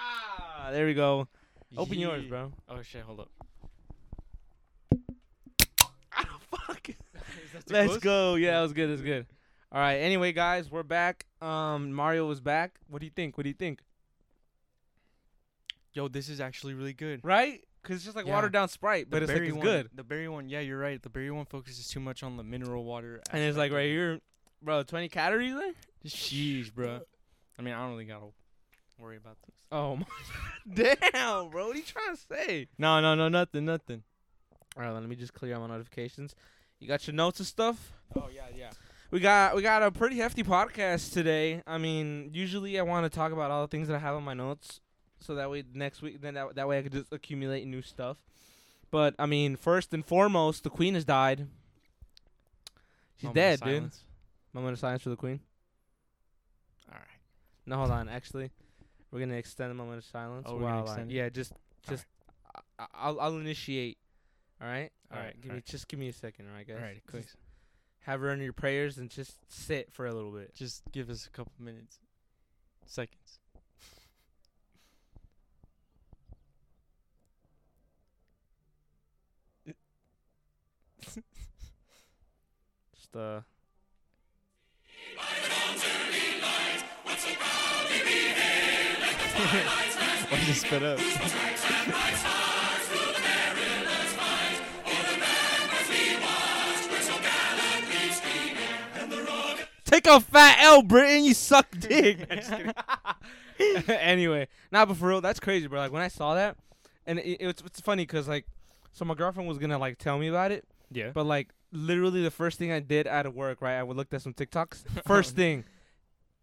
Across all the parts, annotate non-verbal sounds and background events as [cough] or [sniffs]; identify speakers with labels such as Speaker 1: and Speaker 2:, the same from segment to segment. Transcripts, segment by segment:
Speaker 1: Ah, there we go. Open yours,
Speaker 2: Yee.
Speaker 1: bro.
Speaker 2: Oh shit, hold [laughs] up.
Speaker 1: Ah, fuck.
Speaker 2: [laughs] Is that too
Speaker 1: Let's
Speaker 2: close?
Speaker 1: go. Yeah, that was good. That's good. All right. Anyway, guys, we're back. Um, Mario was back. What do you think? What do you think?
Speaker 2: Yo, this is actually really good.
Speaker 1: Right? Cause it's just like
Speaker 2: Yeah.
Speaker 1: watered down Sprite, but
Speaker 2: The
Speaker 1: it's like
Speaker 2: berry
Speaker 1: it's
Speaker 2: one-
Speaker 1: good.
Speaker 2: The berry one, yeah, you're right. The berry one focuses too much on the mineral water.
Speaker 1: And it's like right here, bro. Twenty calories there.
Speaker 2: Sheesh, bro. I mean, I don't really gotta worry about this.
Speaker 1: Oh my. [laughs] Damn, bro. What are you trying to say?
Speaker 2: No, no, no, nothing, nothing.
Speaker 1: All right. Let me just clear out my notifications. You got your notes and stuff.
Speaker 2: Oh yeah, yeah.
Speaker 1: We got we got a pretty hefty podcast today. I mean, usually I want to talk about all the things that I have on my notes, so that way next week then that, that way I could just accumulate new stuff. But I mean, first and foremost, the queen has died. She's dead, dude. Moment of silence for the queen.
Speaker 2: All right.
Speaker 1: No, hold on. Actually, we're gonna extend the moment of silence.
Speaker 2: Oh, we're gonna
Speaker 1: while I-
Speaker 2: extend it?
Speaker 1: yeah, just just I, I- I'll I'll initiate. All right. All
Speaker 2: All
Speaker 1: right.
Speaker 2: right,
Speaker 1: Give
Speaker 2: all
Speaker 1: me
Speaker 2: right.
Speaker 1: just give me a second. All right, guys.
Speaker 2: All right, quick.
Speaker 1: Just Have her in your prayers and just sit for a little bit.
Speaker 2: Just give us a couple minutes, [laughs] seconds.
Speaker 1: Just uh.
Speaker 2: Why did you spit up?
Speaker 1: Take a fat L, Britain. You [laughs] suck dick. [laughs]
Speaker 2: [laughs]
Speaker 1: anyway, nah, but for real, that's crazy, bro. Like when I saw that, and it, it's it's funny because like, so my girlfriend was gonna like tell me about it,
Speaker 2: Yeah.
Speaker 1: but like literally the first thing I did out of work, right? I would looked at some
Speaker 2: [laughs]
Speaker 1: TikToks. First thing,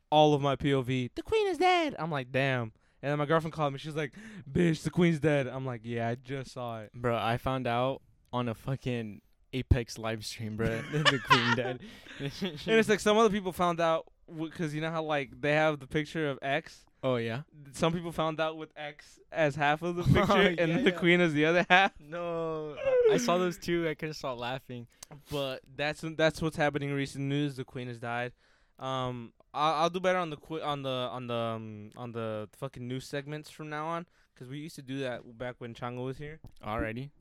Speaker 1: all of my POV. The queen is dead. I'm like, damn. And then my girlfriend called me. She's like, bitch, the queen's dead. I'm like, yeah, I just saw it.
Speaker 2: Bro, I found out on a fucking Apex live stream, bro. [laughs] that the queen died.
Speaker 1: And it's like some other people found out because you know how like they have the picture of X.
Speaker 2: oh yeah.
Speaker 1: some people found out with X as half of the
Speaker 2: [laughs] Oh,
Speaker 1: picture and
Speaker 2: yeah,
Speaker 1: the
Speaker 2: yeah.
Speaker 1: queen as the other half.
Speaker 2: No, I saw those two. I could have stopped laughing.
Speaker 1: But that's that's what's happening in recent news. The queen has died. Um, I'll, I'll do better on the qui- on the on the um, on the fucking news segments from now on because we used to do that back when Chango was here.
Speaker 2: Already.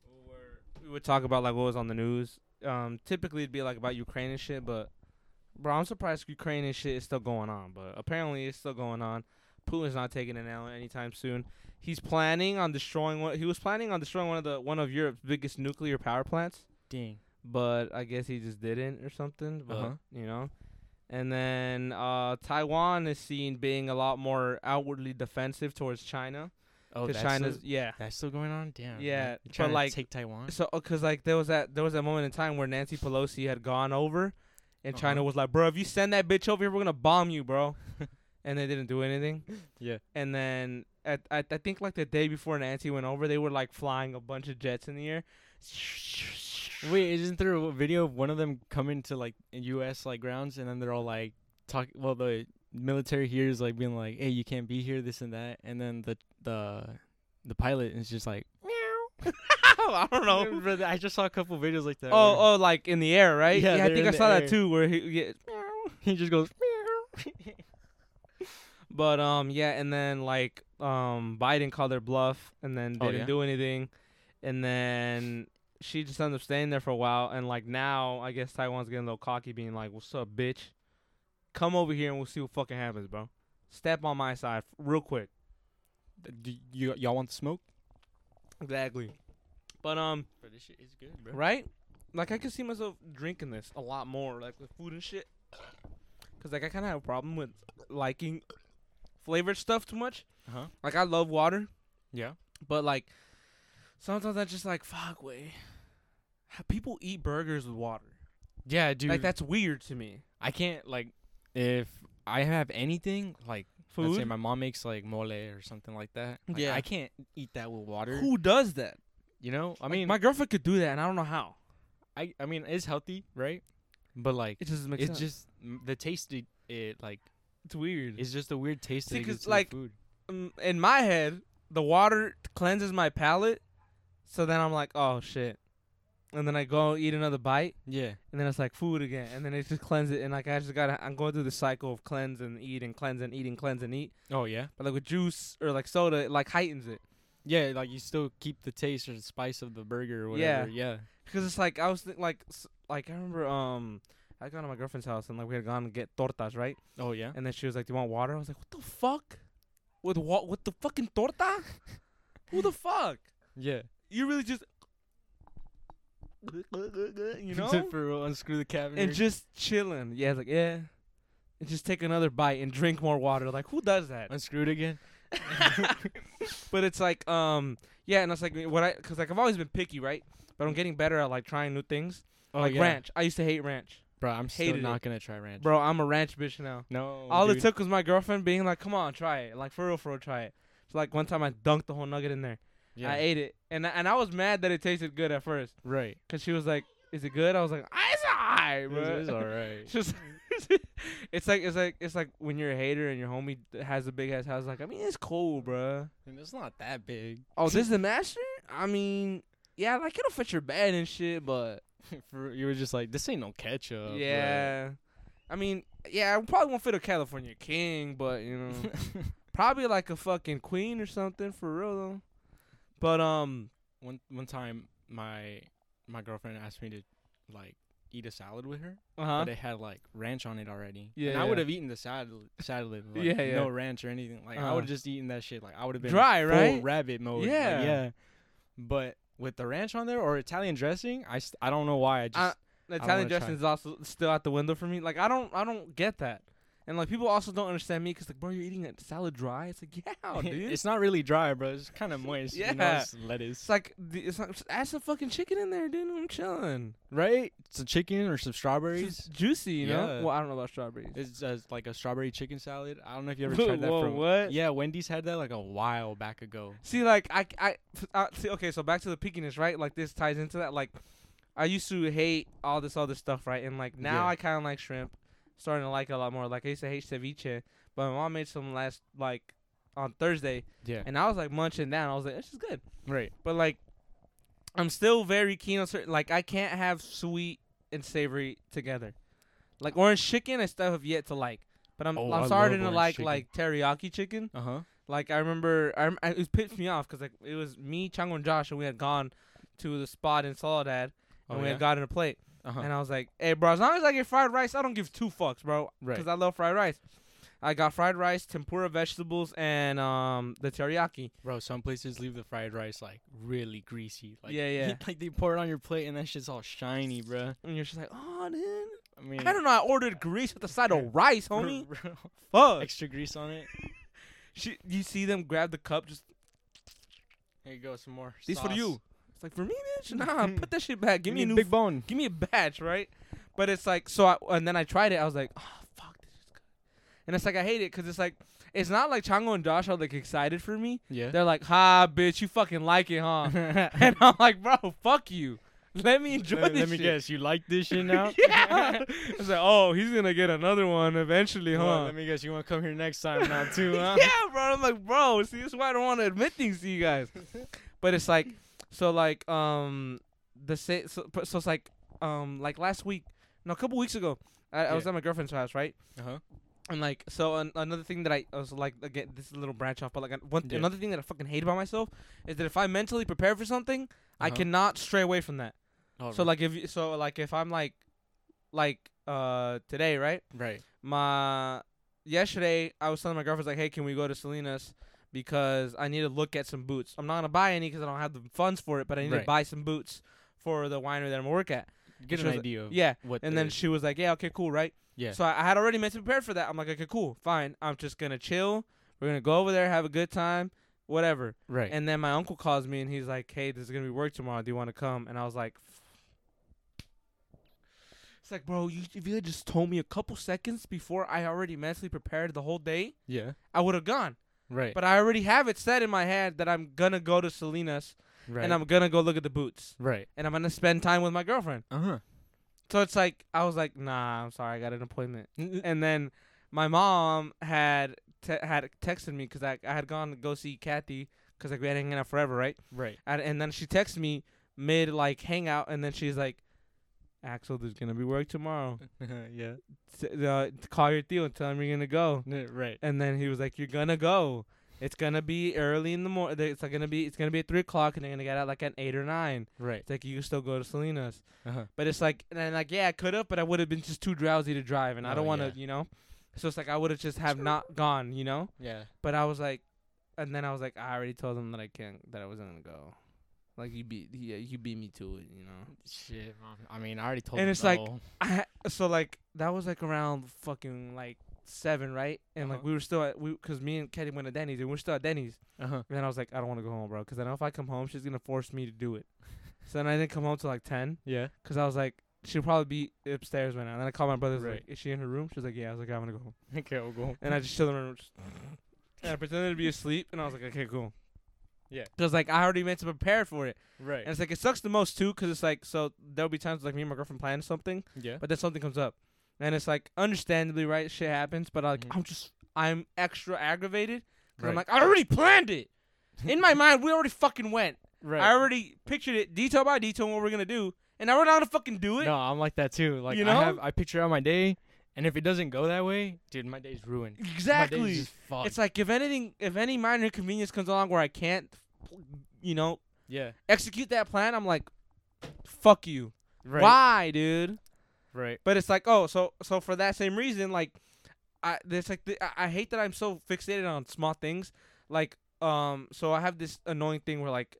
Speaker 1: We would talk about like what was on the news. Um, typically it'd be like about Ukraine and shit, but bro, I'm surprised Ukraine and shit is still going on. But apparently it's still going on. Putin's not taking an L anytime soon. He's planning on destroying one. He was planning on destroying one of the one of Europe's biggest nuclear power plants,
Speaker 2: Dang.
Speaker 1: but I guess he just didn't or something. But
Speaker 2: Uh-huh.
Speaker 1: you know, and then uh, Taiwan is seen being a lot more outwardly defensive towards China
Speaker 2: Oh,
Speaker 1: because
Speaker 2: that's
Speaker 1: China's
Speaker 2: still,
Speaker 1: yeah.
Speaker 2: that's still going on. Damn. man.
Speaker 1: Yeah,
Speaker 2: You're
Speaker 1: but
Speaker 2: trying to
Speaker 1: like-
Speaker 2: take Taiwan.
Speaker 1: So, uh, cause like there was that there was that moment in time where Nancy Pelosi had gone over, and China
Speaker 2: Uh-huh.
Speaker 1: was like, "Bro, if you send that bitch over here, we're gonna bomb you,
Speaker 2: [laughs]
Speaker 1: bro," and they didn't do anything.
Speaker 2: Yeah.
Speaker 1: And then at, at I think like the day before Nancy went over, they were like flying a bunch of jets in the air.
Speaker 2: Wait, isn't there a video of one of them coming to like U.S. like grounds, and then they're all like talk. Well, the military here is like being like, "Hey, you can't be here," this and that, and then the the the pilot is just [laughs] like, "Meow."
Speaker 1: [laughs] I don't know.
Speaker 2: [laughs] Brother, I just saw a couple videos like that. where
Speaker 1: Oh, oh, like in the air, right?
Speaker 2: Yeah,
Speaker 1: I
Speaker 2: they're
Speaker 1: think
Speaker 2: in
Speaker 1: I
Speaker 2: the
Speaker 1: saw that
Speaker 2: air.
Speaker 1: too. Where he, yeah,
Speaker 2: [laughs] he just goes. "Meow."
Speaker 1: [laughs] But um, yeah, and then like um, Biden called her bluff, and then they
Speaker 2: Oh,
Speaker 1: didn't
Speaker 2: yeah?
Speaker 1: do anything, and then she just ended up staying there for a while, and like now I guess Taiwan's getting a little cocky, being like, "What's up, bitch? Come over here and we'll see what fucking happens, bro. Step on my side f- real quick."
Speaker 2: Do you y'all want the smoke?
Speaker 1: Exactly. But um,
Speaker 2: Bro, this shit is good, bro.
Speaker 1: right? Like I could see myself drinking this a lot more, like with food and shit. Cause like I kind of have a problem with liking flavored stuff too much.
Speaker 2: Huh?
Speaker 1: Like I love water,
Speaker 2: Yeah.
Speaker 1: But like sometimes I just like fuck way. How people eat burgers with water.
Speaker 2: Yeah, dude.
Speaker 1: Like that's weird to me.
Speaker 2: I can't like if I have anything like let's say
Speaker 1: Food.
Speaker 2: my mom makes like mole or something like that. like,
Speaker 1: Yeah.
Speaker 2: I can't eat that with water.
Speaker 1: Who does that?
Speaker 2: You know, I
Speaker 1: I
Speaker 2: mean,
Speaker 1: mean, my girlfriend could do that, and I don't know how.
Speaker 2: I I mean it's healthy, right? But like
Speaker 1: It doesn't make
Speaker 2: it's
Speaker 1: sense.
Speaker 2: just m- the taste it, it like
Speaker 1: it's weird.
Speaker 2: it's just a weird taste
Speaker 1: See,
Speaker 2: that it
Speaker 1: 'cause,
Speaker 2: gives to
Speaker 1: like,
Speaker 2: the food.
Speaker 1: Um, in my head, the water cleanses my palate, so then I'm like, oh shit, and then I go eat another bite,
Speaker 2: Yeah.
Speaker 1: and then it's like food again, and then it's just cleanse it, and like I just gotta I'm going through the cycle of cleanse and eat and cleanse and eat and cleanse and eat.
Speaker 2: Oh yeah.
Speaker 1: But like with juice or like soda, it like heightens it
Speaker 2: Yeah, like you still keep the taste or the spice of the burger or whatever. Yeah.
Speaker 1: because it's like I was think like s- like I remember um I gone to my girlfriend's house and like we had gone to get tortas right,
Speaker 2: Oh yeah.
Speaker 1: and then she was like, "Do you want water?" I was like, "What the fuck? With what? With the fucking torta? Who the fuck?
Speaker 2: [laughs] Yeah.
Speaker 1: You really just
Speaker 2: [laughs]
Speaker 1: you know?"
Speaker 2: For real, unscrew the cabinet.
Speaker 1: and just chilling. Yeah, it's like yeah, and just take another bite and drink more water. Like who does that? [laughs]
Speaker 2: [laughs] unscrew it again.
Speaker 1: but it's like um yeah, and it's like what I because like I've always been picky, right? But I'm getting better at like trying new things.
Speaker 2: Oh
Speaker 1: like
Speaker 2: yeah.
Speaker 1: ranch, I used to hate ranch,
Speaker 2: Bro, I'm still
Speaker 1: Hated it.
Speaker 2: not gonna try ranch.
Speaker 1: bro. I'm a ranch bitch now.
Speaker 2: No.
Speaker 1: All
Speaker 2: Oh, dude.
Speaker 1: it took was my girlfriend being like, "Come on, try it." Like for real, for real, try it. So like one time I dunked the whole nugget in there.
Speaker 2: Yeah.
Speaker 1: I ate it, and I- and I was mad that it tasted good at first,
Speaker 2: right.
Speaker 1: cause she was like, "Is it good?" I was like, "Ah, "It's alright,
Speaker 2: It
Speaker 1: bro."
Speaker 2: was, [laughs] it was
Speaker 1: [laughs]
Speaker 2: all right.
Speaker 1: It's just it's like [laughs] it's like it's like when you're a hater and your homie d- has a big ass house. Like I mean, it's cool, bruh.
Speaker 2: And it's not that big.
Speaker 1: Oh, [laughs] this is the master. I mean, yeah, like it'll fit your bed and shit, but
Speaker 2: For, you were just like, this ain't no ketchup. bro."
Speaker 1: yeah. I mean, yeah, I probably won't fit a California king, but you know, [laughs] probably like a fucking queen or something for real though. But um,
Speaker 2: [laughs] one one time, my my girlfriend asked me to like eat a salad with her,
Speaker 1: uh huh.
Speaker 2: but it had like ranch on it already.
Speaker 1: Yeah,
Speaker 2: and I
Speaker 1: yeah.
Speaker 2: would have eaten the salad,
Speaker 1: [laughs]
Speaker 2: salad with like,
Speaker 1: Yeah, yeah.
Speaker 2: no ranch or anything. Like I
Speaker 1: Uh-huh.
Speaker 2: would have just eaten that shit. Like I would have been
Speaker 1: Dry,
Speaker 2: full
Speaker 1: right?
Speaker 2: rabbit mode. like,
Speaker 1: Yeah.
Speaker 2: yeah. But with the ranch on there or Italian dressing, I st- I don't know
Speaker 1: Uh,
Speaker 2: why I just
Speaker 1: Italian
Speaker 2: wanna try.
Speaker 1: dressing is also still out the window for me. Like I don't, I don't get that, and like people also don't understand me because like, bro, you're eating a salad dry. It's like, [laughs] yeah,
Speaker 2: [laughs]
Speaker 1: oh, dude.
Speaker 2: it's not really dry, bro. It's kind of moist. You know,
Speaker 1: Yeah.
Speaker 2: it's lettuce.
Speaker 1: It's like the- it's like just add some fucking chicken in there, dude. I'm chilling.
Speaker 2: right? Some chicken or some
Speaker 1: It's
Speaker 2: strawberries.
Speaker 1: just juicy, you know.
Speaker 2: Yeah.
Speaker 1: Well, I don't know about strawberries.
Speaker 2: It's uh, like a strawberry chicken salad. I don't know if
Speaker 1: [laughs]
Speaker 2: you ever tried [laughs] that
Speaker 1: Whoa,
Speaker 2: from.
Speaker 1: what?
Speaker 2: Yeah, Wendy's had that like a while back ago.
Speaker 1: See, like I, I, I see, okay. So back to the pickiness, right? Like this ties into that. Like I used to hate all this other stuff, right? And like now
Speaker 2: Yeah.
Speaker 1: I kind of like shrimp, starting to like it a lot more. Like I used to hate ceviche, but my mom made some last like on Thursday,
Speaker 2: Yeah.
Speaker 1: and I was like munching down. I was like, this is good.
Speaker 2: Right.
Speaker 1: But like, I'm still very keen on certain. Like, I can't have sweet and savory together. Like orange chicken, I still have yet to like. But I'm
Speaker 2: Oh, I
Speaker 1: I'm
Speaker 2: love
Speaker 1: starting to
Speaker 2: orange
Speaker 1: like
Speaker 2: chicken.
Speaker 1: like teriyaki chicken.
Speaker 2: Uh huh.
Speaker 1: Like I remember, I, rem- I it pissed me off because like it was me, Chango, and Josh, and we had gone to the spot in Soledad, and
Speaker 2: Oh,
Speaker 1: we
Speaker 2: yeah.
Speaker 1: had gotten a plate.
Speaker 2: uh-huh.
Speaker 1: And I was like, "Hey, bro, as long as I get fried rice, I don't give two fucks, bro,
Speaker 2: Right.
Speaker 1: because I love fried rice." I got fried rice, tempura vegetables, and um the teriyaki.
Speaker 2: Bro, some places leave the fried rice like really greasy. Like,
Speaker 1: Yeah, yeah.
Speaker 2: [laughs] like they pour it on your plate and that shit's all shiny, bro.
Speaker 1: And you're just like, "Oh, dude,
Speaker 2: I mean,
Speaker 1: I don't know. I ordered grease with a side of rice, homie.
Speaker 2: bro,
Speaker 1: Fuck.
Speaker 2: [laughs] extra grease on it.
Speaker 1: She, you see them grab the cup. Just
Speaker 2: Here you go, some more.
Speaker 1: these for
Speaker 2: sauce.
Speaker 1: you. It's like for me, bitch. Nah, put that shit back. Give me a new.
Speaker 2: Mm-hmm. big
Speaker 1: f-
Speaker 2: bone.
Speaker 1: give me a batch, right? But it's like so. I, and then I tried it. I was like, oh fuck, this is good. And it's like I hate it because it's like it's not like Chango and Josh are like excited for me.
Speaker 2: Yeah. [laughs]
Speaker 1: They're like, ha, bitch, you fucking like it, huh? [laughs] and I'm like, bro, fuck you. Let me enjoy
Speaker 2: let
Speaker 1: this.
Speaker 2: let me
Speaker 1: shit.
Speaker 2: guess. You like this [laughs] shit now?
Speaker 1: yeah. [laughs] It's like, oh, he's gonna get another one eventually, huh?
Speaker 2: Well, let me guess. You want to come here next [laughs] time now too, huh?
Speaker 1: yeah, bro. I'm like, bro. See, that's why I don't want to admit things to you
Speaker 2: [laughs]
Speaker 1: guys. but it's like, so like, um, the sa- so, but- so it's like, um, like last week, no, a couple weeks ago, I, I was
Speaker 2: Yeah.
Speaker 1: at my girlfriend's house, right?
Speaker 2: Uh huh.
Speaker 1: And like, so an- another thing that I I was like, again, this is a little branch off, but like, an- one
Speaker 2: Yeah.
Speaker 1: another thing that I fucking hate about myself is that if I mentally prepare for something, I
Speaker 2: Uh-huh.
Speaker 1: cannot stray away from that.
Speaker 2: Oh,
Speaker 1: so like, if you, so like, if I'm like, like, uh, today, right?
Speaker 2: right.
Speaker 1: my yesterday I was telling my girlfriend like, hey, can we go to Selena's because I need to look at some boots. I'm not gonna buy any because I don't have the funds for it, but I need
Speaker 2: Right.
Speaker 1: to buy some boots for the winery that I'm gonna work at.
Speaker 2: Get
Speaker 1: she
Speaker 2: an
Speaker 1: was like-
Speaker 2: idea of
Speaker 1: Yeah,
Speaker 2: what.
Speaker 1: and
Speaker 2: the-
Speaker 1: then she was like, yeah, okay, cool, right?
Speaker 2: Oh. Yeah.
Speaker 1: So I, I had already mentally prepared for that. I'm like, okay, cool, fine. I'm just gonna chill. We're gonna go over there, have a good time, whatever.
Speaker 2: right.
Speaker 1: And then my uncle calls me and he's like, "Hey, there's gonna be work tomorrow. Do you want to come?" And I was like, "It's like, bro, you if you had just told me a couple seconds before I already mentally prepared the whole day,
Speaker 2: yeah.
Speaker 1: I would have gone.
Speaker 2: Right.
Speaker 1: But I already have it set in my head that I'm gonna go to Selena's
Speaker 2: right.
Speaker 1: and I'm gonna go look at the boots
Speaker 2: right.
Speaker 1: and I'm gonna spend time with my girlfriend.
Speaker 2: Uh huh.
Speaker 1: So it's like I was like, "Nah, I'm sorry, I got an appointment." and then my mom had te- had texted me because I I had gone to go see Kathy because like we had hanging out forever, right?
Speaker 2: Right.
Speaker 1: and, and then she texts me, mid like hangout, and then she's like, "Axel, there's gonna be work tomorrow.
Speaker 2: [laughs] Mm. yeah.
Speaker 1: S- uh, call your Theo and tell him you're gonna go."
Speaker 2: Yeah, Right.
Speaker 1: And then he was like, "You're gonna go. It's gonna be early in the morning. It's like, gonna be it's gonna be at three o'clock, and they're gonna get out like at eight or nine.
Speaker 2: Right.
Speaker 1: It's like you can still go to Selena's."
Speaker 2: Uh-huh.
Speaker 1: But it's like, and I'm like, yeah, I could have, but I would have been just too drowsy to drive, and I
Speaker 2: Oh,
Speaker 1: don't want to,
Speaker 2: yeah.
Speaker 1: you know. So it's like I would have just have not gone, you know.
Speaker 2: Yeah.
Speaker 1: But I was like, and then I was like, I already told him that I can't, that I wasn't gonna go. Like you beat, he, you beat me to it, you know.
Speaker 2: Shit. man. I mean, I already told.
Speaker 1: And
Speaker 2: him
Speaker 1: it's like-
Speaker 2: no.
Speaker 1: I ha- so like that was like around fucking like seven, right? And like
Speaker 2: Uh-huh.
Speaker 1: we were still at we, cause me and Katie went to Denny's, and we're still at Denny's.
Speaker 2: Uh-huh.
Speaker 1: And then I was like, I don't want to go home, bro, cause I know if I come home, she's gonna force me to do [laughs] it. so then I didn't come home till like ten.
Speaker 2: Yeah.
Speaker 1: Cause I was like, she'll probably be upstairs right now. And then I called my brother. I was
Speaker 2: Right.
Speaker 1: Like, is she in her room? She was like, yeah. I was like, I'm gonna go home.
Speaker 2: [laughs] okay, we'll go.
Speaker 1: And I just chilled in my room. just- and I pretended to be asleep. And I was like, okay, cool.
Speaker 2: Yeah.
Speaker 1: Cause like I already meant to prepare for it.
Speaker 2: [laughs] Right.
Speaker 1: And it's like it sucks the most too. Cause it's like so there'll be times like me and my girlfriend plan something,
Speaker 2: yeah.
Speaker 1: but then something comes up, and it's like understandably right shit happens. But like
Speaker 2: Mhm.
Speaker 1: I'm just I'm extra aggravated. Cause I'm
Speaker 2: Right.
Speaker 1: like I already planned it. In [laughs] my mind, we already fucking went.
Speaker 2: Right.
Speaker 1: I already pictured it detail by detail what we're gonna do, and now we're not gonna fucking do it.
Speaker 2: No, I'm like that too. Like
Speaker 1: You
Speaker 2: I have,
Speaker 1: know?
Speaker 2: I picture out my day, and if it doesn't go that way, dude, my day's ruined. My day's
Speaker 1: Exactly.
Speaker 2: just fucked.
Speaker 1: It's like if anything, if any minor inconvenience comes along where I can't, you know,
Speaker 2: yeah.
Speaker 1: execute that plan, I'm like, fuck you.
Speaker 2: Right.
Speaker 1: Why, dude?
Speaker 2: Right.
Speaker 1: But it's like, oh, so so for that same reason, like, I there's like the, I, I hate that I'm so fixated on small things. Like, um, so I have this annoying thing where like,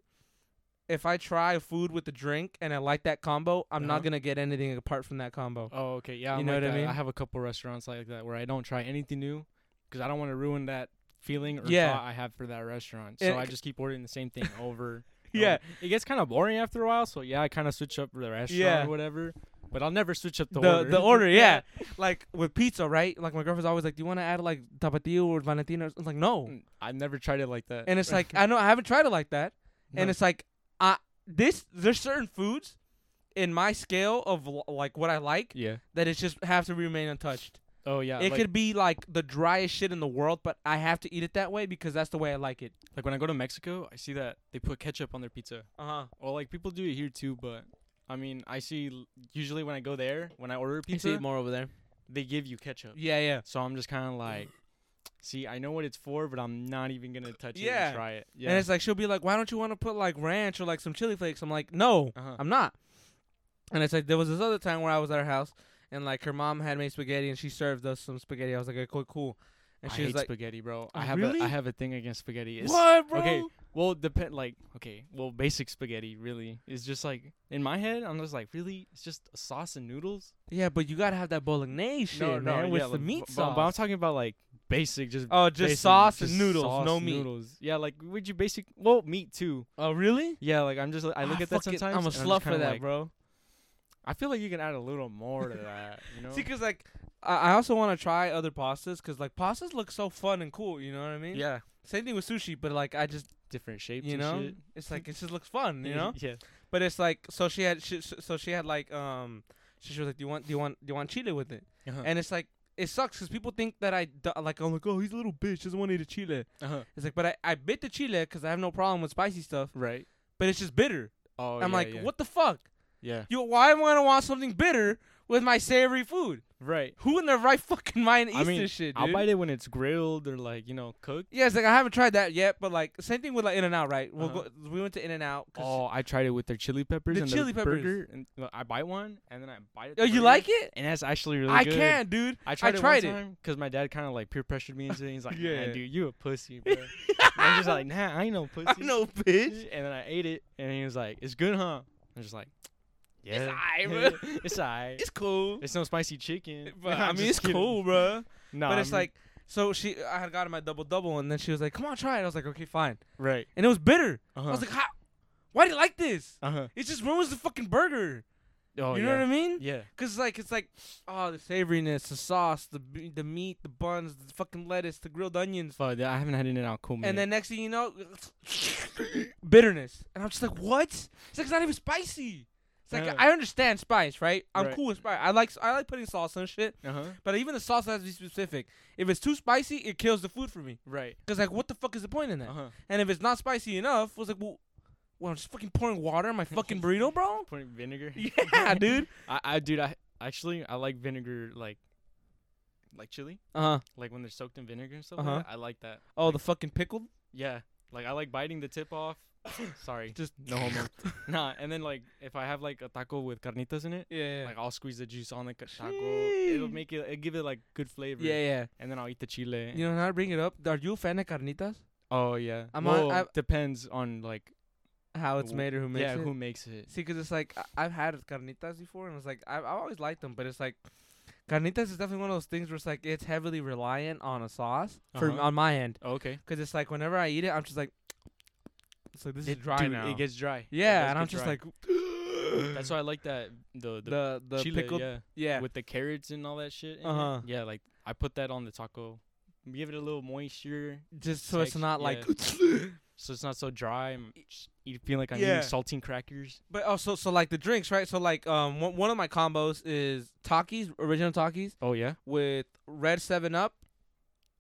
Speaker 1: if I try food with a drink and I like that combo, I'm not
Speaker 2: Uh-huh.
Speaker 1: gonna get anything apart from that combo.
Speaker 2: Oh, okay. Yeah.
Speaker 1: You
Speaker 2: I'm
Speaker 1: know
Speaker 2: like
Speaker 1: what I
Speaker 2: that.
Speaker 1: mean?
Speaker 2: I have a couple restaurants like that where I don't try anything new because I don't want to ruin that feeling or
Speaker 1: Yeah.
Speaker 2: thought I have for that restaurant. So
Speaker 1: And-
Speaker 2: I just keep ordering the
Speaker 1: [laughs]
Speaker 2: same thing over. and
Speaker 1: Yeah.
Speaker 2: over. It gets kind of boring after a while. So yeah, I kind of switch up the restaurant
Speaker 1: Yeah.
Speaker 2: or whatever. But I'll never switch up
Speaker 1: the
Speaker 2: the,
Speaker 1: the
Speaker 2: order. [laughs]
Speaker 1: order, yeah. like with pizza, right? Like my girlfriend's always like, "Do you want to add like tapatio or valentino?" I'm like, "No,"
Speaker 2: Mm, I've never tried it like that.
Speaker 1: and it's like I know I haven't tried it like that, and
Speaker 2: No.
Speaker 1: it's like I this there's certain foods in my scale of l- like what I like
Speaker 2: [laughs] yeah.
Speaker 1: that it just have to remain untouched.
Speaker 2: Oh yeah.
Speaker 1: it
Speaker 2: like,
Speaker 1: could be like the driest shit in the world, but I have to eat it that way because that's the way I like it.
Speaker 2: like when I go to Mexico, I see that they put ketchup on their pizza.
Speaker 1: Uh huh.
Speaker 2: Well, like people do it here too, but I mean, I see l- usually when I go there, when I order pizza,
Speaker 1: more over there.
Speaker 2: they give you ketchup.
Speaker 1: Yeah, yeah.
Speaker 2: So I'm just kind of like, see, I know what it's for, but I'm not even gonna touch it
Speaker 1: Yeah.
Speaker 2: and try it. Yeah.
Speaker 1: And it's like she'll be like, "Why don't you want to put like ranch or like some chili flakes?" I'm like, "No,
Speaker 2: uh-huh.
Speaker 1: I'm not. And it's like there was this other time where I was at her house and like her mom had made spaghetti and she served us some spaghetti. I was like, okay, cool, cool. And
Speaker 2: I
Speaker 1: she was
Speaker 2: hate
Speaker 1: like,
Speaker 2: spaghetti, bro. I have
Speaker 1: Really?
Speaker 2: a I have a thing against spaghetti. It's-
Speaker 1: what, bro?
Speaker 2: Okay. Well, depend like okay. Well, basic spaghetti really is just like in my head. I'm just like really, it's just sauce and noodles.
Speaker 1: Yeah, but you gotta have that bolognese shit, man, with
Speaker 2: yeah,
Speaker 1: the
Speaker 2: like,
Speaker 1: meat
Speaker 2: bu- bu-
Speaker 1: sauce.
Speaker 2: But I'm talking about like basic, just
Speaker 1: oh, just
Speaker 2: basic,
Speaker 1: sauce and
Speaker 2: just
Speaker 1: noodles,
Speaker 2: sauce,
Speaker 1: no meat.
Speaker 2: Noodles. Yeah, like would you basic? Well, meat too.
Speaker 1: Oh, really?
Speaker 2: Yeah, like I'm just I look at that
Speaker 1: Ah, fuck it,
Speaker 2: sometimes.
Speaker 1: I'm a
Speaker 2: and just
Speaker 1: slut for
Speaker 2: kinda
Speaker 1: that,
Speaker 2: like,
Speaker 1: bro.
Speaker 2: I feel like you can add a little more to that. You
Speaker 1: [laughs]
Speaker 2: know?
Speaker 1: See, cause like I, I also want to try other pastas, cause like pastas look so fun and cool. You know what I mean?
Speaker 2: yeah,
Speaker 1: Same thing with sushi, but like I just
Speaker 2: different shapes.
Speaker 1: you
Speaker 2: and
Speaker 1: know
Speaker 2: shit.
Speaker 1: it's like it just looks fun. You know? [laughs]
Speaker 2: [laughs] yeah.
Speaker 1: But it's like so she had she, so she had like um she, she was like do you want do you want do you want chile with it?
Speaker 2: Uh-huh.
Speaker 1: And it's like it sucks because people think that I d- like I'm like oh he's a little bitch doesn't want to eat a chile.
Speaker 2: uh-huh.
Speaker 1: It's like but I, I bit the chile because I have no problem with spicy stuff,
Speaker 2: Right.
Speaker 1: but it's just bitter.
Speaker 2: Oh,
Speaker 1: I'm
Speaker 2: yeah,
Speaker 1: like
Speaker 2: yeah.
Speaker 1: what the fuck?
Speaker 2: Yeah.
Speaker 1: You why am I gonna want something bitter with my savory food?
Speaker 2: Right.
Speaker 1: Who in their right [laughs] fucking mind eats
Speaker 2: I mean,
Speaker 1: this shit, dude?
Speaker 2: I'll bite it when it's grilled or like you know cooked.
Speaker 1: yeah, it's like I haven't tried that yet, but like same thing with like In and Out, right? We'll
Speaker 2: Uh-huh.
Speaker 1: go, we went to In and Out.
Speaker 2: Oh, I tried it with their chili peppers
Speaker 1: The
Speaker 2: and
Speaker 1: chili
Speaker 2: their
Speaker 1: peppers.
Speaker 2: burger, and well, I bite one and then I bite it.
Speaker 1: oh, you like it?
Speaker 2: And that's actually really
Speaker 1: I
Speaker 2: good.
Speaker 1: can, dude.
Speaker 2: I tried,
Speaker 1: tried
Speaker 2: it
Speaker 1: it.
Speaker 2: one time because my dad kind of like peer pressured me into it. He's like, "Nah,
Speaker 1: Yeah.
Speaker 2: dude, you a pussy, bro." And I'm just like, "Nah, I ain't no
Speaker 1: [laughs]
Speaker 2: pussy."
Speaker 1: I'm no bitch.
Speaker 2: And then I ate it, and he was like, "It's good, huh?" I'm just like, "Yeah, [laughs]
Speaker 1: aight, bro."
Speaker 2: it's alright. It's,
Speaker 1: It's cool.
Speaker 2: no spicy chicken."
Speaker 1: [laughs] But
Speaker 2: [laughs] I'm
Speaker 1: I mean,
Speaker 2: just
Speaker 1: it's
Speaker 2: kidding.
Speaker 1: cool, bro.
Speaker 2: Nah,
Speaker 1: but it's
Speaker 2: I mean-
Speaker 1: like, so she, I had gotten my double double, and then she was like, "Come on, try it." I was like, "Okay, fine."
Speaker 2: right.
Speaker 1: And it was bitter.
Speaker 2: Uh-huh.
Speaker 1: I was like, "How? Why do you like this?
Speaker 2: uh huh.
Speaker 1: It just ruins the fucking burger."
Speaker 2: Oh,
Speaker 1: you know
Speaker 2: yeah.
Speaker 1: what I mean?
Speaker 2: Yeah.
Speaker 1: Cause like it's like, oh, the savoriness, the sauce, the b- the meat, the buns, the fucking lettuce, the grilled onions,
Speaker 2: Fuck, I haven't had In and Out cool.
Speaker 1: and then next thing you know, [coughs] bitterness. And I'm just like, what? It's like it's not even spicy. It's like
Speaker 2: Yeah.
Speaker 1: I understand spice, right? I'm
Speaker 2: Right.
Speaker 1: cool with spice. I like I like putting sauce on shit.
Speaker 2: uh huh.
Speaker 1: But even the sauce has to be specific. If it's too spicy, it kills the food for me.
Speaker 2: Right.
Speaker 1: Cause like, what the fuck is the point in that?
Speaker 2: Uh huh.
Speaker 1: And if it's not spicy enough, it's like, well, Well, I'm just fucking pouring water on my [laughs] fucking burrito, bro.
Speaker 2: Putting vinegar.
Speaker 1: Yeah, dude.
Speaker 2: I, I dude, I actually I like vinegar like like chili.
Speaker 1: Uh huh.
Speaker 2: Like when they're soaked in vinegar and stuff
Speaker 1: Uh-huh.
Speaker 2: like that. I like that.
Speaker 1: Oh, the fucking pickled.
Speaker 2: Yeah. Like I like biting the tip off. [coughs]
Speaker 1: [coughs]
Speaker 2: Sorry.
Speaker 1: [laughs] Just
Speaker 2: No homo. nah, and then like if I have like a taco with carnitas in it,
Speaker 1: yeah.
Speaker 2: like I'll squeeze the juice on the ca- taco. It'll
Speaker 1: Sheesh.
Speaker 2: make it it'll give it like good flavor.
Speaker 1: yeah, yeah.
Speaker 2: And then I'll eat the chile.
Speaker 1: You know how to bring it up? Are you a fan of carnitas?
Speaker 2: Oh yeah.
Speaker 1: I'm on-
Speaker 2: well,
Speaker 1: I've-
Speaker 2: depends on like
Speaker 1: How it's
Speaker 2: Wh-
Speaker 1: made or who makes
Speaker 2: yeah
Speaker 1: it?
Speaker 2: who makes it.
Speaker 1: See, because it's like I- I've had carnitas before, and it's like I- I've always liked them, but it's like carnitas is definitely one of those things where it's like it's heavily reliant on a sauce for
Speaker 2: Uh-huh.
Speaker 1: on my end,
Speaker 2: Okay.
Speaker 1: because it's like whenever I eat it, I'm just like, it's like this is
Speaker 2: It-
Speaker 1: dry
Speaker 2: dude,
Speaker 1: now.
Speaker 2: It gets dry. It
Speaker 1: yeah,
Speaker 2: does
Speaker 1: and I'm
Speaker 2: get
Speaker 1: just
Speaker 2: dry.
Speaker 1: like,
Speaker 2: That's why I like that the the,
Speaker 1: [gasps] the the
Speaker 2: chile,
Speaker 1: pickled
Speaker 2: yeah,
Speaker 1: yeah.
Speaker 2: with the carrots and all that shit. in it.
Speaker 1: Uh-huh.
Speaker 2: Yeah, like I put that on the taco, give it a little moisture,
Speaker 1: just so it's
Speaker 2: text-
Speaker 1: not like.
Speaker 2: so it's not so dry. I'm just eat, feeling like I'm
Speaker 1: Yeah.
Speaker 2: eating saltine crackers.
Speaker 1: But also, so like the drinks, right? So like, um, one, one of my combos is Takis, original Takis,
Speaker 2: Oh yeah.
Speaker 1: with Red Seven Up,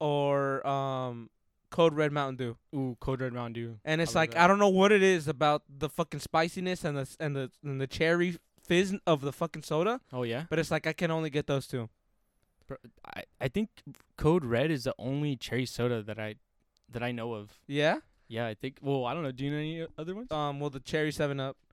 Speaker 1: or um, Code Red Mountain Dew.
Speaker 2: Ooh, cold red Mountain Dew.
Speaker 1: and it's
Speaker 2: love
Speaker 1: like
Speaker 2: that.
Speaker 1: I don't know what it is about the fucking spiciness and the s- and the and the cherry fizz of the fucking soda,
Speaker 2: Oh yeah.
Speaker 1: but it's like I can only get those two.
Speaker 2: I, I think Code Red is the only cherry soda that I that I know of.
Speaker 1: Yeah.
Speaker 2: Yeah, I think. Well, I don't know. Do you know any o- other ones?
Speaker 1: Um. Well, the cherry Seven
Speaker 2: [laughs]
Speaker 1: Up. [laughs]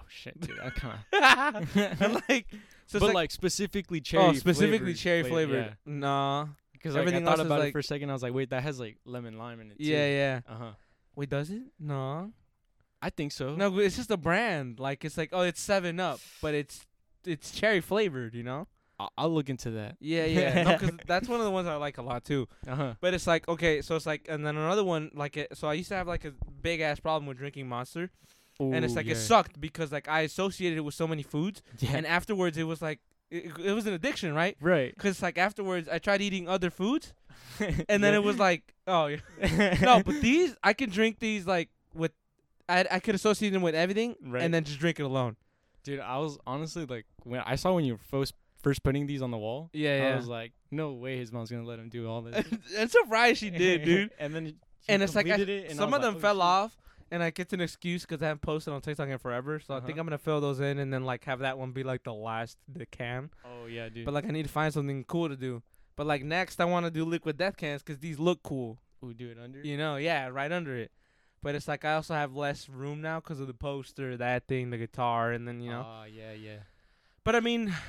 Speaker 2: Oh shit, dude. I [laughs] kind
Speaker 1: and
Speaker 2: of.
Speaker 1: like, so it's
Speaker 2: but like,
Speaker 1: like,
Speaker 2: specifically cherry.
Speaker 1: oh, specifically cherry
Speaker 2: flavor.
Speaker 1: flavored. Nah.
Speaker 2: Because like, I
Speaker 1: Everything
Speaker 2: thought
Speaker 1: else is
Speaker 2: about it
Speaker 1: like-
Speaker 2: for a second. I was like, wait, that has like lemon lime in it.
Speaker 1: Yeah, yeah.
Speaker 2: Uh huh.
Speaker 1: Wait, does it? No.
Speaker 2: I think so.
Speaker 1: Uh-huh. No, it's just a brand. Like it's like oh, it's Seven Up, but it's it's cherry flavored. You know.
Speaker 2: I'll, I'll look into that. [laughs]
Speaker 1: Yeah, yeah. no, because that's one of the ones I like a lot too.
Speaker 2: Uh huh.
Speaker 1: But it's like okay, so it's like, and then another one like it. So I used to have like a big ass problem with drinking Monster, and it's like
Speaker 2: yeah.
Speaker 1: it sucked because like I associated it with so many foods,
Speaker 2: [laughs] Yeah.
Speaker 1: and afterwards it was like it, it was an addiction, right?
Speaker 2: right.
Speaker 1: Because like afterwards I tried eating other foods, [laughs] and then it
Speaker 2: [laughs]
Speaker 1: was like oh yeah. no, but these I can drink these like with I I could associate them with everything,
Speaker 2: Right.
Speaker 1: and then just drink it alone.
Speaker 2: dude, I was honestly like when I saw when you were first first putting these on the wall, I
Speaker 1: Yeah, [laughs]
Speaker 2: was like, no way, his mom's gonna let him do all
Speaker 1: yeah. [laughs]
Speaker 2: this.
Speaker 1: I'm surprised she
Speaker 2: [laughs]
Speaker 1: did, dude.
Speaker 2: and then. she
Speaker 1: and it's like I,
Speaker 2: completed it, and I
Speaker 1: some
Speaker 2: was
Speaker 1: of them
Speaker 2: like, oh,
Speaker 1: fell
Speaker 2: shit.
Speaker 1: off and like it's an excuse because i haven't posted on tiktok in forever so i think
Speaker 2: Uh-huh.
Speaker 1: i'm gonna fill those in and then like have that one be like the last that can
Speaker 2: Oh yeah, dude.
Speaker 1: but like i need to find something cool to do but like next i want to do liquid death cans because these look cool
Speaker 2: Ooh, do it under.
Speaker 1: you know yeah right under it but it's like i also have less room now because of the poster that thing the guitar and then you know
Speaker 2: Ah, yeah, yeah.
Speaker 1: but i mean [sighs]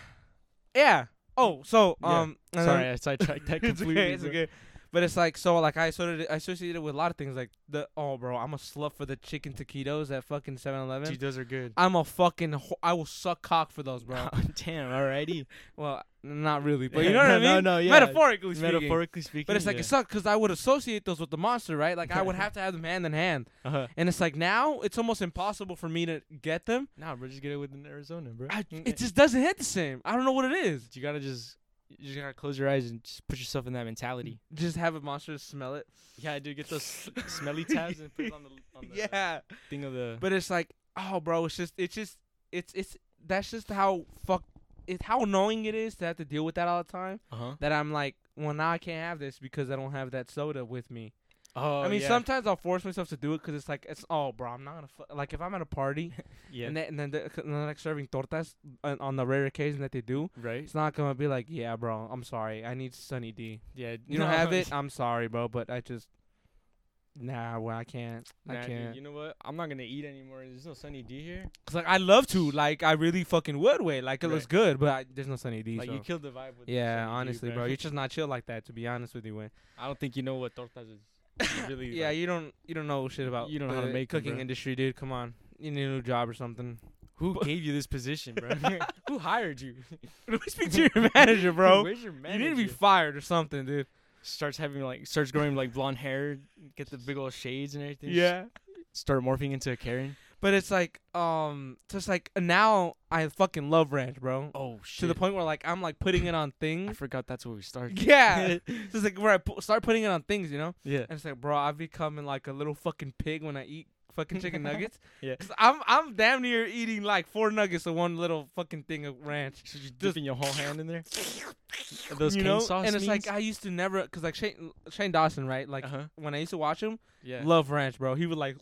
Speaker 1: yeah oh so
Speaker 2: Yeah.
Speaker 1: um and then-
Speaker 2: Sorry, I sidetracked
Speaker 1: [laughs]
Speaker 2: that
Speaker 1: it's
Speaker 2: completely.
Speaker 1: okay, it's
Speaker 2: bro.
Speaker 1: okay. But it's like so like I associated I associated it with a lot of things like the oh bro I'm a slut for the chicken taquitos at fucking 7-Eleven.
Speaker 2: Dude, those are
Speaker 1: [laughs]
Speaker 2: good.
Speaker 1: I'm a fucking ho- I will suck cock for those,
Speaker 2: [laughs]
Speaker 1: bro.
Speaker 2: Damn. Alrighty.
Speaker 1: well, not really, but you know what I
Speaker 2: No,
Speaker 1: mean.
Speaker 2: no, no, yeah.
Speaker 1: Metaphorically speaking.
Speaker 2: Metaphorically speaking.
Speaker 1: But it's like
Speaker 2: yeah.
Speaker 1: it sucked because I would associate those with the monster, right? Like I would have to have them hand in hand,
Speaker 2: Uh-huh.
Speaker 1: and it's like now it's almost impossible for me to get them.
Speaker 2: Nah, bro, just get it with an Arizona, bro. Mm.
Speaker 1: I, it just doesn't hit the same. I don't know what it is.
Speaker 2: you gotta just you just gotta close your eyes and just put yourself in that mentality.
Speaker 1: Just have a monster smell it.
Speaker 2: Yeah, I do get [laughs] those [laughs] smelly tabs and put it on the [laughs] on the
Speaker 1: [laughs] yeah.
Speaker 2: thing of the.
Speaker 1: But it's like, oh, bro, it's just, it's just, it's, it's, that's just how fuck, it's how annoying it is to have to deal with that all the time.
Speaker 2: uh huh.
Speaker 1: That I'm like, well, now I can't have this because I don't have that soda with me.
Speaker 2: Oh,
Speaker 1: I mean,
Speaker 2: yeah.
Speaker 1: sometimes I'll force myself to do it because it's like, it's, oh, bro, I'm not gonna, fu-. like, if I'm at a party
Speaker 2: [laughs] yeah,
Speaker 1: and, they, and then they're, and they're like serving tortas on, on the rare occasion that they do,
Speaker 2: right.
Speaker 1: it's not gonna be like, yeah, bro, I'm sorry, I need Sunny D.
Speaker 2: Yeah,
Speaker 1: You don't have
Speaker 2: [laughs]
Speaker 1: it? I'm sorry, bro, but I just, nah, well, I can't, I
Speaker 2: Nah, dude,
Speaker 1: can't.
Speaker 2: you know what? I'm not gonna eat anymore. There's no Sunny D here.
Speaker 1: Cause like I love to, like I really fucking would wait, like it looks
Speaker 2: Right.
Speaker 1: good, but I, there's no Sunny D.
Speaker 2: Like
Speaker 1: so.
Speaker 2: you killed the vibe with. the
Speaker 1: yeah,
Speaker 2: Sunny D,
Speaker 1: honestly,
Speaker 2: [laughs]
Speaker 1: bro, you're just not chill like that. To be honest with you, Wayne.
Speaker 2: I don't think you know what tortas is. [laughs] really.
Speaker 1: Yeah,
Speaker 2: like-
Speaker 1: you don't you don't know shit about
Speaker 2: You don't know how to
Speaker 1: the
Speaker 2: make 'em,
Speaker 1: cooking
Speaker 2: bro.
Speaker 1: industry, dude. Come on, you need a new job or
Speaker 2: [laughs]
Speaker 1: something.
Speaker 2: who gave you this position, [laughs] bro? who hired you,
Speaker 1: Let me speak to your
Speaker 2: [laughs]
Speaker 1: manager, bro.
Speaker 2: Where's your
Speaker 1: you
Speaker 2: manager?
Speaker 1: need to be fired or something, dude.
Speaker 2: starts having like starts growing like blonde hair, get the big old shades and everything. Start morphing into a Karen.
Speaker 1: but it's like um, just like now I fucking love ranch, bro.
Speaker 2: Oh
Speaker 1: To the point where like I'm like putting it on
Speaker 2: I [laughs]
Speaker 1: things.
Speaker 2: forgot that's where we
Speaker 1: [laughs]
Speaker 2: started.
Speaker 1: yeah, just like where I pu- start putting it on things, you know.
Speaker 2: [laughs] yeah.
Speaker 1: And it's like, bro, I'm becoming like a little fucking pig when I eat fucking
Speaker 2: [laughs]
Speaker 1: chicken nuggets.
Speaker 2: Yeah.
Speaker 1: 'Cause I'm I'm damn near eating like four nuggets of one little fucking thing of ranch.
Speaker 2: Should you dipping your whole hand
Speaker 1: [laughs]
Speaker 2: in there? Are Those
Speaker 1: you
Speaker 2: cane
Speaker 1: know?
Speaker 2: sauce
Speaker 1: and it's like
Speaker 2: means?
Speaker 1: I used to never, cause like Shane Shane Dawson, right? Like
Speaker 2: uh-huh.
Speaker 1: when I used to watch him,
Speaker 2: yeah.
Speaker 1: love ranch, bro. He would like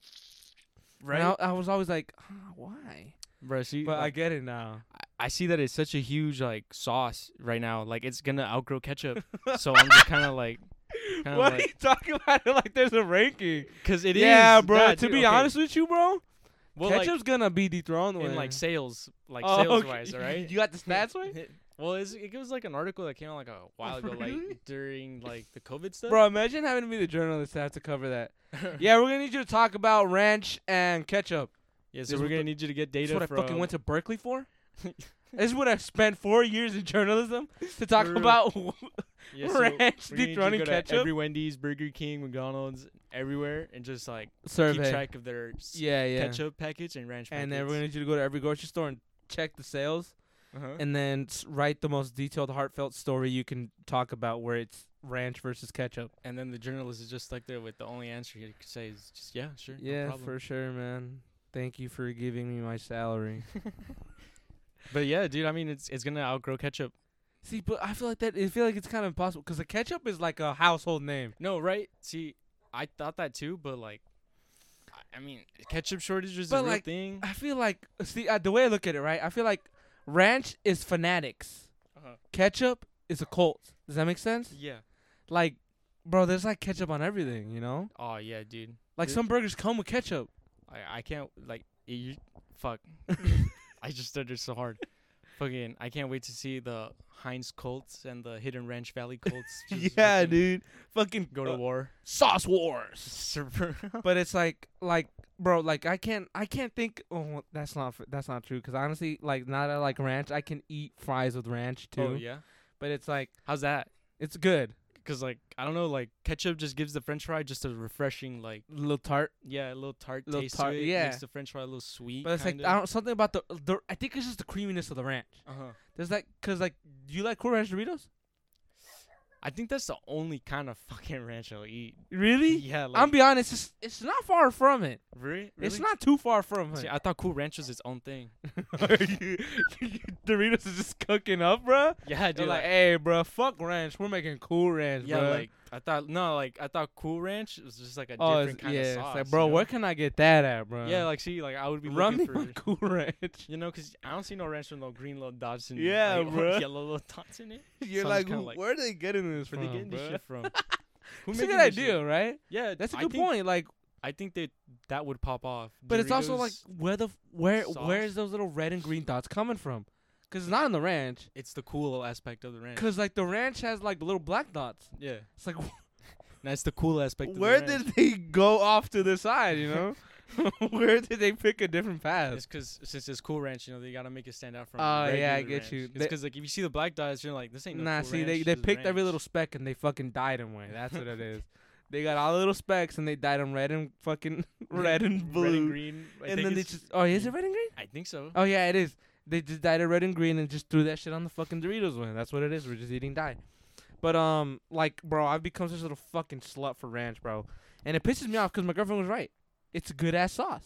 Speaker 1: Right.
Speaker 2: right?
Speaker 1: And I, I was always like, "Ah, why?
Speaker 2: Bro, see,
Speaker 1: But I
Speaker 2: like,
Speaker 1: get it now.
Speaker 2: I, I see that it's such a huge like sauce right now. Like it's gonna
Speaker 1: [laughs]
Speaker 2: outgrow ketchup. so I'm just kind of like, [laughs] kinda
Speaker 1: What are
Speaker 2: like-
Speaker 1: you talking about? It like there's a ranking.
Speaker 2: cause it is.
Speaker 1: yeah, bro.
Speaker 2: that,
Speaker 1: to
Speaker 2: dude,
Speaker 1: be
Speaker 2: okay.
Speaker 1: honest with you, bro,
Speaker 2: well, like,
Speaker 1: ketchup's gonna be dethroned
Speaker 2: in
Speaker 1: when-
Speaker 2: like sales, like
Speaker 1: Oh,
Speaker 2: sales
Speaker 1: okay.
Speaker 2: wise, all
Speaker 1: [laughs]
Speaker 2: right?
Speaker 1: You got the
Speaker 2: [laughs]
Speaker 1: stats right,
Speaker 2: well, it's, it was like an article that came
Speaker 1: [laughs]
Speaker 2: out like a while ago,
Speaker 1: Really?
Speaker 2: like during like the COVID stuff. [laughs]
Speaker 1: bro. Imagine having to be the journalist to have to cover that. yeah, we're gonna need you to talk about ranch and ketchup.
Speaker 2: yeah.
Speaker 1: this
Speaker 2: So we're
Speaker 1: was
Speaker 2: gonna
Speaker 1: the-
Speaker 2: need you to get
Speaker 1: That's
Speaker 2: data
Speaker 1: what I
Speaker 2: from.
Speaker 1: fucking went to Berkeley for.
Speaker 2: [laughs]
Speaker 1: this is what I spent four years in journalism to talk
Speaker 2: For real.
Speaker 1: about
Speaker 2: yeah, so
Speaker 1: [laughs] ranch
Speaker 2: we're gonna need you to
Speaker 1: dethroning
Speaker 2: go to
Speaker 1: ketchup.
Speaker 2: Every Wendy's, Burger King, McDonald's, everywhere, and just like keep
Speaker 1: survey.
Speaker 2: track of their s-
Speaker 1: yeah, yeah.
Speaker 2: ketchup package and ranch.
Speaker 1: And then
Speaker 2: packets.
Speaker 1: we're gonna need you to go to every grocery store and check the sales,
Speaker 2: Uh-huh.
Speaker 1: and then s- write the most detailed, heartfelt story you can talk about where it's ranch versus ketchup.
Speaker 2: And then the journalist is just stuck there with the only answer he could say is just yeah, sure, no
Speaker 1: Yeah,
Speaker 2: problem."
Speaker 1: for sure, man. Thank you for giving me my salary.
Speaker 2: but yeah, dude, I mean, it's it's gonna outgrow ketchup.
Speaker 1: See, but I feel like that. I feel like it's kind of impossible because the ketchup is like a household name.
Speaker 2: No, right? See, I thought that too, but like, I- I mean, ketchup shortage is
Speaker 1: But,
Speaker 2: a real
Speaker 1: like,
Speaker 2: thing.
Speaker 1: I feel like see uh, the way I look at it, right? I feel like ranch is fanatics,
Speaker 2: Uh-huh.
Speaker 1: ketchup is a cult. Does that make sense?
Speaker 2: Yeah.
Speaker 1: Like, bro, there's like ketchup on everything, you know?
Speaker 2: Oh yeah, dude.
Speaker 1: Like
Speaker 2: Dude.
Speaker 1: some burgers come with
Speaker 2: [laughs]
Speaker 1: ketchup. [laughs]
Speaker 2: I I can't like y- you. Fuck. I just stuttered so hard. Fucking, I can't wait to see the Heinz Colts and the Hidden Ranch
Speaker 1: [laughs]
Speaker 2: Valley Colts. just fucking
Speaker 1: dude. Fucking uh,
Speaker 2: Go to war.
Speaker 1: sauce
Speaker 2: [laughs]
Speaker 1: wars.
Speaker 2: Super-
Speaker 1: But it's like, like, bro, like I can't, I can't think. Oh, that's not, f- that's not true. Cause honestly, like, not I like ranch. I can eat fries with ranch too.
Speaker 2: oh yeah.
Speaker 1: But it's like,
Speaker 2: How's that?
Speaker 1: it's good.
Speaker 2: Cause like I don't know, like ketchup just gives the French fry just a refreshing, like
Speaker 1: Little tart.
Speaker 2: yeah, a little tart
Speaker 1: Little
Speaker 2: taste
Speaker 1: tart-
Speaker 2: to it.
Speaker 1: yeah.
Speaker 2: makes the French fry a little sweet.
Speaker 1: But it's like I don't something about the, the. I think it's just the creaminess of the ranch.
Speaker 2: I don't. Uh-huh.
Speaker 1: There's like, cause like, do you like Cool Ranch Doritos?
Speaker 2: I think that's the only kind of fucking ranch I'll eat.
Speaker 1: Really?
Speaker 2: Yeah, like,
Speaker 1: I'm be honest, it's it's not far from it.
Speaker 2: really,
Speaker 1: It's
Speaker 2: really?
Speaker 1: not too far from it. [laughs]
Speaker 2: See, I thought Cool Ranch was its own thing.
Speaker 1: Doritos is just cooking up, bro.
Speaker 2: Yeah,
Speaker 1: They're
Speaker 2: dude.
Speaker 1: like,
Speaker 2: Like,
Speaker 1: hey, bro, fuck ranch. We're making cool ranch,
Speaker 2: yeah,
Speaker 1: bro.
Speaker 2: like I thought no, like I thought Cool Ranch was just like a
Speaker 1: oh,
Speaker 2: different
Speaker 1: it's-
Speaker 2: kind
Speaker 1: yeah.
Speaker 2: of
Speaker 1: it's
Speaker 2: sauce.
Speaker 1: like, bro,
Speaker 2: you know?
Speaker 1: where can I get that at, bro?
Speaker 2: Yeah, like see, like I would be
Speaker 1: run me
Speaker 2: looking
Speaker 1: my [laughs]
Speaker 2: for.
Speaker 1: cool ranch.
Speaker 2: You know, cause I don't see no ranch with no green little dots in
Speaker 1: Yeah,
Speaker 2: it. like, [laughs] or
Speaker 1: bruh.
Speaker 2: Yellow little dots in it.
Speaker 1: You're
Speaker 2: Sounds
Speaker 1: like,
Speaker 2: kinda
Speaker 1: who-
Speaker 2: like-
Speaker 1: where are they getting this
Speaker 2: Where they
Speaker 1: from,
Speaker 2: getting this
Speaker 1: bruh?
Speaker 2: shit
Speaker 1: [laughs]
Speaker 2: from? Who
Speaker 1: It's a
Speaker 2: making
Speaker 1: good
Speaker 2: this shit?
Speaker 1: idea, right?
Speaker 2: Yeah,
Speaker 1: That's a
Speaker 2: I
Speaker 1: good
Speaker 2: think-
Speaker 1: point. Like,
Speaker 2: I think that that would pop off.
Speaker 1: but it's also like,
Speaker 2: Doritos-
Speaker 1: where the f- where where
Speaker 2: sauce.
Speaker 1: is those little red and green dots coming from? Cause it's not on the ranch.
Speaker 2: it's the cool aspect of the ranch.
Speaker 1: Cause like the ranch has like little black dots.
Speaker 2: Yeah,
Speaker 1: It's like,
Speaker 2: that's the
Speaker 1: [laughs]
Speaker 2: cool aspect. Of
Speaker 1: Where
Speaker 2: the ranch.
Speaker 1: did they go off to the side? You
Speaker 2: [laughs]
Speaker 1: know, [laughs] where did they pick a different
Speaker 2: It's
Speaker 1: path?
Speaker 2: because since it's cool ranch, you know they gotta make it stand out from.
Speaker 1: Oh, yeah, I
Speaker 2: regular
Speaker 1: get
Speaker 2: ranch.
Speaker 1: you.
Speaker 2: It's
Speaker 1: They-
Speaker 2: because like if you see the black dots, you're like, this ain't no
Speaker 1: Nah,
Speaker 2: Cool
Speaker 1: see,
Speaker 2: Ranch,
Speaker 1: they they
Speaker 2: this is
Speaker 1: picked every
Speaker 2: ranch.
Speaker 1: little speck and they fucking dyed them white. That's what it
Speaker 2: [laughs]
Speaker 1: is. They got all the little specks and they dyed them red and fucking [laughs] red and blue.
Speaker 2: red and green. I
Speaker 1: And
Speaker 2: think
Speaker 1: then they
Speaker 2: it's-
Speaker 1: just oh, is it red and green?
Speaker 2: I think so.
Speaker 1: Oh yeah, it is. They just dyed it red and green and just threw that shit on the fucking Doritos one. That's what it is. We're just eating dye. But um, like, bro, I've become such a little fucking slut for ranch, bro, and it pisses me off because my girlfriend was right. It's a good ass sauce.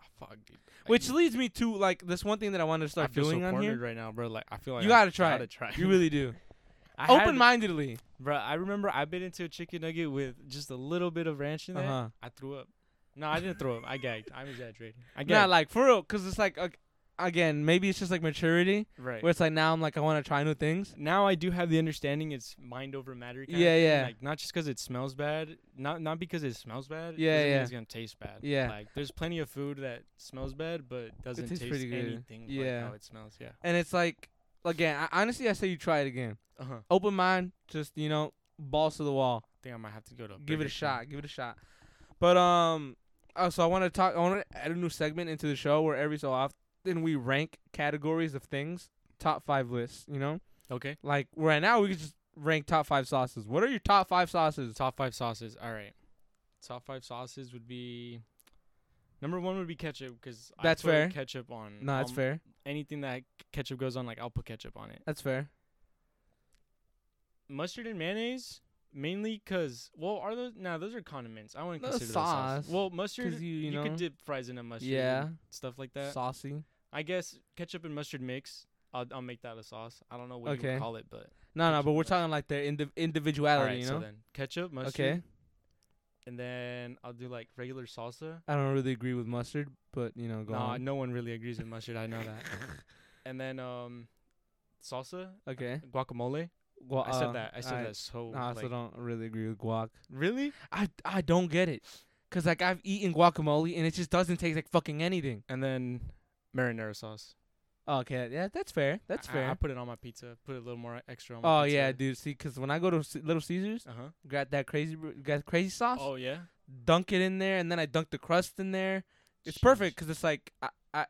Speaker 2: Ah, fuck, dude. I-
Speaker 1: Which leads me to like this one thing that I wanted to
Speaker 2: I
Speaker 1: start
Speaker 2: feel
Speaker 1: doing
Speaker 2: so
Speaker 1: on
Speaker 2: cornered
Speaker 1: here.
Speaker 2: right now, bro. Like I feel like
Speaker 1: You
Speaker 2: I
Speaker 1: gotta try
Speaker 2: Gotta
Speaker 1: it.
Speaker 2: try.
Speaker 1: You really do.
Speaker 2: [laughs] I had-
Speaker 1: Open mindedly.
Speaker 2: bro. I remember I bit into a chicken nugget with just a little bit of ranch in
Speaker 1: Uh
Speaker 2: there.
Speaker 1: huh.
Speaker 2: I threw up. No, I didn't throw up. I gagged. I'm exaggerating. I gagged.
Speaker 1: Nah, like for real, cause it's like uh, again, maybe it's just like maturity,
Speaker 2: right.
Speaker 1: where it's like now I'm like I want to try new things.
Speaker 2: now I do have the understanding it's mind over matter. Kind
Speaker 1: Yeah,
Speaker 2: of thing.
Speaker 1: yeah.
Speaker 2: Like not just because it smells bad, not not because it smells bad.
Speaker 1: Yeah,
Speaker 2: doesn't mean
Speaker 1: yeah.
Speaker 2: It's gonna taste bad.
Speaker 1: Yeah.
Speaker 2: Like there's plenty of food that smells bad but doesn't
Speaker 1: tastes
Speaker 2: taste
Speaker 1: pretty good.
Speaker 2: anything
Speaker 1: Yeah.
Speaker 2: like how it smells. Yeah.
Speaker 1: And it's like again, I, honestly, I say you try it again.
Speaker 2: Uh huh. I
Speaker 1: Open mind, just you know, balls to the wall.
Speaker 2: think I might have to go to a
Speaker 1: give it
Speaker 2: Burger
Speaker 1: a
Speaker 2: King.
Speaker 1: shot. Give it a shot. But um, uh, so I want to talk. I want to add a new segment into the show where every so often we rank categories of things, top five lists. You know.
Speaker 2: Okay.
Speaker 1: Like right now, we could just rank top five sauces. What are your top five sauces?
Speaker 2: Top five sauces. All right. Top five sauces would be. Number one would be ketchup because
Speaker 1: That's
Speaker 2: I put
Speaker 1: fair.
Speaker 2: ketchup on.
Speaker 1: No, that's
Speaker 2: um,
Speaker 1: fair.
Speaker 2: Anything that ketchup goes on, like I'll put ketchup on it.
Speaker 1: That's fair.
Speaker 2: mustard and mayonnaise mainly because well are those now those are condiments i wouldn't
Speaker 1: No,
Speaker 2: consider those
Speaker 1: sauce,
Speaker 2: sauce well mustard
Speaker 1: 'cause you- you know.
Speaker 2: could dip fries in a mustard
Speaker 1: Yeah.
Speaker 2: and stuff like that
Speaker 1: Saucy.
Speaker 2: i guess ketchup and mustard mix I'll, I'll make that a sauce i don't know what you
Speaker 1: Okay.
Speaker 2: would call it but
Speaker 1: No, no, but
Speaker 2: Ketchup
Speaker 1: we're
Speaker 2: mustard.
Speaker 1: talking like their indi-
Speaker 2: all
Speaker 1: individuality.
Speaker 2: right
Speaker 1: you
Speaker 2: so
Speaker 1: know.
Speaker 2: then ketchup mustard
Speaker 1: okay.
Speaker 2: and then I'll do like regular salsa.
Speaker 1: I don't really agree with mustard, but you know, go
Speaker 2: No,
Speaker 1: on.
Speaker 2: no one really agrees with mustard. I know
Speaker 1: [laughs]
Speaker 2: that. And then um, salsa,
Speaker 1: Okay.
Speaker 2: guacamole.
Speaker 1: Well,
Speaker 2: I said that. I said
Speaker 1: Uh, I-
Speaker 2: that so.
Speaker 1: I also
Speaker 2: like-
Speaker 1: don't really agree with guac.
Speaker 2: Really?
Speaker 1: I I don't get it, cause like I've eaten guacamole and it just doesn't taste like fucking anything.
Speaker 2: And then marinara sauce.
Speaker 1: Okay, yeah, that's fair. That's
Speaker 2: I-
Speaker 1: fair.
Speaker 2: I, put it on my pizza. Put a little more extra on my
Speaker 1: oh
Speaker 2: pizza.
Speaker 1: yeah, dude. See, cause when I go to C- Little Caesars,
Speaker 2: Uh huh.
Speaker 1: got that crazy, br- got crazy sauce.
Speaker 2: Oh yeah.
Speaker 1: dunk it in there, and then I dunk the crust in there. It's perfect 'cause it's like I, I.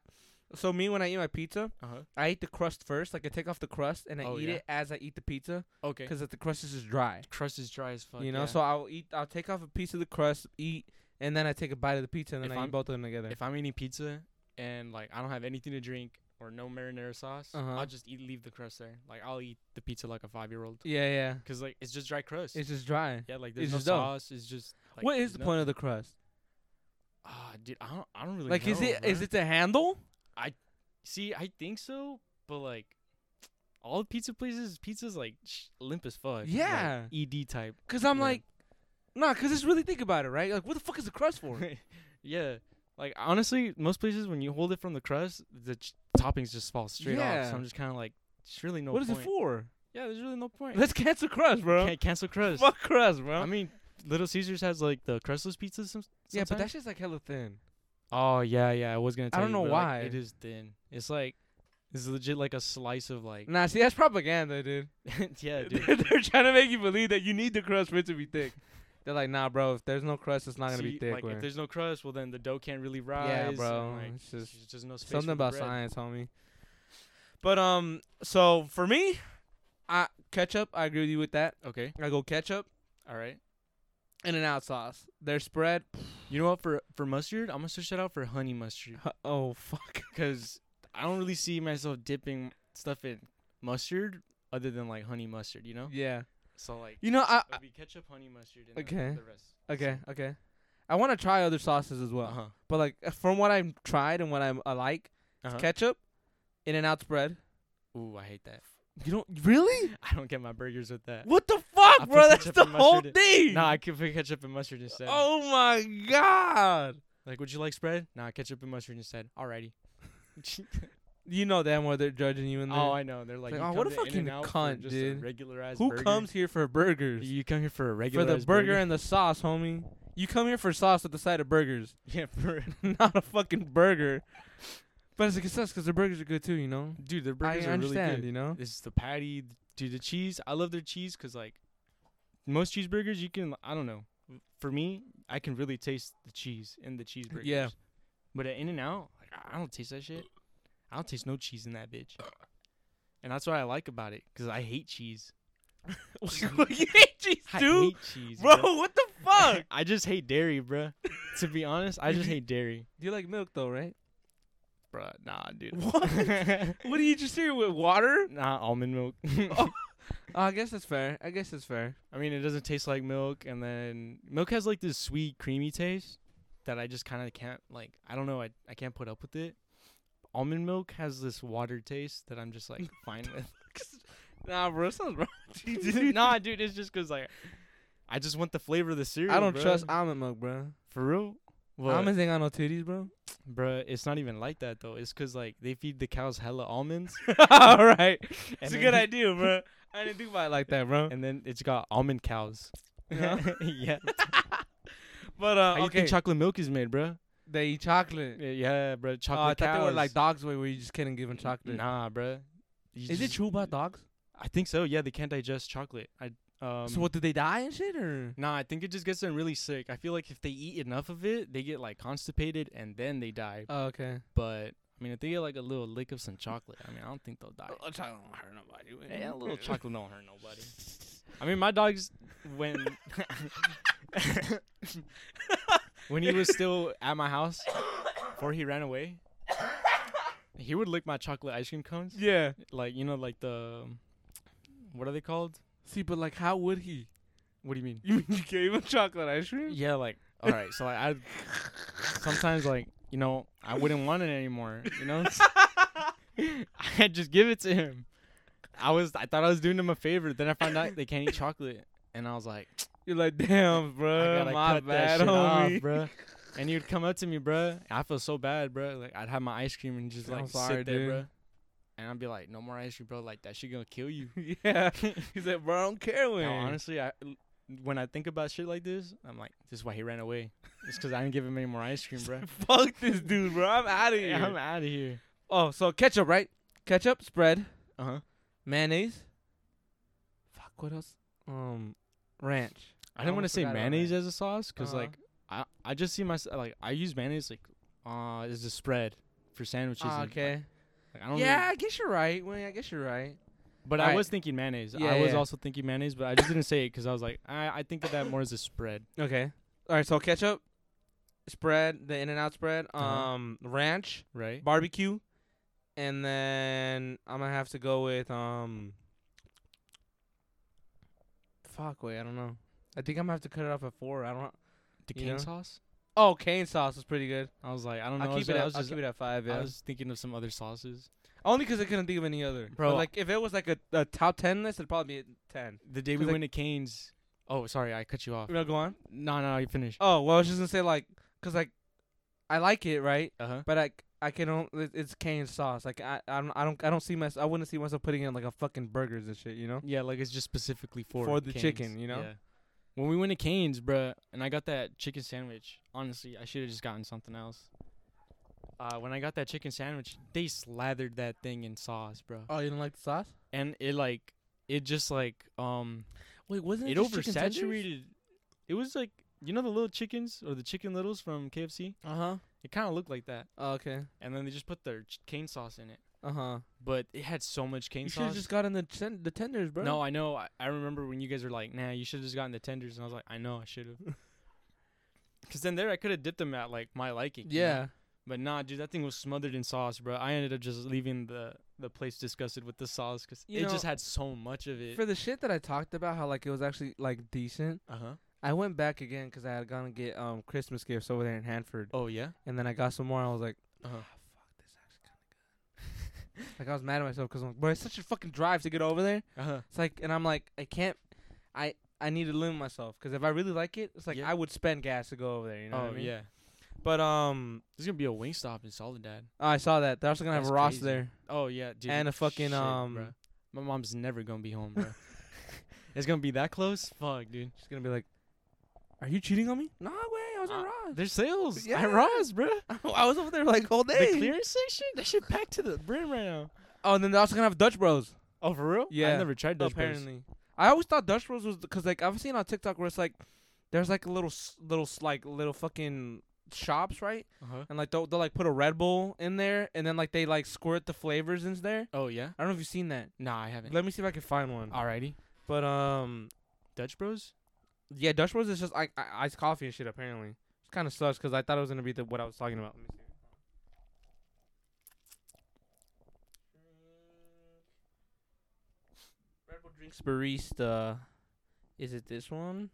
Speaker 1: So me when I eat my pizza,
Speaker 2: Uh huh.
Speaker 1: I eat the crust first. Like I take off the crust and I
Speaker 2: Oh,
Speaker 1: eat
Speaker 2: yeah.
Speaker 1: it as I eat the pizza
Speaker 2: Okay.
Speaker 1: 'cause if the crust is just dry.
Speaker 2: crust is dry as fuck.
Speaker 1: you know,
Speaker 2: yeah.
Speaker 1: so I'll eat. I'll take off a piece of the crust, eat, and then I take a bite of the pizza, and then
Speaker 2: If
Speaker 1: I
Speaker 2: I'm-
Speaker 1: eat both of them together.
Speaker 2: if I'm eating pizza and like I don't have anything to drink or no marinara sauce,
Speaker 1: Uh-huh.
Speaker 2: I'll just eat leave the crust there. Like I'll eat the pizza like a five year old.
Speaker 1: yeah, yeah.
Speaker 2: Cause like it's just dry crust.
Speaker 1: It's just dry.
Speaker 2: yeah, like there's
Speaker 1: it's
Speaker 2: no
Speaker 1: just dough.
Speaker 2: sauce. It's just. Like,
Speaker 1: what is the point of the crust?
Speaker 2: Ah, dude, I don't. I don't really.
Speaker 1: Like, is
Speaker 2: know,
Speaker 1: it is
Speaker 2: bruh.
Speaker 1: it the handle?
Speaker 2: See, I think so, but like. All the pizza places, pizza's like sh- limp as fuck. Like,
Speaker 1: Yeah.
Speaker 2: ED type.
Speaker 1: Cause I'm
Speaker 2: Yeah.
Speaker 1: like, nah. Cause it's really think about it, right? Like, what the fuck is the crust
Speaker 2: [laughs]
Speaker 1: for?
Speaker 2: yeah. Like honestly, most places when you hold it from the crust, the ch- toppings just fall straight off.
Speaker 1: Yeah.
Speaker 2: So I'm just kind of like, it's really no
Speaker 1: what is
Speaker 2: point.
Speaker 1: it for?
Speaker 2: Yeah, there's really no point.
Speaker 1: Let's cancel crust, bro. [laughs]
Speaker 2: Can't cancel crust.
Speaker 1: Fuck crust, bro.
Speaker 2: I mean, Little Caesars has like the crustless pizzas. Some,
Speaker 1: yeah, but that
Speaker 2: sometimes.
Speaker 1: shit's like hella thin.
Speaker 2: oh yeah, yeah. I was gonna.
Speaker 1: I
Speaker 2: Tell
Speaker 1: don't
Speaker 2: you,
Speaker 1: know
Speaker 2: but, like,
Speaker 1: why.
Speaker 2: it is thin. It's like it's legit like a slice of like.
Speaker 1: Nah, see, that's propaganda, dude.
Speaker 2: [laughs]
Speaker 1: [laughs]
Speaker 2: yeah, dude.
Speaker 1: They're, they're trying to make you believe that you need the crust for it to be thick. They're like, nah, bro. If there's no crust, it's not gonna be
Speaker 2: See,
Speaker 1: thick.
Speaker 2: Like
Speaker 1: we're-
Speaker 2: if there's no crust, well then the dough can't really rise.
Speaker 1: yeah,
Speaker 2: and,
Speaker 1: bro.
Speaker 2: like,
Speaker 1: it's just
Speaker 2: there's just no space. for
Speaker 1: something
Speaker 2: the
Speaker 1: about
Speaker 2: bread.
Speaker 1: science, homie. But um, so for me, I ketchup. I agree with you with that.
Speaker 2: Okay.
Speaker 1: I go ketchup,
Speaker 2: All right.
Speaker 1: in and out sauce. Their spread.
Speaker 2: You know what? For for mustard, I'm gonna switch that out for honey mustard
Speaker 1: Oh [laughs] fuck.
Speaker 2: because I don't really see myself dipping stuff in mustard other than like honey mustard. You know.
Speaker 1: Yeah.
Speaker 2: So like.
Speaker 1: You know, I
Speaker 2: It'll be ketchup, honey mustard, and
Speaker 1: Okay.
Speaker 2: okay. the rest.
Speaker 1: okay okay. I want to try other sauces as well,
Speaker 2: Uh huh.
Speaker 1: but like from what I've tried and what I'm, I like, it's
Speaker 2: Uh-huh.
Speaker 1: ketchup, in and out spread.
Speaker 2: Ooh, I hate that. [laughs]
Speaker 1: You don't really?
Speaker 2: I don't get my burgers with that.
Speaker 1: What the
Speaker 2: I
Speaker 1: fuck,
Speaker 2: put
Speaker 1: bro? That's
Speaker 2: ketchup
Speaker 1: the
Speaker 2: and
Speaker 1: whole
Speaker 2: mustard
Speaker 1: thing.
Speaker 2: Nah, I could put ketchup and mustard instead.
Speaker 1: oh my god.
Speaker 2: Like, would you like spread? Nah, ketchup and mustard instead. Alrighty. [laughs]
Speaker 1: You know damn well they're judging you in there.
Speaker 2: oh, I know. They're like,
Speaker 1: Like,
Speaker 2: you
Speaker 1: "Oh, what
Speaker 2: come
Speaker 1: a
Speaker 2: to
Speaker 1: fucking
Speaker 2: In-N-Out for
Speaker 1: cunt,
Speaker 2: just
Speaker 1: dude.
Speaker 2: A regularized
Speaker 1: Who
Speaker 2: burger? [laughs]
Speaker 1: comes here for burgers?
Speaker 2: You come here for a
Speaker 1: for
Speaker 2: regular
Speaker 1: the burger, and the sauce, homie. You come here for sauce at the side of burgers,
Speaker 2: [laughs] yeah,
Speaker 1: [laughs]
Speaker 2: for
Speaker 1: not a fucking burger. But it's a success because their burgers are good too, you know.
Speaker 2: dude, their
Speaker 1: I
Speaker 2: burgers are really
Speaker 1: understand,
Speaker 2: good.
Speaker 1: you [laughs] know.
Speaker 2: This is the patty, th- dude. The cheese. I love their cheese because like most cheeseburgers, you can. I don't know. For me, I can really taste the cheese in the cheeseburgers.
Speaker 1: Yeah.
Speaker 2: But at In and Out, like, I- I don't taste that shit. I don't taste no cheese in that bitch. And that's what I like about it, cause I hate cheese.
Speaker 1: you hate cheese
Speaker 2: I
Speaker 1: too,
Speaker 2: hate cheese,
Speaker 1: bro.
Speaker 2: bruh.
Speaker 1: What the [laughs] fuck?
Speaker 2: [laughs] I just hate dairy, bruh. to be honest, I just hate dairy,
Speaker 1: you like milk though, right?
Speaker 2: bruh. Nah, dude.
Speaker 1: What?
Speaker 2: [laughs]
Speaker 1: what do you eat your cereal with? Water?
Speaker 2: nah, almond milk.
Speaker 1: [laughs] Oh, I guess that's fair. I guess that's fair.
Speaker 2: [laughs] I mean, it doesn't taste like milk, and then milk has like this sweet, creamy taste that I just kind of can't like. I don't know. I I can't put up with it. Almond milk has this water taste that I'm just like fine
Speaker 1: [laughs]
Speaker 2: with.
Speaker 1: [laughs] Nah, bro, sounds wrong. [laughs]
Speaker 2: [laughs] nah, dude, it's just cause like I just want the flavor of the cereal.
Speaker 1: I don't
Speaker 2: bruh.
Speaker 1: trust almond milk, bro.
Speaker 2: for real. Well,
Speaker 1: Almonds ain't got no titties, bro.
Speaker 2: bruh, it's not even like that though. It's cause like they feed the cows
Speaker 1: [laughs]
Speaker 2: hella almonds.
Speaker 1: [laughs] All [laughs] right, it's a
Speaker 2: then-
Speaker 1: good idea, bro.
Speaker 2: [laughs]
Speaker 1: I didn't think about it [laughs] like that, bro.
Speaker 2: And then it's got almond cows.
Speaker 1: Yeah.
Speaker 2: [laughs] yeah.
Speaker 1: [laughs] But uh,
Speaker 2: How you
Speaker 1: okay,
Speaker 2: think chocolate milk is made, bruh?
Speaker 1: they eat chocolate.
Speaker 2: Yeah, yeah bro.
Speaker 1: Oh, I
Speaker 2: Chocolate
Speaker 1: thought
Speaker 2: cows.
Speaker 1: they were like dogs, where you just couldn't give them chocolate.
Speaker 2: Nah, bruh. You
Speaker 1: Is it
Speaker 2: just-
Speaker 1: true about dogs?
Speaker 2: I think so. Yeah, they can't digest chocolate. I um.
Speaker 1: so what did they die and shit or?
Speaker 2: Nah, I think it just gets them really sick. I feel like if they eat enough of it, they get like constipated and then they die.
Speaker 1: Oh, okay.
Speaker 2: But I mean, if they get like a little lick of some chocolate, I mean, I don't think they'll
Speaker 1: [laughs]
Speaker 2: die.
Speaker 1: chocolate don't hurt nobody.
Speaker 2: Yeah, a [laughs] little chocolate don't hurt nobody. I mean, my dog's when when he was still at my house before he ran away, he would lick my chocolate ice cream cones.
Speaker 1: Yeah.
Speaker 2: Like you know, like the what are they called?
Speaker 1: See, but like, how would he? [laughs]
Speaker 2: What do you mean?
Speaker 1: You mean you gave him chocolate ice cream?
Speaker 2: [laughs] Yeah, like all right. So like, I
Speaker 1: [laughs]
Speaker 2: sometimes like you know I wouldn't want it anymore. You know, [laughs] I just give it to him. I was I thought I was doing him a favor. Then I found out they can't eat chocolate, and I was like,
Speaker 1: You're like, damn, bro.
Speaker 2: I gotta
Speaker 1: my My
Speaker 2: cut
Speaker 1: bad,
Speaker 2: that shit off,
Speaker 1: homie.
Speaker 2: bruh. [laughs] And you'd come up to me, bruh. I feel so bad, bruh. Like I'd have my ice cream and just
Speaker 1: I'm
Speaker 2: like
Speaker 1: sorry,
Speaker 2: sit there,
Speaker 1: dude.
Speaker 2: bruh. And I'd be like, no more ice cream, bro. Like that shit gonna kill [laughs] you.
Speaker 1: [laughs] yeah. He said, bro, I don't care when. [laughs]
Speaker 2: No, honestly, I when I think about shit like this, I'm like, this is why he ran away. It's because I didn't give him any more ice cream, [laughs] bro.
Speaker 1: Fuck this dude, bro. I'm out of here.
Speaker 2: I'm out of here.
Speaker 1: oh, so ketchup, right? Ketchup, spread,
Speaker 2: Uh huh.
Speaker 1: mayonnaise. Fuck, what else? Um, ranch.
Speaker 2: I didn't want to
Speaker 1: almost
Speaker 2: say
Speaker 1: forgot about
Speaker 2: mayonnaise
Speaker 1: that.
Speaker 2: as a sauce because
Speaker 1: Uh-huh.
Speaker 2: like I I just see myself like I use mayonnaise like uh as a spread for sandwiches.
Speaker 1: Ah,
Speaker 2: and,
Speaker 1: okay.
Speaker 2: Like, I don't
Speaker 1: yeah,
Speaker 2: really-
Speaker 1: I guess you're right. Well, I guess you're right.
Speaker 2: but I
Speaker 1: alright.
Speaker 2: was thinking mayonnaise.
Speaker 1: Yeah,
Speaker 2: I was
Speaker 1: yeah.
Speaker 2: also thinking mayonnaise, but I just didn't say it because I was like, I I think of that more as a spread.
Speaker 1: Okay. All right. So ketchup, spread, the In and Out spread,
Speaker 2: Uh-huh.
Speaker 1: um, ranch,
Speaker 2: Right.
Speaker 1: barbecue, and then I'm gonna have to go with um. Fuck wait, I don't know. I think I'm gonna have to cut it off at four. I don't.
Speaker 2: The
Speaker 1: you
Speaker 2: king
Speaker 1: know?
Speaker 2: sauce.
Speaker 1: Oh, cane sauce is pretty good.
Speaker 2: I was like, I don't know.
Speaker 1: I'll keep
Speaker 2: was-
Speaker 1: it.
Speaker 2: I
Speaker 1: At,
Speaker 2: was
Speaker 1: I'll
Speaker 2: just
Speaker 1: keep it at five. Yeah.
Speaker 2: I was thinking of some other sauces.
Speaker 1: Only 'cause I couldn't think of any other. Bro,
Speaker 2: Bro,
Speaker 1: like if it was like a, a top ten list, it'd probably be a ten.
Speaker 2: The day we
Speaker 1: 'Cause, like-
Speaker 2: went to Canes. Oh, sorry, I cut you off.
Speaker 1: You know, go on.
Speaker 2: No, no, you finish.
Speaker 1: Oh well, I was just gonna say like, 'cause like, I like it right,
Speaker 2: Uh huh.
Speaker 1: but like I can only it- it's cane sauce. Like I I don't I don't I don't see myself I wouldn't see myself putting it in like a fucking burgers and shit. You know.
Speaker 2: Yeah, like it's just specifically for
Speaker 1: For the chicken,
Speaker 2: Cane's.
Speaker 1: you know?
Speaker 2: Yeah. When we went to Canes, bruh, and I got that chicken sandwich. Honestly, I should have just gotten something else. Uh, when I got that chicken sandwich, they slathered that thing in sauce, bro,
Speaker 1: Oh, you don't like the sauce?
Speaker 2: and it like it just like um
Speaker 1: Wait, wasn't
Speaker 2: it
Speaker 1: it, just chicken tenders?
Speaker 2: oversaturated. It was like you know the little chickens or the chicken littles from KFC.
Speaker 1: Uh huh.
Speaker 2: It kind of looked like that,
Speaker 1: Oh, okay.
Speaker 2: and then they just put their ch- cane sauce in it,
Speaker 1: Uh huh.
Speaker 2: but it had so much cane
Speaker 1: You should
Speaker 2: sauce.
Speaker 1: have just gotten the ten- the tenders, bro.
Speaker 2: No, I know. I, I remember when you guys were like, "Nah, you should have just gotten the tenders," and I was like, "I know, I
Speaker 1: [laughs]
Speaker 2: should have." Because then there, I could have dipped them at like my liking. you know?
Speaker 1: yeah.
Speaker 2: But nah, dude, that thing was smothered in sauce, bro. I ended up just leaving the the place disgusted with the sauce because
Speaker 1: You
Speaker 2: it
Speaker 1: know,
Speaker 2: just had so much of it.
Speaker 1: For the shit that I talked about, how like it was actually like decent.
Speaker 2: Uh huh.
Speaker 1: I went back again 'cause I had gone to get um Christmas gifts over there in Hanford,
Speaker 2: Oh yeah.
Speaker 1: and then I got some more. And I was like,
Speaker 2: Uh huh.
Speaker 1: ah, fuck, this actually kind of good. [laughs] like I was mad at myself 'cause I'm like, bro, it's such a fucking drive to get over there.
Speaker 2: Uh huh.
Speaker 1: It's like, and I'm like, I can't, I I need to limit myself 'cause if I really like it, it's like
Speaker 2: Yeah.
Speaker 1: I would spend gas to go over there. You know
Speaker 2: oh
Speaker 1: what I mean?
Speaker 2: yeah.
Speaker 1: But um, oh,
Speaker 2: There's gonna be a wing stop in Soledad.
Speaker 1: I saw that they're also gonna have
Speaker 2: That's
Speaker 1: a Ross
Speaker 2: crazy.
Speaker 1: there.
Speaker 2: Oh yeah, dude.
Speaker 1: And a fucking,
Speaker 2: shit,
Speaker 1: um,
Speaker 2: bruh. My mom's never gonna be home, bro.
Speaker 1: [laughs]
Speaker 2: it's gonna be that close. Fuck, dude.
Speaker 1: She's gonna be like, "Are you cheating on me? No way, I was
Speaker 2: Uh,
Speaker 1: on Ross.
Speaker 2: There's sales
Speaker 1: Yeah.
Speaker 2: at Ross, bro.
Speaker 1: [laughs] I was over there like whole day.
Speaker 2: The clearance section? That shit packed to the brim right now.
Speaker 1: oh, and then they're also gonna have Dutch Bros.
Speaker 2: Oh, for real?
Speaker 1: Yeah.
Speaker 2: I never tried Dutch Bros.
Speaker 1: apparently. I always thought Dutch Bros was because like I've seen on TikTok where it's like there's like a little s- little s- like little fucking shops right
Speaker 2: Uh-huh.
Speaker 1: and like they'll, they'll like put a Red Bull in there and then like they like squirt the flavors in there.
Speaker 2: Oh, yeah?
Speaker 1: I don't know if you've seen that.
Speaker 2: Nah, I haven't.
Speaker 1: Let me see if I can find one.
Speaker 2: Alrighty.
Speaker 1: But um,
Speaker 2: Dutch Bros?
Speaker 1: yeah, Dutch Bros is just like I- iced coffee and shit. Apparently, it's kind of sucks because I thought it was gonna be the what I was talking about. Let me see. Red Bull drinks barista. Is it this one?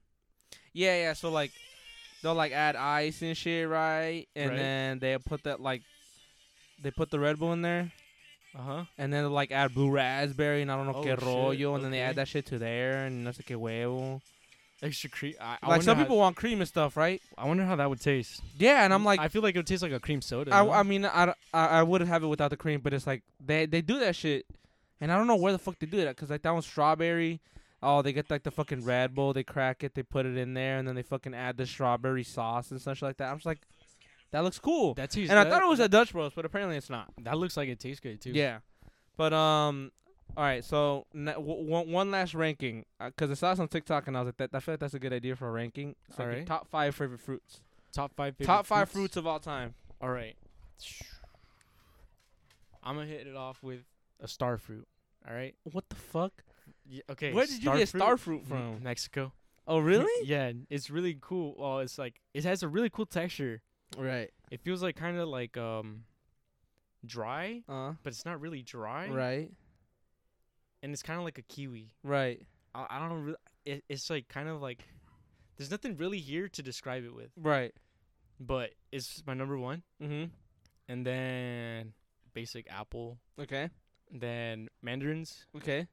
Speaker 1: Yeah, yeah. So like, they'll like add ice and shit, right? And
Speaker 2: Right.
Speaker 1: then they put that like, they put the Red Bull in there.
Speaker 2: Uh-huh.
Speaker 1: And then like add blue raspberry and I don't know
Speaker 2: Oh,
Speaker 1: qué
Speaker 2: shit,
Speaker 1: rollo, and then they
Speaker 2: okay.
Speaker 1: add that shit to there and no sé qué huevo.
Speaker 2: Extra cream. I, I
Speaker 1: Like some
Speaker 2: wonder
Speaker 1: people
Speaker 2: how-
Speaker 1: want cream and stuff, right? Mm,
Speaker 2: I wonder how that would taste.
Speaker 1: Yeah, and I'm like,
Speaker 2: I feel like it would taste like a cream soda.
Speaker 1: I,
Speaker 2: no?
Speaker 1: I mean, I, don't- I, I would have it without the cream, but it's like they they do that shit, and I don't know where the fuck they do that because like that one's strawberry. Oh, they get like the fucking Red Bull, they crack it, they put it in there, and then they fucking add the strawberry sauce and such like that. I'm just like, that looks cool,
Speaker 2: that tastes
Speaker 1: and I
Speaker 2: that-
Speaker 1: thought it was a Dutch Bros, but apparently it's not.
Speaker 2: That looks like it tastes good, too.
Speaker 1: Yeah, but um, all right. So n- w- one one last ranking because I saw this on TikTok and I was like, that I feel like that's a good idea for a ranking. So
Speaker 2: All
Speaker 1: your
Speaker 2: right.
Speaker 1: top five favorite fruits,
Speaker 2: Top five favorite
Speaker 1: top five fruits of all time.
Speaker 2: All right. I'm going to hit it off with a star fruit. All right?
Speaker 1: What the fuck?
Speaker 2: Yeah, okay.
Speaker 1: Where did you get star fruit
Speaker 2: from?
Speaker 1: from?
Speaker 2: Mexico.
Speaker 1: Oh, really?
Speaker 2: [laughs] Yeah, it's really cool. Well, it's like it has a really cool texture.
Speaker 1: Right.
Speaker 2: It feels like kind of like um dry,
Speaker 1: Uh.
Speaker 2: but it's not really dry.
Speaker 1: Right.
Speaker 2: And it's kind of like a kiwi.
Speaker 1: Right.
Speaker 2: I, I don't really. It, it's like kind of like there's nothing really here to describe it with,
Speaker 1: Right.
Speaker 2: but it's my number one.
Speaker 1: Mm-hmm.
Speaker 2: And then basic apple.
Speaker 1: Okay.
Speaker 2: Then mandarins.
Speaker 1: Okay.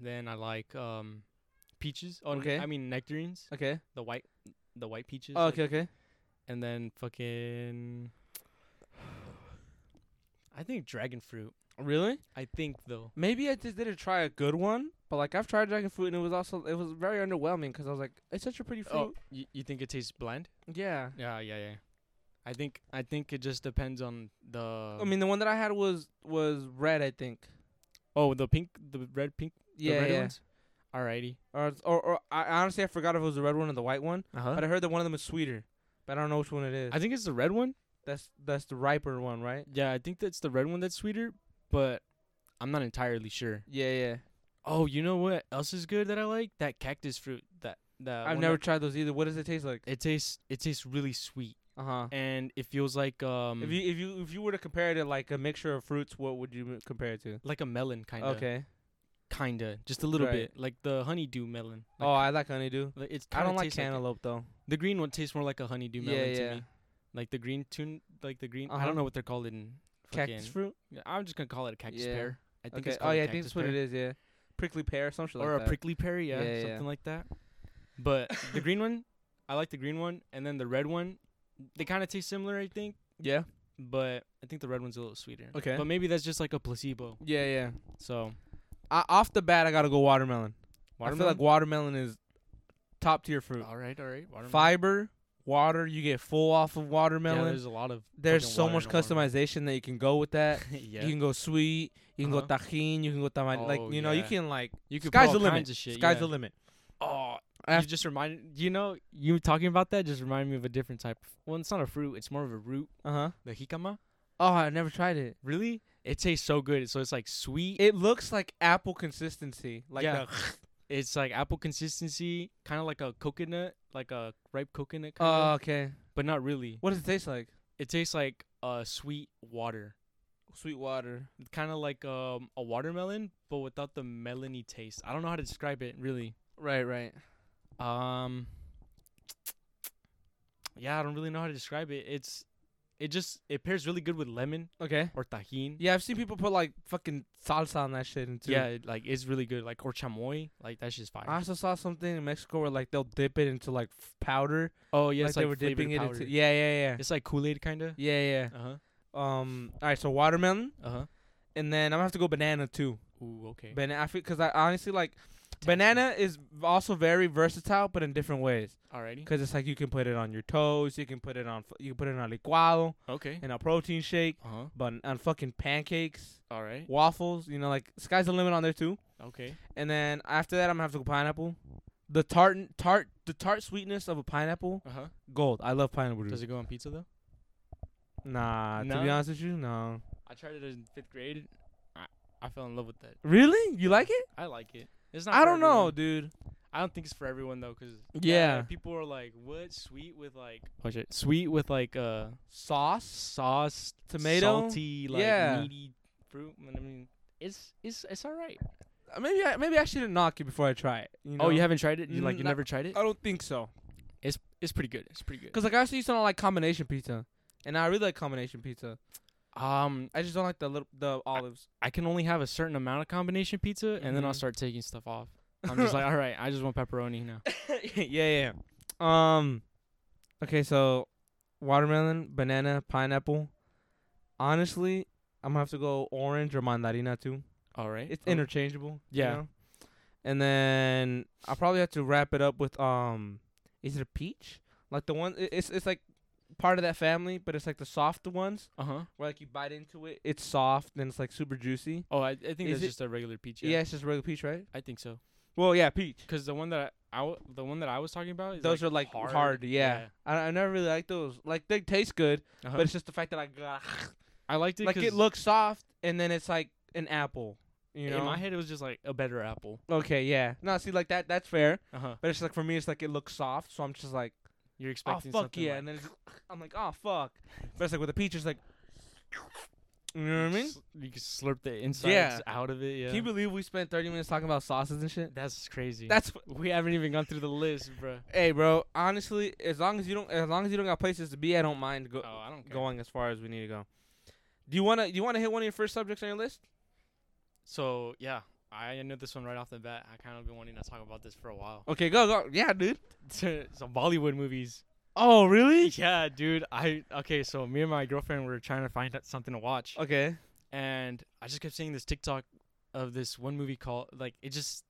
Speaker 2: Then I like um peaches. Oh, n-
Speaker 1: Okay.
Speaker 2: I mean nectarines.
Speaker 1: Okay.
Speaker 2: The white the white peaches.
Speaker 1: Oh,
Speaker 2: like-
Speaker 1: okay, okay.
Speaker 2: and then fucking. I think dragon fruit.
Speaker 1: Really?
Speaker 2: I think though.
Speaker 1: Maybe I just didn't try a good one, but like I've tried dragon fruit and it was also it was very underwhelming because I was like, it's such a pretty fruit.
Speaker 2: Oh, you, you think it tastes bland?
Speaker 1: Yeah.
Speaker 2: Yeah, yeah, yeah. I think I think it just depends on the.
Speaker 1: I mean, the one that I had was was red, I think.
Speaker 2: oh, the pink, the red, pink, the
Speaker 1: Yeah,
Speaker 2: red
Speaker 1: yeah.
Speaker 2: ones. Alrighty.
Speaker 1: Or, or or I honestly I forgot if it was the red one or the white one,
Speaker 2: Uh huh.
Speaker 1: but I heard that one of them is sweeter, but I don't know which one it is.
Speaker 2: I think it's the red one.
Speaker 1: that's that's the riper one, right?
Speaker 2: Yeah, I think that's the red one that's sweeter, but I'm not entirely sure.
Speaker 1: Yeah, yeah.
Speaker 2: Oh, you know what else is good that I like? That cactus fruit. That that
Speaker 1: I've
Speaker 2: Uh, one
Speaker 1: never
Speaker 2: that-
Speaker 1: tried those either. What does it taste like?
Speaker 2: it tastes it tastes really sweet,
Speaker 1: Uh huh.
Speaker 2: and it feels like um
Speaker 1: If you if you if you were to compare it to like a mixture of fruits, what would you m- compare it to?
Speaker 2: like a melon kind of.
Speaker 1: Okay.
Speaker 2: Kinda, just a little
Speaker 1: Right.
Speaker 2: bit, like the honeydew melon.
Speaker 1: oh, I like honeydew.
Speaker 2: Like, it's
Speaker 1: I
Speaker 2: kinda
Speaker 1: don't like
Speaker 2: tastes it.
Speaker 1: cantaloupe though.
Speaker 2: The green one tastes more like a honeydew melon
Speaker 1: Yeah,
Speaker 2: to
Speaker 1: yeah.
Speaker 2: me. Like the green tune, like the green. I
Speaker 1: Uh-huh.
Speaker 2: don't know what they're called in.
Speaker 1: Cactus
Speaker 2: fucking-
Speaker 1: fruit.
Speaker 2: Yeah, I'm just gonna call it a cactus
Speaker 1: Yeah.
Speaker 2: pear. I think
Speaker 1: Okay.
Speaker 2: it's
Speaker 1: Oh
Speaker 2: called
Speaker 1: yeah,
Speaker 2: a
Speaker 1: I think
Speaker 2: cactus
Speaker 1: that's what
Speaker 2: pear.
Speaker 1: it is. Yeah. Prickly pear, some shit
Speaker 2: or
Speaker 1: like
Speaker 2: a
Speaker 1: that.
Speaker 2: prickly pear, yeah,
Speaker 1: Yeah, yeah,
Speaker 2: something
Speaker 1: yeah.
Speaker 2: like that. But
Speaker 1: [laughs]
Speaker 2: the green one, I like the green one, and then the red one, they kind of taste similar, I think.
Speaker 1: yeah.
Speaker 2: But I think the red one's a little sweeter.
Speaker 1: Okay.
Speaker 2: But maybe that's just like a placebo.
Speaker 1: Yeah, yeah.
Speaker 2: So
Speaker 1: I, off the bat, I gotta go watermelon. I feel
Speaker 2: watermelon.
Speaker 1: like watermelon is top tier fruit.
Speaker 2: all right, all right. Watermelon.
Speaker 1: Fiber, water. You get full off of
Speaker 2: Yeah,
Speaker 1: watermelon.
Speaker 2: there's a lot of.
Speaker 1: there's
Speaker 2: fucking
Speaker 1: so
Speaker 2: water
Speaker 1: much
Speaker 2: in a [laughs] watermelon.
Speaker 1: customization that you can go with that.
Speaker 2: yeah.
Speaker 1: You can go sweet. You can go
Speaker 2: Uh-huh.
Speaker 1: tajin. You can go tamarind. like
Speaker 2: Oh,
Speaker 1: you know, you
Speaker 2: yeah.
Speaker 1: can like
Speaker 2: You could put
Speaker 1: sky's
Speaker 2: all
Speaker 1: the limit.
Speaker 2: kinds of shit,
Speaker 1: sky's
Speaker 2: yeah.
Speaker 1: the limit.
Speaker 2: Oh,
Speaker 1: I-
Speaker 2: you just reminded. You know, you talking about that just reminded me of a different type. Of, well, it's not a fruit. It's more of a root.
Speaker 1: Uh huh.
Speaker 2: The jicama.
Speaker 1: Oh, I never tried it.
Speaker 2: Uh-huh. Really? It tastes so good. So it's like sweet.
Speaker 1: It looks like apple consistency. Like
Speaker 2: Yeah.
Speaker 1: the-
Speaker 2: [laughs] It's like apple consistency, kind of like a coconut, like a ripe coconut,
Speaker 1: Oh,
Speaker 2: kind of,
Speaker 1: okay.
Speaker 2: but not really.
Speaker 1: What does it taste like?
Speaker 2: It tastes like uh, sweet water,
Speaker 1: Sweet water.
Speaker 2: kind of like um, a watermelon, but without the melony taste. I don't know how to describe it really.
Speaker 1: Right, right.
Speaker 2: Um, yeah, I don't really know how to describe it. It's, it just it pairs really good with lemon
Speaker 1: Okay.
Speaker 2: or tahine.
Speaker 1: Yeah, I've seen people put like fucking salsa on that shit and too.
Speaker 2: Yeah, it, like it's really good. Like or chamoy, like that's just fire.
Speaker 1: I also saw something in Mexico where like they'll dip it into like f- powder.
Speaker 2: oh yeah,
Speaker 1: like
Speaker 2: it's like
Speaker 1: they were
Speaker 2: flavored
Speaker 1: dipping it
Speaker 2: powder.
Speaker 1: into. Yeah, yeah, yeah.
Speaker 2: It's like Kool Aid kind of.
Speaker 1: Yeah, yeah.
Speaker 2: Uh huh.
Speaker 1: Um. All right. So watermelon,
Speaker 2: Uh huh.
Speaker 1: and then I'm gonna have to go banana too.
Speaker 2: Ooh, okay.
Speaker 1: Banana, I feel because I honestly like banana is also very versatile, but in different ways.
Speaker 2: Alrighty.
Speaker 1: Because it's like you can put it on your toast, you can put it on, f- you can put it on a licuado,
Speaker 2: Okay.
Speaker 1: in a protein shake,
Speaker 2: Uh huh.
Speaker 1: but on fucking pancakes,
Speaker 2: All right.
Speaker 1: waffles. You know, like sky's the limit on there too.
Speaker 2: Okay.
Speaker 1: And then after that, I'm gonna have to go pineapple. The tart, tart, the tart sweetness of a pineapple,
Speaker 2: Uh huh.
Speaker 1: gold. I love pineapple juice.
Speaker 2: Does it go on pizza though?
Speaker 1: Nah, to be
Speaker 2: No?
Speaker 1: honest with you, no.
Speaker 2: I tried it in fifth grade. I, I fell in love with that.
Speaker 1: Really? You like it?
Speaker 2: I like it. It's not.
Speaker 1: I
Speaker 2: for
Speaker 1: don't know,
Speaker 2: everyone.
Speaker 1: dude.
Speaker 2: I don't think it's for everyone though, cause
Speaker 1: Yeah.
Speaker 2: people are like, what sweet with like oh shit, sweet with like uh
Speaker 1: Sauce?
Speaker 2: sauce,
Speaker 1: Tomato?
Speaker 2: salty, like
Speaker 1: Yeah.
Speaker 2: meaty fruit. I mean, it's it's it's all right.
Speaker 1: Uh, Maybe I maybe I shouldn't knock it before I try it. You know?
Speaker 2: Oh, you haven't tried it? You like
Speaker 1: Mm,
Speaker 2: you
Speaker 1: no-
Speaker 2: never tried it?
Speaker 1: I don't think so.
Speaker 2: It's it's pretty good. It's pretty good.
Speaker 1: Cause like I also used to not like combination pizza, and I really like combination pizza.
Speaker 2: Um,
Speaker 1: I just don't like the little the olives.
Speaker 2: I can only have a certain amount of combination pizza, and then I'll
Speaker 1: Mhm.
Speaker 2: start taking stuff [laughs] off. I'm just like, all right, I just want pepperoni [laughs] now.
Speaker 1: yeah, yeah. Um, okay, so watermelon, banana, pineapple. Honestly, I'm gonna have to go orange or mandarina too.
Speaker 2: All right.
Speaker 1: It's
Speaker 2: Oh.
Speaker 1: interchangeable. you
Speaker 2: Yeah.
Speaker 1: know? And then I'll probably have to wrap it up with um, is it a peach? Like the one i- it's it's like part of that family, but it's like the soft ones
Speaker 2: Uh huh.
Speaker 1: where like you bite into it, it's soft and it's like super juicy.
Speaker 2: Oh, I, I think
Speaker 1: Is
Speaker 2: that's
Speaker 1: it-
Speaker 2: just a regular peach.
Speaker 1: Yeah, it's just regular peach, right?
Speaker 2: I think so.
Speaker 1: Well, yeah, peach.
Speaker 2: Cause the one that I, I w- the one that I was talking about, is
Speaker 1: Those
Speaker 2: like
Speaker 1: are like hard, yeah. I, I never really like those. Like they taste good,
Speaker 2: Uh-huh.
Speaker 1: but it's just the fact that I
Speaker 2: I liked it.
Speaker 1: like
Speaker 2: 'cause
Speaker 1: it looks soft, and then it's like an apple. You know.
Speaker 2: in my head, it was just like a better apple.
Speaker 1: Okay, yeah. No, see, like that. That's fair.
Speaker 2: Uh huh.
Speaker 1: But it's like for me, it's like it looks soft, so I'm just like,
Speaker 2: You're
Speaker 1: oh
Speaker 2: expecting
Speaker 1: fuck
Speaker 2: something.
Speaker 1: yeah,
Speaker 2: like-
Speaker 1: and then it's, I'm like, oh fuck. But it's like with a peach, it's like, you know what I
Speaker 2: you
Speaker 1: mean?
Speaker 2: s- You can slurp the insides
Speaker 1: Yeah.
Speaker 2: out of it. Yeah.
Speaker 1: Can you believe we spent 30 minutes talking about sauces and shit?
Speaker 2: that's [laughs] crazy.
Speaker 1: That's
Speaker 2: we haven't even gone through the list, bro.
Speaker 1: hey, bro. Honestly, as long as you don't, as long as you don't got places to be, I don't mind go,
Speaker 2: Oh, I don't care.
Speaker 1: going as far as we need to go. Do you wanna, do you wanna hit one of your first subjects on your list?
Speaker 2: So yeah, I know this one right off the bat. I kind of been wanting to talk about this for a while.
Speaker 1: Okay, go go. Yeah, dude.
Speaker 2: [laughs] Some Bollywood movies.
Speaker 1: Oh, really?
Speaker 2: [laughs] Yeah, dude. I okay. So me and my girlfriend were trying to find out something to watch,
Speaker 1: Okay.
Speaker 2: and I just kept seeing this TikTok of this one movie called like it just.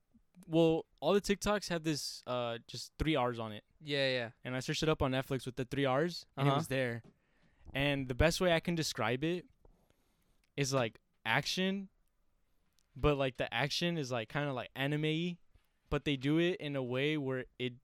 Speaker 2: Well, all the TikToks have this uh just three R's on it,
Speaker 1: Yeah, yeah.
Speaker 2: and I searched it up on Netflix with the three R's, and it
Speaker 1: Uh-huh.
Speaker 2: was there. And the best way I can describe it is like action, but like the action is like kind of like anime, but they do it in a way where it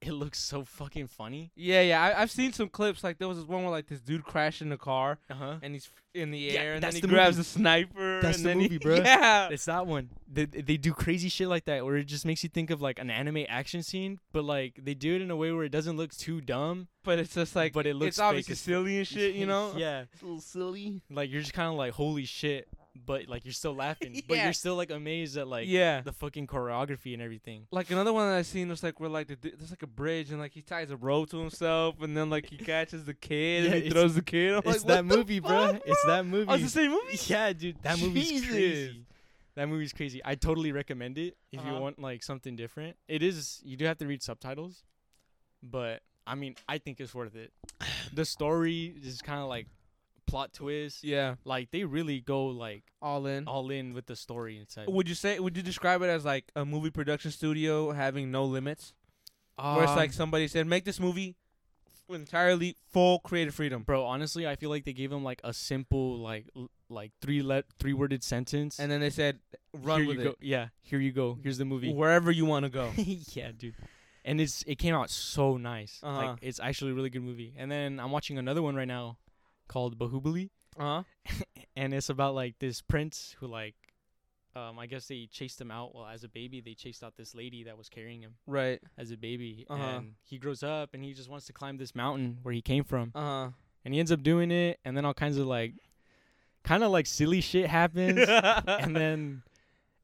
Speaker 2: it looks so fucking funny.
Speaker 1: Yeah, yeah. I, I've seen some clips. Like there was this one where like this dude crashed in a car
Speaker 2: Uh huh.
Speaker 1: and he's f- in the
Speaker 2: Yeah,
Speaker 1: air and then
Speaker 2: that's
Speaker 1: he
Speaker 2: the
Speaker 1: grabs
Speaker 2: movie.
Speaker 1: a sniper.
Speaker 2: That's
Speaker 1: and
Speaker 2: the
Speaker 1: then he,
Speaker 2: movie,
Speaker 1: [laughs]
Speaker 2: bruh.
Speaker 1: Yeah.
Speaker 2: It's that one. They they do crazy shit like that where it just makes you think of like an anime action scene, but like they do it in a way where it doesn't look too dumb.
Speaker 1: But it's just like
Speaker 2: But it
Speaker 1: it's
Speaker 2: looks fake
Speaker 1: obviously [laughs]
Speaker 2: as-
Speaker 1: silly and shit. You know.
Speaker 2: yeah.
Speaker 1: It's a little silly.
Speaker 2: Like you're just kind of like holy shit, but like you're still laughing,
Speaker 1: [laughs]
Speaker 2: but
Speaker 1: Yeah.
Speaker 2: you're still like amazed at like
Speaker 1: yeah.
Speaker 2: the fucking choreography and everything.
Speaker 1: Like another one that I seen was like where like the, du- there's like a bridge and like he ties a rope to himself and then
Speaker 2: [laughs]
Speaker 1: like he catches the kid
Speaker 2: Yeah,
Speaker 1: and he
Speaker 2: it's-
Speaker 1: throws the kid. I'm [laughs]
Speaker 2: it's
Speaker 1: like,
Speaker 2: that
Speaker 1: what the
Speaker 2: movie,
Speaker 1: fuck,
Speaker 2: bruh. It's that movie.
Speaker 1: Oh, it's the same movie.
Speaker 2: [laughs] Yeah, dude, that movie's
Speaker 1: Jesus.
Speaker 2: crazy. That movie's crazy. I totally recommend it if you
Speaker 1: Uh-huh.
Speaker 2: want like something different. It is you do have to read subtitles, but I mean, I think it's
Speaker 1: [sighs]
Speaker 2: worth it. the story is kind of like plot twist.
Speaker 1: Yeah.
Speaker 2: Like they really go like
Speaker 1: All in.
Speaker 2: all in with the story inside.
Speaker 1: Would you say? Would you describe it as like a movie production studio having no limits? where it's
Speaker 2: Um,
Speaker 1: like somebody said, make this movie f- entirely full creative freedom,
Speaker 2: bro, honestly, I feel like they gave him like a simple like l- like three let three worded sentence.
Speaker 1: and then they said, run
Speaker 2: here
Speaker 1: with
Speaker 2: you
Speaker 1: it
Speaker 2: go. Yeah, here you go. Here's the movie.
Speaker 1: wherever you want to go. [laughs]
Speaker 2: yeah, dude. And it's it came out so nice.
Speaker 1: Uh-huh.
Speaker 2: Like it's actually a really good movie. And then I'm watching another one right now called Bahubali,
Speaker 1: Uh huh.
Speaker 2: and it's about like this prince who like um I guess they chased him out well as a baby they chased out this lady that was carrying him
Speaker 1: Right.
Speaker 2: as a baby
Speaker 1: Uh-huh.
Speaker 2: and he grows up and he just wants to climb this mountain where he came from
Speaker 1: Uh huh.
Speaker 2: and he ends up doing it and then all kinds of like kind of like silly shit happens
Speaker 1: [laughs]
Speaker 2: and then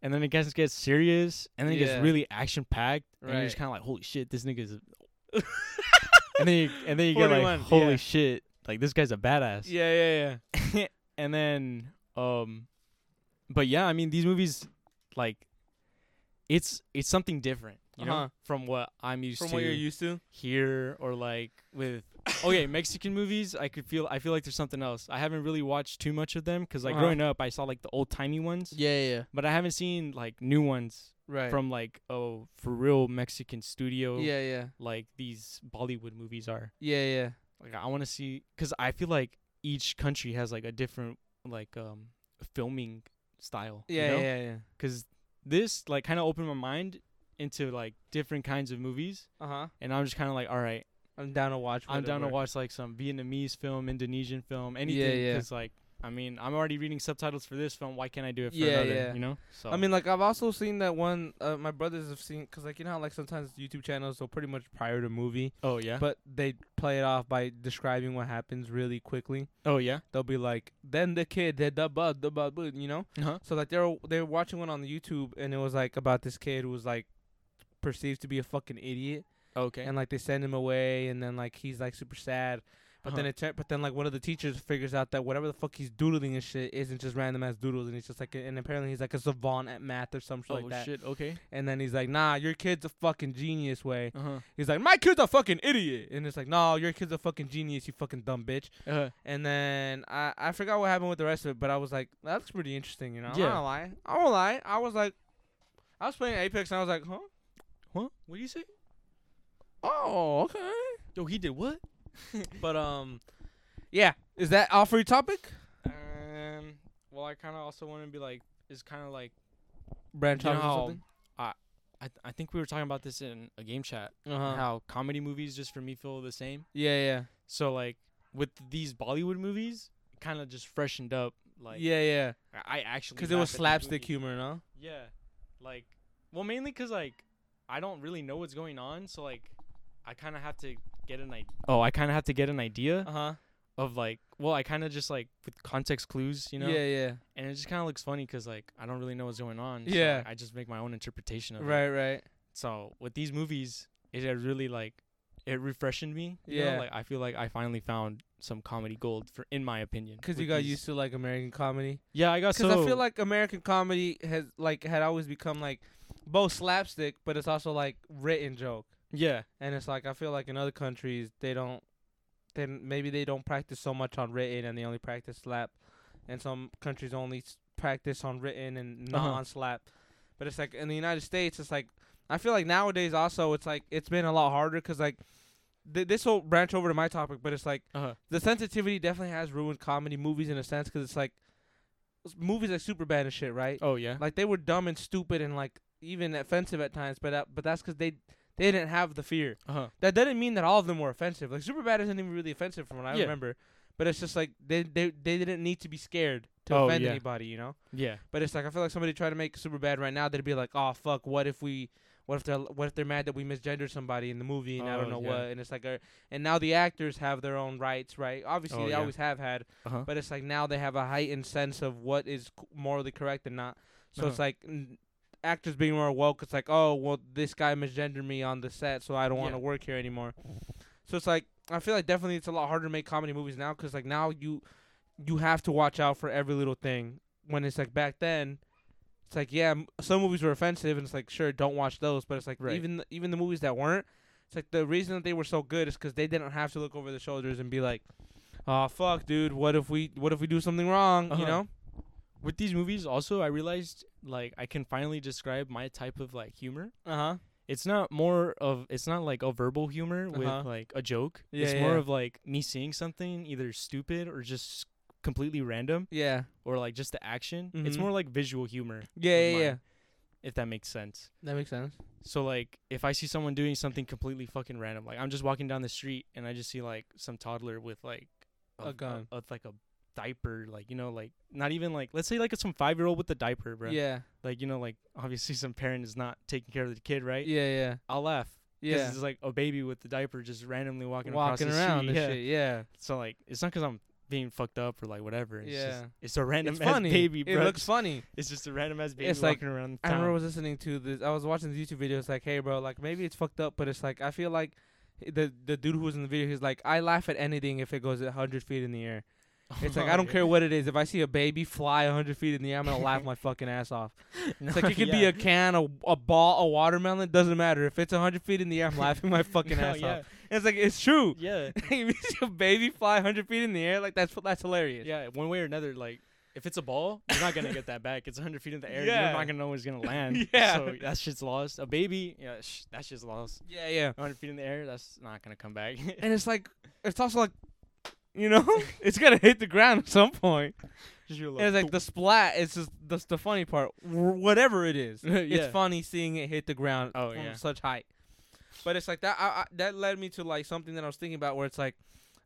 Speaker 2: and then it gets gets serious and then it
Speaker 1: Yeah.
Speaker 2: gets really action packed and you're just
Speaker 1: Right.
Speaker 2: kind of like holy shit this nigga's
Speaker 1: [laughs]
Speaker 2: a and then you, and then you get
Speaker 1: 41,
Speaker 2: like holy
Speaker 1: yeah.
Speaker 2: shit like this guy's a badass
Speaker 1: yeah, yeah,
Speaker 2: and then um but yeah i mean these movies like it's it's something different you
Speaker 1: Uh-huh.
Speaker 2: know from what i'm
Speaker 1: yeah.
Speaker 2: used
Speaker 1: From
Speaker 2: to
Speaker 1: what you're used to.
Speaker 2: here or like with
Speaker 1: [laughs]
Speaker 2: okay mexican movies i could feel i feel like there's something else i haven't really watched too much of them because like
Speaker 1: Uh-huh.
Speaker 2: growing up i saw like the old timey ones
Speaker 1: Yeah, yeah.
Speaker 2: but I haven't seen like new ones
Speaker 1: Right. Oh.
Speaker 2: from like oh for real Mexican studio
Speaker 1: yeah, yeah,
Speaker 2: like these Bollywood movies are.
Speaker 1: yeah, yeah.
Speaker 2: Like I want to see cuz I feel like each country has like a different like um filming style, you
Speaker 1: Yeah,
Speaker 2: know?
Speaker 1: yeah, yeah.
Speaker 2: Cuz this like kind of opened my mind into like different kinds of movies
Speaker 1: Uh huh.
Speaker 2: and I'm just kind of like all right,
Speaker 1: I'm down to watch.
Speaker 2: I'm down to
Speaker 1: whatever.
Speaker 2: watch like some Vietnamese film, Indonesian film, anything
Speaker 1: yeah.
Speaker 2: cuz like I mean, I'm already reading subtitles for this film, why can't I do it for
Speaker 1: Yeah,
Speaker 2: another,
Speaker 1: yeah.
Speaker 2: you know? So
Speaker 1: I mean, like I've also seen that one. Uh, my brothers have seen because, like, you know, how, like sometimes YouTube channels will pretty much prior to movie,
Speaker 2: oh yeah.
Speaker 1: but they play it off by describing what happens really quickly.
Speaker 2: oh yeah.
Speaker 1: They'll be like, "Then the kid did the bud, the bud, bud," you know.
Speaker 2: Uh-huh.
Speaker 1: So like they're they're watching one on YouTube, and it was like about this kid who was like perceived to be a fucking idiot,
Speaker 2: Okay.
Speaker 1: and like they send him away, and then like he's like super sad. But then
Speaker 2: Uh-huh.
Speaker 1: it, tur- but then like one of the teachers figures out that whatever the fuck he's doodling and shit isn't just random ass doodles, and he's just like, and apparently he's like a savant at math or some shit
Speaker 2: oh
Speaker 1: like that.
Speaker 2: shit. Okay.
Speaker 1: And then he's like, nah, your kid's a fucking genius. Way
Speaker 2: Uh
Speaker 1: [laughs]
Speaker 2: huh.
Speaker 1: he's like, my kid's a fucking idiot, and it's like, no, your kid's a fucking genius, you fucking dumb bitch.
Speaker 2: Uh,
Speaker 1: And then I, I forgot what happened with the rest of it, but I was like, that looks pretty interesting, you know.
Speaker 2: Yeah.
Speaker 1: I don't lie. I won't lie. I was like, I was playing Apex and I was like, huh?
Speaker 2: huh? What do you say?
Speaker 1: Oh, okay.
Speaker 2: Yo, he did what?
Speaker 1: But um, yeah. Is that all for your topic?
Speaker 2: Um. Well, I kind of also want to be like, it's kind of like
Speaker 1: Branch
Speaker 2: you know
Speaker 1: off or
Speaker 2: how
Speaker 1: something?
Speaker 2: I, I, th- I think we were talking about this in a game chat.
Speaker 1: Uh huh.
Speaker 2: How comedy movies just for me feel the same.
Speaker 1: Yeah, yeah,
Speaker 2: So like with these Bollywood movies, kind of just freshened up. Like
Speaker 1: yeah, yeah.
Speaker 2: I- I actually
Speaker 1: Because it
Speaker 2: laugh
Speaker 1: was
Speaker 2: at these
Speaker 1: slapstick
Speaker 2: movies.
Speaker 1: humor, no?
Speaker 2: Yeah. Like, well, mainly 'cause like I don't really know what's going on, so like I kind of have to get an idea. Oh, I kind of have to get an idea.
Speaker 1: Uh huh.
Speaker 2: of like well i kind of just like with context clues you know
Speaker 1: Yeah, yeah.
Speaker 2: and it just kind of looks funny because like i don't really know what's going on so,
Speaker 1: Yeah.
Speaker 2: like, i just make my own interpretation of it
Speaker 1: Right, right.
Speaker 2: so with these movies it had really like it refreshed me. you know?
Speaker 1: Yeah.
Speaker 2: like I feel like I finally found some comedy gold for, in my opinion.
Speaker 1: Because you
Speaker 2: with
Speaker 1: got
Speaker 2: these-
Speaker 1: used to like American comedy.
Speaker 2: Yeah, I got
Speaker 1: Because
Speaker 2: so.
Speaker 1: I feel like American comedy has like had always become like both slapstick, but it's also like written joke.
Speaker 2: yeah,
Speaker 1: And it's like I feel like in other countries they don't, then maybe they don't practice so much on written and they only practice slap, and some countries only s- practice on written and not
Speaker 2: Uh-huh.
Speaker 1: on slap. But it's like in the United States, it's like I feel like nowadays also it's like it's been a lot harder because like th- this will branch over to my topic, but it's like
Speaker 2: uh-huh.
Speaker 1: the sensitivity definitely has ruined comedy movies in a sense because it's like s- movies like super bad and shit, right?
Speaker 2: oh yeah,
Speaker 1: Like they were dumb and stupid and like even offensive at times, but that, but that's because they they didn't have the fear.
Speaker 2: uh-huh.
Speaker 1: That doesn't mean that all of them were offensive. Like Superbad isn't even really offensive from what I
Speaker 2: Yeah.
Speaker 1: remember, but it's just like they they they didn't need to be scared to
Speaker 2: Oh,
Speaker 1: offend
Speaker 2: yeah.
Speaker 1: anybody, you know.
Speaker 2: yeah,
Speaker 1: But it's like I feel like somebody tried to make Superbad right now, they'd be like, oh fuck, what if we. What if they're what if they're mad that we misgendered somebody in the movie and I don't know
Speaker 2: Oh, yeah.
Speaker 1: what and it's like uh, and now the actors have their own rights right obviously
Speaker 2: Oh,
Speaker 1: they
Speaker 2: yeah.
Speaker 1: always have had
Speaker 2: uh-huh.
Speaker 1: but it's like now they have a heightened sense of what is c- morally correct and not. So it's
Speaker 2: Uh-huh.
Speaker 1: like n- actors being more woke. It's like, oh, well, this guy misgendered me on the set, so I don't want to
Speaker 2: Yeah.
Speaker 1: work here anymore. So it's like I feel like definitely it's a lot harder to make comedy movies now because like now you you have to watch out for every little thing. When it's like back then, it's like yeah, m- some movies were offensive, and it's like sure, don't watch those. But it's like
Speaker 2: Right.
Speaker 1: even the, even the movies that weren't, it's like the reason that they were so good is because they didn't have to look over their shoulders and be like, oh fuck, dude, what if we what if we do something wrong? You
Speaker 2: Uh-huh.
Speaker 1: know?
Speaker 2: With these movies, also I realized like I can finally describe my type of like humor.
Speaker 1: Uh huh.
Speaker 2: It's not more of it's not like a verbal humor
Speaker 1: Uh-huh.
Speaker 2: with like a joke.
Speaker 1: Yeah,
Speaker 2: it's more
Speaker 1: yeah.
Speaker 2: of like me seeing something either stupid or just completely random
Speaker 1: Yeah.
Speaker 2: or like just the action. It's
Speaker 1: Mhm.
Speaker 2: more like visual humor
Speaker 1: Yeah,
Speaker 2: Never
Speaker 1: yeah, yeah.
Speaker 2: mind. if that makes sense.
Speaker 1: That makes sense.
Speaker 2: So like if I see someone doing something completely fucking random, like I'm just walking down the street and I just see like some toddler with like
Speaker 1: A gun.
Speaker 2: a, like a diaper, like you know, like not even like let's say like it's some five year old with the diaper, bro.
Speaker 1: Yeah.
Speaker 2: Like you know, like obviously [laughs] some parent is not taking care of the kid, right?
Speaker 1: Yeah, yeah,
Speaker 2: I'll laugh. 'cause
Speaker 1: yeah.
Speaker 2: It's like a baby with the diaper just randomly walking,
Speaker 1: Walking
Speaker 2: across the
Speaker 1: around
Speaker 2: street.
Speaker 1: and
Speaker 2: yeah.
Speaker 1: shit. Yeah.
Speaker 2: So like it's not because I'm being fucked up or like whatever. It's
Speaker 1: Yeah.
Speaker 2: Just, it's a random
Speaker 1: It's
Speaker 2: ass
Speaker 1: funny.
Speaker 2: baby, bro.
Speaker 1: it looks funny.
Speaker 2: It's just a random ass baby
Speaker 1: It's like-
Speaker 2: walking around
Speaker 1: I
Speaker 2: town.
Speaker 1: remember I was listening to this. I was watching the YouTube video. It's like, hey, bro, like maybe it's fucked up, but it's like I feel like the the dude who was in the video, he's like, I laugh at anything if it goes at hundred feet in the air. It's like I don't care what it is. If I see a baby fly hundred feet in the air, I'm gonna laugh my fucking ass
Speaker 2: [laughs]
Speaker 1: off. It's like it could be a can, a, a ball, a watermelon. Doesn't matter. If it's hundred feet in the air, I'm laughing
Speaker 2: [laughs]
Speaker 1: my fucking ass
Speaker 2: yeah.
Speaker 1: off. And it's like it's true. [laughs]
Speaker 2: Yeah.
Speaker 1: if you see a baby fly hundred feet in the air, like that's that's hilarious.
Speaker 2: [laughs] Yeah, one way or another, like if it's a ball, you're not gonna get that back. It's 100 feet in the air. You're
Speaker 1: Yeah.
Speaker 2: not gonna know where it's gonna [laughs] land.
Speaker 1: Yeah.
Speaker 2: So that shit's lost. A baby, yeah, sh- that shit's lost.
Speaker 1: Yeah, yeah.
Speaker 2: 100 feet in the air, that's not gonna come back. [laughs]
Speaker 1: And it's like it's also like, you know, [laughs] it's gonna hit the ground at some point.
Speaker 2: Just your
Speaker 1: And it's
Speaker 2: [laughs]
Speaker 1: like the splat. It's just that's the funny part. Wh- Whatever it is,
Speaker 2: Yeah.
Speaker 1: [laughs] it's funny seeing it hit the ground
Speaker 2: Oh,
Speaker 1: from
Speaker 2: yeah.
Speaker 1: such height. But it's like that. I, I, that led me to like something that I was thinking about, where it's like,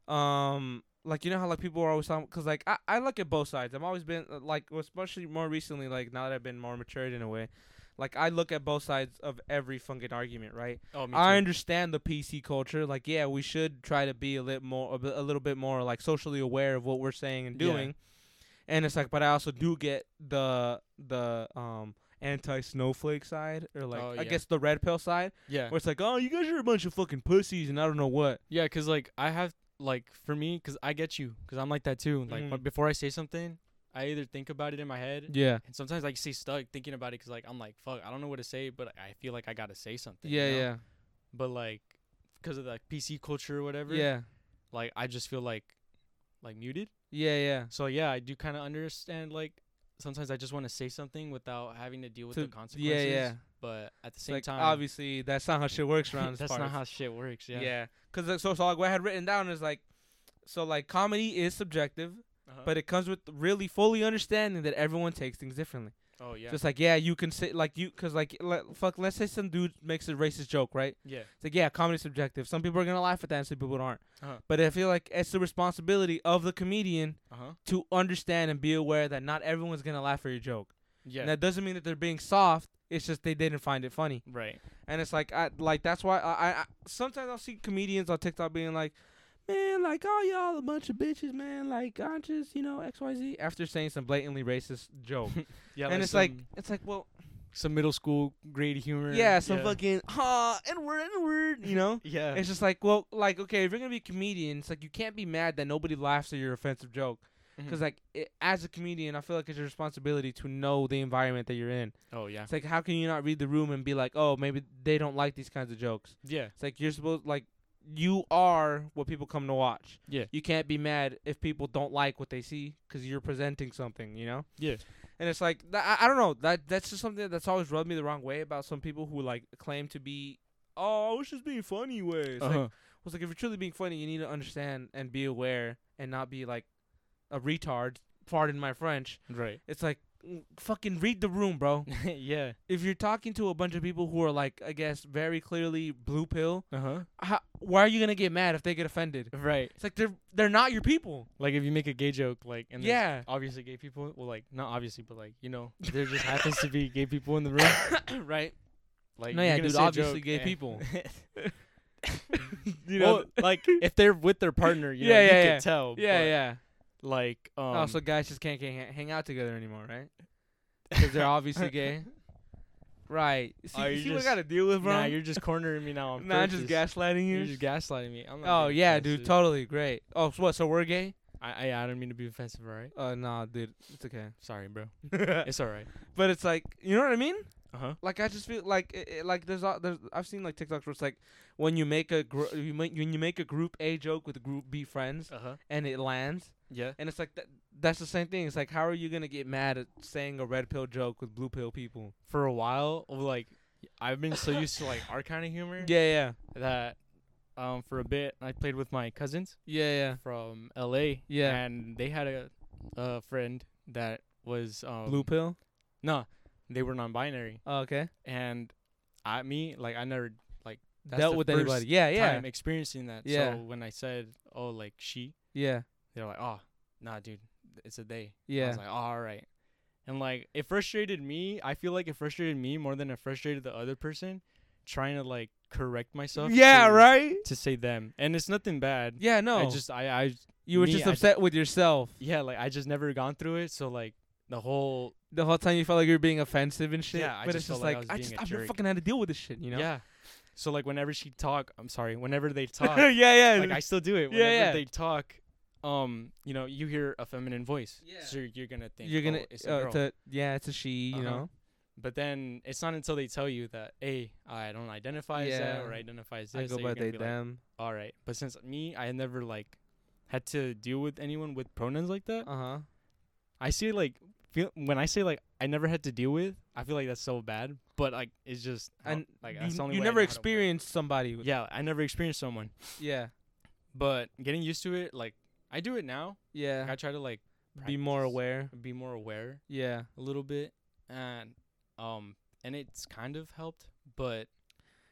Speaker 1: um, like you know how like people are always talking, cause like I, I look at both sides. I've always been uh, like, especially more recently, like now that I've been more matured in a way, like I look at both sides of every fucking argument, right?
Speaker 2: oh, me
Speaker 1: I
Speaker 2: too.
Speaker 1: understand the PC culture. Like, yeah, we should try to be a little more, a bit- a little bit more like socially aware of what we're saying and
Speaker 2: Yeah.
Speaker 1: doing. And it's like, but I also do get the the um anti snowflake side, or like
Speaker 2: Oh,
Speaker 1: I
Speaker 2: yeah.
Speaker 1: guess the red pill side,
Speaker 2: Yeah,
Speaker 1: where it's like, oh, you guys are a bunch of fucking pussies, and I don't know what.
Speaker 2: yeah, cause like I have like for me, cause I get you, cause I'm like that too. Like
Speaker 1: Mhm.
Speaker 2: but before I say something, I either think about it in my head.
Speaker 1: Yeah,
Speaker 2: And sometimes I stay stuck thinking about it because, like, I'm like, fuck, I don't know what to say, but I feel like I gotta say something. you
Speaker 1: yeah,
Speaker 2: know?
Speaker 1: yeah,
Speaker 2: But like, because of the PC culture or whatever,
Speaker 1: yeah,
Speaker 2: like I just feel like like muted.
Speaker 1: yeah, yeah.
Speaker 2: So yeah, I do kind of understand like sometimes I just want to say something without having to deal with
Speaker 1: To-
Speaker 2: the
Speaker 1: yeah,
Speaker 2: consequences.
Speaker 1: yeah.
Speaker 2: But at the
Speaker 1: It's
Speaker 2: same
Speaker 1: like,
Speaker 2: time,
Speaker 1: obviously, that's not how shit
Speaker 2: [laughs]
Speaker 1: works around this
Speaker 2: that's
Speaker 1: part.
Speaker 2: not how shit works. Yeah.
Speaker 1: yeah, because so so like what I had written down is like, so like comedy is subjective.
Speaker 2: Uh-huh.
Speaker 1: but it comes with really fully understanding that everyone takes things differently.
Speaker 2: oh yeah.
Speaker 1: Just like yeah, you can say like you because like le- fuck, let's say some dude makes a racist joke, right?
Speaker 2: yeah.
Speaker 1: It's like yeah, comedy's subjective. Some people are gonna laugh at that, and some people aren't.
Speaker 2: Uh-huh.
Speaker 1: But I feel like it's the responsibility of the comedian
Speaker 2: Uh huh.
Speaker 1: to understand and be aware that not everyone's gonna laugh at your joke.
Speaker 2: Yeah.
Speaker 1: And that doesn't mean that they're being soft. It's just they didn't find it funny.
Speaker 2: right.
Speaker 1: And it's like I like that's why I, I, I sometimes I'll see comedians on TikTok being like, Man, like all y'all a bunch of bitches, man, like I just, you know, XYZ after saying some blatantly racist joke.
Speaker 2: [laughs] Yeah.
Speaker 1: and it's like it's like, well,
Speaker 2: some middle school grade humor.
Speaker 1: Yeah, some fucking ha and word and word, you know.
Speaker 2: [laughs] Yeah.
Speaker 1: It's just like, well, like okay, if you're gonna be a comedian, it's like you can't be mad that nobody laughs at your offensive joke,
Speaker 2: Mhm.
Speaker 1: because like it, as a comedian, I feel like it's your responsibility to know the environment that you're in.
Speaker 2: oh yeah.
Speaker 1: It's like how can you not read the room and be like, oh, maybe they don't like these kinds of jokes.
Speaker 2: Yeah.
Speaker 1: It's like you're supposed like you are what people come to watch.
Speaker 2: Yeah.
Speaker 1: You can't be mad if people don't like what they see because you're presenting something, you know.
Speaker 2: Yeah.
Speaker 1: And it's like th- I, I don't know that that's just something that's always rubbed me the wrong way about some people who like claim to be. Oh, I was just being funny way. It's like,
Speaker 2: Uh-huh.
Speaker 1: well, it's like if you're truly being funny, you need to understand and be aware and not be like a retard. Pardon my French.
Speaker 2: Right.
Speaker 1: It's like mm, fucking read the room, bro.
Speaker 2: [laughs] yeah.
Speaker 1: if you're talking to a bunch of people who are like, I guess, very clearly blue pill,
Speaker 2: Uh huh.
Speaker 1: how, why are you gonna get mad if they get offended?
Speaker 2: Right.
Speaker 1: It's like they're they're not your people.
Speaker 2: Like if you make a gay joke, like and there's [coughs]
Speaker 1: Yeah.
Speaker 2: obviously gay people. Well, like not obviously, but like you know, there just happens to [laughs] be gay people in the room.
Speaker 1: right.
Speaker 2: Like
Speaker 1: No,
Speaker 2: you're
Speaker 1: yeah,
Speaker 2: gonna
Speaker 1: dude,
Speaker 2: say a
Speaker 1: obviously
Speaker 2: joke
Speaker 1: gay
Speaker 2: and- [laughs]
Speaker 1: people.
Speaker 2: you
Speaker 1: [coughs]
Speaker 2: [laughs]
Speaker 1: You
Speaker 2: know,
Speaker 1: know.
Speaker 2: like if they're with their partner, you know,
Speaker 1: Yeah,
Speaker 2: you
Speaker 1: yeah,
Speaker 2: can
Speaker 1: yeah.
Speaker 2: tell.
Speaker 1: yeah,
Speaker 2: but,
Speaker 1: yeah.
Speaker 2: Like um,
Speaker 1: oh, so guys just can't, can't hang out together anymore, right? Because they're obviously
Speaker 2: [laughs]
Speaker 1: gay. Right. See,
Speaker 2: Oh,
Speaker 1: you
Speaker 2: you're
Speaker 1: see what
Speaker 2: just-
Speaker 1: I gotta deal with, bro?
Speaker 2: Nah, you're just cornering me [laughs] now. on
Speaker 1: Nah, I'm just
Speaker 2: purpose.
Speaker 1: gaslighting you.
Speaker 2: You're just gaslighting me. I'm not
Speaker 1: oh
Speaker 2: being
Speaker 1: yeah,
Speaker 2: offensive.
Speaker 1: dude, totally great. Oh, so what? So we're gay?
Speaker 2: I, I I don't mean to be offensive, all right?
Speaker 1: Uh, nah, dude, it's
Speaker 2: [laughs]
Speaker 1: okay.
Speaker 2: Sorry, bro.
Speaker 1: but
Speaker 2: It's all right.
Speaker 1: it's like, you know what I mean?
Speaker 2: Uh huh.
Speaker 1: like I just feel like it, it- like there's a, there's I've seen like TikToks where it's like when you make a gr- you make, when you make a group A joke with group B friends
Speaker 2: Uh huh.
Speaker 1: and it lands
Speaker 2: Yeah.
Speaker 1: and it's like that that's the same thing. It's like how are you gonna get mad at saying a red pill joke with blue pill people?
Speaker 2: For a while, like I've been so used to like our kind of humor
Speaker 1: Yeah, yeah,
Speaker 2: that um for a bit I played with my cousins
Speaker 1: yeah, yeah.
Speaker 2: from L.A.
Speaker 1: Yeah.
Speaker 2: And they had a a friend that was um
Speaker 1: blue pill.
Speaker 2: No, they were non-binary,
Speaker 1: Oh, okay.
Speaker 2: and I me like I never like that's
Speaker 1: Dealt
Speaker 2: the
Speaker 1: with
Speaker 2: first
Speaker 1: anybody. Yeah, yeah,
Speaker 2: time experiencing that.
Speaker 1: Yeah.
Speaker 2: So when I said oh like she,
Speaker 1: yeah,
Speaker 2: they're like oh nah dude it's a they. I
Speaker 1: yeah.
Speaker 2: was like, oh, all right. And like, it frustrated me. I feel like it frustrated me more than it frustrated the other person trying to like correct myself.
Speaker 1: yeah,
Speaker 2: to-
Speaker 1: right.
Speaker 2: To say them. And it's nothing bad.
Speaker 1: Yeah, no.
Speaker 2: I just, I, I,
Speaker 1: you were
Speaker 2: me,
Speaker 1: just
Speaker 2: I-
Speaker 1: upset with yourself
Speaker 2: yeah, like, I just never gone through it. So like, the whole,
Speaker 1: the whole time. You felt like you were being offensive and shit.
Speaker 2: Yeah, I
Speaker 1: but
Speaker 2: just
Speaker 1: it's
Speaker 2: felt
Speaker 1: just
Speaker 2: like
Speaker 1: like,
Speaker 2: I was
Speaker 1: I
Speaker 2: being
Speaker 1: just
Speaker 2: a
Speaker 1: I've been
Speaker 2: jerk.
Speaker 1: fucking had to deal with this shit, you know? [laughs]
Speaker 2: yeah. So like, whenever she talk, I'm sorry, whenever they
Speaker 1: yeah,
Speaker 2: talk,
Speaker 1: yeah.
Speaker 2: like, I still do it.
Speaker 1: Yeah,
Speaker 2: Whenever
Speaker 1: yeah.
Speaker 2: they talk, um, you know, you hear a feminine voice.
Speaker 1: Yeah.
Speaker 2: So you're going to think,
Speaker 1: you're gonna
Speaker 2: oh, it's a
Speaker 1: uh,
Speaker 2: girl.
Speaker 1: it's a- yeah it's a she you
Speaker 2: Uh-huh.
Speaker 1: know
Speaker 2: But then it's not until they tell you that, hey, I don't identify as that or
Speaker 1: Yeah.
Speaker 2: I identify as
Speaker 1: I
Speaker 2: this.
Speaker 1: go
Speaker 2: that you're
Speaker 1: by
Speaker 2: gonna
Speaker 1: they
Speaker 2: be like,
Speaker 1: them
Speaker 2: All right. But since me, I never like had to deal with anyone with pronouns like that.
Speaker 1: uh huh
Speaker 2: I see like feel when I say like I never had to deal with, I feel like that's so bad. But like it's just how-
Speaker 1: and
Speaker 2: like
Speaker 1: you,
Speaker 2: that's the only
Speaker 1: you
Speaker 2: way I
Speaker 1: never
Speaker 2: know how to work.
Speaker 1: experienced somebody with,
Speaker 2: Yeah, I never experienced someone.
Speaker 1: yeah
Speaker 2: But getting used to it, like I do it now.
Speaker 1: yeah,
Speaker 2: Like, I try to like
Speaker 1: be more
Speaker 2: practice,
Speaker 1: aware
Speaker 2: be more aware
Speaker 1: yeah
Speaker 2: a little bit, and um, and it's kind of helped, but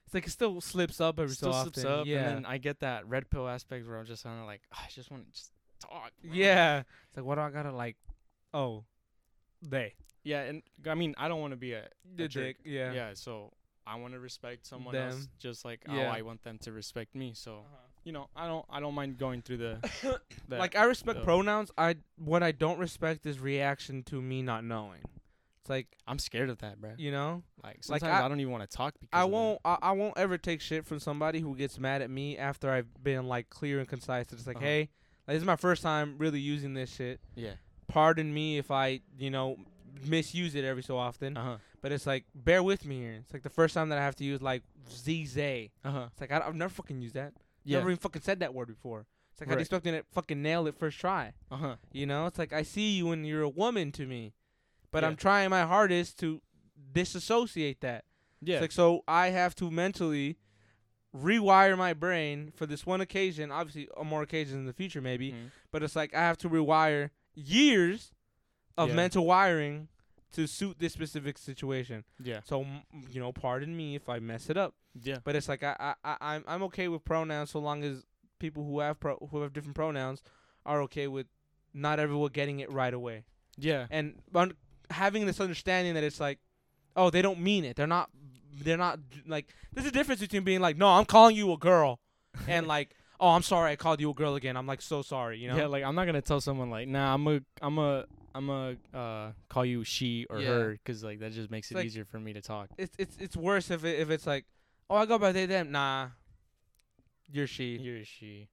Speaker 1: it's like it still slips up every
Speaker 2: still
Speaker 1: so
Speaker 2: slips
Speaker 1: often
Speaker 2: up,
Speaker 1: yeah
Speaker 2: and then I get that red pill aspect where I'm just kind of like, "Ah, I just want to just talk.
Speaker 1: [laughs]
Speaker 2: bro."
Speaker 1: yeah it's like what do I gotta like oh they
Speaker 2: yeah, and I mean, I don't want to be a,
Speaker 1: the
Speaker 2: a jerk.
Speaker 1: dick yeah
Speaker 2: Yeah. so I want to respect someone else,
Speaker 1: Them.
Speaker 2: just like
Speaker 1: Yeah.
Speaker 2: how I want them to respect me. So you know, I don't, I don't mind going through the,
Speaker 1: [coughs] Uh-huh.
Speaker 2: the
Speaker 1: like I respect
Speaker 2: the-
Speaker 1: pronouns I what I don't respect is reaction to me not knowing it's like
Speaker 2: I'm scared of that, bro.
Speaker 1: you know
Speaker 2: Like
Speaker 1: like,
Speaker 2: sometimes
Speaker 1: I-
Speaker 2: I, don't even want to talk because
Speaker 1: I
Speaker 2: of that.
Speaker 1: won't. I, I won't ever take shit from somebody who gets mad at me after I've been like clear and concise. It's like,
Speaker 2: Uh-huh.
Speaker 1: hey, like, this is my first time really using this shit.
Speaker 2: Yeah.
Speaker 1: Pardon me if I, you know, misuse it every so often.
Speaker 2: Uh huh.
Speaker 1: But it's like, bear with me here. It's like the first time that I have to use like zz.
Speaker 2: Uh huh.
Speaker 1: It's like I, have never fucking used that.
Speaker 2: Yeah.
Speaker 1: Never even fucking said that word before. It's like I'd
Speaker 2: Right.
Speaker 1: expecting to fucking nail it first try.
Speaker 2: Uh huh.
Speaker 1: You know, it's like I see you and you're a woman to me, but
Speaker 2: Yeah.
Speaker 1: I'm trying my hardest to disassociate that.
Speaker 2: Yeah.
Speaker 1: It's like so I have to mentally rewire my brain for this one occasion, obviously on more occasions in the future maybe,
Speaker 2: Mhm.
Speaker 1: but it's like I have to rewire years of
Speaker 2: Yeah.
Speaker 1: mental wiring to suit this specific situation.
Speaker 2: Yeah.
Speaker 1: So m- you know, pardon me if I mess it up,
Speaker 2: Yeah.
Speaker 1: but it's like I I, I I'm I'm okay with pronouns so long as people who have pro- who have different pronouns are okay with not everyone getting it right away
Speaker 2: Yeah.
Speaker 1: and un- having this understanding that it's like, oh, they don't mean it. They're
Speaker 2: [laughs]
Speaker 1: not. They're not like. There's a difference between being like, no, I'm calling you a girl, and like, "Oh, I'm sorry, I called you a girl again. I'm like so sorry." You know?
Speaker 2: Yeah, like I'm not gonna tell someone like, nah, I'm a, I'm a, I'm a, uh, call you she or
Speaker 1: Yeah.
Speaker 2: her 'cause like that just makes
Speaker 1: It's
Speaker 2: it
Speaker 1: like-
Speaker 2: easier for me to talk.
Speaker 1: it's it's it's worse if it, if it's like, "Oh, I go by they them." Nah, you're she.
Speaker 2: You're
Speaker 1: [laughs]
Speaker 2: a she.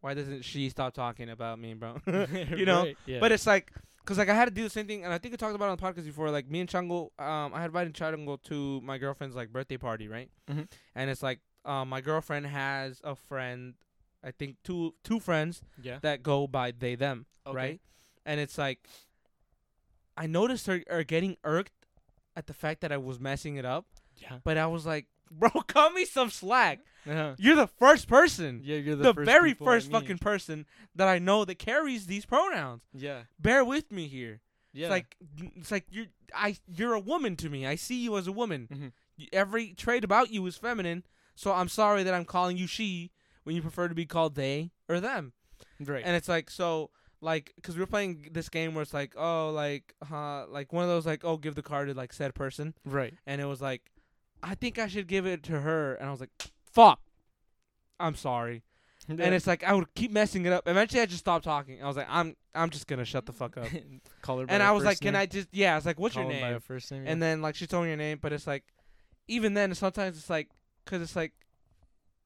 Speaker 1: Why doesn't she stop talking about me,
Speaker 2: [laughs]
Speaker 1: bro? [laughs] You know,
Speaker 2: Right, yeah.
Speaker 1: But it's like, cause like I had to do the same thing, and I think I talked about it on the podcast before. Like me and Chango, um, I had invited Chango to my girlfriend's like birthday party, right?
Speaker 2: Mhm.
Speaker 1: And it's like, um, my girlfriend has a friend, I think two two friends
Speaker 2: yeah,
Speaker 1: that go by they them,
Speaker 2: Okay.
Speaker 1: right? And it's like, I noticed her are getting irked at the fact that I was messing it up, [laughs]
Speaker 2: Yeah,
Speaker 1: but I was like, bro, cut me some slack.
Speaker 2: Uh-huh.
Speaker 1: You're the first person.
Speaker 2: yeah, you're the,
Speaker 1: The,
Speaker 2: first
Speaker 1: very
Speaker 2: people I
Speaker 1: first
Speaker 2: meet.
Speaker 1: fucking person that I know that carries these pronouns.
Speaker 2: yeah,
Speaker 1: Bear with me here.
Speaker 2: yeah.
Speaker 1: It's like it's like you're I you're a woman to me. I see you as a woman.
Speaker 2: Mhm.
Speaker 1: Y- Every trait about you is feminine. So I'm sorry that I'm calling you she when you prefer to be called they or them.
Speaker 2: right.
Speaker 1: And it's like so like because we're playing this game where it's like oh like huh like one of those like oh give the card to like said person [laughs]
Speaker 2: right.
Speaker 1: and it was like I think I should give it to her and I was like fuck I'm sorry and it's like I would keep messing it up eventually I just stopped talking I was like I'm I'm just gonna shut the [laughs] fuck up
Speaker 2: call her. by
Speaker 1: and
Speaker 2: her
Speaker 1: I was
Speaker 2: first
Speaker 1: like, "Can
Speaker 2: name.
Speaker 1: I just?" Yeah, I was like, "What's
Speaker 2: Call
Speaker 1: your
Speaker 2: them By her
Speaker 1: name?"
Speaker 2: first name.
Speaker 1: And then like she told me your name, but it's like, even then, sometimes it's like, cause it's like,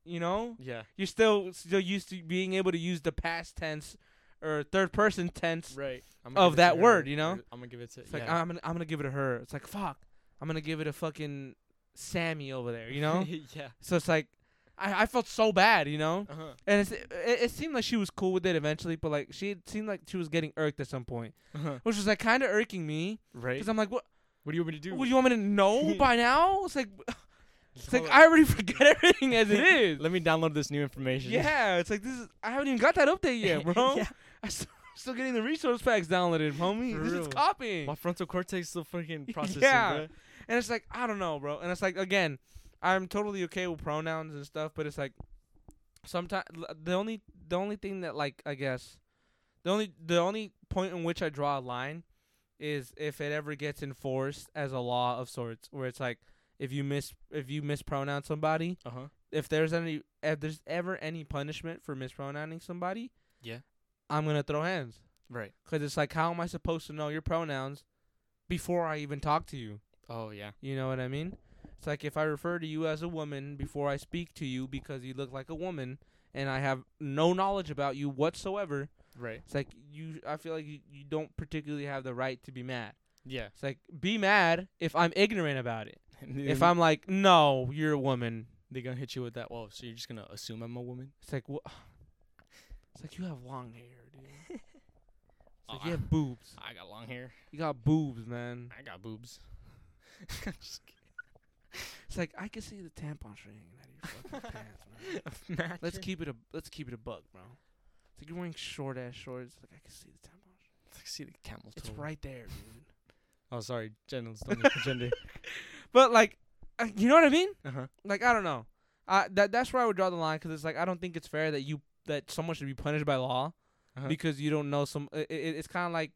Speaker 1: you know,
Speaker 2: [laughs] yeah.
Speaker 1: you're still still used to being able to use the past tense or third person
Speaker 2: yeah,
Speaker 1: tense.
Speaker 2: right. I'ma
Speaker 1: of
Speaker 2: give it to
Speaker 1: that
Speaker 2: her,
Speaker 1: word, you
Speaker 2: or
Speaker 1: know?
Speaker 2: I'm gonna give it to.
Speaker 1: It's like "Uh,"
Speaker 2: yeah.
Speaker 1: I'm gonna I'm gonna give it to her. It's like fuck, I'm gonna give it a fucking Sammy over there, you know.
Speaker 2: [laughs] yeah.
Speaker 1: so it's like, I I felt so bad, you know.
Speaker 2: Uh-huh.
Speaker 1: And it's, it it seemed like she was cool with it eventually, but like she it seemed like she was getting irked at some point, [laughs]
Speaker 2: Uh-huh.
Speaker 1: which was like kind of irking me,
Speaker 2: Right.
Speaker 1: cause I'm like, what
Speaker 2: What do you want me to do?
Speaker 1: Would you want me to know by now? It's
Speaker 2: [laughs]
Speaker 1: like it's like
Speaker 2: Hold on.
Speaker 1: I already [laughs] forget everything as
Speaker 2: [laughs]
Speaker 1: it is.
Speaker 2: Let me download this new information.
Speaker 1: [laughs] yeah, it's like this is I haven't even got that update
Speaker 2: [laughs]
Speaker 1: yet, bro. I'm still, [laughs] still getting the resource packs downloaded, homie.
Speaker 2: For
Speaker 1: this is
Speaker 2: real.
Speaker 1: copying.
Speaker 2: My frontal cortex
Speaker 1: [laughs]
Speaker 2: still fucking processing.
Speaker 1: Yeah.
Speaker 2: Yeah.
Speaker 1: And it's like I don't know, bro. And it's like again, I'm totally okay with pronouns and stuff, but it's like sometimes the only the only thing that like I guess the only the only point in which I draw a line is if it ever gets enforced as a law of sorts, where it's like if you mis if you mispronounce somebody,
Speaker 2: Uh huh.
Speaker 1: if there's any if there's ever any punishment for mispronouncing somebody,
Speaker 2: Yeah.
Speaker 1: I'm gonna throw hands.
Speaker 2: Right.
Speaker 1: 'Cause it's like how am I supposed to know your pronouns before I even talk to you?
Speaker 2: Oh yeah.
Speaker 1: You know what I mean? It's like if I refer to you as a woman before I speak to you because you look like a woman and I have no knowledge about you whatsoever,
Speaker 2: Right.
Speaker 1: it's like you I feel like you, you don't particularly have the right to be mad.
Speaker 2: [laughs] Yeah.
Speaker 1: It's like be mad if I'm ignorant about it.
Speaker 2: Mm-hmm.
Speaker 1: If I'm like, "No, you're a woman."
Speaker 2: they gonna hit you with that. Well, so you're just gonna assume I'm a woman?
Speaker 1: It's like, "What?" [sighs] It's like you have long hair, dude. It's like
Speaker 2: Aw.
Speaker 1: you have boobs.
Speaker 2: I got long hair.
Speaker 1: You got boobs, man.
Speaker 2: I
Speaker 1: [laughs]
Speaker 2: got boobs. Just
Speaker 1: It's like I can see the tampon string hanging out of your fucking pants, man.
Speaker 2: kidding. Imagine.
Speaker 1: Let's keep it a let's keep it a buck, bro. It's like you're wearing short ass shorts. Like I can see the tampon.
Speaker 2: Let's see the camel toe.
Speaker 1: It's right there, dude.
Speaker 2: Oh, sorry,
Speaker 1: [laughs]
Speaker 2: genitals don't equal gender.
Speaker 1: But like, uh, you know what I mean?
Speaker 2: Uh huh.
Speaker 1: Like I don't know. I that that's where I would draw the line because it's like I don't think it's fair that you that someone should be punished by law
Speaker 2: Uh-huh.
Speaker 1: because you don't know some. It, it, it's kind of like.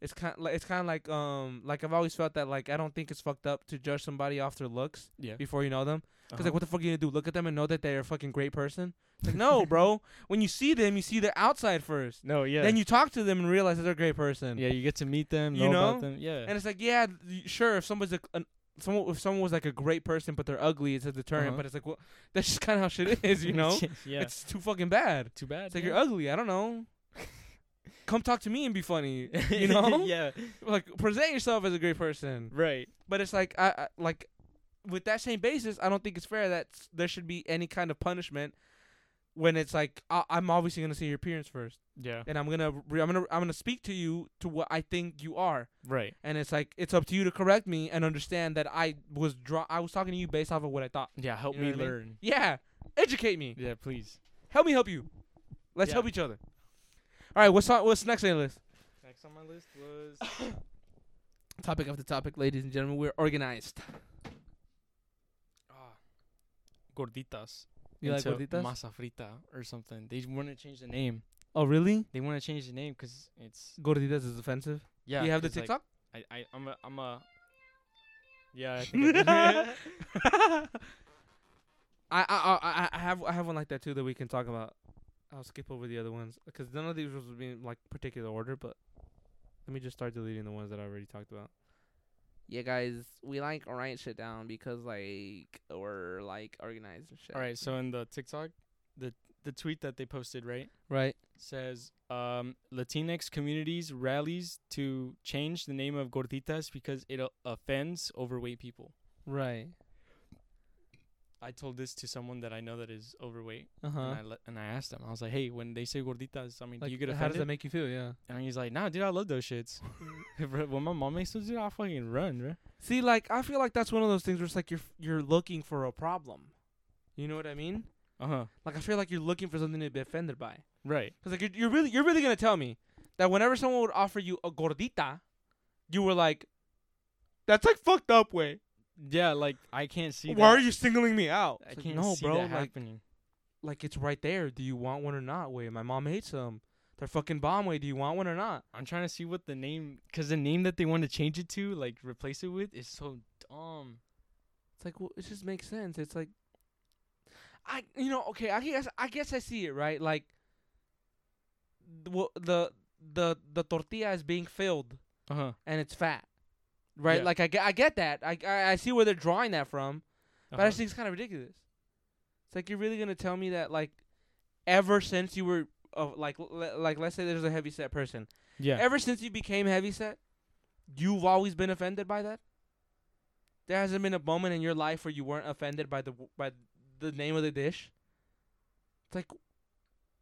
Speaker 1: It's kind like it's kind of like um like I've always felt that like I don't think it's fucked up to judge somebody off their looks
Speaker 2: Yeah.
Speaker 1: before you know them. Cause
Speaker 2: Uh-huh.
Speaker 1: like, what the fuck are you gonna do? Look at them and know that they're a fucking great person? It's like,
Speaker 2: [laughs]
Speaker 1: no, bro. When you see them, you see their outside first.
Speaker 2: No. Yeah.
Speaker 1: Then you talk to them and realize that they're a great person.
Speaker 2: Yeah, you get to meet them.
Speaker 1: You
Speaker 2: Know,
Speaker 1: know?
Speaker 2: about them. Yeah.
Speaker 1: And it's like, yeah, y- sure. If someone's a, an, someone, if someone was like a great person, but they're ugly, it's a deterrent.
Speaker 2: Uh-huh.
Speaker 1: But it's like, well, [laughs] that's just kind of how shit is, you know?
Speaker 2: [laughs]
Speaker 1: [laughs]
Speaker 2: yeah.
Speaker 1: It's too fucking bad.
Speaker 2: too bad.
Speaker 1: It's like
Speaker 2: yeah.
Speaker 1: you're ugly. I don't know. Come talk to me and be
Speaker 2: [laughs]
Speaker 1: funny. [laughs] You know?
Speaker 2: yeah.
Speaker 1: Like present yourself as a great person.
Speaker 2: Right.
Speaker 1: But it's like, I, I like, with that same basis, I don't think it's fair that s- there should be any kind of punishment when it's like I, I'm obviously gonna see your appearance first,
Speaker 2: Yeah.
Speaker 1: and I'm gonna re- I'm gonna I'm gonna speak to you to what I think you are
Speaker 2: Right.
Speaker 1: and it's like it's up to you to correct me and understand that I was draw I was talking to you based off of what I thought.
Speaker 2: Yeah. Help
Speaker 1: You know
Speaker 2: me
Speaker 1: what I mean?
Speaker 2: learn.
Speaker 1: Yeah, educate me.
Speaker 2: Yeah, please.
Speaker 1: Help me help you. Let's
Speaker 2: Yeah.
Speaker 1: help each other. All right, what's on, what's next on your list?
Speaker 2: Next on my list
Speaker 1: [coughs]
Speaker 2: was
Speaker 1: Topic after topic, ladies and gentlemen, we're organized.
Speaker 2: ah, gorditas.
Speaker 1: You like
Speaker 2: into
Speaker 1: gorditas?
Speaker 2: Masa frita or something. They want to change the name.
Speaker 1: oh, really?
Speaker 2: They want to change the name 'cause it's
Speaker 1: Gorditas is offensive.
Speaker 2: yeah.
Speaker 1: you have the
Speaker 2: 'cause, like,
Speaker 1: [laughs] TikTok?
Speaker 2: I, I I'm a
Speaker 1: [laughs]
Speaker 2: [laughs] I'm a yeah. I think I did.
Speaker 1: I I I- I I have I have one like that too that we can talk about. I'll skip over the other ones because none of these was in like particular order. But let me just start deleting the ones that I already talked about. Yeah, guys, we like write shit down because like we're like organized and shit.
Speaker 2: All right, so in the TikTok, the the tweet that they posted, right,
Speaker 1: right.
Speaker 2: says um, Latinx communities rallies to change the name of gorditas because it o- offends overweight people.
Speaker 1: Right.
Speaker 2: I told this to someone that I know that is overweight,
Speaker 1: Uh huh.
Speaker 2: and I le- and I asked him. I was like, "Hey, when they say gorditas, I mean,
Speaker 1: Like,
Speaker 2: do you get
Speaker 1: how does that
Speaker 2: offended?"
Speaker 1: make you feel? Yeah.
Speaker 2: and he's like, "Nah, dude, I love those [laughs] shits. Bro, when my mom makes those, dude, I fucking run, bro."
Speaker 1: [laughs] See, like I feel like that's one of those things where it's like you're f- you're looking for a problem. You know what I mean?
Speaker 2: Uh huh.
Speaker 1: Like I feel like you're looking for something to be offended by.
Speaker 2: Right.
Speaker 1: Cause like you're, you're really you're really gonna tell me that whenever someone would offer you a gordita, you were like, "That's like fucked up way.
Speaker 2: Yeah, like I can't see.
Speaker 1: Why are
Speaker 2: that.
Speaker 1: you singling me out?"
Speaker 2: I
Speaker 1: It's like,
Speaker 2: can't
Speaker 1: no,
Speaker 2: see
Speaker 1: bro.
Speaker 2: that
Speaker 1: like
Speaker 2: happening.
Speaker 1: like it's right there. Do you want one or not? Way. My mom hates them. They're fucking bomb way. Do you want one or not?
Speaker 2: I'm trying to see what the name, cause the name that they want to change it to, like replace it with, is so dumb.
Speaker 1: It's like well, it just makes sense. It's like I you know okay I guess I guess I see it right like the wo- the the, the tortilla is being filled
Speaker 2: Uh huh.
Speaker 1: and it's fat. Right?
Speaker 2: Yeah.
Speaker 1: Like I get, I get that. I, I I see where they're drawing that from,
Speaker 2: Uh-huh.
Speaker 1: but I just think it's kind of ridiculous. It's like you're really going to tell me that like ever since you were uh, like le- like let's say there's a heavy set person.
Speaker 2: yeah.
Speaker 1: Ever since you became heavy set, you've always been offended by that? There hasn't been a moment in your life where you weren't offended by the w- by the name of the dish. It's like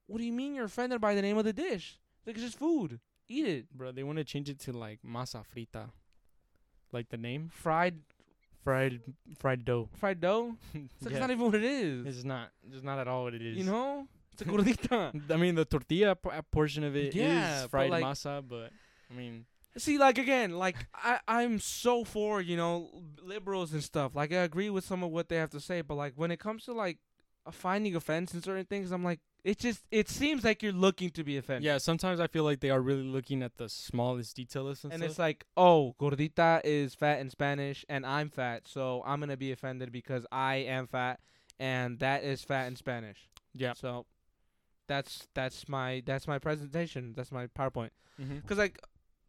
Speaker 1: what do you mean you're offended by the name of the dish? Like it's just food. Eat it.
Speaker 2: bro, they want to change it to like masa frita, like the name
Speaker 1: Fried
Speaker 2: fried fried [laughs] dough.
Speaker 1: fried dough. It's
Speaker 2: it's,
Speaker 1: like it's not even what it is.
Speaker 2: it's not. It's not at all what it is.
Speaker 1: you know? It's a
Speaker 2: [laughs]
Speaker 1: gordita.
Speaker 2: I mean, the tortilla p- uh, portion of it is
Speaker 1: Yeah, but,
Speaker 2: fried
Speaker 1: like-
Speaker 2: masa, but I mean,
Speaker 1: See, like again, like I, I'm so for, you know, liberals and stuff. Like I agree with some of what they have to say, but like when it comes to like uh, finding offense in certain things, I'm like, it just it seems like you're looking to be offended.
Speaker 2: yeah. Sometimes I feel like they are really looking at the smallest detail of some
Speaker 1: And
Speaker 2: stuff.
Speaker 1: it's like, oh, gordita is fat in Spanish, and I'm fat, so I'm gonna be offended because I am fat, and that is fat in Spanish.
Speaker 2: yeah.
Speaker 1: So, that's that's my that's my presentation. That's my PowerPoint.
Speaker 2: Mm-hmm.
Speaker 1: Cause like,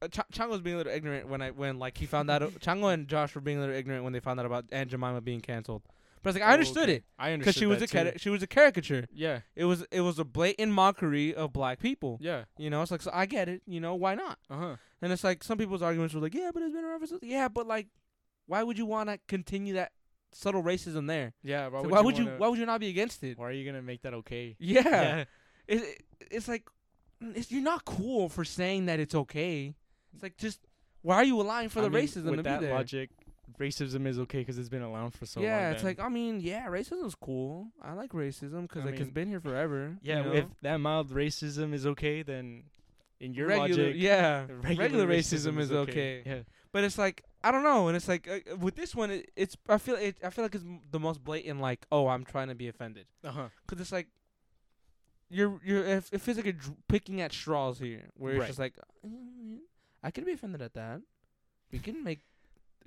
Speaker 1: uh, Ch- Chango's being a little ignorant when I when like he found
Speaker 2: [laughs]
Speaker 1: out Chango and Josh were being a little ignorant when they found out about Aunt Jemima being canceled. But I was like, I understood it
Speaker 2: Oh, I understood
Speaker 1: because she was a
Speaker 2: that too.
Speaker 1: cari- she was a caricature.
Speaker 2: Yeah.
Speaker 1: It was it was a blatant mockery of black people.
Speaker 2: Yeah.
Speaker 1: You know, it's like so I get it. You know, why not?
Speaker 2: Uh huh.
Speaker 1: And it's like some people's arguments were like, yeah, but it's been around for so yeah, but like, why would you want to continue that subtle racism there?
Speaker 2: Yeah. Why
Speaker 1: It's
Speaker 2: would
Speaker 1: like, Why would, you,
Speaker 2: wanna-
Speaker 1: why would you not be against it?
Speaker 2: why are you gonna make that okay?
Speaker 1: yeah it, it it's like mm, it's, you're not cool for saying that it's okay. It's like just why are you allowing for
Speaker 2: I
Speaker 1: the
Speaker 2: mean,
Speaker 1: racism
Speaker 2: with
Speaker 1: to
Speaker 2: that
Speaker 1: be there?
Speaker 2: logic racism is okay because it's been allowed for so long
Speaker 1: yeah, it's
Speaker 2: then.
Speaker 1: like uh, I mean, yeah, racism's cool. I like racism because
Speaker 2: I
Speaker 1: like it's
Speaker 2: mean,
Speaker 1: been here forever.
Speaker 2: yeah
Speaker 1: you know?
Speaker 2: if that mild racism is okay then in your
Speaker 1: regular,
Speaker 2: logic
Speaker 1: yeah,
Speaker 2: [laughs] regular,
Speaker 1: racism, is okay. But it's like I don't know, and it's like uh, with this one, it, it's I feel it, I feel like it's m- the most blatant. Like, oh, I'm trying to be offended
Speaker 2: yeah uh-huh
Speaker 1: because it's like. You're you're if it feels like you're dr- picking at straws here, where it's
Speaker 2: Right.
Speaker 1: just like, "Mm, I could be offended at that. We can make,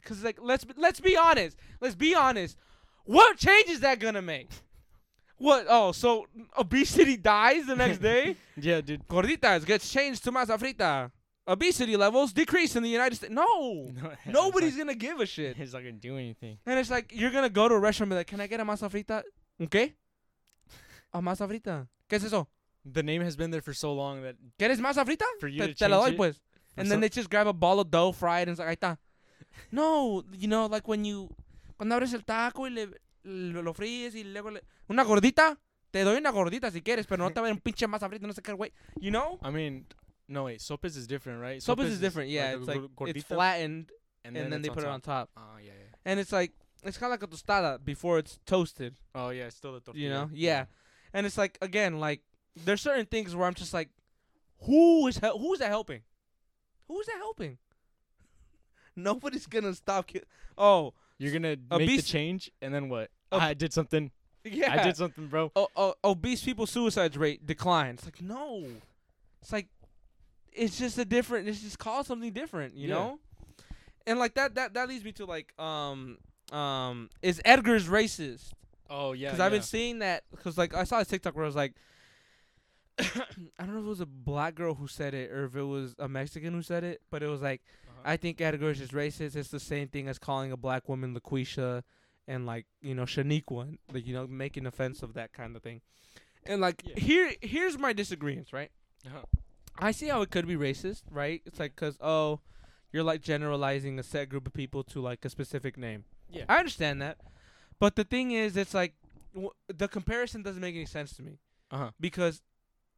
Speaker 1: cause like let's be, let's be honest. Let's be honest. What change is that gonna make? What? Oh, so obesity [laughs] dies the next day. [laughs]
Speaker 2: yeah dude
Speaker 1: Gorditas gets changed to masa frita. Obesity levels decrease in the United States. No, nobody's gonna give a
Speaker 2: [laughs]
Speaker 1: shit.
Speaker 2: it's not gonna do anything
Speaker 1: And it's like you're gonna go to a restaurant and be like, "Can I get a masa frita?" Okay. A masa frita. ¿Qué es eso?
Speaker 2: the name has been there for so long that
Speaker 1: ¿Quieres masa frita?
Speaker 2: for you
Speaker 1: Te,
Speaker 2: to
Speaker 1: te la doy
Speaker 2: change it
Speaker 1: pues.
Speaker 2: for
Speaker 1: And then
Speaker 2: some-
Speaker 1: they just grab a ball of dough, fry it, and it's like, "Ahí está." No, you know, like when you cuando abres el taco y le lo, lo fríes y luego le, una gordita. Te doy una gordita si quieres, pero no te va a dar un pinche masa frita, no sé qué, güey. You know?
Speaker 2: i mean no wait sopes is different right
Speaker 1: Sopas is different, yeah.
Speaker 2: a
Speaker 1: it's like
Speaker 2: gor-
Speaker 1: it's
Speaker 2: gordita,
Speaker 1: flattened, and, then,
Speaker 2: it's
Speaker 1: they
Speaker 2: on
Speaker 1: put it
Speaker 2: top.
Speaker 1: on top,
Speaker 2: oh yeah, yeah
Speaker 1: and it's like it's kind of like a tostada before it's toasted,
Speaker 2: oh yeah it's still the tortilla
Speaker 1: you know? Yeah, and it's like again, like there's certain things where I'm just like, who is hel- who is that helping? Who is that helping? [laughs] Nobody's gonna stop. Ki- oh
Speaker 2: you're gonna make the
Speaker 1: Obese-
Speaker 2: change and then what
Speaker 1: Ob-
Speaker 2: i did something
Speaker 1: yeah,
Speaker 2: i did something bro
Speaker 1: o- o- obese people suicide rate decline. It's like no, it's like it's just a different. It's just called something different, you
Speaker 2: Yeah.
Speaker 1: know. And like that, that that leads me to like um um is Edgar's racist?
Speaker 2: Oh yeah.
Speaker 1: Because I've been seeing that. Because like I saw a TikTok where I was like, [coughs] I don't know if it was a black girl who said it or if it was a Mexican who said it, but it was like,
Speaker 2: Uh-huh.
Speaker 1: I think categories is racist. It's the same thing as calling a black woman Laquisha and like you know Shaniqua, and, like you know making offense of that kind of thing. And like
Speaker 2: Yeah. Uh-huh.
Speaker 1: here, here's my disagreements, right? I see how it could be racist, right? It's like 'cause oh, you're like generalizing a set group of people to like a specific name.
Speaker 2: Yeah.
Speaker 1: I understand that, but the thing is, it's like w- the comparison doesn't make any sense to me
Speaker 2: Uh huh.
Speaker 1: because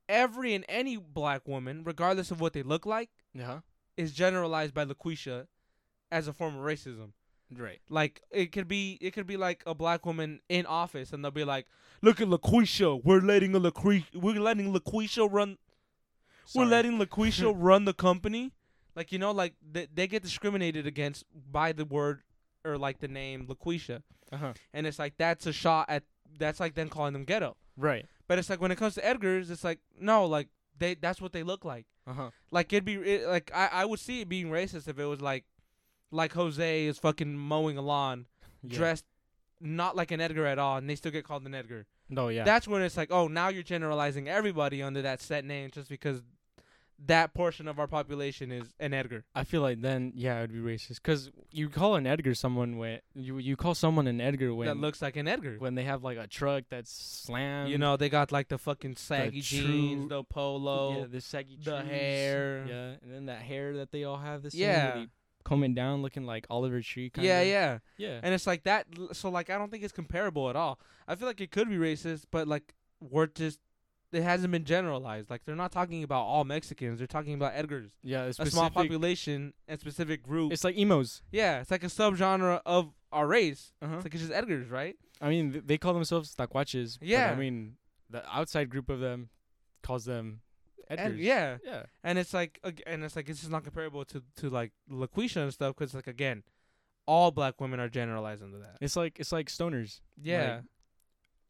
Speaker 1: every and any black woman, regardless of what they look like,
Speaker 2: Uh huh.
Speaker 1: is generalized by LaQuisha as a form of racism.
Speaker 2: Right.
Speaker 1: Like it could be, it could be like a black woman in office, and they'll be like, "Look at LaQuisha. We're letting a LaQuisha. We're letting LaQuisha run.
Speaker 2: Sorry.
Speaker 1: We're letting LaQuisha run the company." Like you know, like they, they get discriminated against by the word or like the name LaQuisha,
Speaker 2: Uh
Speaker 1: [laughs]
Speaker 2: huh.
Speaker 1: and it's like that's a shot at that's like them calling them ghetto.
Speaker 2: Right.
Speaker 1: But it's like when it comes to Edgar's, it's like no, like they that's what they look like.
Speaker 2: Uh huh.
Speaker 1: Like it'd be it, like I I would see it being racist if it was like like Jose is fucking mowing a lawn dressed not like an Edgar at all, and they still get called an Edgar.
Speaker 2: No. Yeah.
Speaker 1: That's when it's like, oh, now you're generalizing everybody under that set name just because that portion of our population is an Edgar.
Speaker 2: I feel like then yeah, it'd be racist because you call an Edgar someone when you you call someone an Edgar when
Speaker 1: that looks like an Edgar.
Speaker 2: when they have like a truck that's slammed.
Speaker 1: you know, they got like the fucking saggy
Speaker 2: true-
Speaker 1: jeans, the
Speaker 2: Yeah,
Speaker 1: polo,
Speaker 2: the saggy
Speaker 1: the
Speaker 2: trees.
Speaker 1: hair. Yeah.
Speaker 2: Yeah, and then that hair that they all have this
Speaker 1: Yeah.
Speaker 2: coming down looking like Oliver Tree kind
Speaker 1: yeah,
Speaker 2: of.
Speaker 1: yeah.
Speaker 2: Yeah.
Speaker 1: [laughs] And it's like that. So like, I don't think it's comparable at all. I feel like it could be racist, but like, we're just it hasn't been generalized. Like, they're not talking about all Mexicans. They're talking about Edgars,
Speaker 2: yeah, it's
Speaker 1: a small population and specific group.
Speaker 2: It's like emos.
Speaker 1: Yeah, it's like a subgenre of our race.
Speaker 2: Uh-huh.
Speaker 1: It's like it's just Edgar's, right?
Speaker 2: I mean, th- they call themselves taquaches. but
Speaker 1: Yeah.
Speaker 2: I mean, the outside group of them calls them
Speaker 1: Ed-
Speaker 2: Edgars.
Speaker 1: yeah,
Speaker 2: Yeah.
Speaker 1: and it's like ag- and it's like it's just not comparable to to like LaQuisha and stuff because like again, all black women are generalized under that.
Speaker 2: It's like it's like stoners. [laughs]
Speaker 1: Yeah,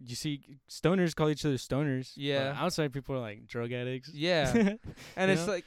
Speaker 2: You see, stoners call each other stoners. but
Speaker 1: Yeah.
Speaker 2: outside people are like drug addicts. [laughs]
Speaker 1: yeah, and
Speaker 2: You
Speaker 1: it's
Speaker 2: know?
Speaker 1: like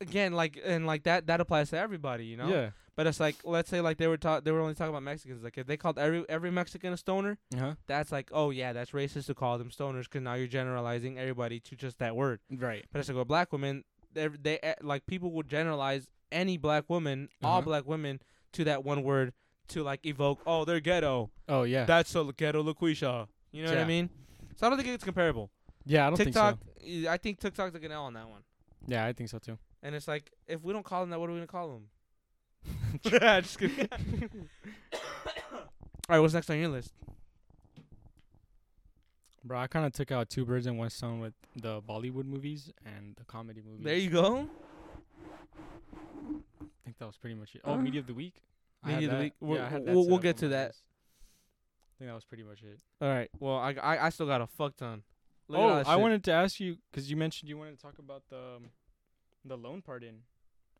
Speaker 1: again like and like that that applies to everybody, you know.
Speaker 2: Yeah.
Speaker 1: But it's like let's say like they were ta- they were only talking about Mexicans. Like if they called every every Mexican a stoner,
Speaker 2: Uh-huh.
Speaker 1: that's like oh yeah, that's racist to call them stoners because now you're generalizing everybody to just that word.
Speaker 2: Right.
Speaker 1: But it's like with black women, they they eh, like people will generalize any black woman, all
Speaker 2: Uh-huh.
Speaker 1: black women, to that one word to like evoke. Oh, they're ghetto.
Speaker 2: Oh yeah.
Speaker 1: That's a ghetto LaQuisha. You know what
Speaker 2: Yeah.
Speaker 1: I mean? So I don't think it's comparable.
Speaker 2: yeah, I don't
Speaker 1: TikTok,
Speaker 2: think
Speaker 1: eh, I think TikTok took an L on that one.
Speaker 2: so. Yeah, I think so too.
Speaker 1: And it's like if we don't call them that, what are we gonna call
Speaker 2: [laughs]
Speaker 1: them? [laughs] Just kidding. all right, what's next on your list?
Speaker 2: Bro, I kind of took out two birds and one stone with the Bollywood movies and the comedy movies.
Speaker 1: There you go.
Speaker 2: I think that was pretty much it. Oh,
Speaker 1: Huh?
Speaker 2: media of the week. I had
Speaker 1: Media of the
Speaker 2: that-
Speaker 1: week.
Speaker 2: yeah,
Speaker 1: We'll-
Speaker 2: I had that
Speaker 1: we'll-
Speaker 2: set
Speaker 1: we'll
Speaker 2: up
Speaker 1: get
Speaker 2: on
Speaker 1: to
Speaker 2: my
Speaker 1: that.
Speaker 2: list. I think that was pretty much it.
Speaker 1: All right. Well, I I, I still got a fuck ton. Look at all
Speaker 2: oh,
Speaker 1: that
Speaker 2: I
Speaker 1: shit.
Speaker 2: wanted to ask you because you mentioned you wanted to talk about the um, the loan part in,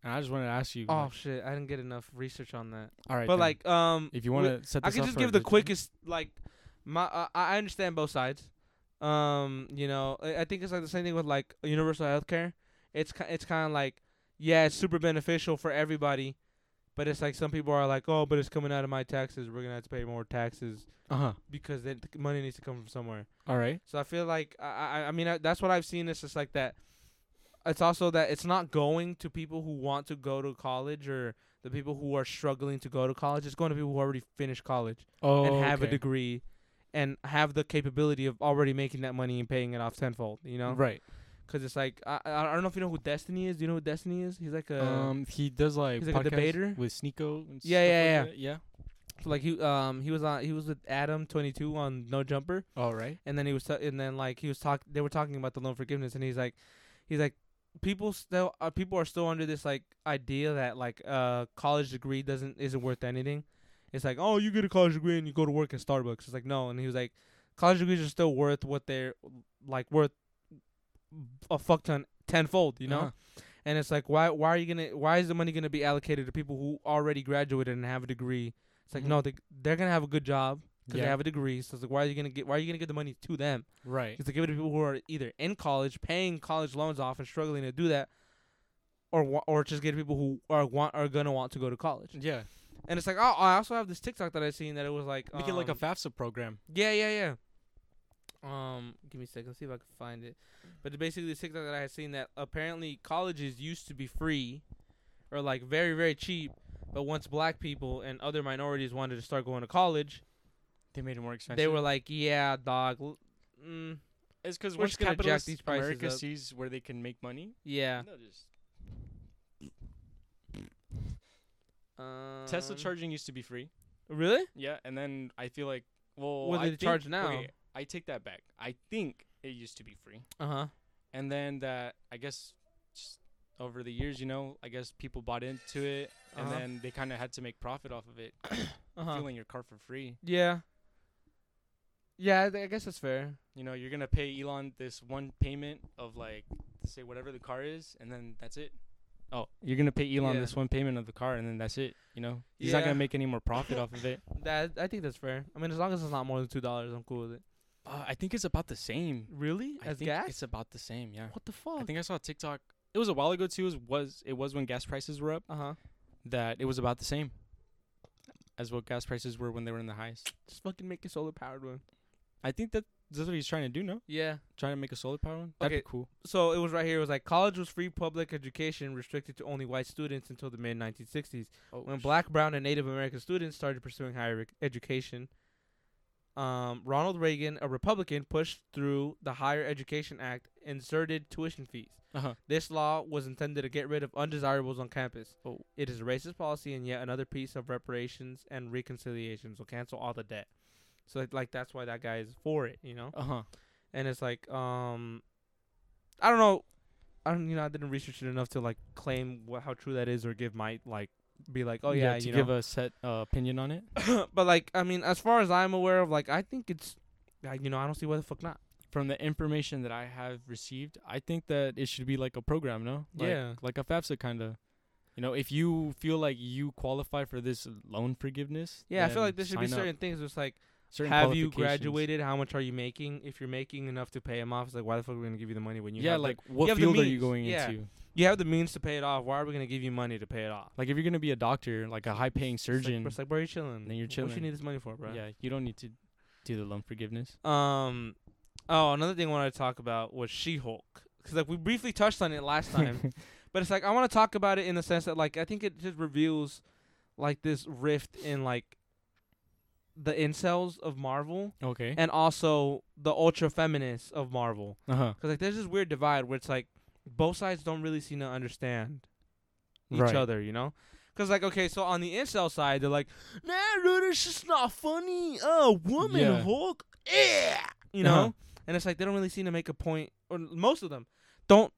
Speaker 2: and I just wanted to ask you.
Speaker 1: Oh
Speaker 2: like-
Speaker 1: shit! I didn't get enough research on that.
Speaker 2: all right.
Speaker 1: But
Speaker 2: then,
Speaker 1: like, um,
Speaker 2: if you
Speaker 1: wi-
Speaker 2: want to set,
Speaker 1: I
Speaker 2: this
Speaker 1: could
Speaker 2: up
Speaker 1: just
Speaker 2: for
Speaker 1: give the
Speaker 2: Richard.
Speaker 1: quickest like my uh, I I understand both sides. Um, you know, I I think it's like the same thing with like universal healthcare. It's ki- it's kind of like yeah, it's super beneficial for everybody, but it's like some people are like, "Oh, but it's coming out of my taxes. We're going to have to pay more taxes
Speaker 2: Uh-huh.
Speaker 1: because then the money needs to come from somewhere."
Speaker 2: All right.
Speaker 1: So I feel like I I, I mean I, that's what I've seen. It's just like that. It's also that it's not going to people who want to go to college or the people who are struggling to go to college. It's going to people who already finished college
Speaker 2: Oh,
Speaker 1: and have a
Speaker 2: okay.
Speaker 1: degree and have the capability of already making that money and paying it off tenfold. You know,
Speaker 2: Right.
Speaker 1: because it's like I I I don't know if you know who Destiny is. Do you know who Destiny is? He's like a
Speaker 2: um, he does like
Speaker 1: Uh, he's like a
Speaker 2: podcasts
Speaker 1: debater?
Speaker 2: with Sneeko. And
Speaker 1: Yeah, yeah,
Speaker 2: stuff yeah.
Speaker 1: like he um he was on he was with Adam twenty two on No Jumper.
Speaker 2: Yeah. All right.
Speaker 1: and then he was t- and then like he was talk they were talking about the loan forgiveness and he's like he's like people still uh, people are still under this like idea that like uh college degree doesn't isn't worth anything it's like oh you get a college degree and you go to work at starbucks it's like no and he was like college degrees are still worth what they're like worth a fuck ton tenfold you know
Speaker 2: Uh-huh.
Speaker 1: and it's like why why are you gonna why is the money gonna be allocated to people who already graduated and have a degree it's like
Speaker 2: Mhm.
Speaker 1: no they, they're gonna have a good job because
Speaker 2: Yeah.
Speaker 1: they have a degree. So it's like, why are you gonna get? Why are you gonna give the money to them?
Speaker 2: right.
Speaker 1: It's to give it to people who are either in college, paying college loans off, and struggling
Speaker 2: Mm.
Speaker 1: to do that, or wa- or just get people who are want are gonna want to go to college.
Speaker 2: Yeah.
Speaker 1: And it's like, oh, I also have this TikTok that I seen that it was like,
Speaker 2: Make it like a
Speaker 1: um,
Speaker 2: FAFSA program.
Speaker 1: yeah, yeah, yeah. Um, give me a second, see if I can find it. But it's basically, the TikTok that I had seen that apparently colleges used to be free, or like very, very cheap. But once black people and other minorities wanted to start going to college,
Speaker 2: They made it more expensive.
Speaker 1: they were like, "Yeah, dog, l- mm,
Speaker 2: it's because
Speaker 1: we're
Speaker 2: once
Speaker 1: just gonna jack
Speaker 2: capitalist
Speaker 1: these prices
Speaker 2: America
Speaker 1: up.
Speaker 2: sees where they can make money,
Speaker 1: yeah."
Speaker 2: they'll just
Speaker 1: Um,
Speaker 2: Tesla charging used to be free.
Speaker 1: Really?
Speaker 2: Yeah, and then I feel like well,
Speaker 1: What do
Speaker 2: I
Speaker 1: they
Speaker 2: think-
Speaker 1: charge now?
Speaker 2: okay, I take that back. I think it used to be free,
Speaker 1: Uh huh.
Speaker 2: and then that I guess just over the years, you know, I guess people bought into it, and
Speaker 1: Uh-huh.
Speaker 2: then they kind of had to make profit off of it,
Speaker 1: Uh huh.
Speaker 2: fueling your car for free.
Speaker 1: Yeah. Yeah, I, th- I guess that's fair.
Speaker 2: You know, you're gonna pay Elon this one payment of like say whatever the car is, and then that's it. Oh, you're gonna pay Elon
Speaker 1: Yeah.
Speaker 2: this one payment of the car, and then that's it. You know, he's not
Speaker 1: Yeah.
Speaker 2: gonna make any more profit off of it.
Speaker 1: That I think that's fair. I mean, as long as it's not more than two dollars, I'm cool with it.
Speaker 2: [laughs] Uh, I think it's about the same.
Speaker 1: Really?
Speaker 2: I
Speaker 1: As
Speaker 2: think
Speaker 1: gas?
Speaker 2: it's about the same. Yeah.
Speaker 1: what the fuck?
Speaker 2: I think I saw a TikTok. It was a while ago too. It was, was it was when gas prices were up
Speaker 1: uh huh.
Speaker 2: that it was about the same as what gas prices were when they were in the highest.
Speaker 1: Just fucking make a solar powered one.
Speaker 2: I think that that's what he's trying to do. No,
Speaker 1: Yeah.
Speaker 2: trying to make a solar power one. That'd
Speaker 1: Okay.
Speaker 2: be cool.
Speaker 1: So it was right here. It was like college was free public education restricted to only white students until the mid 1960s.
Speaker 2: Oh,
Speaker 1: when black, brown, and Native American students started pursuing higher ec- education. Um, Ronald Reagan, a Republican, pushed through the Higher Education Act, inserted tuition fees.
Speaker 2: Uh-huh.
Speaker 1: This law was intended to get rid of undesirables on campus.
Speaker 2: Oh.
Speaker 1: It is a racist policy and yet another piece of reparations and reconciliation. So cancel all the debt. So like- like that's why that guy is for it, you know.
Speaker 2: Uh huh.
Speaker 1: And it's like um, I don't know, I don't you know I didn't research it enough to like claim wha how true that is or give my like be like oh yeah,
Speaker 2: To
Speaker 1: you know.
Speaker 2: give a set uh, opinion on it.
Speaker 1: but like I mean, as far as I'm aware of, like I think it's, like, you know, I don't see why the fuck not.
Speaker 2: From the information that I have received, I think that it should be like a program. No. Like,
Speaker 1: Yeah.
Speaker 2: Like a FAFSA kind of. You know, if you feel like you qualify for this loan forgiveness,
Speaker 1: Yeah, I feel
Speaker 2: then
Speaker 1: like there should be
Speaker 2: sign up.
Speaker 1: certain things. It's like,
Speaker 2: Certain
Speaker 1: have you
Speaker 2: qualifications.
Speaker 1: graduated? How much are you making? If you're making enough to pay him off, it's like, why the fuck are we gonna give you the money when you
Speaker 2: yeah,
Speaker 1: have
Speaker 2: like
Speaker 1: the,
Speaker 2: what
Speaker 1: have the
Speaker 2: field are you
Speaker 1: means.
Speaker 2: going
Speaker 1: Yeah.
Speaker 2: into?
Speaker 1: you have the means to pay it off? Why are we gonna give you money to pay it off?
Speaker 2: Like if you're gonna be a doctor, like a high paying
Speaker 1: It's like-
Speaker 2: surgeon,
Speaker 1: It's like, bro, you're chilling.
Speaker 2: Then you're
Speaker 1: What you
Speaker 2: chilling.
Speaker 1: need this money for, bro?
Speaker 2: yeah, you don't need to do the loan forgiveness.
Speaker 1: Um. Oh, another thing I wanted to talk about was She-Hulk, because like we briefly touched on it last time. But it's like I want to talk about it in the sense that like I think it just reveals like this rift in like the incels of Marvel
Speaker 2: okay.
Speaker 1: and also the ultra feminists of Marvel.
Speaker 2: Uh huh.
Speaker 1: Cuz like there's this weird divide where it's like both sides don't really seem to understand each
Speaker 2: Right.
Speaker 1: other, you know? Cuz like okay, so on the incel side they're like, "Nah, dude, it's just not funny. Oh, woman
Speaker 2: Yeah.
Speaker 1: Hulk." Yeah. You know?
Speaker 2: Uh-huh.
Speaker 1: And it's like they don't really seem to make a point or most of them don't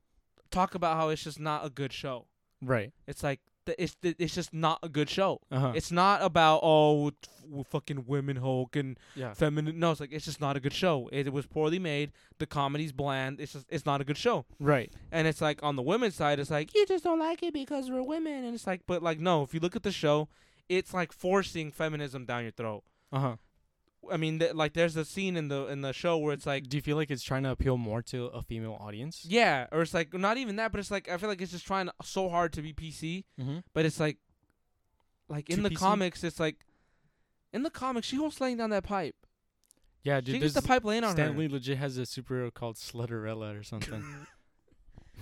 Speaker 1: talk about how it's just not a good show.
Speaker 2: Right.
Speaker 1: It's like th- it's th- it's just not a good show.
Speaker 2: Uh huh.
Speaker 1: It's not about oh t- w- fucking women Hulk and
Speaker 2: Yeah.
Speaker 1: feminine. No, it's like it's just not a good show. It, it was poorly made. The comedy's bland. It's just it's not a good show.
Speaker 2: Right.
Speaker 1: And it's like on the women's side, it's like you just don't like it because we're women. And it's like but like no, if you look at the show, it's like forcing feminism down your throat.
Speaker 2: Uh huh.
Speaker 1: I mean, th- like there's a scene in the in the show where it's like
Speaker 2: Like, do you feel like it's trying to appeal more to a female audience?
Speaker 1: yeah, or it's like not even that, but it's like I feel like it's just trying so hard to be PC.
Speaker 2: Mm-hmm.
Speaker 1: But it's like, like in
Speaker 2: Two
Speaker 1: the
Speaker 2: PC?
Speaker 1: comics, it's like, in the comics, she holds laying down that pipe.
Speaker 2: Yeah, dude.
Speaker 1: she gets the
Speaker 2: there's-
Speaker 1: pipe laying on [laughs]
Speaker 2: Stan Lee legit has a superhero called Slutterella or something.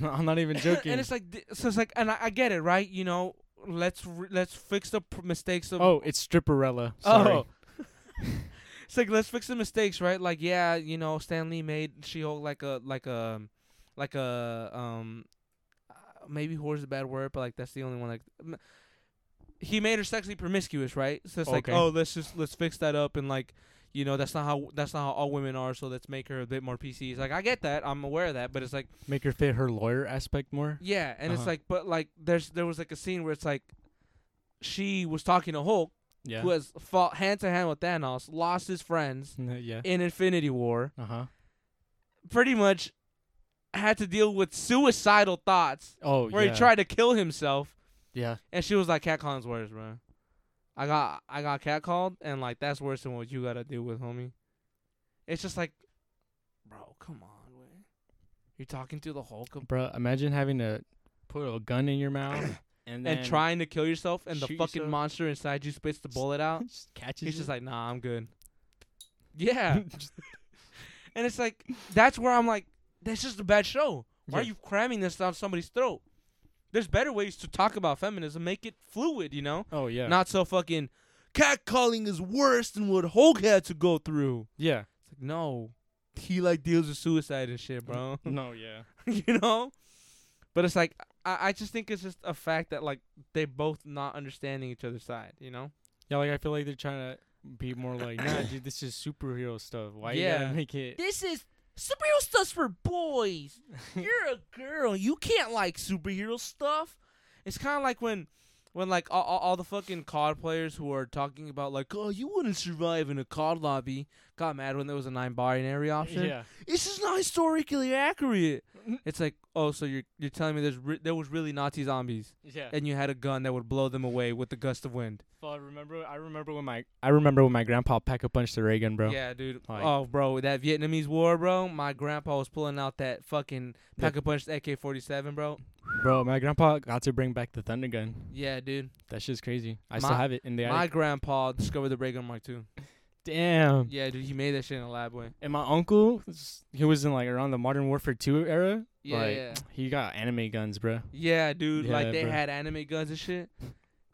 Speaker 2: [laughs] I'm not [laughs] even
Speaker 1: her.
Speaker 2: joking.
Speaker 1: and it's like, th- so it's like, and I, I get it, right? You know, let's re- let's fix the pr- mistakes of.
Speaker 2: oh, it's Stripperella. Sorry.
Speaker 1: Oh. [laughs] it's like let's fix the mistakes, right? Like yeah, you know, Stan Lee made She Hulk like a like a like a um uh, maybe whore is a bad word, but like that's the only one like. m- He made her sexually promiscuous, right? So it's like,
Speaker 2: Okay.
Speaker 1: oh, let's just let's fix that up and like, you know, that's not how that's not how all women are. So let's make her a bit more PC. It's like I get that, I'm aware of that, but it's like,
Speaker 2: Make her fit her lawyer aspect more.
Speaker 1: yeah, and it's
Speaker 2: Uh-huh.
Speaker 1: like, but like, there's there was like a scene where it's like, she was talking to Hulk,
Speaker 2: Yeah.
Speaker 1: who has fought hand to hand with Thanos, lost his friends
Speaker 2: yeah.
Speaker 1: in Infinity War,
Speaker 2: Uh huh.
Speaker 1: pretty much had to deal with suicidal thoughts
Speaker 2: Oh
Speaker 1: where
Speaker 2: yeah.
Speaker 1: he tried to kill himself,
Speaker 2: Yeah.
Speaker 1: and she was like, "Cat Collins worse, bro. I got I got cat called, and like that's worse than what you gotta deal with, homie. It's just like, bro, come on, man. You're talking to the Hulk. ab-
Speaker 2: [coughs] Bruh, imagine having to put a gun in your mouth and then
Speaker 1: and trying to kill yourself, and the
Speaker 2: shoot
Speaker 1: fucking
Speaker 2: yourself.
Speaker 1: monster inside you spits the bullet out.
Speaker 2: [laughs] just catches.
Speaker 1: He's just
Speaker 2: you.
Speaker 1: like, nah, I'm
Speaker 2: [laughs]
Speaker 1: good. Yeah. and it's like, that's where I'm like, this is a bad show. Why are
Speaker 2: Yeah.
Speaker 1: you cramming this down somebody's throat? There's better ways to talk about feminism, make it fluid, you know?
Speaker 2: oh yeah,
Speaker 1: Not so fucking catcalling is worse than what Hulk had to go through.
Speaker 2: [laughs] yeah,
Speaker 1: It's like, no. He like deals with suicide and shit, bro. [laughs]
Speaker 2: no, yeah,
Speaker 1: you know? But it's like I, I just think it's just a fact that like they both not understanding each other's side, you know?
Speaker 2: yeah. Like I feel like they're trying to be more like, [coughs] nah, dude, this is superhero stuff. Why you
Speaker 1: Yeah.
Speaker 2: gotta make it?
Speaker 1: This is superhero stuff's for
Speaker 2: [laughs]
Speaker 1: boys. You're a girl. You can't like superhero stuff. It's kind of like when, when like all, all, all the fucking COD players who are talking about like, oh, you wouldn't survive in a COD lobby. Got mad when there was a non-binary option.
Speaker 2: Yeah,
Speaker 1: This is not historically accurate. It's like, oh, so you're you're telling me there's re- there was really Nazi zombies
Speaker 2: yeah.
Speaker 1: and you had a gun that would blow them away with a gust of wind.
Speaker 2: Well, I remember. I remember when my I remember when my grandpa pack a punch the ray gun, bro.
Speaker 1: Yeah, dude.
Speaker 2: Like-
Speaker 1: oh, bro, that Vietnamese war, bro. My grandpa was pulling out that fucking
Speaker 2: The-
Speaker 1: pack a punch AK forty seven, bro.
Speaker 2: Bro, my grandpa got to bring back the thunder gun.
Speaker 1: Yeah, dude.
Speaker 2: That shit's crazy. I
Speaker 1: My-
Speaker 2: still have it in the.
Speaker 1: My
Speaker 2: attic.
Speaker 1: grandpa discovered the ray gun mark two.
Speaker 2: Damn.
Speaker 1: Yeah, dude. He made that shit in a lab way.
Speaker 2: And my uncle, s- he was in like around the Modern Warfare 2 era.
Speaker 1: Yeah,
Speaker 2: like,
Speaker 1: yeah.
Speaker 2: He got anime guns, [laughs] bro.
Speaker 1: Yeah, dude. like
Speaker 2: Yeah,
Speaker 1: they
Speaker 2: bro.
Speaker 1: had anime guns and shit.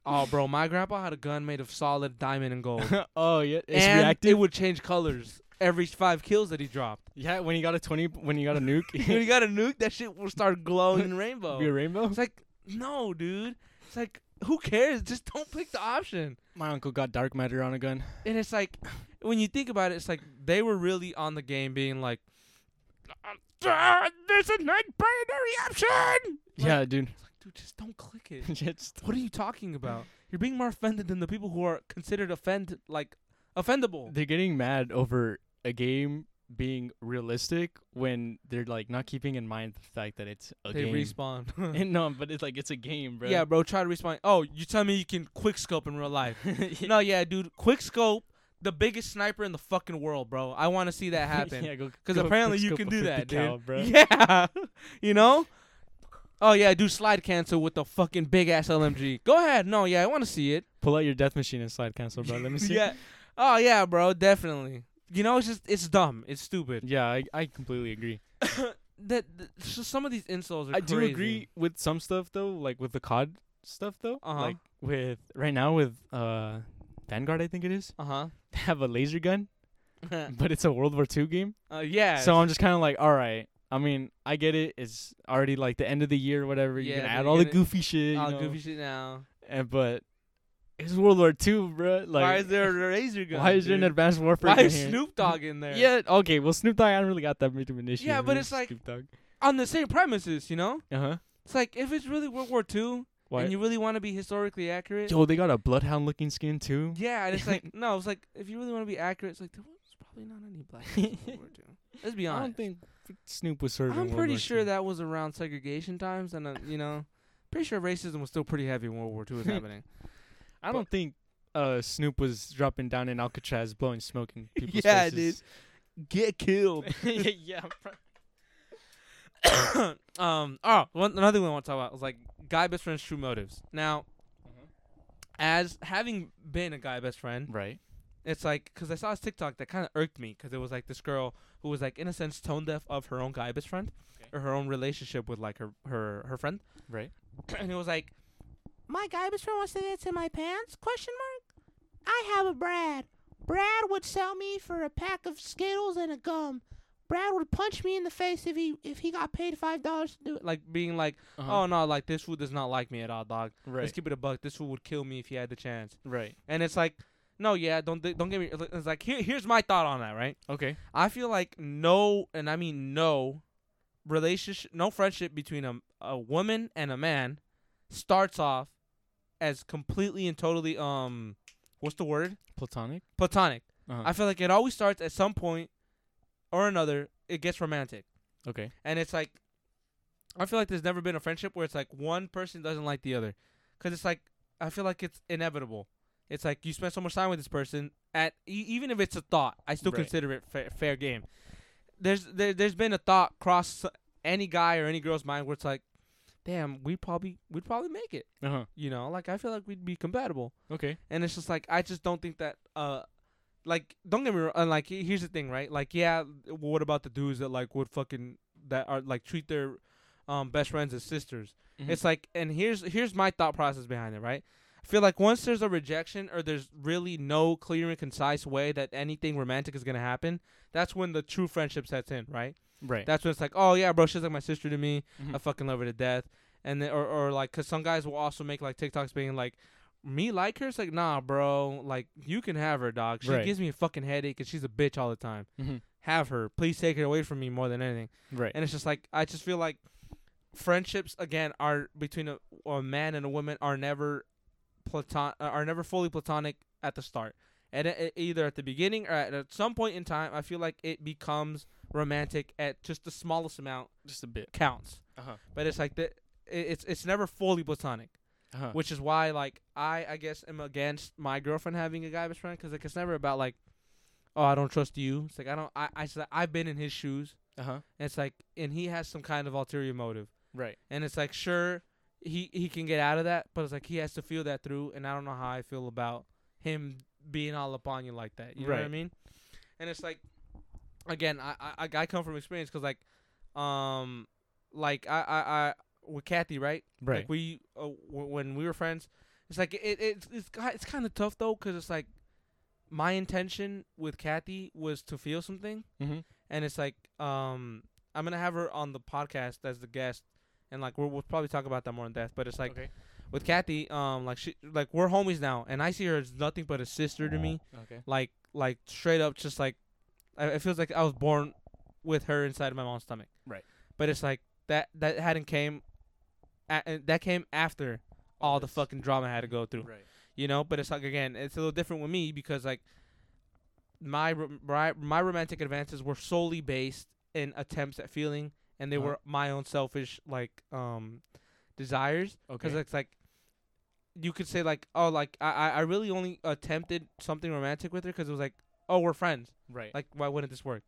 Speaker 1: Oh, bro, my grandpa had a gun made of solid diamond and gold,
Speaker 2: oh yeah, [laughs] it's
Speaker 1: and
Speaker 2: reactive.
Speaker 1: it would change colors every five kills that he
Speaker 2: [laughs]
Speaker 1: dropped.
Speaker 2: yeah, when he got a 20, when he got a nuke, [laughs]
Speaker 1: when [laughs] he
Speaker 2: it'd
Speaker 1: got a nuke, that shit will start glowing rainbow.
Speaker 2: [laughs] be a rainbow.
Speaker 1: It's like, no, dude. It's like, who cares? Just don't pick the option.
Speaker 2: My uncle got dark matter on
Speaker 1: [laughs]
Speaker 2: a gun.
Speaker 1: And it's like, [sighs] when you think about it, it's like they were really on the game being like, "Ah, there's a non binary option. Like,
Speaker 2: yeah, dude. [laughs]
Speaker 1: It's like, dude, just don't click it.
Speaker 2: Just
Speaker 1: what are you talking about? You're being more offended than the people who are considered offend, like, offendable.
Speaker 2: they're getting mad over a game being realistic when they're like not keeping in mind the fact that it's a
Speaker 1: they
Speaker 2: game.
Speaker 1: respawn.
Speaker 2: [laughs]
Speaker 1: [laughs]
Speaker 2: And no, but it's like it's a game, bro. [laughs]
Speaker 1: yeah, bro, try to respawn. Oh, you tell me you can quick scope in real life.
Speaker 2: no,
Speaker 1: No, yeah, dude. Quick scope, the biggest sniper in the fucking world, bro. I want to see that happen.
Speaker 2: [laughs] yeah, go
Speaker 1: Because
Speaker 2: go
Speaker 1: apparently
Speaker 2: quick
Speaker 1: you can
Speaker 2: scope a
Speaker 1: do
Speaker 2: 50
Speaker 1: that, dude.
Speaker 2: cal,
Speaker 1: [laughs]
Speaker 2: bro.
Speaker 1: Yeah. you know? Oh, yeah, do slide cancel with the fucking big ass LMG. Go ahead. No, yeah, I want to see it.
Speaker 2: Pull out your death machine and slide cancel, [laughs] bro.
Speaker 1: [laughs]
Speaker 2: Let me see.
Speaker 1: yeah. Oh, yeah, bro, definitely. You know, it's just, it's dumb. It's
Speaker 2: [laughs]
Speaker 1: stupid.
Speaker 2: Yeah, I, I completely agree.
Speaker 1: That, that so some of these insults are
Speaker 2: I do
Speaker 1: crazy.
Speaker 2: agree with some stuff though, like with the COD stuff though.
Speaker 1: Uh-huh.
Speaker 2: Like with right now with uh Vanguard, I think it is. [laughs]
Speaker 1: [laughs] Uh
Speaker 2: They have a laser gun,
Speaker 1: huh.
Speaker 2: but it's a World War II game.
Speaker 1: uh, yeah.
Speaker 2: So I'm just kind of like, all right. I mean, I get it. It's already like the end of the year, or whatever. you
Speaker 1: Yeah,
Speaker 2: can
Speaker 1: but
Speaker 2: add
Speaker 1: you
Speaker 2: all the
Speaker 1: get it-
Speaker 2: goofy shit.
Speaker 1: all
Speaker 2: you know?
Speaker 1: goofy shit now.
Speaker 2: And, but it's World War II, bro. Like,
Speaker 1: why is
Speaker 2: [laughs]
Speaker 1: there a razor gun?
Speaker 2: why is there an
Speaker 1: dude? [laughs]
Speaker 2: Advanced Warfare?
Speaker 1: Why
Speaker 2: gun
Speaker 1: is
Speaker 2: here?
Speaker 1: Snoop Dogg in there?
Speaker 2: Yeah. Okay. Well, Snoop Dogg, I don't really got that much of an issue.
Speaker 1: Yeah, but
Speaker 2: with
Speaker 1: it's like-
Speaker 2: Snoop Dogg.
Speaker 1: On the same premises, you know.
Speaker 2: Uh huh.
Speaker 1: It's like if it's really World War II
Speaker 2: Why?
Speaker 1: and you really want to be historically accurate.
Speaker 2: Yo, they got a bloodhound looking skin too.
Speaker 1: Yeah, and it's like
Speaker 2: [laughs]
Speaker 1: no, it's like if you really want to be accurate, it's like there was probably not any black people in
Speaker 2: [laughs]
Speaker 1: World War II. Let's be
Speaker 2: I
Speaker 1: honest.
Speaker 2: don't think Snoop was serving.
Speaker 1: I'm
Speaker 2: World
Speaker 1: pretty
Speaker 2: War
Speaker 1: sure
Speaker 2: II.
Speaker 1: that was around segregation times, and uh, you know, pretty sure racism was still pretty heavy when World War II
Speaker 2: [laughs]
Speaker 1: was happening.
Speaker 2: I don't think uh Snoop was dropping down in Alcatraz blowing smoke
Speaker 1: [laughs]
Speaker 2: in people's
Speaker 1: Yeah,
Speaker 2: faces.
Speaker 1: Get killed.
Speaker 2: [laughs] Yeah, yeah. bro.
Speaker 1: [laughs] um. Oh, one, another thing I want to talk about was like guy best friend's true motives. Now,
Speaker 2: Mm-hmm.
Speaker 1: as having been a guy best friend,
Speaker 2: Right.
Speaker 1: it's like because I saw this TikTok that kind of irked me because it was like this girl who was like in a sense tone deaf of her own guy best friend
Speaker 2: Okay.
Speaker 1: or her own relationship with like her her her friend,
Speaker 2: Right.
Speaker 1: [clears throat] and it was like my guy best friend wants to get to my pants question mark. I have a Brad. Brad would sell me for a pack of Skittles and a gum. Brad would punch me in the face if he if he got paid five dollars to do it. Like being like, oh no, like this fool does not like me at all, dog. Let's
Speaker 2: Uh-huh. Right.
Speaker 1: keep it a buck. This fool would kill me if he had the chance.
Speaker 2: Right.
Speaker 1: And it's like, no, yeah, don't th- don't get me. It's like here, here's my thought on that, right?
Speaker 2: Okay.
Speaker 1: I feel like no, and I mean no, relationship, no friendship between a a woman and a man starts off as completely and totally um, what's the word?
Speaker 2: Platonic.
Speaker 1: Platonic.
Speaker 2: Uh-huh.
Speaker 1: I feel like it always starts at some point or another. It gets romantic,
Speaker 2: okay.
Speaker 1: and it's like, I feel like there's never been a friendship where it's like one person doesn't like the other, because it's like I feel like it's inevitable. It's like you spend so much time with this person. At e- even if it's a thought, I still
Speaker 2: Right.
Speaker 1: consider it fair, fair game. There's there, there's been a thought cross any guy or any girl's mind where it's like, damn, we probably we'd probably make it.
Speaker 2: Uh huh.
Speaker 1: You know, like I feel like we'd be compatible.
Speaker 2: Okay.
Speaker 1: And it's just like I just don't think that uh like don't get me wrong and like he- here's the thing, right? Like yeah, what about the dudes that like would fucking that are like treat their um best friends as sisters? It's like and here's here's my thought process behind it, right? I feel like once there's a rejection or there's really no clear and concise way that anything romantic is going to happen, that's when the true friendship sets in, right?
Speaker 2: right.
Speaker 1: That's when it's like, "Oh yeah, bro, she's like my sister to me.
Speaker 2: Mhm.
Speaker 1: I fucking love her to death. And then, or, or like, cause some guys will also make like TikToks being like, me like her? It's like, nah, bro. Like, you can have her, dog. She
Speaker 2: Right.
Speaker 1: gives me a fucking headache and she's a bitch all the time.
Speaker 2: Mhm.
Speaker 1: Have her. Please take her away from me more than anything.
Speaker 2: Right.
Speaker 1: And it's just like, I just feel like friendships, again, are between a, a man and a woman are never platon uh, are never fully platonic at the start. And it, it- either at the beginning or at, at some point in time, I feel like it becomes romantic at just the smallest amount
Speaker 2: just a bit.
Speaker 1: counts
Speaker 2: Uh huh.
Speaker 1: but it's like the it- it's it's never fully platonic,
Speaker 2: Uh-huh.
Speaker 1: which is why like I I guess am against my girlfriend having a guy best friend because like it's never about like, oh I don't trust you. It's like I don't I I it's like, I've been in his shoes.
Speaker 2: Uh huh.
Speaker 1: And it's like and he has some kind of ulterior motive,
Speaker 2: Right.
Speaker 1: and it's like sure he he can get out of that, but it's like he has to feel that through, and I don't know how I feel about him being all up on you like that. You know what I
Speaker 2: Right.
Speaker 1: mean? And it's like again I I I- I come from experience because like um like I I I with Kathy right
Speaker 2: Right.
Speaker 1: like we uh, w- when we were friends, it's like it, it it's ki- it's kind of tough though because it's like my intention with Kathy was to feel something,
Speaker 2: Mhm.
Speaker 1: and it's like um I'm gonna have her on the podcast as the guest, and like we'll, we'll probably talk about that more in depth. But it's like
Speaker 2: okay.
Speaker 1: with Kathy, um like she like we're homies now, and I see her as nothing but a sister to me,
Speaker 2: Oh, Okay.
Speaker 1: like like straight up just like I, it feels like I was born with her inside of my mom's stomach.
Speaker 2: Right.
Speaker 1: But it's like that that hadn't came a- and that came after all the
Speaker 2: this.
Speaker 1: fucking drama I had to go through.
Speaker 2: Right.
Speaker 1: You know, but it's like again, it's a little different with me because like my ro- my, my romantic advances were solely based in attempts at feeling and they
Speaker 2: Uh-huh.
Speaker 1: were my own selfish like um desires
Speaker 2: Okay.
Speaker 1: because it's like you could say like oh like I I- I really only attempted something romantic with her because it was like oh we're friends
Speaker 2: right.
Speaker 1: like why wouldn't this work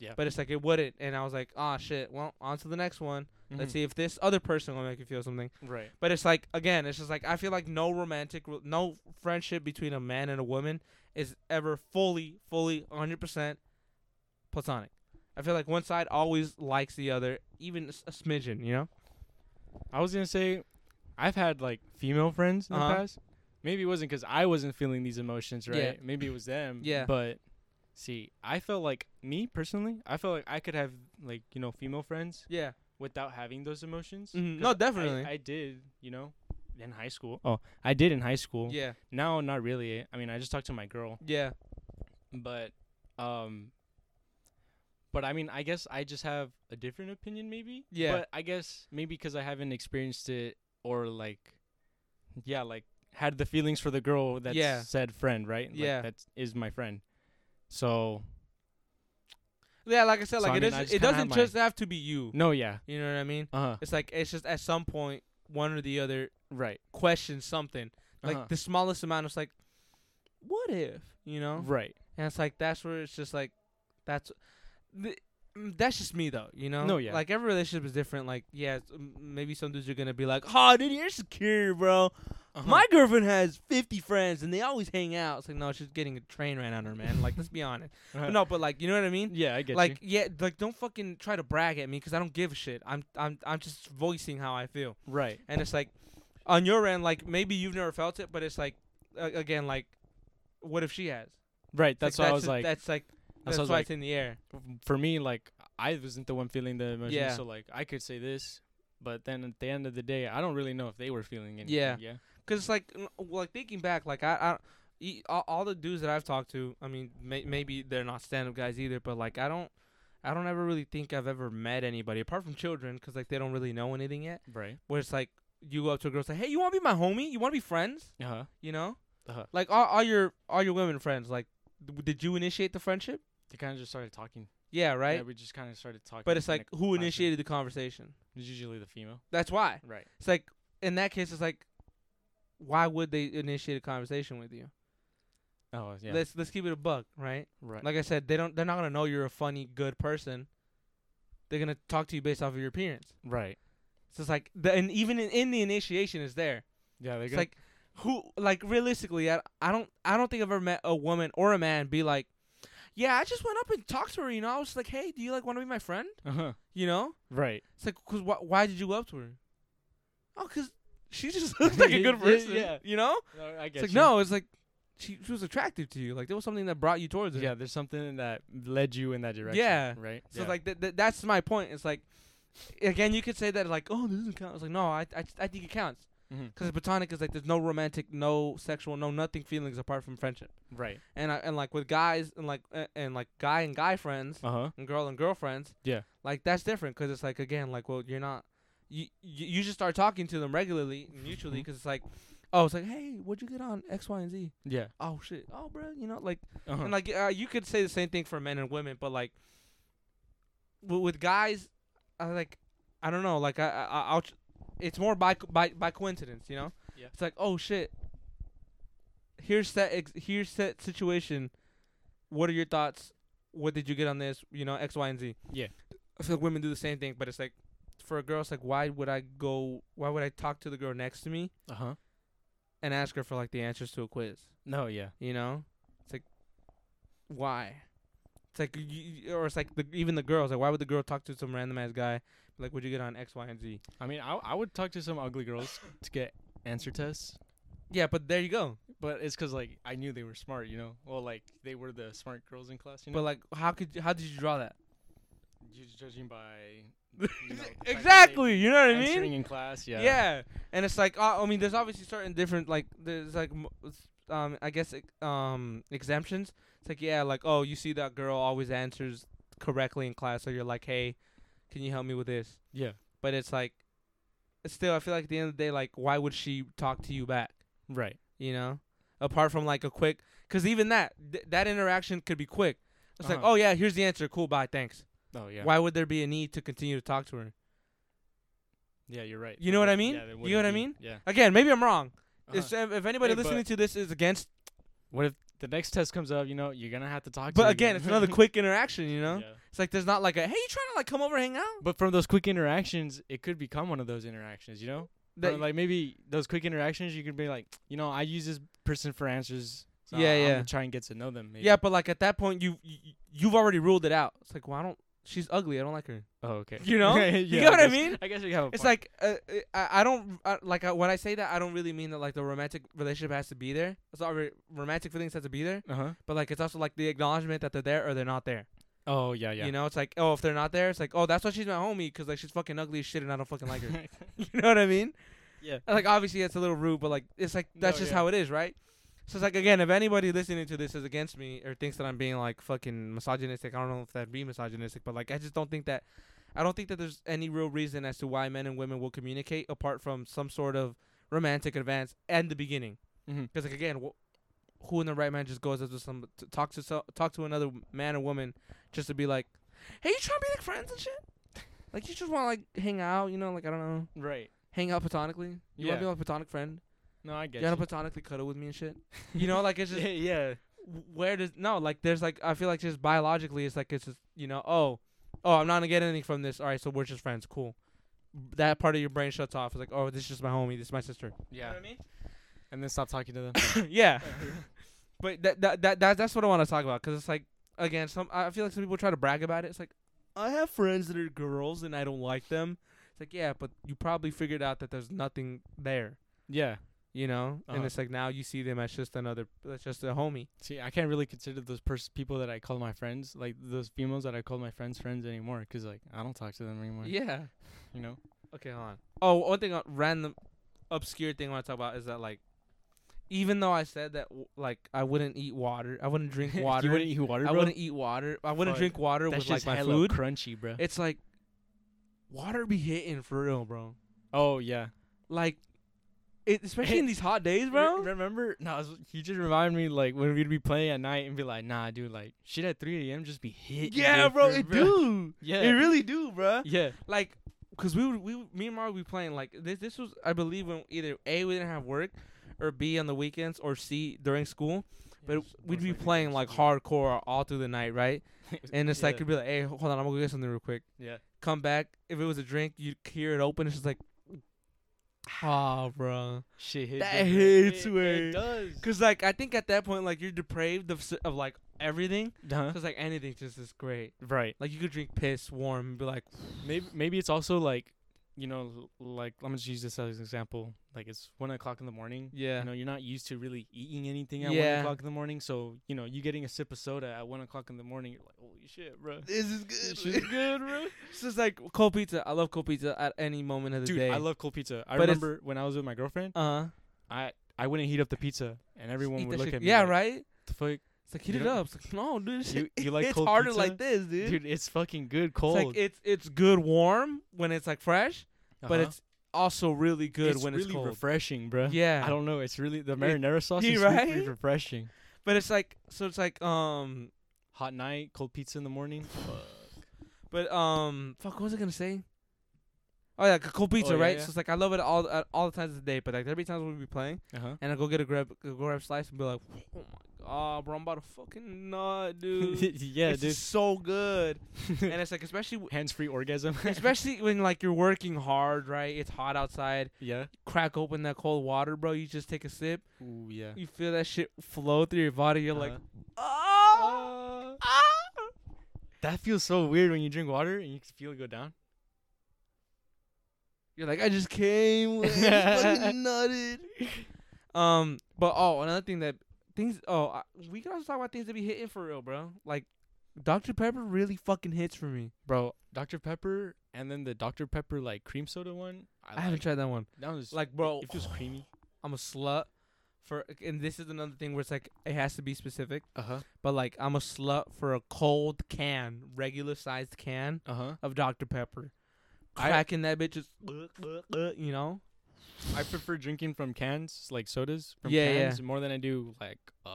Speaker 2: Yeah.
Speaker 1: but it's like it wouldn't and I was like ah shit well on to the next one
Speaker 2: Mm-hmm.
Speaker 1: let's see if this other person will make you feel something
Speaker 2: Right.
Speaker 1: but it's like again it's just like I feel like no romantic re- no friendship between a man and a woman is ever fully fully 100 percent platonic I feel like one side always likes the other even a s- a smidgen you know
Speaker 2: I was gonna say, I've had like female friends in
Speaker 1: Uh-huh.
Speaker 2: the past. Maybe it wasn't because I wasn't feeling these emotions,
Speaker 1: Yeah.
Speaker 2: right? Maybe it was them.
Speaker 1: [laughs] Yeah.
Speaker 2: But see, I felt like me personally, I felt like I could have like you know female friends
Speaker 1: yeah
Speaker 2: without having those emotions.
Speaker 1: Mhm.
Speaker 2: 'Cause
Speaker 1: No,
Speaker 2: I-
Speaker 1: definitely.
Speaker 2: I, did, you know, in high school. Oh, I did in high school.
Speaker 1: yeah
Speaker 2: Now, not really. I mean, I just talked to my girl,
Speaker 1: yeah
Speaker 2: but um. But I mean, I guess I just have a different opinion, maybe.
Speaker 1: Yeah.
Speaker 2: But I guess maybe because I haven't experienced it or like, yeah, like had the feelings for the girl that
Speaker 1: Yeah.
Speaker 2: said friend, right? Like,
Speaker 1: Yeah.
Speaker 2: That is my friend. So
Speaker 1: Yeah, like I said,
Speaker 2: So,
Speaker 1: like
Speaker 2: I
Speaker 1: it
Speaker 2: mean, I
Speaker 1: doesn't
Speaker 2: just
Speaker 1: it
Speaker 2: kinda
Speaker 1: doesn't
Speaker 2: have
Speaker 1: just have to be you.
Speaker 2: no, yeah,
Speaker 1: You know what I mean?
Speaker 2: uh huh,
Speaker 1: It's like it's just at some point one or the other
Speaker 2: right,
Speaker 1: questions something. Like
Speaker 2: Uh-huh.
Speaker 1: the smallest amount it's like what if, you know?
Speaker 2: right.
Speaker 1: And it's like that's where it's just like that's th- mm, that's just me though, you know.
Speaker 2: No, yeah.
Speaker 1: Like every relationship is different. Like, yeah, it's- m- maybe some dudes are gonna be like, "Oh, dude, you're secure, bro.
Speaker 2: Uh-huh.
Speaker 1: My girlfriend has 50 friends, and they always hang out." It's like, no, she's getting a train ran on her, man. like, let's be
Speaker 2: [laughs]
Speaker 1: honest.
Speaker 2: Uh-huh.
Speaker 1: No, but like, you know what I mean?
Speaker 2: yeah, I get
Speaker 1: like yeah like don't fucking try to brag at me because i don't give a shit i'm i'm i'm just voicing how i feel
Speaker 2: you. right,
Speaker 1: and it's like on your end like maybe you've never felt it but it's like a- again like what if she has
Speaker 2: right.
Speaker 1: It's
Speaker 2: That's why I was
Speaker 1: a-
Speaker 2: like,
Speaker 1: that's like
Speaker 2: what
Speaker 1: that's
Speaker 2: I was
Speaker 1: why
Speaker 2: like-
Speaker 1: it's in the air
Speaker 2: for me, like I wasn't the one feeling the emotion,
Speaker 1: Yeah.
Speaker 2: so like I could say this, but then at the end of the day, I don't really know if they were feeling anything.
Speaker 1: Yeah.
Speaker 2: yeah,
Speaker 1: because it's like n- like thinking back like i i e- all, all the dudes that i've talked to i mean may, maybe they're not stand-up guys either but like i don't i don't ever really think i've ever met anybody apart from children because like they don't really know anything yet
Speaker 2: right.
Speaker 1: where it's like you go up to a girl say hey you want to be my homie you want to be friends
Speaker 2: Uh huh.
Speaker 1: you know
Speaker 2: Uh-huh.
Speaker 1: like all, all your all your women friends like th- did you initiate the friendship
Speaker 2: They kind of just started talking,
Speaker 1: yeah right
Speaker 2: Yeah, we just kind of started talking.
Speaker 1: but it's
Speaker 2: in a
Speaker 1: like who
Speaker 2: classroom.
Speaker 1: initiated the conversation
Speaker 2: It's usually the female.
Speaker 1: that's why
Speaker 2: Right.
Speaker 1: it's like in that case it's like why would they initiate a conversation with you
Speaker 2: Oh yeah.
Speaker 1: let's let's keep it a buck right
Speaker 2: right.
Speaker 1: like i said they don't they're not gonna know you're a funny good person they're gonna talk to you based off of your appearance
Speaker 2: right.
Speaker 1: It's So it's like, the, and even in, in the initiation is there.
Speaker 2: Yeah, they're
Speaker 1: It's
Speaker 2: gonna.
Speaker 1: like, who, like realistically, I, I don't, I don't think I've ever met a woman or a man be like, yeah, I just went up and talked to her. You know, I was like, hey, do you like want to be my friend?
Speaker 2: [laughs] uh-huh.
Speaker 1: You know,
Speaker 2: right.
Speaker 1: it's like, cause wh- why did you go up to her? Oh, cause she [laughs]
Speaker 2: [laughs]
Speaker 1: just looked like a good
Speaker 2: Yeah,
Speaker 1: person.
Speaker 2: yeah.
Speaker 1: You know,
Speaker 2: I
Speaker 1: it's like no, it's like she, she was attractive to you. Like there was something that brought you towards her.
Speaker 2: Yeah, there's something that led you in that direction.
Speaker 1: Yeah.
Speaker 2: Right.
Speaker 1: So like th- th- that's my point. It's like again, you could say that like oh this doesn't count. It's like no, I I, I think it counts
Speaker 2: Mhm.
Speaker 1: because platonic is like there's no romantic, no sexual, no nothing feelings apart from friendship.
Speaker 2: Right.
Speaker 1: And I, and like with guys and like uh, and like guy and guy friends
Speaker 2: Uh huh.
Speaker 1: and girl and girlfriends.
Speaker 2: Yeah.
Speaker 1: Like that's different because it's like again like well you're not you you, you just start talking to them regularly mutually
Speaker 2: Mhm.
Speaker 1: because it's like oh it's like hey what'd you get on X Y and Z
Speaker 2: Yeah.
Speaker 1: oh shit oh bro you know like
Speaker 2: Uh-huh.
Speaker 1: and like uh, you could say the same thing for men and women, but like w- with guys, I like I don't know, like I, I I'll, tr- it's more by co- by by coincidence, you know.
Speaker 2: Yeah.
Speaker 1: It's like oh shit. Here's that ex- here's that situation. What are your thoughts? What did you get on this? You know X, Y, and Z.
Speaker 2: Yeah.
Speaker 1: I feel like women do the same thing, but it's like for a girl, it's like why would I go? Why would I talk to the girl next to me
Speaker 2: uh huh.
Speaker 1: and ask her for like the answers to a quiz?
Speaker 2: No. Yeah.
Speaker 1: You know, it's like, why? It's like, you, or it's like the, even the girls. Like, why would the girl talk to some random ass guy? Like, would you get on X, Y, and Z?
Speaker 2: I mean, I I would talk to some ugly girls [laughs] to get answer tests,
Speaker 1: Yeah, but there you go.
Speaker 2: but it's 'cause like I knew they were smart, you know. Well, like they were the smart girls in class, you know.
Speaker 1: But like, how could you, how did you draw that?
Speaker 2: you
Speaker 1: [laughs]
Speaker 2: judging by
Speaker 1: exactly. You know what I
Speaker 2: answering
Speaker 1: mean?
Speaker 2: in class.
Speaker 1: Yeah.
Speaker 2: Yeah.
Speaker 1: And it's like, uh, I mean, there's obviously certain different like there's like, m- s- um, I guess ex- um exemptions. It's like yeah, like oh, you see that girl always answers correctly in class, so you're like, hey, can you help me with this?
Speaker 2: Yeah.
Speaker 1: but it's like still i feel like at the end of the day like why would she talk to you back
Speaker 2: Right.
Speaker 1: you know apart from like a quick because even that th- that interaction could be quick it's like
Speaker 2: Uh-huh.
Speaker 1: oh yeah here's the answer cool bye thanks
Speaker 2: Oh yeah.
Speaker 1: why would there be a need to continue to talk to her
Speaker 2: Yeah, you're right.
Speaker 1: You know what I mean?
Speaker 2: Yeah, there
Speaker 1: You know
Speaker 2: wouldn't
Speaker 1: what I
Speaker 2: be-
Speaker 1: mean?
Speaker 2: Yeah.
Speaker 1: again maybe i'm wrong
Speaker 2: Uh-huh.
Speaker 1: If- if, if anybody
Speaker 2: Hey,
Speaker 1: listening
Speaker 2: but-
Speaker 1: to this is against
Speaker 2: What if the next test comes up? You know, you're gonna have to talk. to
Speaker 1: but
Speaker 2: her
Speaker 1: again it's another quick interaction
Speaker 2: [laughs]
Speaker 1: you know
Speaker 2: Yeah.
Speaker 1: it's like there's not like a hey you trying to like come over hang out
Speaker 2: But from those quick interactions, it could become one of those interactions. You know,
Speaker 1: That-
Speaker 2: From, like maybe those quick interactions, you could be like, you know, I use this person for answers. So
Speaker 1: Yeah,
Speaker 2: I'm
Speaker 1: yeah.
Speaker 2: gonna try and get to know them. Maybe.
Speaker 1: yeah but like at that point you, you you've already ruled it out it's like well i don't she's ugly i don't like her
Speaker 2: Oh, okay.
Speaker 1: You know?
Speaker 2: [laughs] Yeah,
Speaker 1: You get what I
Speaker 2: guess-
Speaker 1: mean?
Speaker 2: I guess you have. A
Speaker 1: It's
Speaker 2: point.
Speaker 1: like uh, uh, I, I don't I, like I, when I say that I don't really mean that like the romantic relationship has to be there. It's not re- romantic feelings has to be there,
Speaker 2: Uh huh.
Speaker 1: but like it's also like the acknowledgement that they're there or they're not there.
Speaker 2: Oh yeah, yeah.
Speaker 1: You know, it's like oh if they're not there, it's like oh that's why she's my homie because like she's fucking ugly as shit and I don't fucking like
Speaker 2: [laughs]
Speaker 1: her. [laughs] you know what I mean?
Speaker 2: yeah.
Speaker 1: And, Like obviously it's a little rude, but like it's like that's
Speaker 2: No,
Speaker 1: just
Speaker 2: yeah.
Speaker 1: how it is, right? So it's like again, if anybody listening to this is against me or thinks that I'm being like fucking misogynistic, I don't know if that'd be misogynistic, but like I just don't think that I don't think that there's any real reason as to why men and women will communicate apart from some sort of romantic advance and the beginning.
Speaker 2: Mhm.
Speaker 1: Because like again, wh- who in the right mind just goes up to some to talk to so, talk to another man or woman just to be like, hey, you trying to be like friends and shit? Like you just want to like hang out, you know? Like I don't know,
Speaker 2: Right.
Speaker 1: hang out platonically. You want
Speaker 2: Yeah.
Speaker 1: to be like a platonic friend?
Speaker 2: No, I get
Speaker 1: You wanna
Speaker 2: you.
Speaker 1: platonically cuddle with me and shit. You know,
Speaker 2: [laughs]
Speaker 1: like it's [laughs] just
Speaker 2: yeah, yeah.
Speaker 1: where does no like there's like I feel like just biologically it's like it's just you know oh oh I'm not gonna get anything from this all right so we're just friends cool that part of your brain shuts off it's like oh this is just my homie this is my
Speaker 2: [laughs]
Speaker 1: sister
Speaker 2: Yeah.
Speaker 1: you know what
Speaker 2: And then stop talking to them.
Speaker 1: I mean yeah but that that that, that that's what I want to talk about because it's like again some I feel like some people try to brag about it it's like I have friends that are girls and I don't like them it's like yeah but you probably figured out that there's nothing there
Speaker 2: yeah.
Speaker 1: you know and
Speaker 2: Uh-huh.
Speaker 1: it's like now you see them as just another that's just a homie
Speaker 2: See, I can't really consider those pers- people that I call my friends, like those females that I call my friends friends anymore, 'cause like I don't talk to them anymore.
Speaker 1: yeah. [laughs]
Speaker 2: You know.
Speaker 1: Okay, hold on. Oh, one thing, uh, random, obscure thing I want to talk about is that like, even though I said that w- like I wouldn't eat water, I wouldn't drink water.
Speaker 2: [laughs] you wouldn't eat water,
Speaker 1: I
Speaker 2: bro.
Speaker 1: wouldn't eat water. I wouldn't
Speaker 2: Fuck.
Speaker 1: drink water
Speaker 2: That's
Speaker 1: with like
Speaker 2: just
Speaker 1: my
Speaker 2: hella
Speaker 1: food.
Speaker 2: crunchy, bro.
Speaker 1: it's like, water be hitting for real, bro.
Speaker 2: oh yeah,
Speaker 1: Like, it, especially in these hot days,
Speaker 2: Re-
Speaker 1: bro.
Speaker 2: remember? No, it's- he just reminded me like when we'd be playing at night and be like, "Nah, dude, like shit at 3 a.m. just be hit."
Speaker 1: Yeah, bro, it do.
Speaker 2: [laughs] Yeah,
Speaker 1: It really do, bro.
Speaker 2: yeah,
Speaker 1: Like, cause we would, we would- me and Mario would be playing like this. This was I believe when either a we didn't have work, or b on the weekends, or c during school. But we'd be
Speaker 2: [laughs]
Speaker 1: playing like hardcore all through the night, right? And it's like, it'd be like, hey, hold on, I'm gonna go get something real quick.
Speaker 2: yeah,
Speaker 1: come back. If it was a drink, you'd hear it open. It's just like, ah, bro.
Speaker 2: Shit hit
Speaker 1: That
Speaker 2: different.
Speaker 1: hits
Speaker 2: It-
Speaker 1: way.
Speaker 2: It does.
Speaker 1: Cause like I think at that point like you're depraved of s- of like everything.
Speaker 2: Huh?
Speaker 1: [laughs] Cause like anything just is great.
Speaker 2: Right.
Speaker 1: Like you could drink piss warm and be like,
Speaker 2: Maybe maybe it's also like, you know, l- like let me just use this as an example. Like it's one o'clock in the morning.
Speaker 1: yeah,
Speaker 2: You know, you're not used to really eating anything at
Speaker 1: Yeah.
Speaker 2: one o'clock in the morning. So you know, you getting a sip of soda at one o'clock in the morning. You're like, holy shit, bro.
Speaker 1: this is
Speaker 2: This is good, bro.
Speaker 1: [laughs] It's just like cold pizza. I love cold pizza at any moment of the
Speaker 2: Dude,
Speaker 1: day.
Speaker 2: I love cold pizza. I
Speaker 1: But it's-
Speaker 2: remember when I was with my girlfriend,
Speaker 1: Uh,
Speaker 2: I I wouldn't heat up the pizza, and everyone would look at me.
Speaker 1: Yeah,
Speaker 2: like,
Speaker 1: right.
Speaker 2: The fuck,
Speaker 1: It's like heat
Speaker 2: You
Speaker 1: it
Speaker 2: don't-
Speaker 1: up. It's like no, dude. this
Speaker 2: You-
Speaker 1: [laughs] shit-
Speaker 2: you like
Speaker 1: it's
Speaker 2: cold
Speaker 1: harder
Speaker 2: pizza?
Speaker 1: like this, dude.
Speaker 2: dude, it's fucking good
Speaker 1: it's
Speaker 2: cold.
Speaker 1: like it's it's good warm when it's like fresh, but
Speaker 2: Uh-huh.
Speaker 1: it's also really good
Speaker 2: It's
Speaker 1: when
Speaker 2: really
Speaker 1: it's cold.
Speaker 2: refreshing, bro.
Speaker 1: yeah,
Speaker 2: I don't know. It's really the marinara sauce
Speaker 1: you
Speaker 2: is really
Speaker 1: right?
Speaker 2: refreshing.
Speaker 1: but it's like so it's like um
Speaker 2: Hot night, cold pizza in the morning.
Speaker 1: but um fuck what was I gonna say? Oh yeah, c- cold pizza,
Speaker 2: yeah,
Speaker 1: right?
Speaker 2: yeah.
Speaker 1: So it's like I love it all at all the times of the day, but like there'll be times when we be playing
Speaker 2: Uh huh.
Speaker 1: and I go get a grab go grab slice and be like, oh my god, bro, I'm about to fucking
Speaker 2: [laughs]
Speaker 1: nut, dude.
Speaker 2: yeah,
Speaker 1: this is so
Speaker 2: [laughs]
Speaker 1: good, and it's like especially w-
Speaker 2: Hands free orgasm. [laughs]
Speaker 1: especially when like you're working hard, right? It's hot outside.
Speaker 2: yeah.
Speaker 1: Crack open that cold water, bro. You just take a sip.
Speaker 2: Ooh yeah.
Speaker 1: You feel that shit flow through your body. You're like,
Speaker 2: Uh-huh.
Speaker 1: oh, ah!"
Speaker 2: that feels so weird when you drink water and you can feel it go down. [laughs]
Speaker 1: You're like, I just came, I just
Speaker 2: [laughs]
Speaker 1: fucking nutted. Um, but oh, another thing that things. Oh, I, we can also talk about things that be hitting for real, bro. Like, Dr Pepper really fucking hits for me.
Speaker 2: Bro, Dr Pepper and then the Dr Pepper like cream soda one. I,
Speaker 1: I haven't
Speaker 2: like.
Speaker 1: tried that one.
Speaker 2: That was
Speaker 1: Like, bro,
Speaker 2: It feels creamy.
Speaker 1: I'm a slut for, and this is another thing where it's like it has to be specific.
Speaker 2: Uh huh.
Speaker 1: But like, I'm a slut for a cold can, regular sized can
Speaker 2: Uh huh.
Speaker 1: of Dr Pepper.
Speaker 2: I-
Speaker 1: Cracking that bitch is, [sniffs] you know.
Speaker 2: I prefer drinking from cans, like sodas from
Speaker 1: Yeah, yeah.
Speaker 2: cans, more than I do like uh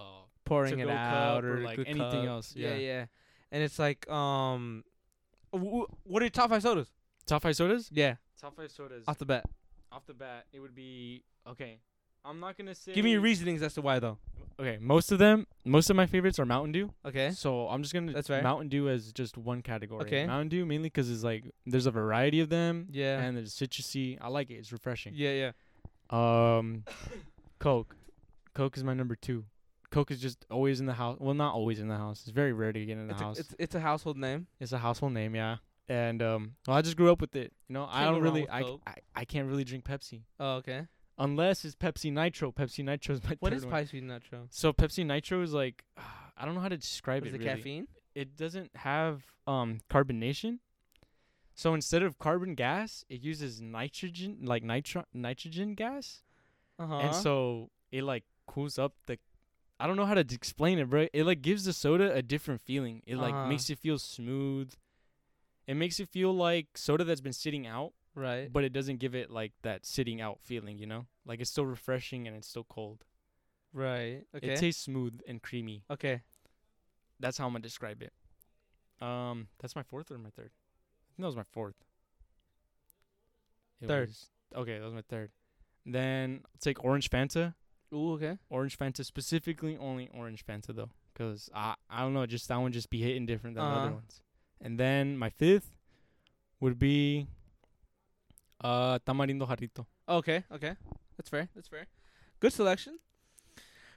Speaker 1: pouring
Speaker 2: To
Speaker 1: it
Speaker 2: go
Speaker 1: out
Speaker 2: cup or,
Speaker 1: a
Speaker 2: like,
Speaker 1: good
Speaker 2: anything
Speaker 1: cup.
Speaker 2: else,
Speaker 1: Yeah.
Speaker 2: yeah.
Speaker 1: yeah, And it's like, um, w- what are your top five sodas?
Speaker 2: top five sodas.
Speaker 1: Yeah,
Speaker 2: Top five sodas.
Speaker 1: off the bat.
Speaker 2: off the bat, it would be okay. I'm not gonna say.
Speaker 1: Give me your reasonings as to why, though.
Speaker 2: Okay, most of them, most of my favorites are Mountain Dew.
Speaker 1: Okay.
Speaker 2: So I'm just gonna
Speaker 1: That's fair.
Speaker 2: Mountain Dew as just one category.
Speaker 1: Okay.
Speaker 2: Mountain Dew mainly because it's like there's a variety of them.
Speaker 1: Yeah.
Speaker 2: And there's citrusy. I like it. It's refreshing.
Speaker 1: yeah, yeah.
Speaker 2: Um, Coke. Coke is my number two. Coke is just always in the house. Well, not always in the house. It's very rare to get in the
Speaker 1: It's a,
Speaker 2: house.
Speaker 1: it's it's a household name.
Speaker 2: It's a household name, yeah. And um, well, I just grew up with it. You know, I
Speaker 1: Can't go
Speaker 2: don't
Speaker 1: wrong
Speaker 2: really,
Speaker 1: with
Speaker 2: I,
Speaker 1: Coke.
Speaker 2: I, I can't really drink Pepsi
Speaker 1: Oh, okay.
Speaker 2: unless it's Pepsi Nitro. Pepsi Nitro is my.
Speaker 1: What
Speaker 2: third
Speaker 1: is
Speaker 2: one.
Speaker 1: pie sweet nacho?
Speaker 2: So Pepsi Nitro is like, [sighs] I don't know how to describe
Speaker 1: Is it
Speaker 2: it. really.
Speaker 1: caffeine?
Speaker 2: It doesn't have um carbonation. So instead of carbon gas, it uses nitrogen, like nitro nitrogen gas,
Speaker 1: Uh huh.
Speaker 2: and so it like cools up the. I don't know how to d- explain it, bro. It like gives the soda a different feeling. It like
Speaker 1: Uh-huh.
Speaker 2: makes it feel smooth. It makes it feel like soda that's been sitting out,
Speaker 1: right.
Speaker 2: but it doesn't give it like that sitting out feeling, you know? Like it's still refreshing and it's still cold.
Speaker 1: Right. Okay.
Speaker 2: It tastes smooth and creamy.
Speaker 1: okay.
Speaker 2: That's how I'm gonna describe it. Um, that's my fourth or my third. I think that was my fourth. It
Speaker 1: Third.
Speaker 2: was- okay, that was my third. Then I'll take orange Fanta.
Speaker 1: Ooh. Okay.
Speaker 2: Orange Fanta specifically, only orange Fanta though, because I I don't know, just that one just be hitting different than the
Speaker 1: Uh-huh.
Speaker 2: other ones. And then my fifth would be uh tamarindo jarrito.
Speaker 1: Okay. Okay. That's fair. That's fair. Good selection.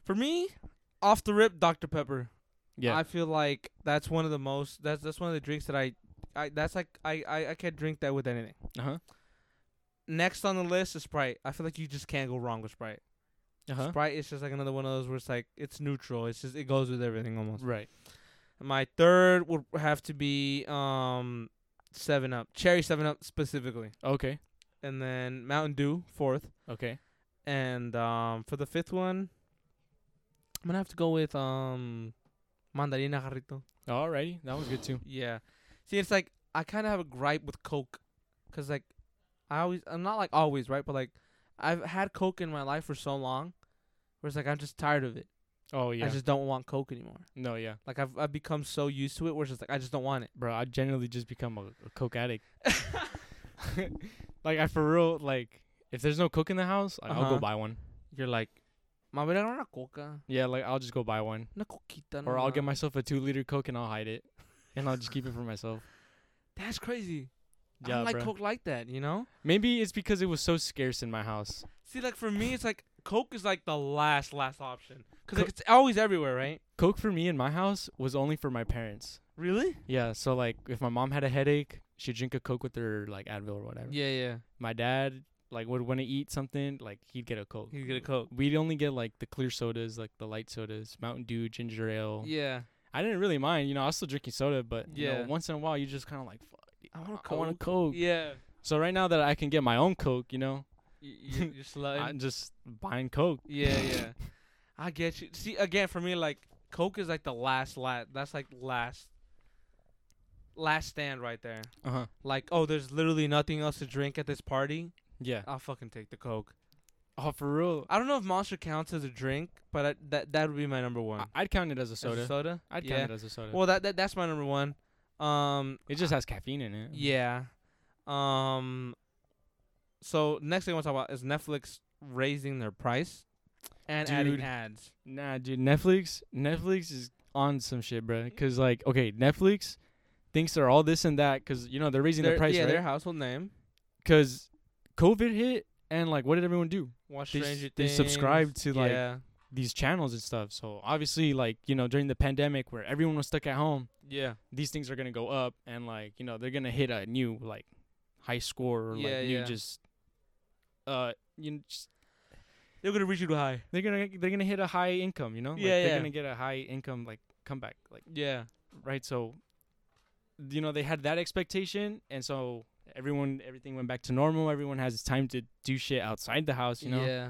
Speaker 1: For me, off the rip, Dr Pepper.
Speaker 2: Yeah,
Speaker 1: I feel like that's one of the most. That's that's one of the drinks that I, I that's like I I, I can't drink that with anything.
Speaker 2: uh
Speaker 1: Next on the list is Sprite. I feel like you just can't go wrong with Sprite.
Speaker 2: huh, uh huh,
Speaker 1: Sprite is just like another one of those where it's like it's neutral. It's just it goes with everything almost.
Speaker 2: right.
Speaker 1: My third would have to be um Seven Up, Cherry Seven Up specifically,
Speaker 2: Okay,
Speaker 1: and then Mountain Dew fourth,
Speaker 2: okay.
Speaker 1: and um for the fifth one, I'm gonna have to go with um Mandarina Jarrito.
Speaker 2: Alrighty, that was good too.
Speaker 1: Yeah. See, it's like I kind of have a gripe with Coke, cause like I always, I'm not like always right, but like I've had Coke in my life for so long, where it's like I'm just tired of it.
Speaker 2: Oh
Speaker 1: I
Speaker 2: yeah,
Speaker 1: just don't want Coke anymore.
Speaker 2: no yeah.
Speaker 1: Like I've I've become so used to it, where it's just like I just don't want it.
Speaker 2: bro i generally just become a, a coke
Speaker 1: [laughs]
Speaker 2: addict [laughs] like i for real like if there's no coke in the house like, i'll
Speaker 1: Uh-huh.
Speaker 2: go buy one
Speaker 1: You're like, "Mami, dame una coca,
Speaker 2: yeah like i'll just go buy one
Speaker 1: una coquita."
Speaker 2: or i'll get
Speaker 1: nomás." [laughs]
Speaker 2: myself a two liter coke and i'll hide it and i'll just keep it for myself
Speaker 1: That's crazy. I don't
Speaker 2: Yeah,
Speaker 1: like
Speaker 2: bro.
Speaker 1: Coke like that, you know?
Speaker 2: Maybe it's because it was so scarce in my house.
Speaker 1: See, like for me, it's like Coke is like the last last option because
Speaker 2: Co-
Speaker 1: like, it's always everywhere, right?
Speaker 2: Coke for me in my house was only for my parents.
Speaker 1: Really?
Speaker 2: Yeah, so like if my mom had a headache, she'd drink a Coke with her like Advil or whatever.
Speaker 1: Yeah, yeah.
Speaker 2: My dad like would want to eat something, like he'd get a Coke.
Speaker 1: You get a Coke.
Speaker 2: We'd only get like the clear sodas, like the light sodas, Mountain Dew, ginger ale.
Speaker 1: Yeah.
Speaker 2: I didn't really mind, you know. I was still drinking soda, but you
Speaker 1: Yeah.
Speaker 2: know, once in a while, you just kind of like, fuck,
Speaker 1: I want a
Speaker 2: I want a Coke.
Speaker 1: Yeah.
Speaker 2: So right now that I can get my own Coke, you know, [laughs]
Speaker 1: You, you're slutting.
Speaker 2: I'm just buying Coke.
Speaker 1: yeah, yeah. I get you. See, again, for me, like Coke is like the last last. That's like last. Last stand right there.
Speaker 2: Uh huh.
Speaker 1: Like, oh, there's literally nothing else to drink at this party.
Speaker 2: Yeah.
Speaker 1: I'll fucking take the Coke.
Speaker 2: Oh, for real.
Speaker 1: I don't know if Monster counts as a drink, but I, that that would be my number one.
Speaker 2: I- I'd count it as a
Speaker 1: As a
Speaker 2: Uh, soda.
Speaker 1: soda.
Speaker 2: I'd count
Speaker 1: yeah.
Speaker 2: it as a soda.
Speaker 1: Well, that, that that's my number one. Um,
Speaker 2: it just has caffeine in it.
Speaker 1: yeah. Um, so next thing I want to talk about is Netflix raising their price and adding
Speaker 2: Dude.
Speaker 1: ads.
Speaker 2: Nah, dude, Netflix, Netflix is on some shit, bro. Cause like, okay, Netflix thinks they're all this and that, cause you know they're raising
Speaker 1: Their-
Speaker 2: the price,
Speaker 1: yeah, their
Speaker 2: right?
Speaker 1: household name.
Speaker 2: Cause COVID hit, and like, what did everyone do?
Speaker 1: Watch
Speaker 2: They s-
Speaker 1: Stranger
Speaker 2: they
Speaker 1: Things.
Speaker 2: subscribe to, like,
Speaker 1: yeah,
Speaker 2: These channels and stuff. So obviously, like, you know, during the pandemic where everyone was stuck at home,
Speaker 1: yeah,
Speaker 2: these things are gonna go up, and like, you know, they're gonna hit a new like high score or
Speaker 1: Yeah,
Speaker 2: like new
Speaker 1: yeah.
Speaker 2: just, uh, you know, just
Speaker 1: they're gonna reach you too high.
Speaker 2: they're gonna they're gonna hit a high income, you know? Like,
Speaker 1: Yeah,
Speaker 2: They're
Speaker 1: yeah.
Speaker 2: gonna get a high income like comeback, like.
Speaker 1: Yeah,
Speaker 2: right? So, you know, they had that expectation, and so everyone, everything went back to normal. Everyone has time to do shit outside the house, you know.
Speaker 1: yeah,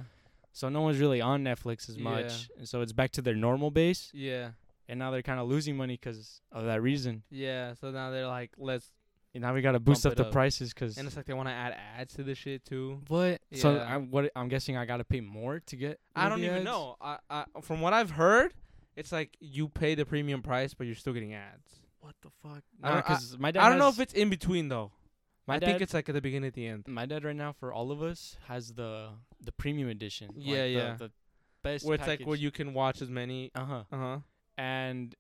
Speaker 2: So no one's really on Netflix as
Speaker 1: Yeah.
Speaker 2: much, and so it's back to their normal base.
Speaker 1: yeah,
Speaker 2: And now they're kind of losing money because of that reason.
Speaker 1: yeah. So now they're like, let's,
Speaker 2: And now we gotta boost
Speaker 1: Bump
Speaker 2: up
Speaker 1: it
Speaker 2: the
Speaker 1: up.
Speaker 2: prices because
Speaker 1: and it's like they want to add ads to this shit too.
Speaker 2: what? So
Speaker 1: Yeah.
Speaker 2: I'm what I'm guessing I gotta pay more to get.
Speaker 1: I don't
Speaker 2: maybe
Speaker 1: even
Speaker 2: ads?
Speaker 1: know. I, I from what I've heard, it's like you pay the premium price, but you're still getting ads.
Speaker 2: What the fuck?
Speaker 1: I
Speaker 2: Nah,
Speaker 1: don't- I-
Speaker 2: 'cause my dad.
Speaker 1: I don't know
Speaker 2: has-
Speaker 1: if it's in between though.
Speaker 2: my
Speaker 1: I
Speaker 2: dad.
Speaker 1: think it's like at the beginning, at the end.
Speaker 2: my dad right now for all of us has the the premium edition. like
Speaker 1: Yeah,
Speaker 2: the-
Speaker 1: yeah.
Speaker 2: The best.
Speaker 1: Where it's like
Speaker 2: package.
Speaker 1: where you can watch as many.
Speaker 2: Uh huh.
Speaker 1: Uh huh.
Speaker 2: and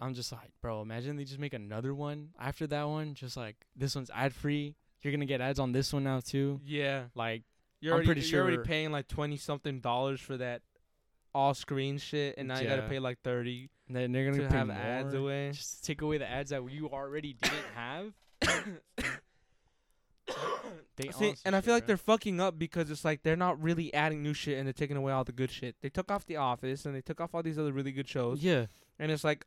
Speaker 2: I'm just like, bro, imagine they just make another one after that one, just like this one's ad free. You're gonna get ads on this one now too.
Speaker 1: Yeah.
Speaker 2: Like,
Speaker 1: You're
Speaker 2: I'm
Speaker 1: already,
Speaker 2: pretty
Speaker 1: you're
Speaker 2: sure-
Speaker 1: already paying like twenty something dollars for that all screen shit, and now you gotta
Speaker 2: Yeah.
Speaker 1: pay like thirty
Speaker 2: and then they're gonna
Speaker 1: to
Speaker 2: pay
Speaker 1: have
Speaker 2: more.
Speaker 1: ads away.
Speaker 2: Just to take away the ads that you already
Speaker 1: [coughs]
Speaker 2: didn't have. They
Speaker 1: See,
Speaker 2: honestly
Speaker 1: and I
Speaker 2: should,
Speaker 1: feel like
Speaker 2: bro.
Speaker 1: they're fucking up because it's like they're not really adding new shit and they're taking away all the good shit. They took off The Office and they took off all these other really good shows.
Speaker 2: yeah.
Speaker 1: and it's like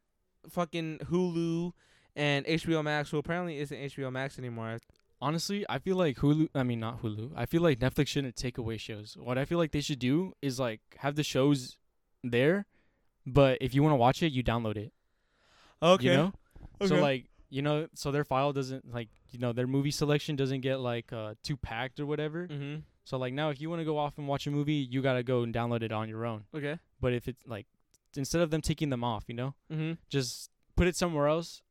Speaker 1: fucking Hulu and HBO Max, who apparently isn't HBO Max anymore.
Speaker 2: Honestly, I feel like Hulu. I mean, not Hulu. I feel like Netflix shouldn't take away shows. What I feel like they should do is like have the shows there, but if you want to watch it, you download it.
Speaker 1: Okay.
Speaker 2: You know? So like you know, so their file doesn't like you know their movie selection doesn't get like uh, too packed or whatever.
Speaker 1: mm-hmm.
Speaker 2: So like now, if you want to go off and watch a movie, you gotta go and download it on your own.
Speaker 1: Okay.
Speaker 2: But if it's like instead of them taking them off, you know,
Speaker 1: Mm-hmm.
Speaker 2: just put it somewhere else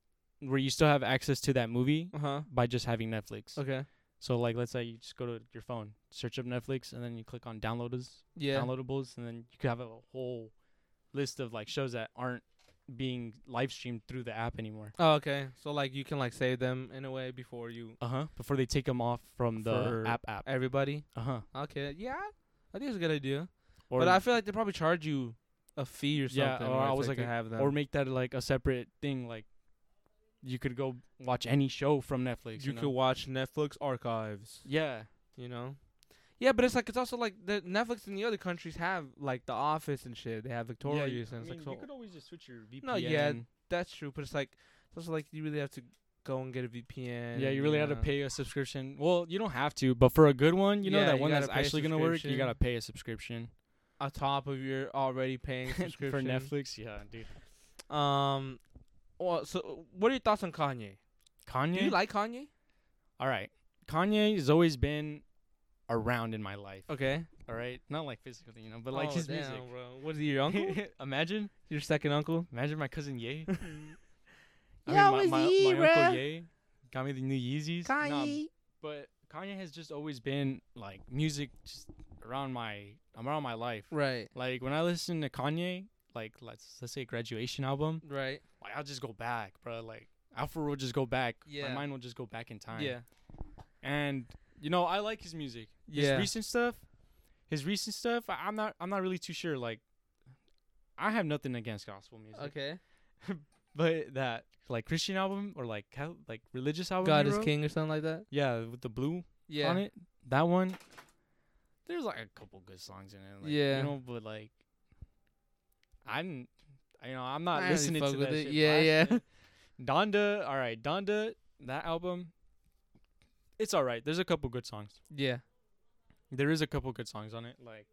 Speaker 2: where you still have access to that movie
Speaker 1: Uh huh.
Speaker 2: by just having Netflix.
Speaker 1: Okay.
Speaker 2: So like let's say you just go to your phone, search up Netflix, and then you click on downloaders,
Speaker 1: Yeah.
Speaker 2: downloadables, and then you could have a whole list of like shows that aren't being live streamed through the app anymore.
Speaker 1: Oh, okay. So like you can like save them in a way before you
Speaker 2: Uh huh. Before they take them off from the
Speaker 1: For-
Speaker 2: app app.
Speaker 1: everybody.
Speaker 2: Uh huh.
Speaker 1: Okay. Yeah. I think it's a good idea.
Speaker 2: Or
Speaker 1: but I feel like they probably charge you a fee or
Speaker 2: Yeah,
Speaker 1: something.
Speaker 2: or
Speaker 1: where
Speaker 2: I
Speaker 1: it's,
Speaker 2: was
Speaker 1: like,
Speaker 2: like
Speaker 1: to
Speaker 2: a-
Speaker 1: have them.
Speaker 2: or make that like a separate thing. Like you could go watch any show from Netflix.
Speaker 1: you
Speaker 2: know?
Speaker 1: could watch Netflix archives.
Speaker 2: Yeah.
Speaker 1: You know. Yeah, but it's like it's also like the Netflix and the other countries have like The Office and shit. They have Victorious and it's like so
Speaker 2: you could always just switch your VPN.
Speaker 1: No, yeah, VPN. that's true, but it's like it's also like you really have to go and get a VPN.
Speaker 2: Yeah, you really had to
Speaker 1: know.
Speaker 2: pay a subscription. Well, you don't have to, but for a good one, you know
Speaker 1: Yeah,
Speaker 2: that
Speaker 1: you
Speaker 2: one that's
Speaker 1: gotta pay a
Speaker 2: actually gonna work, you
Speaker 1: subscription.
Speaker 2: gotta pay
Speaker 1: [laughs]
Speaker 2: a subscription
Speaker 1: on top of your already
Speaker 2: [laughs]
Speaker 1: paying subscription
Speaker 2: for Netflix. Yeah, dude.
Speaker 1: Netflix. Um, well, so what are your thoughts on Kanye?
Speaker 2: Kanye.
Speaker 1: Do you like Kanye?
Speaker 2: all right, Kanye has always been around in my life.
Speaker 1: Okay,
Speaker 2: All right, not like physically, you know, but like
Speaker 1: Oh,
Speaker 2: his
Speaker 1: damn,
Speaker 2: music.
Speaker 1: Bro. What is he, your
Speaker 2: [laughs]
Speaker 1: uncle? [laughs]
Speaker 2: Imagine,
Speaker 1: your second uncle?
Speaker 2: imagine my
Speaker 1: [laughs]
Speaker 2: cousin Ye.
Speaker 1: Yeah,
Speaker 2: my,
Speaker 1: it was
Speaker 2: my,
Speaker 1: Ye,
Speaker 2: my
Speaker 1: bruh.
Speaker 2: uncle Ye got me the new Yeezys. Nah, but Kanye has just always been like music, just around my around my life.
Speaker 1: Right.
Speaker 2: Like when I listen to Kanye, like let's let's say graduation album,
Speaker 1: Right.
Speaker 2: like I'll just go back, bro. Like Alpha will just go back.
Speaker 1: Yeah.
Speaker 2: My mind will just go back in time.
Speaker 1: Yeah.
Speaker 2: and you know I like his music.
Speaker 1: Yeah.
Speaker 2: His recent stuff, his recent stuff. I, I'm not I'm not really too sure. Like, I have nothing against gospel music,
Speaker 1: Okay.
Speaker 2: but that like Christian album or like Cal- like religious album.
Speaker 1: God
Speaker 2: he
Speaker 1: is
Speaker 2: wrote,
Speaker 1: king or something like that.
Speaker 2: Yeah, with the blue
Speaker 1: Yeah.
Speaker 2: on it. That one. There's like a couple good songs in it. Like,
Speaker 1: Yeah.
Speaker 2: You know, but like, I'm, you know, I'm
Speaker 1: I
Speaker 2: not
Speaker 1: don't really
Speaker 2: listening
Speaker 1: fuck
Speaker 2: to
Speaker 1: with
Speaker 2: that
Speaker 1: it.
Speaker 2: shit.
Speaker 1: Yeah, yeah.
Speaker 2: blasting it. Donda. All right, Donda. That album. It's all right. There's a couple good songs.
Speaker 1: Yeah.
Speaker 2: There is a couple good songs on it. Like,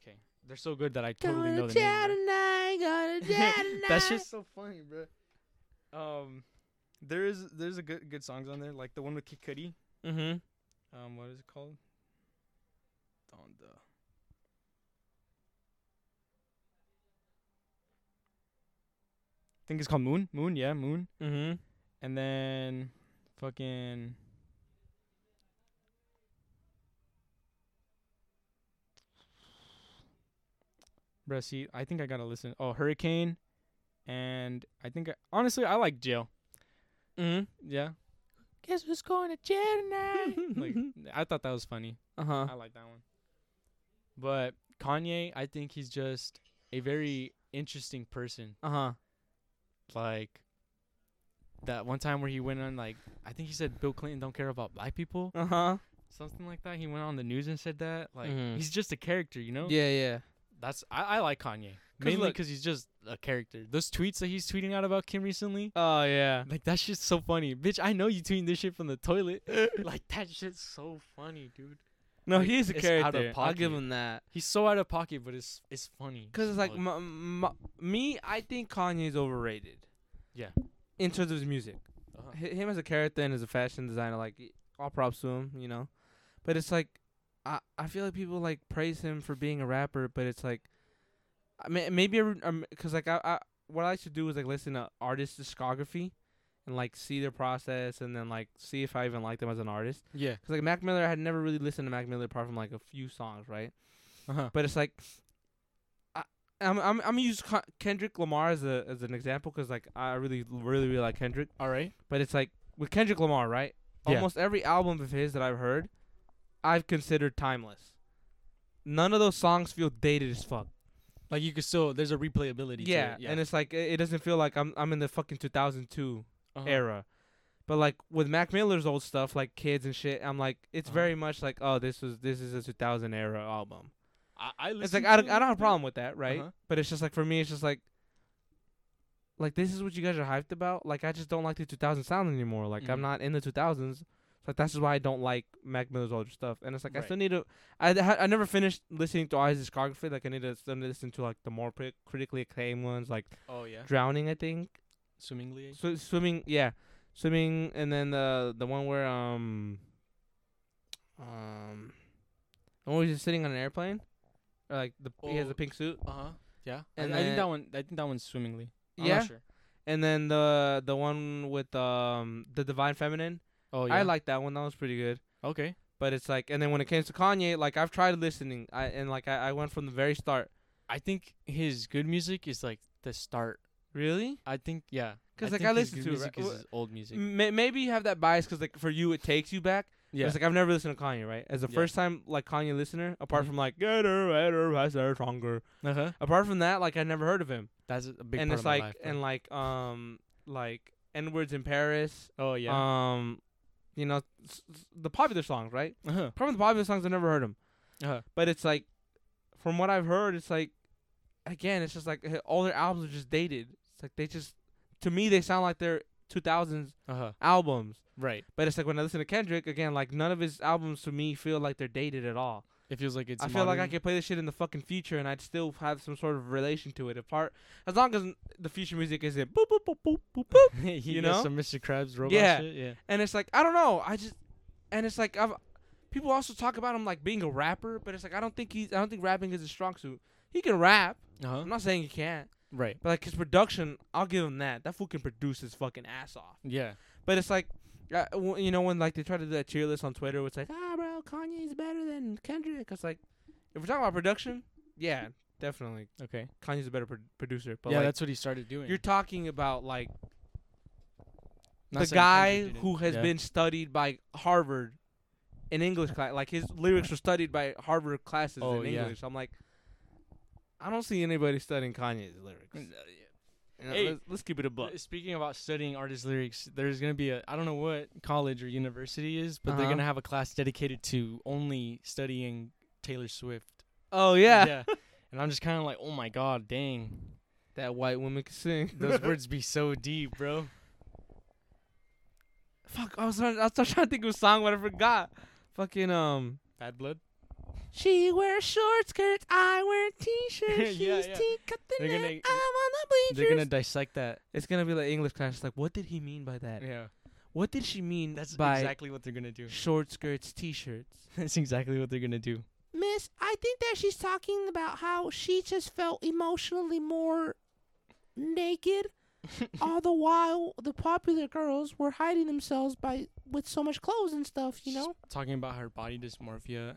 Speaker 2: okay, they're so good that I totally know the name. bro. [laughs] That's just so funny, bro. Um, there is there's a good good songs on there. Like the one with Kid Cudi.
Speaker 1: Mm-hmm.
Speaker 2: Um, what is it called? Donda. I think it's called Moon. Moon, yeah, Moon.
Speaker 1: Mm-hmm.
Speaker 2: And then fucking Bruh, see, I think I gotta listen. Oh, Hurricane, and I think I, honestly I like jail.
Speaker 1: Mm-hmm.
Speaker 2: Yeah. Guess who's going to jail tonight? [laughs] Uh. like, I thought that was funny.
Speaker 1: Uh-huh.
Speaker 2: I like that one. But Kanye, I think he's just a very interesting person.
Speaker 1: Uh-huh.
Speaker 2: Like that one time where he went on like I think he said Bill Clinton don't care about black people,
Speaker 1: Uh-huh.
Speaker 2: something like that. He went on the news and said that. Like
Speaker 1: Mhm.
Speaker 2: he's just a character, you know.
Speaker 1: Yeah, yeah.
Speaker 2: That's I, I like Kanye mainly
Speaker 1: look-
Speaker 2: because he's just a character. Those tweets that he's tweeting out about Kim recently,
Speaker 1: Oh, yeah.
Speaker 2: like that shit's so funny, bitch. I know you tweeting this shit from the [laughs] toilet. like that shit's so funny, dude.
Speaker 1: No,
Speaker 2: Like,
Speaker 1: he's a
Speaker 2: it's out of
Speaker 1: character. I'll give
Speaker 2: pocket.
Speaker 1: him that.
Speaker 2: He's so out of pocket, but it's it's funny.
Speaker 1: Cause it's like
Speaker 2: Fuck.
Speaker 1: m- m- me. I think Kanye's overrated.
Speaker 2: Yeah.
Speaker 1: In terms of his music,
Speaker 2: Uh-huh.
Speaker 1: Hi him as a character and as a fashion designer, like y- all props to him, you know. But it's like, I I feel like people like praise him for being a rapper, but it's like, I mean, maybe I re- um, cause like I, I what I like to do is like listen to artist discography, and like see their process, and then like see if I even like them as an artist.
Speaker 2: yeah.
Speaker 1: Cause like Mac Miller, I had never really listened to Mac Miller apart from like a few songs, right?
Speaker 2: Uh-huh.
Speaker 1: But it's like, I, I'm I'm I'm gonna use Ka- Kendrick Lamar as a as an example because like I really really really like Kendrick.
Speaker 2: All right.
Speaker 1: But it's like with Kendrick Lamar, right?
Speaker 2: Yeah.
Speaker 1: Almost every album of his that I've heard, I've considered timeless. None of those songs feel dated as fuck.
Speaker 2: Like you could still there's a replayability.
Speaker 1: Yeah,
Speaker 2: to it. yeah.
Speaker 1: and it's like it, it doesn't feel like I'm I'm in the fucking 2002
Speaker 2: uh
Speaker 1: era. But like with Mac Miller's old stuff, like Kids and shit, I'm like it's
Speaker 2: Uh-huh.
Speaker 1: very much like oh this was this is a 2000 era album.
Speaker 2: I, I
Speaker 1: It's
Speaker 2: listen
Speaker 1: like I
Speaker 2: to
Speaker 1: don't, I
Speaker 2: it,
Speaker 1: don't have a
Speaker 2: bro.
Speaker 1: problem with that, right?
Speaker 2: Uh-huh.
Speaker 1: But it's just like for me, it's just like, like this is what you guys are hyped about. Like I just don't like the 2000 sound anymore. Like I'm
Speaker 2: Mhm.
Speaker 1: not in the 2000s. So like that's just why I don't like Mac Miller's older stuff. And it's like I
Speaker 2: Right.
Speaker 1: still need to. I ha- I never finished listening to all his discography. Like I need to still listen to like the more pri- critically acclaimed ones, like
Speaker 2: Oh yeah.
Speaker 1: Drowning, I think.
Speaker 2: Swimmingly.
Speaker 1: Sw- swimming, yeah, swimming, and then the the one where um um, the one where he's just sitting on an airplane, or like the he has
Speaker 2: Oh,
Speaker 1: a pink suit.
Speaker 2: Uh huh. Yeah.
Speaker 1: And
Speaker 2: And I, think
Speaker 1: then-
Speaker 2: that one. I think that one's swimmingly. I'm
Speaker 1: Yeah,
Speaker 2: Not sure.
Speaker 1: and then the the one with um the divine feminine.
Speaker 2: Oh yeah.
Speaker 1: I like that one. That was pretty good.
Speaker 2: Okay.
Speaker 1: But it's like, and then when it came to Kanye, like I've tried listening, I and like I, I went from the very start.
Speaker 2: I think his good music is like the start.
Speaker 1: Really?
Speaker 2: I think yeah.
Speaker 1: 'Cause, like,
Speaker 2: think
Speaker 1: I
Speaker 2: his
Speaker 1: listen
Speaker 2: good
Speaker 1: to it,
Speaker 2: music
Speaker 1: right? Mm,
Speaker 2: is
Speaker 1: Wha-
Speaker 2: his old music.
Speaker 1: May, maybe you have that bias because like for you it takes you back. But
Speaker 2: yeah.
Speaker 1: It's like I've never listened to Kanye, right? As a
Speaker 2: Yeah.
Speaker 1: first time like Kanye listener, apart
Speaker 2: Mhm.
Speaker 1: from like get her, get her, I said her stronger.
Speaker 2: uh huh.
Speaker 1: Apart from that, like I never heard of him.
Speaker 2: That's a big
Speaker 1: uh-huh. and
Speaker 2: part
Speaker 1: it's
Speaker 2: of my
Speaker 1: like
Speaker 2: life. bro.
Speaker 1: and like um like N words in Paris.
Speaker 2: oh yeah.
Speaker 1: Um, you know s- s- the popular songs, right? [laughs]
Speaker 2: Uh huh.
Speaker 1: Probably the popular songs I've never heard him.
Speaker 2: Uh-huh.
Speaker 1: But it's like, from what I've heard, it's like, again, it's just like h- all their albums are just dated. It's like they just, to me, they sound like they're 2000s
Speaker 2: Uh huh.
Speaker 1: albums.
Speaker 2: Right.
Speaker 1: But it's like when I listen to Kendrick again, like none of his albums to me feel like they're dated at all.
Speaker 2: It feels like it's.
Speaker 1: I feel like I
Speaker 2: modern.
Speaker 1: could play this shit in the fucking future and I'd still have some sort of relation to it. Apart, as long as the future music isn't boop boop boop boop boop boop.
Speaker 2: you, [laughs]
Speaker 1: you
Speaker 2: know
Speaker 1: know?
Speaker 2: some Mr. Krabs robot
Speaker 1: Yeah.
Speaker 2: shit. Yeah.
Speaker 1: And it's like I don't know. I just and it's like I've people also talk about him like being a rapper, but it's like I don't think he's I don't think rapping is his strong suit. He can rap.
Speaker 2: Uh
Speaker 1: I'm
Speaker 2: huh.
Speaker 1: not saying he can't,
Speaker 2: Right.
Speaker 1: but like his production, I'll give him that. That fool can produce his fucking ass off.
Speaker 2: Yeah.
Speaker 1: But it's like. Uh, w- you know when like they try to do that cheer list on Twitter, it's like ah bro, Kanye's better than Kendrick. It's like if we're talking about production, yeah, definitely
Speaker 2: Okay.
Speaker 1: Kanye's a better pro- producer. But
Speaker 2: yeah,
Speaker 1: like,
Speaker 2: that's what he started doing.
Speaker 1: you're talking about like
Speaker 2: Not
Speaker 1: the
Speaker 2: saying Kendrick
Speaker 1: guy
Speaker 2: did it.
Speaker 1: who has
Speaker 2: Yeah.
Speaker 1: been studied by Harvard in English class. Like his lyrics were studied by Harvard classes
Speaker 2: Oh,
Speaker 1: in
Speaker 2: yeah.
Speaker 1: English. I'm like, I don't see anybody studying Kanye's
Speaker 2: Uh,
Speaker 1: lyrics. You know,
Speaker 2: Hey.
Speaker 1: let's, let's keep it a buck.
Speaker 2: But speaking about studying artist lyrics, there's gonna be a I don't know what college or university is, but they're
Speaker 1: Uh-huh.
Speaker 2: gonna have a class dedicated to only studying Taylor Swift.
Speaker 1: Oh yeah.
Speaker 2: And I'm just kind of like, oh my god, dang,
Speaker 1: that white woman can sing. [laughs]
Speaker 2: those words be so deep, bro.
Speaker 1: Fuck, I was trying, I was trying to think of a song, but I forgot. Fucking um.
Speaker 2: Bad blood.
Speaker 1: She wears short skirts, I wear [laughs] t-shirts.
Speaker 2: Yeah,
Speaker 1: She's
Speaker 2: yeah.
Speaker 1: teacup
Speaker 2: They're
Speaker 1: tonight, I'm
Speaker 2: gonna-
Speaker 1: on the bleachers.
Speaker 2: They're gonna dissect that.
Speaker 1: it's gonna be like English class. It's like, what did he mean by that?
Speaker 2: Yeah,
Speaker 1: What did she mean
Speaker 2: that's
Speaker 1: by
Speaker 2: exactly what they're gonna do. [laughs]
Speaker 1: short skirts, t-shirts?
Speaker 2: That's exactly what they're
Speaker 1: [laughs]
Speaker 2: gonna do.
Speaker 1: Miss, I think that she's talking about how she just felt emotionally more [laughs] naked, all the while the popular girls were hiding themselves by with so much clothes and stuff.
Speaker 2: She's talking about her body dysmorphia.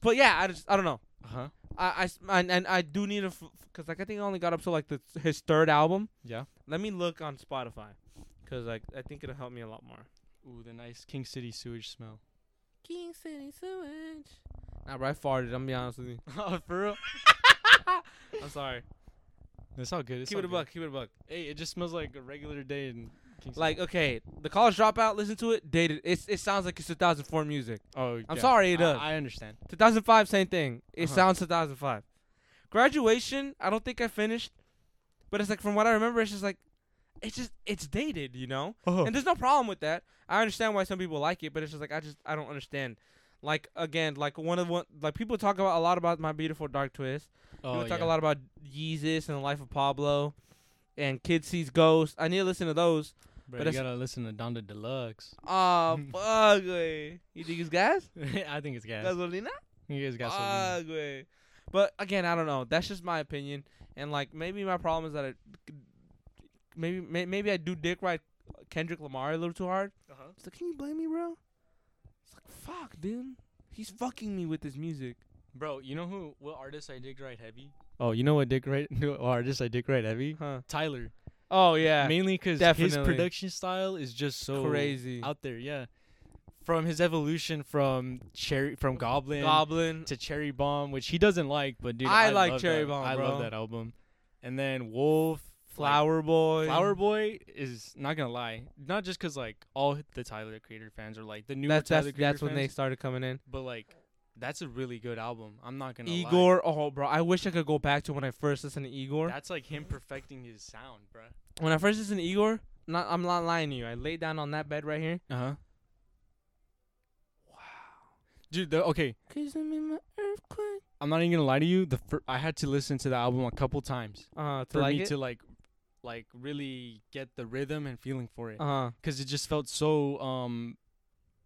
Speaker 1: but yeah, I just I don't know.
Speaker 2: huh.
Speaker 1: I I s- and, and I do need a f- cause like I think I only got up to like the his third album.
Speaker 2: Yeah.
Speaker 1: Let me look on Spotify, cause like I think it'll help me a lot more.
Speaker 2: Ooh, the nice King City sewage
Speaker 1: [laughs]
Speaker 2: smell.
Speaker 1: King City Sewage. Nah, bro, I farted. I'm gonna be honest with you.
Speaker 2: oh, for real?
Speaker 1: [laughs] I'm sorry.
Speaker 2: That's all good. It's
Speaker 1: keep
Speaker 2: all
Speaker 1: it a
Speaker 2: good.
Speaker 1: buck. Keep it a buck.
Speaker 2: Hey, it just smells like a regular day in King City.
Speaker 1: Like okay, the college dropout. Listen to it. Dated. It's it sounds like it's 2004 music.
Speaker 2: oh,
Speaker 1: I'm
Speaker 2: yeah.
Speaker 1: sorry, it
Speaker 2: I-
Speaker 1: does.
Speaker 2: I, understand.
Speaker 1: 2005, same thing. It
Speaker 2: Uh-huh.
Speaker 1: sounds 2005. Graduation. I don't think I finished, but it's like from what I remember, it's just like, it's just it's dated, you know.
Speaker 2: [laughs] Oh,
Speaker 1: And there's no problem with that. I understand why some people like it, but it's just like I just I don't understand. Like again, like one of the one like people talk about a lot about my beautiful dark twist.
Speaker 2: Oh,
Speaker 1: People talk a lot about Yeezus and the life of Pablo, and Kid Sees Ghost. I need to listen to those. but
Speaker 2: Bro, you
Speaker 1: it's-
Speaker 2: gotta listen to Donda
Speaker 1: [laughs]
Speaker 2: Deluxe. [laughs]
Speaker 1: Oh, fuck, güey. You think it's gas?
Speaker 2: I think it's gas.
Speaker 1: Gasolina?
Speaker 2: you guys got
Speaker 1: Fuck, güey. But again, I don't know. That's just my opinion. And like maybe my problem is that I, maybe may, maybe I do dick ride Kendrick Lamar a little too hard.
Speaker 2: Uh-huh.
Speaker 1: It's like, can you blame me, bro? It's like, fuck, dude. He's fucking me with this music.
Speaker 2: Bro, you know who? What artist I dig right heavy? Oh, [laughs] you know what dick right? What artist I dig right heavy?
Speaker 1: Huh.
Speaker 2: Tyler.
Speaker 1: Oh yeah.
Speaker 2: Mainly because his
Speaker 1: definitely.
Speaker 2: production style is just so
Speaker 1: Crazy.
Speaker 2: out there. Yeah. From his evolution from cherry from Goblin
Speaker 1: Goblin.
Speaker 2: to Cherry Bomb, which he doesn't like, but dude,
Speaker 1: I
Speaker 2: I,
Speaker 1: like
Speaker 2: love
Speaker 1: Cherry
Speaker 2: that-
Speaker 1: Bomb,
Speaker 2: I
Speaker 1: bro.
Speaker 2: love that album. And then Wolf, like,
Speaker 1: Flower Boy.
Speaker 2: Flower Boy is not gonna lie, not just 'cause like all the Tyler Creator fans are like the new
Speaker 1: That's
Speaker 2: Tyler
Speaker 1: that's,
Speaker 2: Creator
Speaker 1: that's when
Speaker 2: fans,
Speaker 1: they started coming in.
Speaker 2: But like, that's a really good album. I'm not gonna
Speaker 1: Igor, oh bro, I wish I could go back to when I first listened to
Speaker 2: lie.
Speaker 1: Igor.
Speaker 2: That's like him perfecting his sound, bruh.
Speaker 1: when I first listened to Igor, not I'm not lying to you. I laid down on that bed right here.
Speaker 2: Uh huh. Wow, dude. The, okay,
Speaker 1: Cause I'm in my earthquake.
Speaker 2: I'm not even gonna lie to you. The fir- I had to listen to the album a couple times
Speaker 1: Uh, to
Speaker 2: for
Speaker 1: like
Speaker 2: me
Speaker 1: it.
Speaker 2: to like, like really get the rhythm and feeling for it.
Speaker 1: uh huh.
Speaker 2: 'Cause it just felt so um,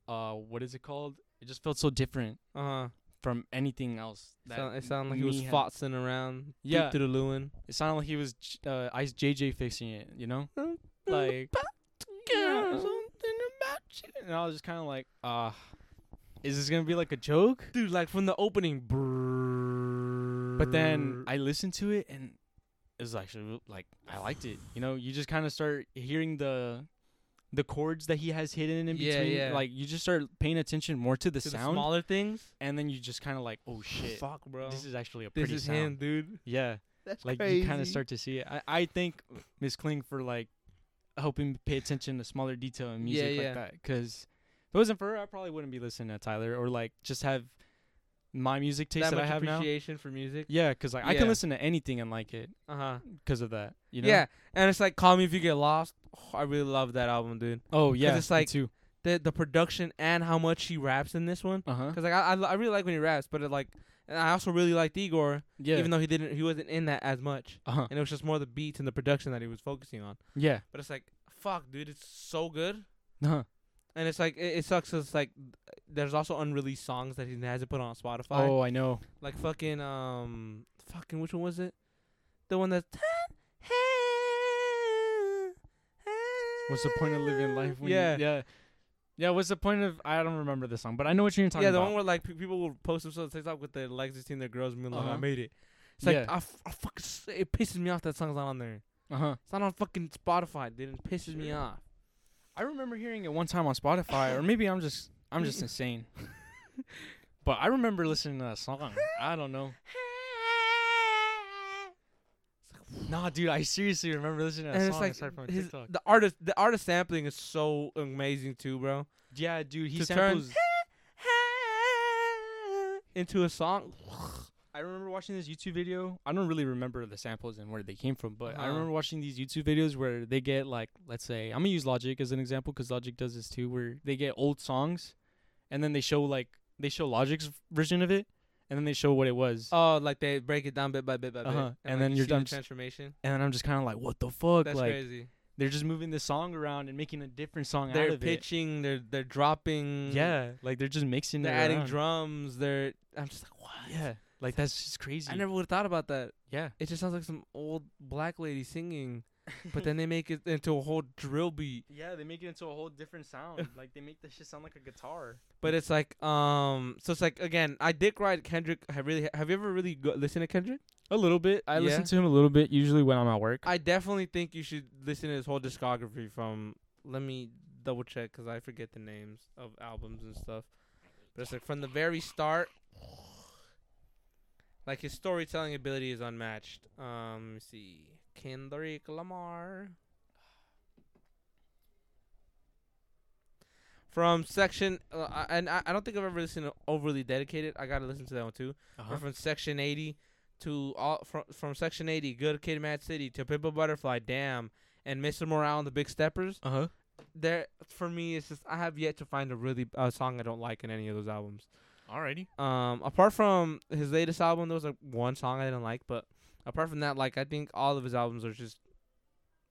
Speaker 2: uh, what is it called? It just felt so different.
Speaker 1: Uh huh.
Speaker 2: from anything else. that
Speaker 1: Sound, it sounded like he
Speaker 2: me
Speaker 1: was
Speaker 2: had-
Speaker 1: fotzing around.
Speaker 2: Yeah.
Speaker 1: Deep to the Lewin.
Speaker 2: It sounded like he was j- uh, Ice JJ fixing it. You know, like yeah, something about you. And I was just kind of like, ah, is this gonna be like a joke?
Speaker 1: Dude, like from the opening. But
Speaker 2: But then I listened to it and it was actually real- like I liked it. You know, you just kind of start hearing the the chords that he has hidden in
Speaker 1: Yeah,
Speaker 2: between.
Speaker 1: yeah.
Speaker 2: Like you just start paying attention more to the
Speaker 1: to
Speaker 2: sound,
Speaker 1: the smaller things.
Speaker 2: and then you just kind of like, oh shit,
Speaker 1: Fuck, bro.
Speaker 2: this is actually a
Speaker 1: This
Speaker 2: pretty
Speaker 1: is
Speaker 2: sound.
Speaker 1: him, dude.
Speaker 2: Yeah.
Speaker 1: That's
Speaker 2: like you kind of start to see it. I, I thank Miss Kling for like helping pay attention to smaller detail in
Speaker 1: Yeah,
Speaker 2: music
Speaker 1: yeah.
Speaker 2: like that. Because if it wasn't for her, I probably wouldn't be listening to Tyler or like just have my music
Speaker 1: that,
Speaker 2: taste that,
Speaker 1: much
Speaker 2: I have now.
Speaker 1: appreciation for music.
Speaker 2: Yeah, because like I can
Speaker 1: Yeah.
Speaker 2: listen to anything and like it
Speaker 1: Uh huh.
Speaker 2: because of that. You know?
Speaker 1: Yeah, and it's like "Call Me If You Get Lost." Oh, I really love that album, dude.
Speaker 2: Oh yeah.
Speaker 1: it's
Speaker 2: me
Speaker 1: like-
Speaker 2: too.
Speaker 1: The the production and how much he raps in this one,
Speaker 2: Uh huh.
Speaker 1: because like I, I I really like when he raps, but it like and I also really liked Igor,
Speaker 2: Yeah.
Speaker 1: even though he didn't he wasn't in that as much,
Speaker 2: uh huh.
Speaker 1: [laughs] and it was just more the beats and the production that he was focusing on.
Speaker 2: Yeah.
Speaker 1: But it's like fuck, dude, it's so good,
Speaker 2: Uh huh.
Speaker 1: and it's like it, it sucks. 'cause it's like there's also unreleased songs that he hasn't put on Spotify,
Speaker 2: Oh, I know.
Speaker 1: like fucking um fucking which one was it? The one that's
Speaker 2: What's the point of living life when you-
Speaker 1: yeah.
Speaker 2: yeah. Yeah, what's the point of I don't remember the song, but I know what you're talking
Speaker 1: yeah, the
Speaker 2: about.
Speaker 1: one where like pe- people will post themselves on TikTok with their legs just seeing their girls and being like, "Oh,
Speaker 2: Uh-huh.
Speaker 1: "I made it." It's like
Speaker 2: Yeah.
Speaker 1: I, f- I fucking s- it pisses me off that song's not on there.
Speaker 2: uh huh.
Speaker 1: It's not on fucking Spotify. Dude, it pisses me
Speaker 2: Sure.
Speaker 1: off.
Speaker 2: I remember hearing it one time on Spotify, or maybe I'm just I'm just
Speaker 1: [laughs]
Speaker 2: insane. but I remember listening to that song. I don't know. Nah, dude, I seriously remember listening to that
Speaker 1: and it's
Speaker 2: song
Speaker 1: like
Speaker 2: aside from
Speaker 1: his,
Speaker 2: TikTok.
Speaker 1: the artist the artist sampling is so amazing too, bro.
Speaker 2: yeah, dude, he
Speaker 1: to turn-
Speaker 2: samples.
Speaker 1: Into a song.
Speaker 2: I remember watching this YouTube video. I don't really remember the samples and where they came from, but I
Speaker 1: Uh-huh.
Speaker 2: remember watching these YouTube videos where they get like, let's say, I'm gonna use Logic as an example because Logic does this too, where they get old songs, and then they show like they show Logic's version of it, and then they show what it was,
Speaker 1: Oh, like they break it down bit by bit by bit,
Speaker 2: Uh-huh. And then
Speaker 1: you
Speaker 2: you're
Speaker 1: see
Speaker 2: done
Speaker 1: the
Speaker 2: s-
Speaker 1: transformation.
Speaker 2: and then I'm just kind of like, what the fuck?
Speaker 1: That's
Speaker 2: like
Speaker 1: crazy.
Speaker 2: they're just moving this song around and making a different song out
Speaker 1: They're
Speaker 2: of
Speaker 1: pitching. They're they're
Speaker 2: it.
Speaker 1: dropping.
Speaker 2: Yeah, like they're just mixing.
Speaker 1: They're
Speaker 2: it
Speaker 1: adding
Speaker 2: around.
Speaker 1: drums. They're. I'm just like, what?
Speaker 2: Yeah, like that's just crazy.
Speaker 1: I never would have thought about that.
Speaker 2: yeah,
Speaker 1: It just sounds like some old black lady singing,
Speaker 2: [laughs]
Speaker 1: but then they make it into a whole drill beat.
Speaker 2: yeah, they make it into a whole different [laughs] sound. like they make this shit sound like a guitar.
Speaker 1: But it's like, um, so it's like again, I dick ride Kendrick. I really have you ever really go- listened to Kendrick?
Speaker 2: A little bit. I listen
Speaker 1: Yeah.
Speaker 2: to him a little bit usually when I'm at work.
Speaker 1: I definitely think you should listen to his whole discography from. Let me double check because I forget the names of albums and stuff. But it's like from the very start. Like his storytelling ability is unmatched. Um, let me see, Kendrick Lamar. From section, uh, I- and I, I don't think I've ever listened to overly dedicated. I gotta listen to that one too. Or from Section 80 to all from from Section 80, Good Kid, Mad City to Pimp a Butterfly, Damn, and Mr. Morale and the Big Steppers.
Speaker 2: Uh huh.
Speaker 1: There for me, it's just I have yet to find a really a song I don't like in any of those albums.
Speaker 2: Alrighty.
Speaker 1: Um, apart from his latest album, there was like one song I didn't like, but apart from that, like I think all of his albums are just,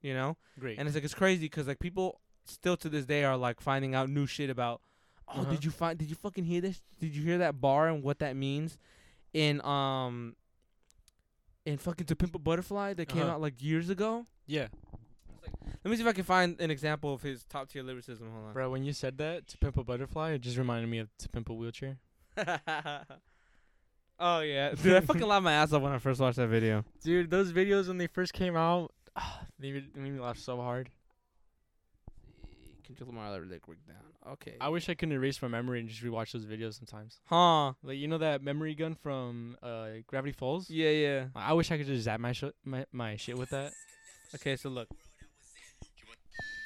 Speaker 1: you know,
Speaker 2: Great.
Speaker 1: and it's like it's crazy because like people still to this day are like finding out new shit about. Oh,
Speaker 2: Uh-huh.
Speaker 1: did you find? Did you fucking hear this? Did you hear that bar and what that means? In um, in fucking To Pimp a Butterfly that came
Speaker 2: Uh-huh.
Speaker 1: out like years ago.
Speaker 2: yeah,
Speaker 1: Let me see if I can find an example of his top tier lyricism. Hold on.
Speaker 2: bro. When you said that to pimp a butterfly, it just reminded me of to pimp a wheelchair.
Speaker 1: [laughs] oh yeah, [laughs] dude, I fucking laughed my ass off when I first watched that video.
Speaker 2: Dude, those videos when they first came out, [sighs] they made made me laugh so hard.
Speaker 1: Control Lamar let Rick down. Okay.
Speaker 2: I wish I could erase my memory and just rewatch those videos sometimes.
Speaker 1: huh?
Speaker 2: Like you know that memory gun from uh, Gravity Falls.
Speaker 1: Yeah, yeah.
Speaker 2: I I wish I could just zap my, sh- my my shit with that.
Speaker 1: Okay, so look.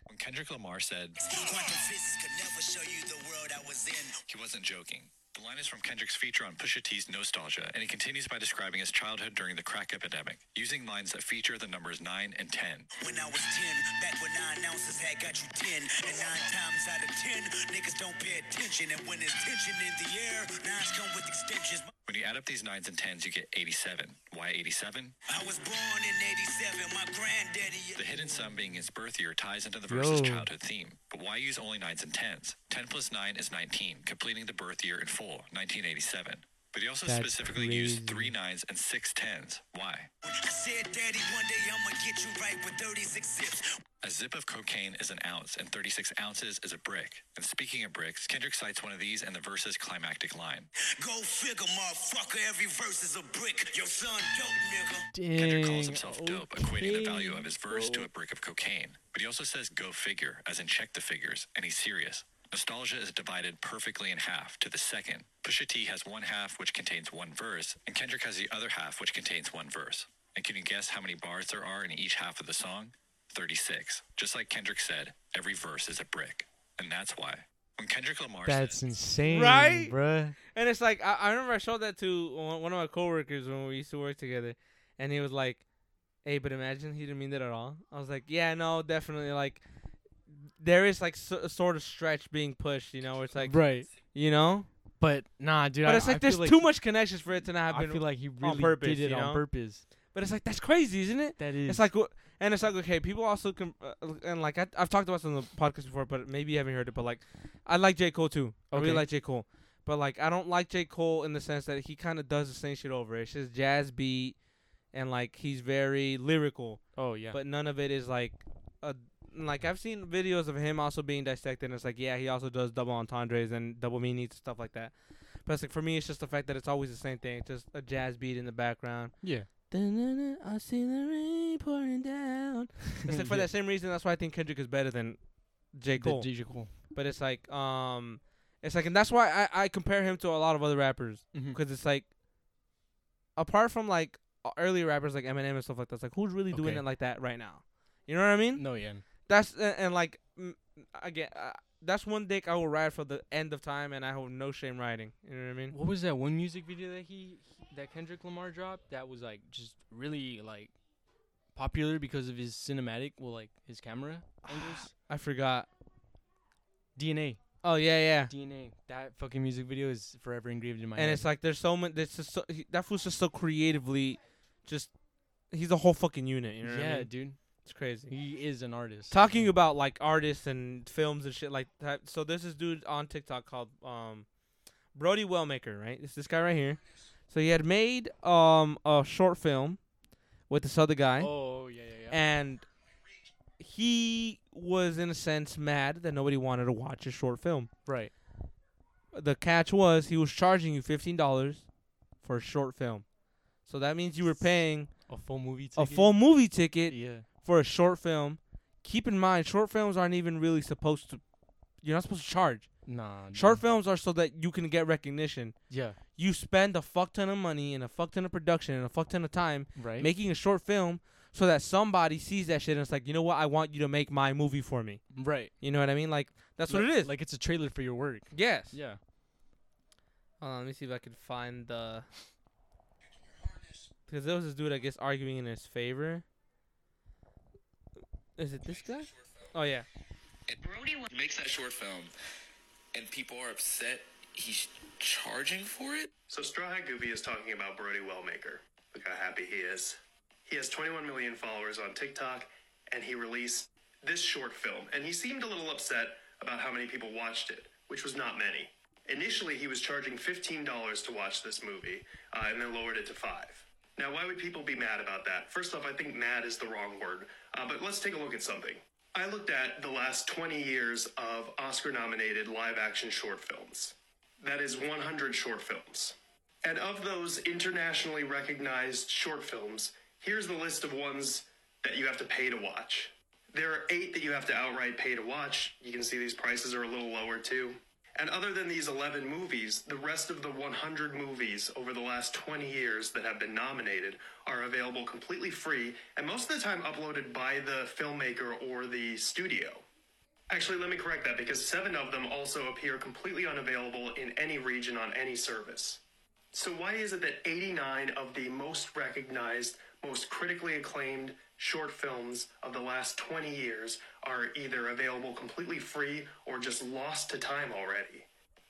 Speaker 3: When Kendrick Lamar said,
Speaker 4: Like a fist could never show you the world I was in.
Speaker 3: he wasn't joking. The line is from Kendrick's feature on Pusha T's Nostalgia, and he continues by describing his childhood during the crack epidemic, using lines that feature the numbers 9 and 10.
Speaker 4: When I was 10, back when nine ounces had got you 10. And nine times out of 10, niggas don't pay attention. And when there's tension in the air, nines come with extensions.
Speaker 3: When you add up these 9s and 10s, you get 87. Why 87?
Speaker 4: I was born in 87, my granddaddy.
Speaker 3: The hidden sum being his birth year ties into the verse's
Speaker 1: Yo.
Speaker 3: childhood theme. But why use only 9s and 10s? 10 plus 9 is 19, completing the birth year in full, 1987. But he also
Speaker 2: That's
Speaker 3: specifically
Speaker 2: crazy.
Speaker 3: used three 9s and six 10s. Why?
Speaker 4: I said, Daddy, one day I'ma get you right with 36 zips.
Speaker 3: A zip of cocaine is an ounce, and 36 ounces is a brick. And speaking of bricks, Kendrick cites one of these in the verse's climactic line.
Speaker 4: Go figure, motherfucker, every verse is a brick. Your son, dope nigga.
Speaker 2: Dang.
Speaker 3: Kendrick calls himself dope, equating the
Speaker 2: okay,
Speaker 3: value of his verse
Speaker 2: bro.
Speaker 3: to a brick of cocaine. But he also says go figure, as in check the figures, and he's serious. Nostalgia is divided perfectly in half to the second. Pusha T has one half which contains one verse, and Kendrick has the other half which contains one verse. And can you guess how many bars there are in each half of the song? 36. Just like Kendrick said, every verse is a brick. And that's why. When Kendrick Lamar
Speaker 2: That's
Speaker 3: says,
Speaker 2: insane,
Speaker 1: Right?
Speaker 2: bruh.
Speaker 1: And it's like I, I remember I showed that to one one of my coworkers when we used to work together, and he was like, "Hey, but imagine he didn't mean that at all." I was like, "Yeah, no, definitely." Like, there is like so, a sort of stretch being pushed, you know. Where it's like,
Speaker 2: right.
Speaker 1: you know,
Speaker 2: But nah, dude.
Speaker 1: but
Speaker 2: I,
Speaker 1: it's like
Speaker 2: I feel
Speaker 1: there's
Speaker 2: like
Speaker 1: too much connections for it to not have
Speaker 2: I
Speaker 1: been.
Speaker 2: feel like he really
Speaker 1: purpose,
Speaker 2: did it
Speaker 1: you
Speaker 2: on
Speaker 1: know?
Speaker 2: purpose.
Speaker 1: but it's like that's crazy, isn't it?
Speaker 2: That is.
Speaker 1: It's like, wh- and it's like, okay, people also can, uh, and like I, I've talked about this on the podcast before, but maybe you haven't heard it. But like, I like J Cole too. I really
Speaker 2: Okay.
Speaker 1: like J Cole, but like I don't like J Cole in the sense that he kind of does the same shit over. It's just jazz beat, and like he's very lyrical,
Speaker 2: oh yeah.
Speaker 1: but none of it is like a. Like I've seen videos of him also being dissected, and it's like, yeah, he also does double entendres and double meanings and stuff like that. But it's like for me, it's just the fact that it's always the same thing. It's just a jazz beat in the background.
Speaker 2: yeah.
Speaker 1: Dun-dun-dun, I see the rain pouring down. [laughs] [laughs] It's like for
Speaker 2: [laughs] Yeah.
Speaker 1: that same reason. That's why I think Kendrick is better than J. Cole.
Speaker 2: The DJ Cole.
Speaker 1: but it's like um it's like and that's why I, I compare him to a lot of other rappers
Speaker 2: Mhm.
Speaker 1: because it's like apart from like uh, earlier rappers like Eminem and stuff like that, it's like who's really doing
Speaker 2: Okay.
Speaker 1: it like that right now? You know what I mean?
Speaker 2: No, yeah.
Speaker 1: That's and, and like mm, again, uh, that's one dick I will ride for the end of time, and I have no shame riding. You know what I mean?
Speaker 2: What was that one music video that he, he that Kendrick Lamar dropped that was like just really like popular because of his cinematic, well like his
Speaker 1: [sighs]
Speaker 2: camera angles?
Speaker 1: I forgot.
Speaker 2: DNA.
Speaker 1: Oh yeah, yeah.
Speaker 2: DNA. That fucking music video is forever engraved in my
Speaker 1: And
Speaker 2: head.
Speaker 1: it's like there's so many. This is so, he, that fool's just so creatively, just he's a whole fucking unit. You know what I
Speaker 2: yeah,
Speaker 1: mean?
Speaker 2: dude.
Speaker 1: It's crazy.
Speaker 2: He is an artist.
Speaker 1: Talking about like artists and films and shit like that. So there's this dude on TikTok called um, Brody Wellmaker, right? It's this guy right here. So he had made um a short film with this other guy.
Speaker 2: Oh yeah, yeah, yeah.
Speaker 1: and he was in a sense mad that nobody wanted to watch his short film.
Speaker 2: right.
Speaker 1: The catch was he was charging you fifteen dollars for a short film, so that means you were paying
Speaker 2: A full movie
Speaker 1: a
Speaker 2: ticket.
Speaker 1: full movie ticket
Speaker 2: Yeah.
Speaker 1: for a short film. Keep in mind, short films aren't even really supposed to. You're not supposed to charge.
Speaker 2: Nah.
Speaker 1: Short
Speaker 2: dude.
Speaker 1: films are so that you can get recognition.
Speaker 2: Yeah.
Speaker 1: You spend a fuck ton of money and a fuck ton of production and a fuck ton of time
Speaker 2: Right.
Speaker 1: making a short film so that somebody sees that shit and it's like, you know what? I want you to make my movie for me.
Speaker 2: right.
Speaker 1: You know what I mean? Like that's what
Speaker 2: like,
Speaker 1: it is.
Speaker 2: Like it's a trailer for your work.
Speaker 1: yes.
Speaker 2: Yeah.
Speaker 1: Hold on, let me see if I can find the. Because there was this dude, I guess, arguing in his favor. Is it this guy? Oh yeah.
Speaker 5: Brody wa- makes that short film, and people are upset he's charging for it.
Speaker 6: So Straw Hat Goofy is talking about Brody Wellmaker. Look how happy he is. He has 21 million followers on TikTok, and he released this short film, and he seemed a little upset about how many people watched it, which was not many. Initially, he was charging $15 to watch this movie, uh, and then lowered it to five. Now, why would people be mad about that? First off, I think mad is the wrong word, uh, but let's take a look at something. I looked at the last 20 years of Oscar nominated live action short films. That is 100 short films. And of those internationally recognized short films, here's the list of ones that you have to pay to watch. There are eight that you have to outright pay to watch. You can see these prices are a little lower too. And other than these 11 movies, the rest of the 100 movies over the last 20 years that have been nominated are available completely free and most of the time uploaded by the filmmaker or the studio. Actually, let me correct that because seven of them also appear completely unavailable in any region on any service. So, why is it that 89 of the most recognized, most critically acclaimed short films of the last 20 years are either available completely free or just lost to time already?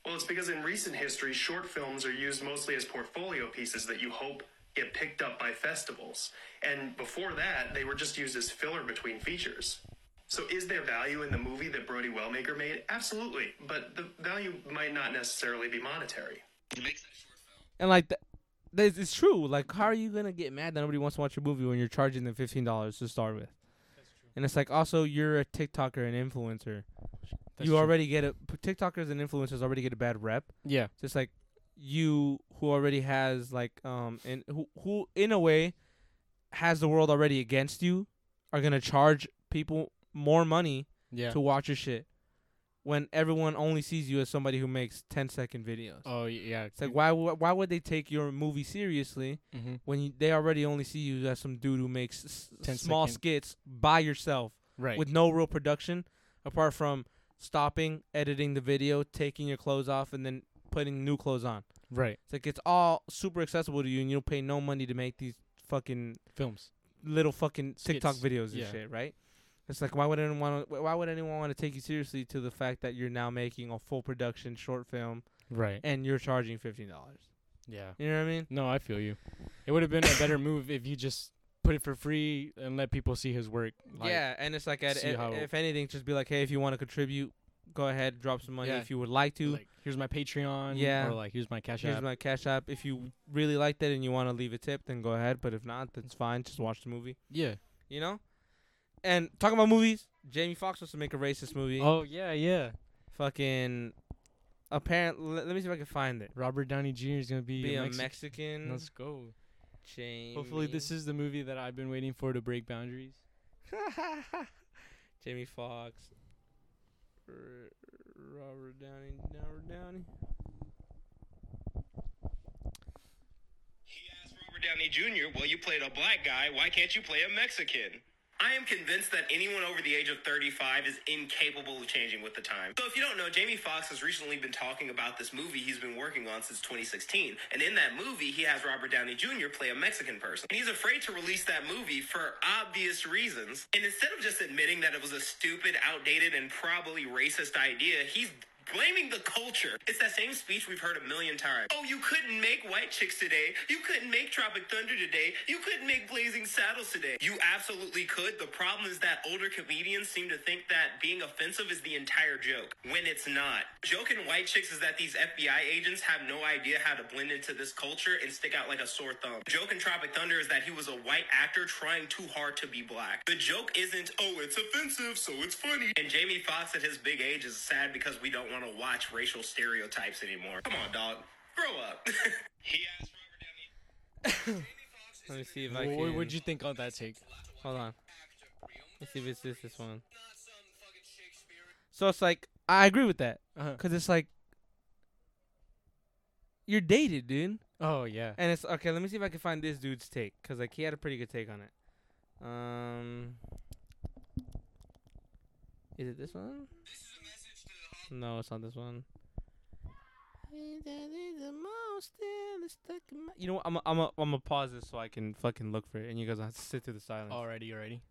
Speaker 6: Well, it's because in recent history, short films are used mostly as portfolio pieces that you hope get picked up by festivals. And before that, they were just used as filler between features. So, is there value in the movie that Brody Wellmaker made? Absolutely, but the value might not necessarily be monetary.
Speaker 5: He makes that short film.
Speaker 1: And like th- this it's true. Like how are you gonna get mad that nobody wants to watch your movie when you're charging them fifteen dollars to start with? And it's like also you're a TikToker and influencer.
Speaker 2: That's
Speaker 1: you
Speaker 2: true.
Speaker 1: already get a p- TikTokers and influencers already get a bad rep.
Speaker 2: Yeah.
Speaker 1: just like you who already has like um and who who in a way has the world already against you are gonna charge people more money
Speaker 2: Yeah.
Speaker 1: to watch your shit when everyone only sees you as somebody who makes 10 second videos.
Speaker 2: oh y- yeah.
Speaker 1: It's like why wo- why would they take your movie seriously
Speaker 2: hmm
Speaker 1: when you, they already only see you as some dude who makes s-
Speaker 2: 10
Speaker 1: small
Speaker 2: second.
Speaker 1: skits by yourself
Speaker 2: Right.
Speaker 1: with no real production apart from stopping, editing the video, taking your clothes off and then putting new clothes on.
Speaker 2: right.
Speaker 1: It's like it's all super accessible to you, and you don't pay no money to make these fucking
Speaker 2: Films.
Speaker 1: little fucking TikTok
Speaker 2: Skits.
Speaker 1: videos and
Speaker 2: Yeah.
Speaker 1: shit, right? It's like why would anyone want? Why would anyone want to take you seriously to the fact that you're now making a full production short film
Speaker 2: Right.
Speaker 1: and you're charging fifteen dollars?
Speaker 2: Yeah.
Speaker 1: You know what I mean?
Speaker 2: No, I feel you. It would have been a better move if you just put it for free and let people see his work. Like,
Speaker 1: yeah, and it's like at,
Speaker 2: see
Speaker 1: if,
Speaker 2: how-
Speaker 1: if anything, just be like, hey, if you want to contribute, go ahead, drop some money
Speaker 2: Yeah.
Speaker 1: if you would like to.
Speaker 2: Like, here's my Patreon.
Speaker 1: Yeah.
Speaker 2: Or like, here's my Cash
Speaker 1: Here's
Speaker 2: App.
Speaker 1: my cash app. If you really liked it and you want to leave a tip, then go ahead. But if not, that's fine. Just watch the movie.
Speaker 2: yeah.
Speaker 1: you know. And talking about movies, Jamie Foxx was to make a racist movie.
Speaker 2: Oh yeah, yeah.
Speaker 1: Fucking apparent. Let, let me see if I can find it.
Speaker 2: Robert Downey Jr. is gonna be,
Speaker 1: Be
Speaker 2: a
Speaker 1: a
Speaker 2: Mexican.
Speaker 1: Mexican.
Speaker 2: Let's go.
Speaker 1: Jamie.
Speaker 2: Hopefully, this
Speaker 1: [laughs]
Speaker 2: is the movie that I've been waiting for to break boundaries.
Speaker 1: Jamie Foxx. R- Robert Downey, Robert Downey.
Speaker 7: He asked Robert Downey Jr., Well, you played a black guy. Why can't you play a Mexican? I am convinced that anyone over the age of 35 is incapable of changing with the time. So, if you don't know, Jamie Foxx has recently been talking about this movie he's been working on since 2016. And in that movie, he has Robert Downey Jr. play a Mexican person. And he's afraid to release that movie for obvious reasons. And instead of just admitting that it was a stupid, outdated, and probably racist idea, he's blaming the culture. It's that same speech we've heard a million times. Oh, you couldn't make White Chicks today. You couldn't make Tropic Thunder today. You couldn't make Blazing Saddles today. You absolutely could. The problem is that older comedians seem to think that being offensive is the entire joke, when it's not. Joke in White Chicks is that these FBI agents have no idea how to blend into this culture and stick out like a sore thumb. Joke in Tropic Thunder is that he was a white actor trying too hard to be black. The joke isn't, oh, it's offensive, so it's funny. And Jamie Foxx at his big age is sad because we don't want to watch racial stereotypes anymore. Come on, dog. Grow up. [laughs] he asked Robert Downey.
Speaker 1: Let me see if I
Speaker 2: What
Speaker 1: can.
Speaker 2: would you think on that take?
Speaker 1: Hold on. Let's see if it's this this one. So it's like I agree with that
Speaker 2: Uh-huh.
Speaker 1: because it's like you're dated, dude.
Speaker 2: Oh yeah.
Speaker 1: And it's okay. Let me see if I can find this dude's take because like he had a pretty good take on it. Um, is it this one? No, it's not this one. You know what? I'm i I'm i am I'm gonna pause this so I can fucking look for it, and you guys don't have to sit through the silence.
Speaker 2: Already, already.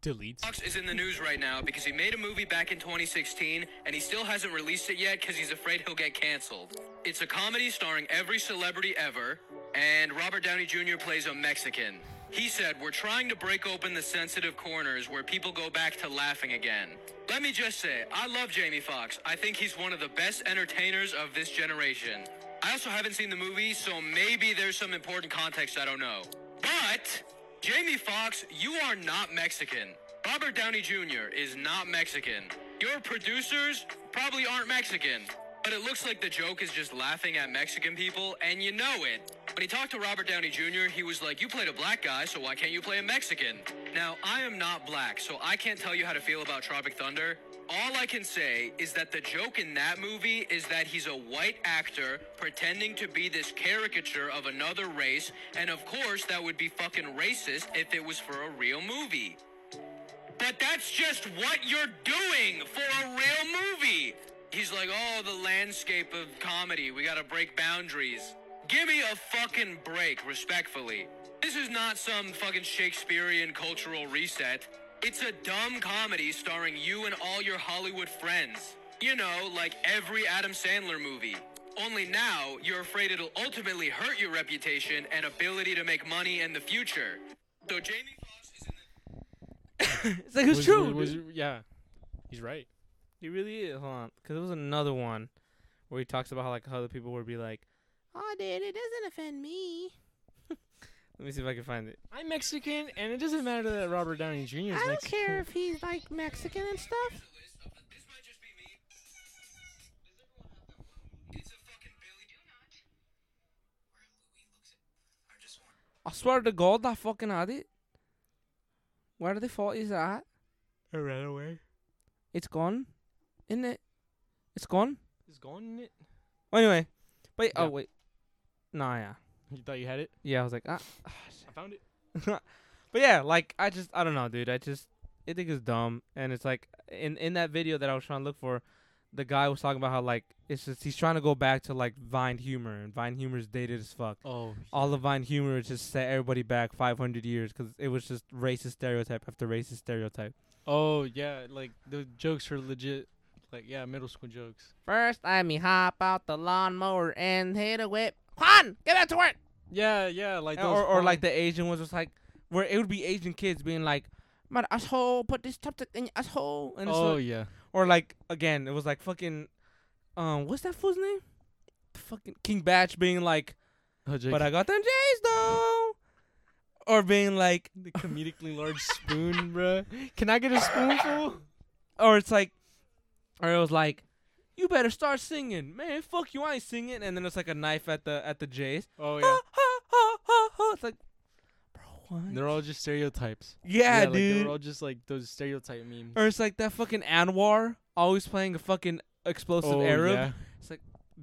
Speaker 2: Delete.
Speaker 8: Fox is in the news right now because he made a movie back in 2016 and he still hasn't released it yet because he's afraid he'll get canceled. It's a comedy starring every celebrity ever, and Robert Downey Jr. plays a Mexican. He said, We're trying to break open the sensitive corners where people go back to laughing again. Let me just say, I love Jamie Foxx. I think he's one of the best entertainers of this generation. I also haven't seen the movie, so maybe there's some important context I don't know. But Jamie Foxx, you are not Mexican. Robert Downey Jr. is not Mexican. Your producers probably aren't Mexican. But it looks like the joke is just laughing at Mexican people, and you know it. When he talked to Robert Downey Jr., he was like, You played a black guy, so why can't you play a Mexican? Now, I am not black, so I can't tell you how to feel about Tropic Thunder. All I can say is that the joke in that movie is that he's a white actor pretending to be this caricature of another race, and of course, that would be fucking racist if it was for a real movie. But that's just what you're doing for a real movie. He's like, oh, the landscape of comedy. We gotta break boundaries. Give me a fucking break, respectfully. This is not some fucking Shakespearean cultural reset. It's a dumb comedy starring you and all your Hollywood friends. You know, like every Adam Sandler movie. Only now, you're afraid it'll ultimately hurt your reputation and ability to make money in the future. So Jamie Foxx is in the.
Speaker 1: It's like it's
Speaker 2: Was-
Speaker 1: true.
Speaker 2: was-
Speaker 1: dude.
Speaker 2: yeah. He's right.
Speaker 1: He really is. Hold on, because there was another one where he talks about how like how other people would be like, "Oh, dude, it doesn't offend me." [laughs] Let me see if I can find it.
Speaker 2: I'm Mexican, and it doesn't matter that Robert Downey Jr. is
Speaker 1: I don't
Speaker 2: Mexican.
Speaker 1: care if he's like Mexican and stuff. I swear to God, that fucking had it. Where the fuck is that?
Speaker 2: It ran away.
Speaker 1: It's gone, isn't it? It's gone.
Speaker 2: It's gone. It.
Speaker 1: Well, anyway, wait. Oh
Speaker 2: Yeah.
Speaker 1: wait. Nah, yeah,
Speaker 2: You thought you had it?
Speaker 1: yeah. I was like, ah. [laughs]
Speaker 2: I found it.
Speaker 1: but yeah, like I just I don't know, dude. I just I think it's dumb, and it's like in in that video that I was trying to look for, the guy was talking about how like it's just he's trying to go back to like Vine humor, and Vine humor is dated as fuck.
Speaker 2: Oh.
Speaker 1: All of Vine humor is just set everybody back 500 years because it was just racist stereotype after racist stereotype.
Speaker 2: Oh yeah. Like the jokes are legit. Like yeah, middle school jokes.
Speaker 1: First, I me hop out the lawnmower and hit a whip. Juan, get back to work.
Speaker 2: Yeah, yeah. Like those
Speaker 1: or, or like
Speaker 2: fun-
Speaker 1: the Asian ones was like where it would be Asian kids being like, "Man, asshole, put this chopstick in your asshole." And it's
Speaker 2: Oh
Speaker 1: like-
Speaker 2: yeah.
Speaker 1: Or like again, it was like fucking, um, what's that fool's name? Fucking King Batch being like,
Speaker 2: Oh, Jake.
Speaker 1: but I got them J's though, or being like, [laughs]
Speaker 2: the comedically large spoon, bruh. Can I get a spoonful?
Speaker 1: or it's like, or it was like, you better start singing, man. Fuck you, I ain't singing. And then it's like a knife at the at the J's.
Speaker 2: Oh
Speaker 1: Ha,
Speaker 2: yeah.
Speaker 1: ha, ha, ha, ha. It's like, bro, What?
Speaker 2: They're all just stereotypes.
Speaker 1: yeah,
Speaker 2: like,
Speaker 1: dude.
Speaker 2: They're all just like those stereotype memes.
Speaker 1: or it's like that fucking Anwar always playing a fucking explosive Arab.
Speaker 2: Oh, yeah.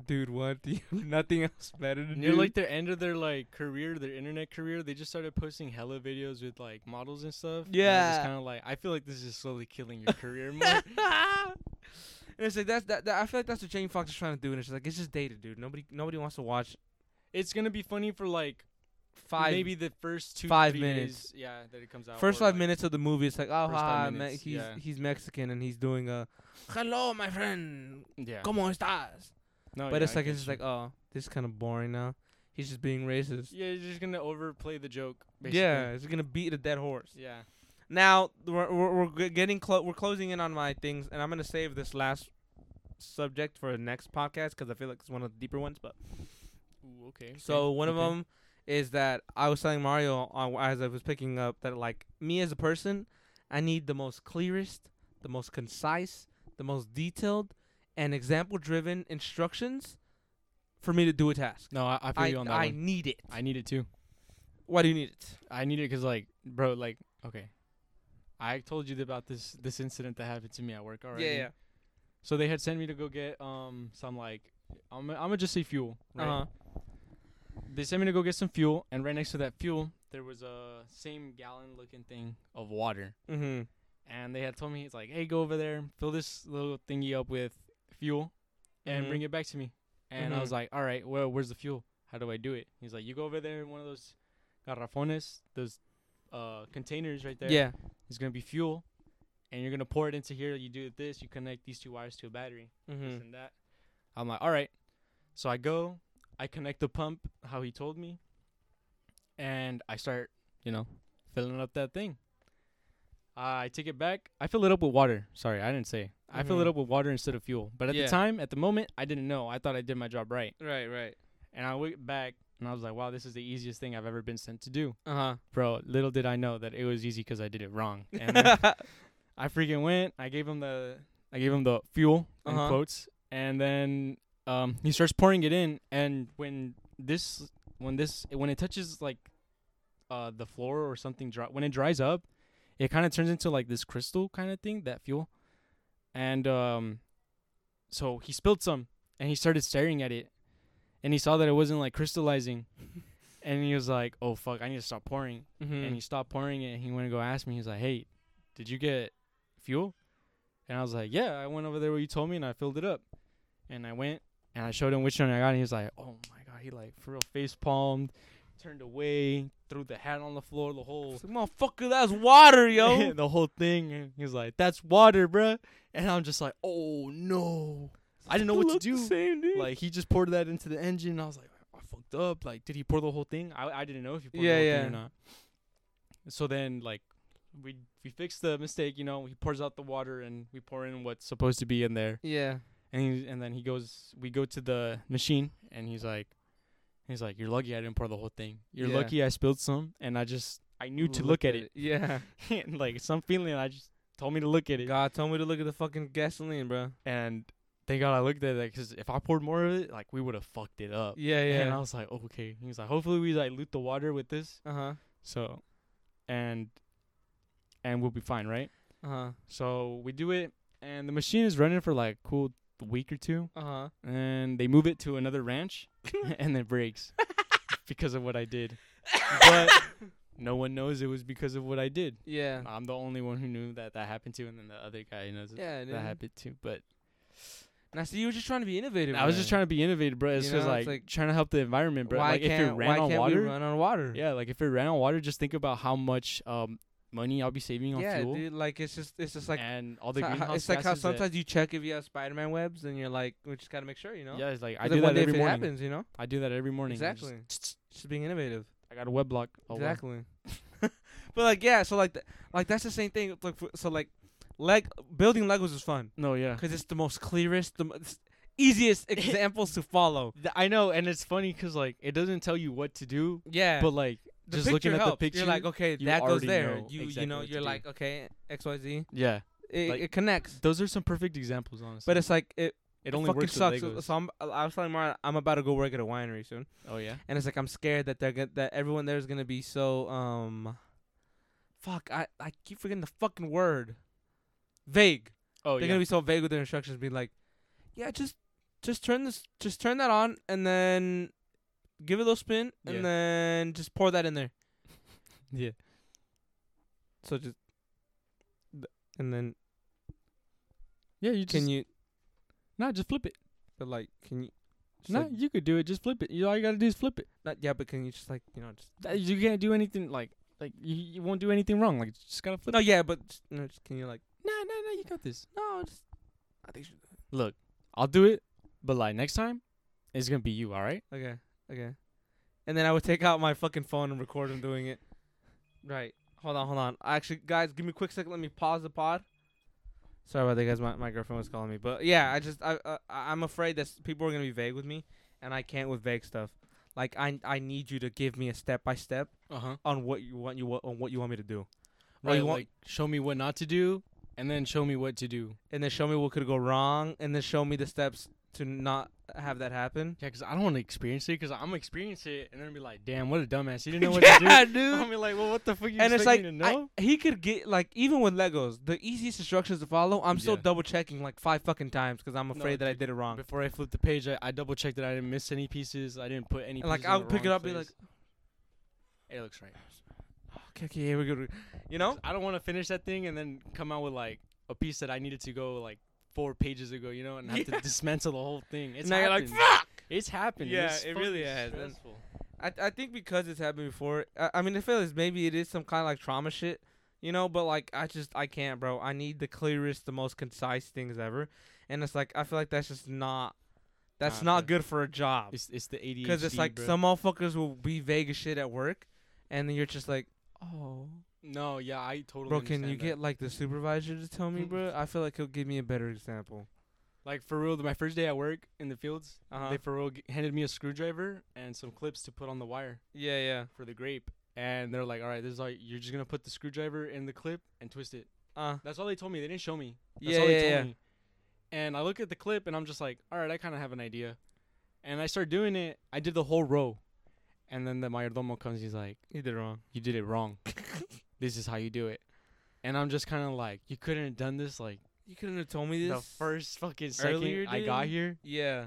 Speaker 1: Dude, what? [laughs] Do you have nothing else better to do?
Speaker 2: Near like the end of their like career, their internet career, they just started posting hella videos with like models and stuff.
Speaker 1: Yeah.
Speaker 2: it's kind of like I feel like this is slowly killing your
Speaker 1: [laughs]
Speaker 2: career
Speaker 1: [laughs]
Speaker 2: more.
Speaker 1: and it's like that's that, that. I feel like that's what Jamie Foxx is trying to do, and it's like it's just dated, dude. Nobody, nobody wants to watch
Speaker 2: It's gonna be funny for like
Speaker 1: five
Speaker 2: maybe the first two
Speaker 1: five
Speaker 2: three
Speaker 1: minutes.
Speaker 2: days, yeah, that it comes out.
Speaker 1: First
Speaker 2: or,
Speaker 1: five
Speaker 2: like-
Speaker 1: minutes of the movie, it's like, oh,
Speaker 2: First five
Speaker 1: hi, me-
Speaker 2: minutes,
Speaker 1: he's
Speaker 2: yeah.
Speaker 1: he's Mexican and he's doing a, hello, my friend,
Speaker 2: Yeah.
Speaker 1: como estás?
Speaker 2: No,
Speaker 1: but
Speaker 2: yeah,
Speaker 1: it's
Speaker 2: I
Speaker 1: like
Speaker 2: get
Speaker 1: it's just
Speaker 2: you.
Speaker 1: like, oh, this is kind of boring now. He's just being racist.
Speaker 2: yeah, you're just gonna overplay the joke. Basically.
Speaker 1: Yeah, he's gonna beat a dead horse.
Speaker 2: Yeah.
Speaker 1: Now we're we're, we're g- getting close. We're closing in on my things, and I'm gonna save this last subject for the next podcast because I feel like it's one of the deeper ones. But
Speaker 2: Ooh, okay.
Speaker 1: So one of
Speaker 2: okay.
Speaker 1: them is that I was telling Mario on, as I was picking up that like me as a person, I need the most clearest, the most concise, the most detailed, and example-driven instructions for me to do a task.
Speaker 2: No, I, I feel
Speaker 1: I
Speaker 2: you on that
Speaker 1: I
Speaker 2: one.
Speaker 1: need it.
Speaker 2: I need it too.
Speaker 1: Why do you need it?
Speaker 2: I need it because, like, bro, like, okay, I told you about this this incident that happened to me at work already.
Speaker 1: Yeah, yeah.
Speaker 2: So they had sent me to go get um some like, I'm I'm gonna just say fuel. Right?
Speaker 1: Uh-huh.
Speaker 2: They sent me to go get some fuel, and right next to that fuel, there was a same gallon looking thing of water,
Speaker 1: Mm-hmm.
Speaker 2: and they had told me it's like, hey, go over there, fill this little thingy up with fuel, and
Speaker 1: Mhm.
Speaker 2: bring it back to me. And I
Speaker 1: Mhm.
Speaker 2: was like, all right, well, where's the fuel? How do I do it? He's like, you go over there in one of those garrafones, those uh containers right there.
Speaker 1: Yeah.
Speaker 2: It's gonna be fuel, and you're gonna pour it into here. You do this, you connect these two wires to a battery,
Speaker 1: Mm-hmm.
Speaker 2: this and that. I'm like, all right. So I go, I connect the pump how he told me, and I start, you know, filling up that thing. I take it back. I fill it up with water. Sorry, I didn't say. I fill it
Speaker 1: Mhm.
Speaker 2: up with water instead of fuel. But at
Speaker 1: Yeah.
Speaker 2: the time, at the moment, I didn't know. I thought I did my job right.
Speaker 1: Right. Right.
Speaker 2: And I went back and I was like, wow, this is the easiest thing I've ever been sent to do.
Speaker 1: Uh
Speaker 2: Bro, little did I know that it was easy because I did it wrong. And then
Speaker 1: huh.
Speaker 2: I freaking went. I gave him the I gave him the fuel in
Speaker 1: Uh-huh.
Speaker 2: quotes, and then um, he starts pouring it in. And when this when this when it touches like uh, the floor or something dry, when it dries up, it kind of turns into like this crystal kind of thing that fuel. And um, so he spilled some, and he started staring at it, and he saw that it wasn't like crystallizing, and he was like, "Oh fuck, I need to stop pouring." and
Speaker 1: mm-hmm.
Speaker 2: he stopped pouring it and he went to go ask me he's like hey did you get fuel and i was like yeah i went over there where you told me and i filled it up and i went and i showed him which one i got and he was like oh my god he like for real face palmed turned away threw the hat on the floor the
Speaker 1: [laughs]
Speaker 2: whole [laughs]
Speaker 1: Motherfucker, that's water, yo.
Speaker 2: the whole thing and he was like that's water bruh and i'm just like oh no [laughs] i didn't know what to
Speaker 1: Look the
Speaker 2: do
Speaker 1: same, dude.
Speaker 2: like he just poured that into the engine. And I was like, I fucked up. Like, did he pour the whole thing? I I didn't know if he poured
Speaker 1: Yeah,
Speaker 2: the whole
Speaker 1: yeah.
Speaker 2: thing or not. So then like we we fixed the mistake. You know, he pours out the water and we pour in what's supposed to be in there.
Speaker 1: yeah.
Speaker 2: And he, and then he goes. We go to the machine and he's like, he's like, you're lucky I didn't pour the whole thing. You're
Speaker 1: Yeah.
Speaker 2: lucky I spilled some. And I just I knew to look at it. [laughs]
Speaker 1: Yeah.
Speaker 2: And, like some feeling. I just told me to look at it.
Speaker 1: God told me to look at the fucking gasoline, bro.
Speaker 2: And thank God I looked at it because if I poured more of it, like we would have fucked it up.
Speaker 1: Yeah. Yeah.
Speaker 2: And I was like, oh, okay. He was like, hopefully we dilute the water with this.
Speaker 1: Uh huh.
Speaker 2: So, and and we'll be fine, right?
Speaker 1: Uh huh.
Speaker 2: So we do it, and the machine is running for like a cool week or two,
Speaker 1: Uh huh.
Speaker 2: and they move it to another ranch, [laughs] and
Speaker 1: [laughs]
Speaker 2: it breaks because of what I did. But no one knows it was because of what I did.
Speaker 1: Yeah.
Speaker 2: I'm the only one who knew that that happened to, and then the other guy knows
Speaker 1: Yeah,
Speaker 2: that
Speaker 1: dude.
Speaker 2: happened to. But
Speaker 1: Now, see, you were just trying to be innovative.
Speaker 2: I was just
Speaker 1: man.
Speaker 2: trying to be innovative, bro. It's
Speaker 1: You
Speaker 2: just
Speaker 1: know,
Speaker 2: like,
Speaker 1: it's like,
Speaker 2: trying to help the environment, bro.
Speaker 1: Why
Speaker 2: like
Speaker 1: can't,
Speaker 2: if it ran
Speaker 1: why
Speaker 2: on
Speaker 1: can't
Speaker 2: water,
Speaker 1: we run on water?
Speaker 2: Yeah, like if it ran on water, just think about how much um money I'll be saving on
Speaker 1: Yeah,
Speaker 2: fuel
Speaker 1: dude. Like it's just, it's just like
Speaker 2: and all
Speaker 1: it's,
Speaker 2: the
Speaker 1: like
Speaker 2: greenhouse
Speaker 1: how, it's like how
Speaker 2: gases that-
Speaker 1: sometimes you check if you have Spider-Man webs, and you're like, we just gotta make sure, you know.
Speaker 2: yeah, it's like I
Speaker 1: It's
Speaker 2: do
Speaker 1: like one
Speaker 2: that
Speaker 1: day
Speaker 2: every
Speaker 1: if
Speaker 2: morning.
Speaker 1: it happens, you know.
Speaker 2: I do that every morning. I just-
Speaker 1: Exactly. Just being innovative.
Speaker 2: I got a web block. Oh, well.
Speaker 1: exactly. [laughs] but like, yeah. So like, th- like that's the same thing. Like, for, so like, leg building Legos is fun
Speaker 2: No, yeah.
Speaker 1: because it's the most clearest, the most easiest
Speaker 2: [laughs]
Speaker 1: examples to follow.
Speaker 2: Th- I know, and it's funny because like it doesn't tell you what to do,
Speaker 1: Yeah.
Speaker 2: but like
Speaker 1: the
Speaker 2: just looking
Speaker 1: picture
Speaker 2: at
Speaker 1: helps.
Speaker 2: the picture,
Speaker 1: you're like, okay,
Speaker 2: you
Speaker 1: that goes
Speaker 2: already
Speaker 1: there.
Speaker 2: know
Speaker 1: you, you
Speaker 2: exactly
Speaker 1: know,
Speaker 2: what to
Speaker 1: you're
Speaker 2: do.
Speaker 1: like, okay, X, Y, Z.
Speaker 2: yeah,
Speaker 1: It,
Speaker 2: Like-
Speaker 1: it connects.
Speaker 2: those are some perfect examples, honestly.
Speaker 1: But it's like it
Speaker 2: It only
Speaker 1: fucking
Speaker 2: works with
Speaker 1: sucks.
Speaker 2: Legos.
Speaker 1: So I'm, I was telling Mara, I'm about to go work at a winery soon,
Speaker 2: Oh yeah.
Speaker 1: and it's like I'm scared that they're gonna, that everyone there's gonna be so um, fuck. I I keep forgetting the fucking word. Vague.
Speaker 2: Oh
Speaker 1: They're
Speaker 2: yeah.
Speaker 1: gonna be so vague with their instructions, being like, "Yeah, just just turn this, just turn that on, and then give it a little spin, and
Speaker 2: Yeah.
Speaker 1: then just pour that in [laughs] there."
Speaker 2: Yeah.
Speaker 1: So just, th- and then
Speaker 2: yeah, you just
Speaker 1: can you?
Speaker 2: nah, just flip it.
Speaker 1: But like, can you? just,
Speaker 2: No, nah,
Speaker 1: like,
Speaker 2: you could do it. Just flip it. You all you gotta do is flip it.
Speaker 1: not yeah, but can you just like you know just?
Speaker 2: That- You can't do anything like like you, you won't do anything wrong. Like just gotta flip.
Speaker 1: No,
Speaker 2: it.
Speaker 1: yeah, but just, no, just can you like?
Speaker 2: Nah, nah, nah. You got this.
Speaker 1: No, just I think you should.
Speaker 2: Look, I'll do it, but like next time, it's gonna be you. All right.
Speaker 1: Okay, okay. And then I would take out my fucking phone and record him doing it. Right. Hold on, hold on. Actually, guys, give me a quick second. Let me pause the pod. Sorry about that, guys. My, my girlfriend was calling me, but yeah, I just I uh, I'm afraid that s- people are gonna be vague with me, and I can't with vague stuff. Like I I need you to give me a step by step
Speaker 2: Uh huh.
Speaker 1: on what you want you wa- on what you want me to do, Or
Speaker 2: Right.
Speaker 1: you want-
Speaker 2: like show me what not to do, and then show me what to do.
Speaker 1: and then show me what could go wrong, and then show me the steps to not have that happen.
Speaker 2: Yeah, cause I don't want to experience it, cause I'm gonna experience it and then be like, damn, what a dumbass. You didn't know what [laughs] to do.
Speaker 1: Yeah, dude.
Speaker 2: I'm be like, well, what the fuck? You
Speaker 1: and it's
Speaker 2: expect
Speaker 1: like
Speaker 2: me to
Speaker 1: I-
Speaker 2: know?
Speaker 1: he could get like even with Legos, the easiest instructions to follow. I'm still
Speaker 2: Yeah.
Speaker 1: double checking like five fucking times because I'm
Speaker 2: No,
Speaker 1: afraid that I
Speaker 2: dude,
Speaker 1: did it wrong.
Speaker 2: Before I flipped the page, I, I double checked that I didn't miss any pieces. I didn't put any.
Speaker 1: And like
Speaker 2: pieces in
Speaker 1: I'll
Speaker 2: the
Speaker 1: pick it
Speaker 2: wrong
Speaker 1: up, and be like,
Speaker 2: place. it looks right.
Speaker 1: okay, okay, here we go. You know?
Speaker 2: 'Cause I don't want to finish that thing and then come out with like a piece that I needed to go like four pages ago, you know, and have
Speaker 1: Yeah.
Speaker 2: to dismantle the whole thing. It's
Speaker 1: and I got like
Speaker 2: happened.
Speaker 1: fuck.
Speaker 2: It's happened.
Speaker 1: Yeah,
Speaker 2: it's
Speaker 1: it really
Speaker 2: fucking
Speaker 1: has, and-
Speaker 2: stressful.
Speaker 1: I I think because it's happened before. I, I mean, I feel like maybe it is some kind of like trauma shit. You know, but like I just I can't, bro. I need the clearest, the most concise things ever, and it's like I feel like that's just not, that's
Speaker 2: Nah,
Speaker 1: not
Speaker 2: bro.
Speaker 1: good for a job.
Speaker 2: It's it's the ADHD.
Speaker 1: Because it's like
Speaker 2: bro.
Speaker 1: some motherfuckers will be vague as shit at work, and then you're just like, oh,
Speaker 2: No, yeah, I totally.
Speaker 1: bro, can you
Speaker 2: understand that. Mm-hmm.
Speaker 1: get like the supervisor to tell me, bro? I feel like he'll give me a better example.
Speaker 2: like for real? My first day at work in the fields,
Speaker 1: Uh-huh.
Speaker 2: they for real g- handed me a screwdriver and some clips to put on the wire.
Speaker 1: Yeah, yeah.
Speaker 2: for the grape. And they're like, all right, this is like you're just gonna put the screwdriver in the clip and twist it.
Speaker 1: Uh,
Speaker 2: That's all they told me. They didn't show me. That's
Speaker 1: Yeah,
Speaker 2: all they
Speaker 1: yeah,
Speaker 2: told
Speaker 1: yeah.
Speaker 2: me. And I look at the clip and I'm just like, all right, I kind of have an idea. And I start doing it. I did the whole row. And then the mayordomo comes. He's like,
Speaker 1: he did wrong.
Speaker 2: you did it
Speaker 1: [laughs]
Speaker 2: wrong. this is how you do it. And I'm just kind of like, you couldn't have done this like
Speaker 1: You couldn't have told me this
Speaker 2: the first fucking second
Speaker 1: earlier,
Speaker 2: I got
Speaker 1: dude.
Speaker 2: here.
Speaker 1: Yeah.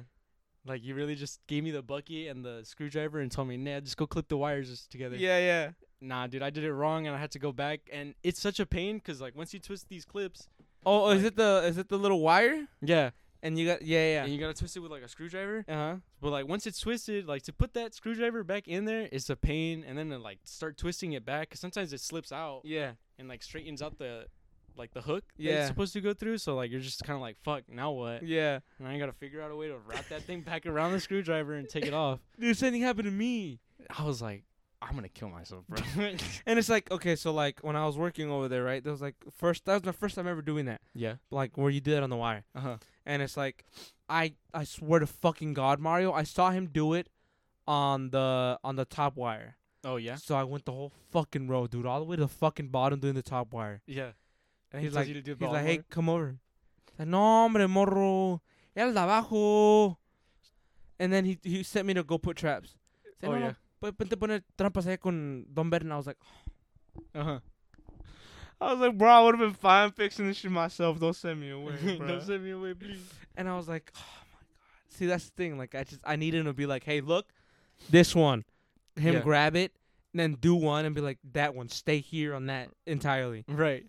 Speaker 2: Like you really just gave me the bucket and the screwdriver and told me, nah, just go clip the wires just together.
Speaker 1: Yeah, yeah.
Speaker 2: nah, dude, I did it wrong and I had to go back. And it's such a pain because, like, once you twist these clips,
Speaker 1: Oh, is
Speaker 2: Like-
Speaker 1: it the is it the little wire?
Speaker 2: yeah, Uh-huh.
Speaker 1: And you got yeah,
Speaker 2: and
Speaker 1: yeah.
Speaker 2: you gotta twist it with like a screwdriver.
Speaker 1: Uh huh.
Speaker 2: But like once it's twisted, like to put that screwdriver back in there, it's a pain. And then to, like start twisting it back, 'cause sometimes it slips out
Speaker 1: Yeah.
Speaker 2: and like straightens out the like the hook that
Speaker 1: Yeah.
Speaker 2: it's supposed to go through. So like you're just kind of like, fuck, now what?
Speaker 1: Yeah.
Speaker 2: And I gotta figure out a way to wrap that thing back around the screwdriver and take it off.
Speaker 1: Dude, same thing happened to me.
Speaker 2: I was like, I'm gonna kill myself, bro.
Speaker 1: And it's like okay, so like when I was working over there, right? That was like first. That was my first time ever doing that.
Speaker 2: yeah.
Speaker 1: Like where you did it on the wire.
Speaker 2: Uh huh.
Speaker 1: and it's like I I swear to fucking god, Mario, I saw him do it on the on the top wire.
Speaker 2: [laughs] Oh yeah.
Speaker 1: So I went the whole fucking row, dude, all the way to the fucking bottom doing the top wire.
Speaker 2: Yeah. And
Speaker 1: he's
Speaker 2: tells
Speaker 1: like,
Speaker 2: you to do
Speaker 1: he's
Speaker 2: it
Speaker 1: like,
Speaker 2: bottom
Speaker 1: hey,
Speaker 2: water?
Speaker 1: come over. He's like, no, hombre, morro, el de abajo. And then he he sent me to go put traps. He's like,
Speaker 2: Oh,
Speaker 1: "No, no,
Speaker 2: yeah.
Speaker 1: Pues ponte poner trampas ahí con Don Bert. And I was like, "Oh."
Speaker 2: Uh huh.
Speaker 1: Uh-huh. I was like, bro, I would have been fine fixing this shit myself. Don't send me [laughs] away, bro.
Speaker 2: send me away, please.
Speaker 1: And I was like, oh my god. See, that's the thing. Like, I just I needed him to be like, hey, look, this one, him
Speaker 2: Yeah.
Speaker 1: grab it, and then do one, and be like, that one, stay here on that entirely.
Speaker 2: Right.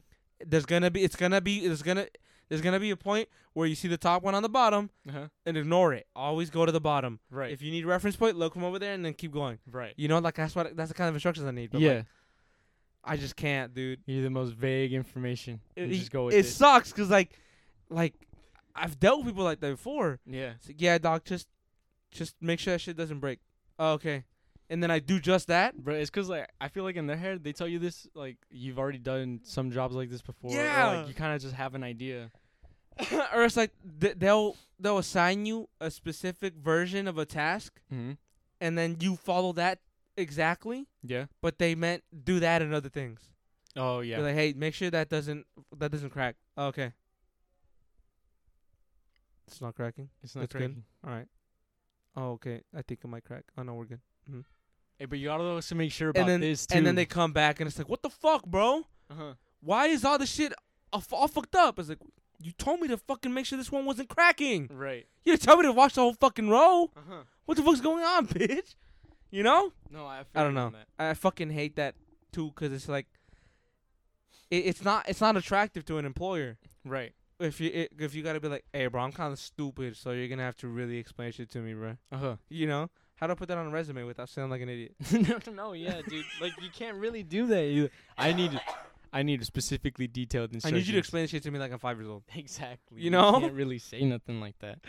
Speaker 1: There's gonna be, it's gonna be, there's gonna, there's gonna be a point where you see the top one on the bottom
Speaker 2: Uh huh.
Speaker 1: and ignore it. Always go to the bottom.
Speaker 2: Right.
Speaker 1: If you need reference point, look from over there and then keep going.
Speaker 2: right.
Speaker 1: You know, like that's what that's the kind of instructions I need. But
Speaker 2: yeah.
Speaker 1: like, I just can't, dude.
Speaker 2: You're the most vague information.
Speaker 1: It,
Speaker 2: you just go with
Speaker 1: it
Speaker 2: it.
Speaker 1: sucks because like, like I've dealt with people like that before.
Speaker 2: yeah.
Speaker 1: It's like, yeah, dog, just just make sure that shit doesn't break. Oh, okay. And then I do just that. [coughs]
Speaker 2: Bro, it's cause like I feel like in their head they tell you this like you've already done some jobs like this before. or,
Speaker 1: Yeah.
Speaker 2: like, you kind of just have an idea.
Speaker 1: or it's like th- they'll they'll assign you a specific version of a task
Speaker 2: Mm-hmm.
Speaker 1: and then you follow that exactly,
Speaker 2: Yeah.
Speaker 1: but they meant do that and other things.
Speaker 2: Oh
Speaker 1: Yeah.
Speaker 2: yeah.
Speaker 1: They're like, "Hey, make sure that doesn't that doesn't crack." Oh, okay. It's not cracking.
Speaker 2: It's not
Speaker 1: That's good.
Speaker 2: cracking.
Speaker 1: All right. Oh, okay. I think it might crack. Oh no, we're good.
Speaker 2: Hey, but you gotta also make sure about
Speaker 1: and then
Speaker 2: this too.
Speaker 1: and then they come back and it's like, what the fuck, bro?
Speaker 2: uh-huh.
Speaker 1: Why is all this shit all, fu- all fucked up? It's like you told me to fucking make sure this one wasn't cracking.
Speaker 2: right.
Speaker 1: You didn't tell me to watch the whole fucking row.
Speaker 2: Uh huh.
Speaker 1: What the fuck's going on, [laughs] bitch? You know?
Speaker 2: No,
Speaker 1: I
Speaker 2: I.
Speaker 1: don't
Speaker 2: figured
Speaker 1: know.
Speaker 2: on that.
Speaker 1: I fucking hate that too, cause it's like, it, it's not it's not attractive to an employer.
Speaker 2: Right.
Speaker 1: If you i if you gotta be like, hey, bro, I'm kind of stupid, so you're gonna have to really explain shit to me, bro. [laughs]
Speaker 2: Uh huh.
Speaker 1: You know how do I put that on a resume without sounding like an idiot?
Speaker 2: no, [laughs] no, yeah, dude. Like you can't really do that. You, I need, I need specifically detailed
Speaker 1: I
Speaker 2: instructions.
Speaker 1: need you to explain shit to me like I'm five years old.
Speaker 2: [laughs] Exactly.
Speaker 1: you know?
Speaker 2: can't really say nothing like that.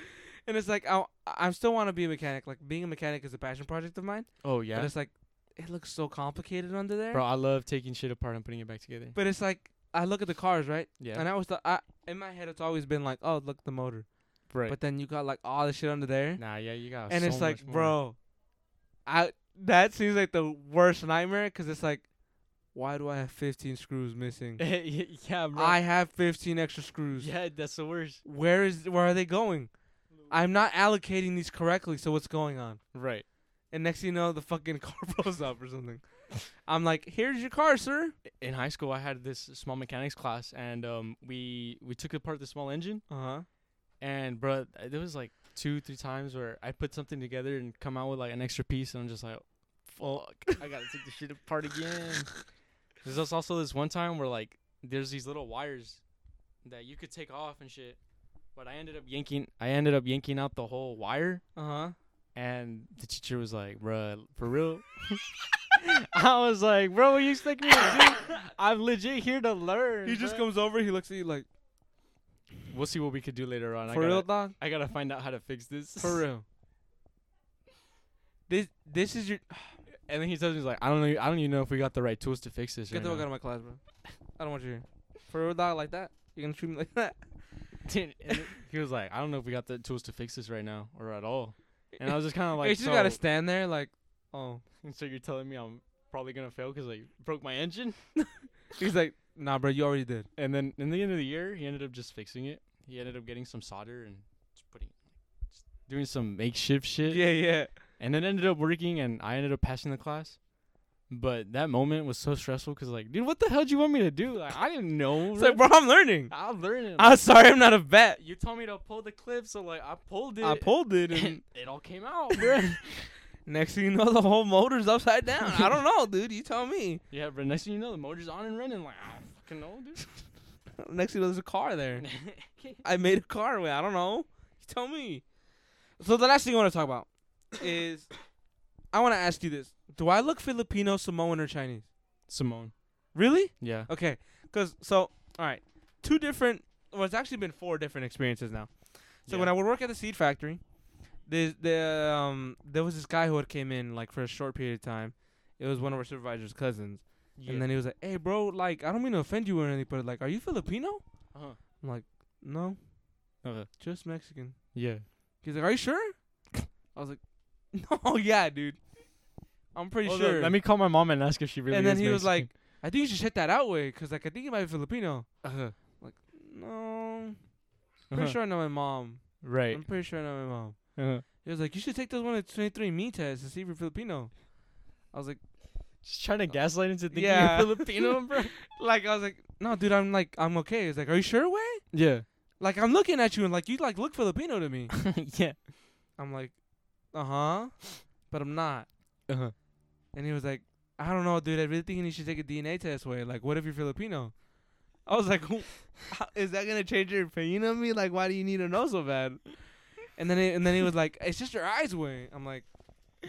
Speaker 1: And it's like I I still want to be a mechanic. Like being a mechanic is a passion project of mine.
Speaker 2: Oh
Speaker 1: But it's like it looks so complicated under there.
Speaker 2: bro. I love taking shit apart and putting it back together.
Speaker 1: But it's like I look at the cars, right?
Speaker 2: Yeah.
Speaker 1: And I was the I in my head it's always been like, oh look the motor.
Speaker 2: right.
Speaker 1: But then you got like all the shit under there.
Speaker 2: nah, yeah, you got.
Speaker 1: and
Speaker 2: so
Speaker 1: it's like,
Speaker 2: much more.
Speaker 1: bro, I that seems like the worst nightmare 'cause it's like, why do I have 15 screws missing?
Speaker 2: [laughs] yeah, [laughs] bro.
Speaker 1: I have 15 extra screws.
Speaker 2: [laughs] yeah, that's the worst.
Speaker 1: Where is where are they going? I'm not allocating these correctly, so what's going on?
Speaker 2: Right.
Speaker 1: And next thing you know, the fucking [laughs] car blows up or
Speaker 2: [laughs]
Speaker 1: something. I'm like, here's your car, sir.
Speaker 2: In high school, I had this small mechanics class, and um, we we took apart the small engine,
Speaker 1: Uh huh.
Speaker 2: and bro, th- there was like two, three times where I put something together and come out with like an extra piece, and I'm just like, fuck, [laughs] I gotta take this shit apart again. [laughs] There's als- also this one time where like there's these little wires that you could take off and shit, but I ended up yanking, I ended up yanking out the whole wire,
Speaker 1: Uh huh.
Speaker 2: and the teacher was like, bruh, for real? [laughs] I was like, bro, what you expect me to [laughs] do? I'm legit here to learn.
Speaker 1: He just
Speaker 2: bruh."
Speaker 1: comes over. He looks at you like,
Speaker 2: We'll see what we could do later on. I
Speaker 1: for real,
Speaker 2: gotta-
Speaker 1: dog.
Speaker 2: I gotta find out how to fix this. [laughs]
Speaker 1: For real. This this is your.
Speaker 2: And then he tells me he's like, I don't know, I don't even know if we got the right tools to fix this.
Speaker 1: Get the
Speaker 2: right
Speaker 1: fuck out of my class, bro. I don't want you here. For a dog like that, you're gonna treat me like [laughs] that.
Speaker 2: now." [laughs] And he was like, I don't know if we got the tools to fix this right now or at all. And I was just kind of
Speaker 1: [laughs]
Speaker 2: like,
Speaker 1: you just
Speaker 2: so, [laughs]
Speaker 1: gotta stand there, like, oh.
Speaker 2: so you're telling me I'm probably gonna fail because I broke my engine.
Speaker 1: He's like, nah, bro, you already did.
Speaker 2: And then in the end of the year, he ended up just fixing it. He ended up getting some solder and just putting, just doing some makeshift shit.
Speaker 1: yeah.
Speaker 2: And it ended up working, and I ended up passing the class. But that moment was so stressful because, like, dude, what the hell do you want me to do? Like, I didn't know.
Speaker 1: It's like, bro, I'm learning.
Speaker 2: I'll learn it.
Speaker 1: I'm sorry, I'm not a vet.
Speaker 2: you told me to pull the clip, so like I pulled it.
Speaker 1: I pulled it, and
Speaker 2: [laughs] and it all came [laughs] out, bro.
Speaker 1: next thing you know, the whole motor's upside down. I don't know, dude. You tell me.
Speaker 2: yeah, but next thing you know, the motor's on and running. Like I don't fucking know,
Speaker 1: Next thing you know, there's a car there.
Speaker 2: dude.
Speaker 1: I made a car with. I don't know. You tell me. So the last thing I want to talk about is, I want to ask you this: Do I look Filipino, Samoan, or Chinese?
Speaker 2: [laughs] Simone.
Speaker 1: Really?
Speaker 2: Yeah.
Speaker 1: Okay, cause so all right, two different. Well, it's actually been four different experiences now. So when
Speaker 2: Yeah.
Speaker 1: I would work at the seed factory, the the um there was this guy who had came in like for a short period of time. It was one of our supervisor's cousins, and then he was like, "Hey, bro, like I don't mean to offend you or anything, but like, are you Filipino?"
Speaker 2: Uh-huh.
Speaker 1: I'm like, "No,
Speaker 2: Uh,
Speaker 1: just Mexican."
Speaker 2: yeah.
Speaker 1: He's like, "Are you sure?" I was like, [laughs] "No, yeah, dude, I'm pretty
Speaker 2: Hold on,
Speaker 1: sure."
Speaker 2: let me call my mom and ask if she really.
Speaker 1: and then
Speaker 2: is
Speaker 1: he was like,
Speaker 2: Mexican.
Speaker 1: "I think you should check that out, way, cause like I think you might be Filipino."
Speaker 2: Uh-huh.
Speaker 1: No, pretty
Speaker 2: Uh-huh.
Speaker 1: sure I know my mom.
Speaker 2: Right.
Speaker 1: I'm pretty sure I know my mom.
Speaker 2: Uh-huh.
Speaker 1: He was like, you should take those one at 23 me test to see if you're Filipino. I was like,
Speaker 2: Just trying to gaslight into thinking
Speaker 1: Yeah.
Speaker 2: you're [laughs] Filipino, bro.
Speaker 1: like I was like, no, dude, I'm like, I'm okay. He's like, are you sure, way?
Speaker 2: yeah.
Speaker 1: Like I'm looking at you and like you like look Filipino to
Speaker 2: [laughs]
Speaker 1: me.
Speaker 2: yeah.
Speaker 1: I'm like, uh huh, but I'm not.
Speaker 2: Uh-huh.
Speaker 1: And he was like, I don't know, dude. I really think you should take a DNA test. Way, like, what if you're Filipino? I was like, "Wh- how- is that gonna change your opinion of me? Like, why do you need to know so bad? And then, he, and then he was like, it's just your eyes. Way, I'm like,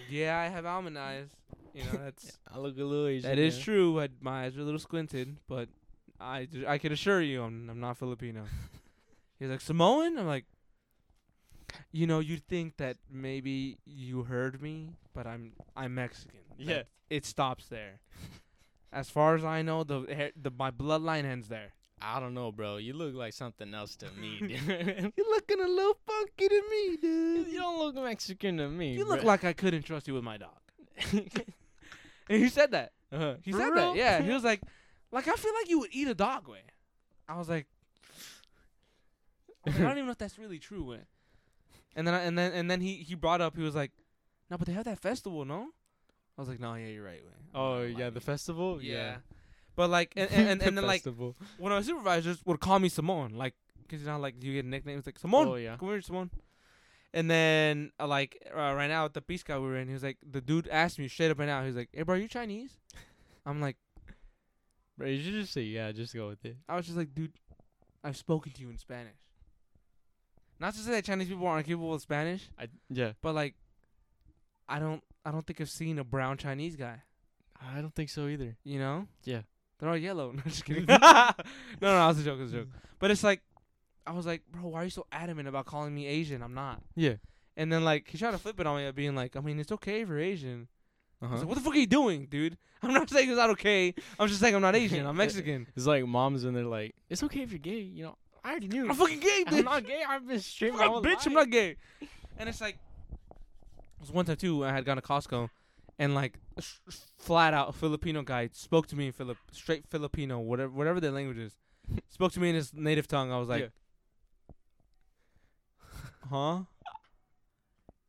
Speaker 1: yeah, I have almond eyes. You know,
Speaker 2: [laughs]
Speaker 1: that's
Speaker 2: I look a little Asian.
Speaker 1: that is true. I, my eyes are a little squinted, but I, d- I can assure you, I'm I'm not Filipino. He's like Samoan. I'm like, you know, you'd think that maybe you heard me, but I'm I'm Mexican.
Speaker 2: Yeah.
Speaker 1: That- it stops there. as far as I know, the hair, the my bloodline ends there.
Speaker 2: I don't know, bro. You look like something else to me, [laughs] dude.
Speaker 1: You're looking a little funky to me, dude.
Speaker 2: you don't look Mexican to me.
Speaker 1: You look
Speaker 2: bro.
Speaker 1: like I couldn't trust you with my dog.
Speaker 2: [laughs]
Speaker 1: And he said that.
Speaker 2: uh-huh.
Speaker 1: He
Speaker 2: For
Speaker 1: said
Speaker 2: real?
Speaker 1: that.
Speaker 2: [laughs]
Speaker 1: Yeah. He was like, like I feel like you would eat a dog. Way. I was like, I was like, I don't even know if that's really true. Way. And then I, and then and then he he brought up he was like, no, but they have that festival, no? I was like, no, yeah, you're right. wait, I'm
Speaker 2: Oh
Speaker 1: lying, I'm
Speaker 2: yeah,
Speaker 1: lying."
Speaker 2: the festival.
Speaker 1: yeah. But like and and, and,
Speaker 2: The
Speaker 1: and then like
Speaker 2: [laughs] festival.
Speaker 1: one of my supervisors would call me Simone, like, cause you know, like you get nicknames like Simone.
Speaker 2: Oh, yeah.
Speaker 1: Come here, Simone. And then uh, like uh, right now at the pisca we were in, he was like, the dude asked me straight up and out. He was like, "Hey, bro, are you Chinese?" I'm like,
Speaker 2: Bro, you should just say yeah. Just go with it.
Speaker 1: I was just like, dude, I've spoken to you in Spanish. Not to say that Chinese people aren't capable of Spanish,
Speaker 2: I yeah.
Speaker 1: but like, I don't, I don't think I've seen a brown Chinese guy.
Speaker 2: I don't think so either.
Speaker 1: You know?
Speaker 2: Yeah.
Speaker 1: They're all yellow. [laughs] No, just
Speaker 2: [laughs]
Speaker 1: kidding. no, no, no, was a joke. It was a joke. But it's like, I was like, bro, why are you so adamant about calling me Asian? I'm not.
Speaker 2: Yeah.
Speaker 1: And then like he tried to flip it on me, being like, I mean, it's okay if you're Asian. I was
Speaker 2: Uh-huh.
Speaker 1: like, what the fuck are you doing, dude? I'm not saying it's not okay. I'm just saying I'm not Asian.
Speaker 2: [laughs]
Speaker 1: I'm Mexican.
Speaker 2: It's like moms when they're like, "It's okay if you're gay." You know, I already knew.
Speaker 1: I'm fucking gay, bitch.
Speaker 2: [laughs] I'm not gay. I've been straight my
Speaker 1: Fuck,
Speaker 2: whole
Speaker 1: bitch,
Speaker 2: life.
Speaker 1: I'm not gay. And it's like, it was one time too. I had gone to Costco, and like, a s- s- flat out Filipino guy spoke to me in Filip, straight Filipino, whatever whatever their language is, spoke to me in his native tongue. I was like, huh?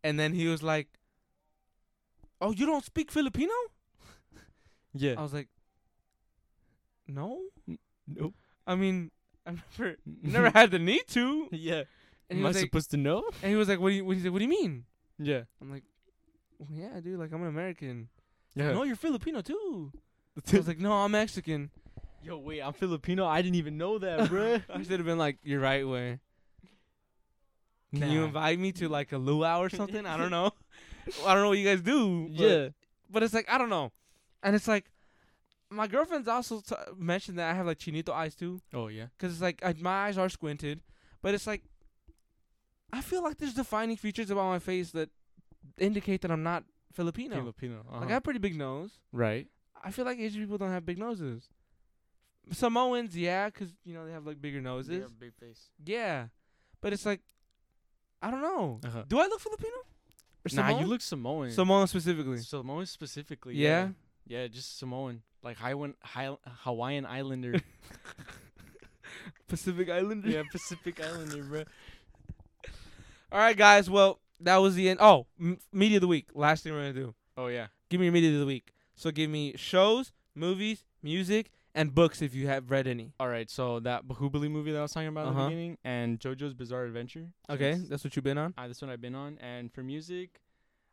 Speaker 1: And then he was like, oh, you don't speak Filipino?
Speaker 2: Yeah. [laughs]
Speaker 1: I was like, no.
Speaker 2: nope.
Speaker 1: I mean, [laughs] I've never never had the need to.
Speaker 2: [laughs] yeah.
Speaker 1: And he
Speaker 2: Am I
Speaker 1: was like,
Speaker 2: supposed to know?
Speaker 1: and he was like, what do you what do you, what do you mean?
Speaker 2: Yeah.
Speaker 1: I'm like, well, yeah, dude, like I'm an American.
Speaker 2: Yeah.
Speaker 1: No, you're Filipino
Speaker 2: [laughs]
Speaker 1: too. I was like, no, I'm Mexican.
Speaker 2: Yo, wait, I'm Filipino. I didn't even know [laughs] that, bro.
Speaker 1: I should have been like, you're right way. Can you invite me to like a luau or something? I
Speaker 2: [laughs]
Speaker 1: don't know. I don't know what you guys do. but-
Speaker 2: Yeah.
Speaker 1: But it's like I don't know, and it's like my girlfriend's also t- mentioned that I have like chinito eyes too,
Speaker 2: Oh yeah.
Speaker 1: because it's like I, my eyes are squinted, but it's like I feel like there's defining features about my face that indicate that I'm not Filipino.
Speaker 2: Filipino. uh
Speaker 1: Like I have pretty big nose.
Speaker 2: right.
Speaker 1: I feel like Asian people don't have big noses. Samoans, yeah, 'cause you know they have like bigger noses.
Speaker 2: big face.
Speaker 1: Yeah, but it's like, I don't know.
Speaker 2: Uh-huh.
Speaker 1: Do I look Filipino? Or
Speaker 2: Nah,
Speaker 1: Samoan?
Speaker 2: you look Samoan.
Speaker 1: Samoan specifically.
Speaker 2: Samoan specifically.
Speaker 1: Yeah?
Speaker 2: Yeah, just Samoan, like Hawaiian, Hawaiian Islander.
Speaker 1: Pacific Islander.
Speaker 2: [laughs] yeah,
Speaker 1: [laughs]
Speaker 2: Pacific Islander, bro.
Speaker 1: All right, guys. Well, that was the end. Oh, m- media of the week. Last thing we're gonna do.
Speaker 2: Oh yeah.
Speaker 1: Give me your media of the week. So give me shows, movies, music, and books if you have read any.
Speaker 2: All right, so that Bahubali movie that I was talking about at
Speaker 1: Uh-huh.
Speaker 2: the beginning, and JoJo's Bizarre Adventure. So
Speaker 1: Okay,
Speaker 2: that's-
Speaker 1: that's what you've been on.
Speaker 2: uh, this one I've been on, and for music,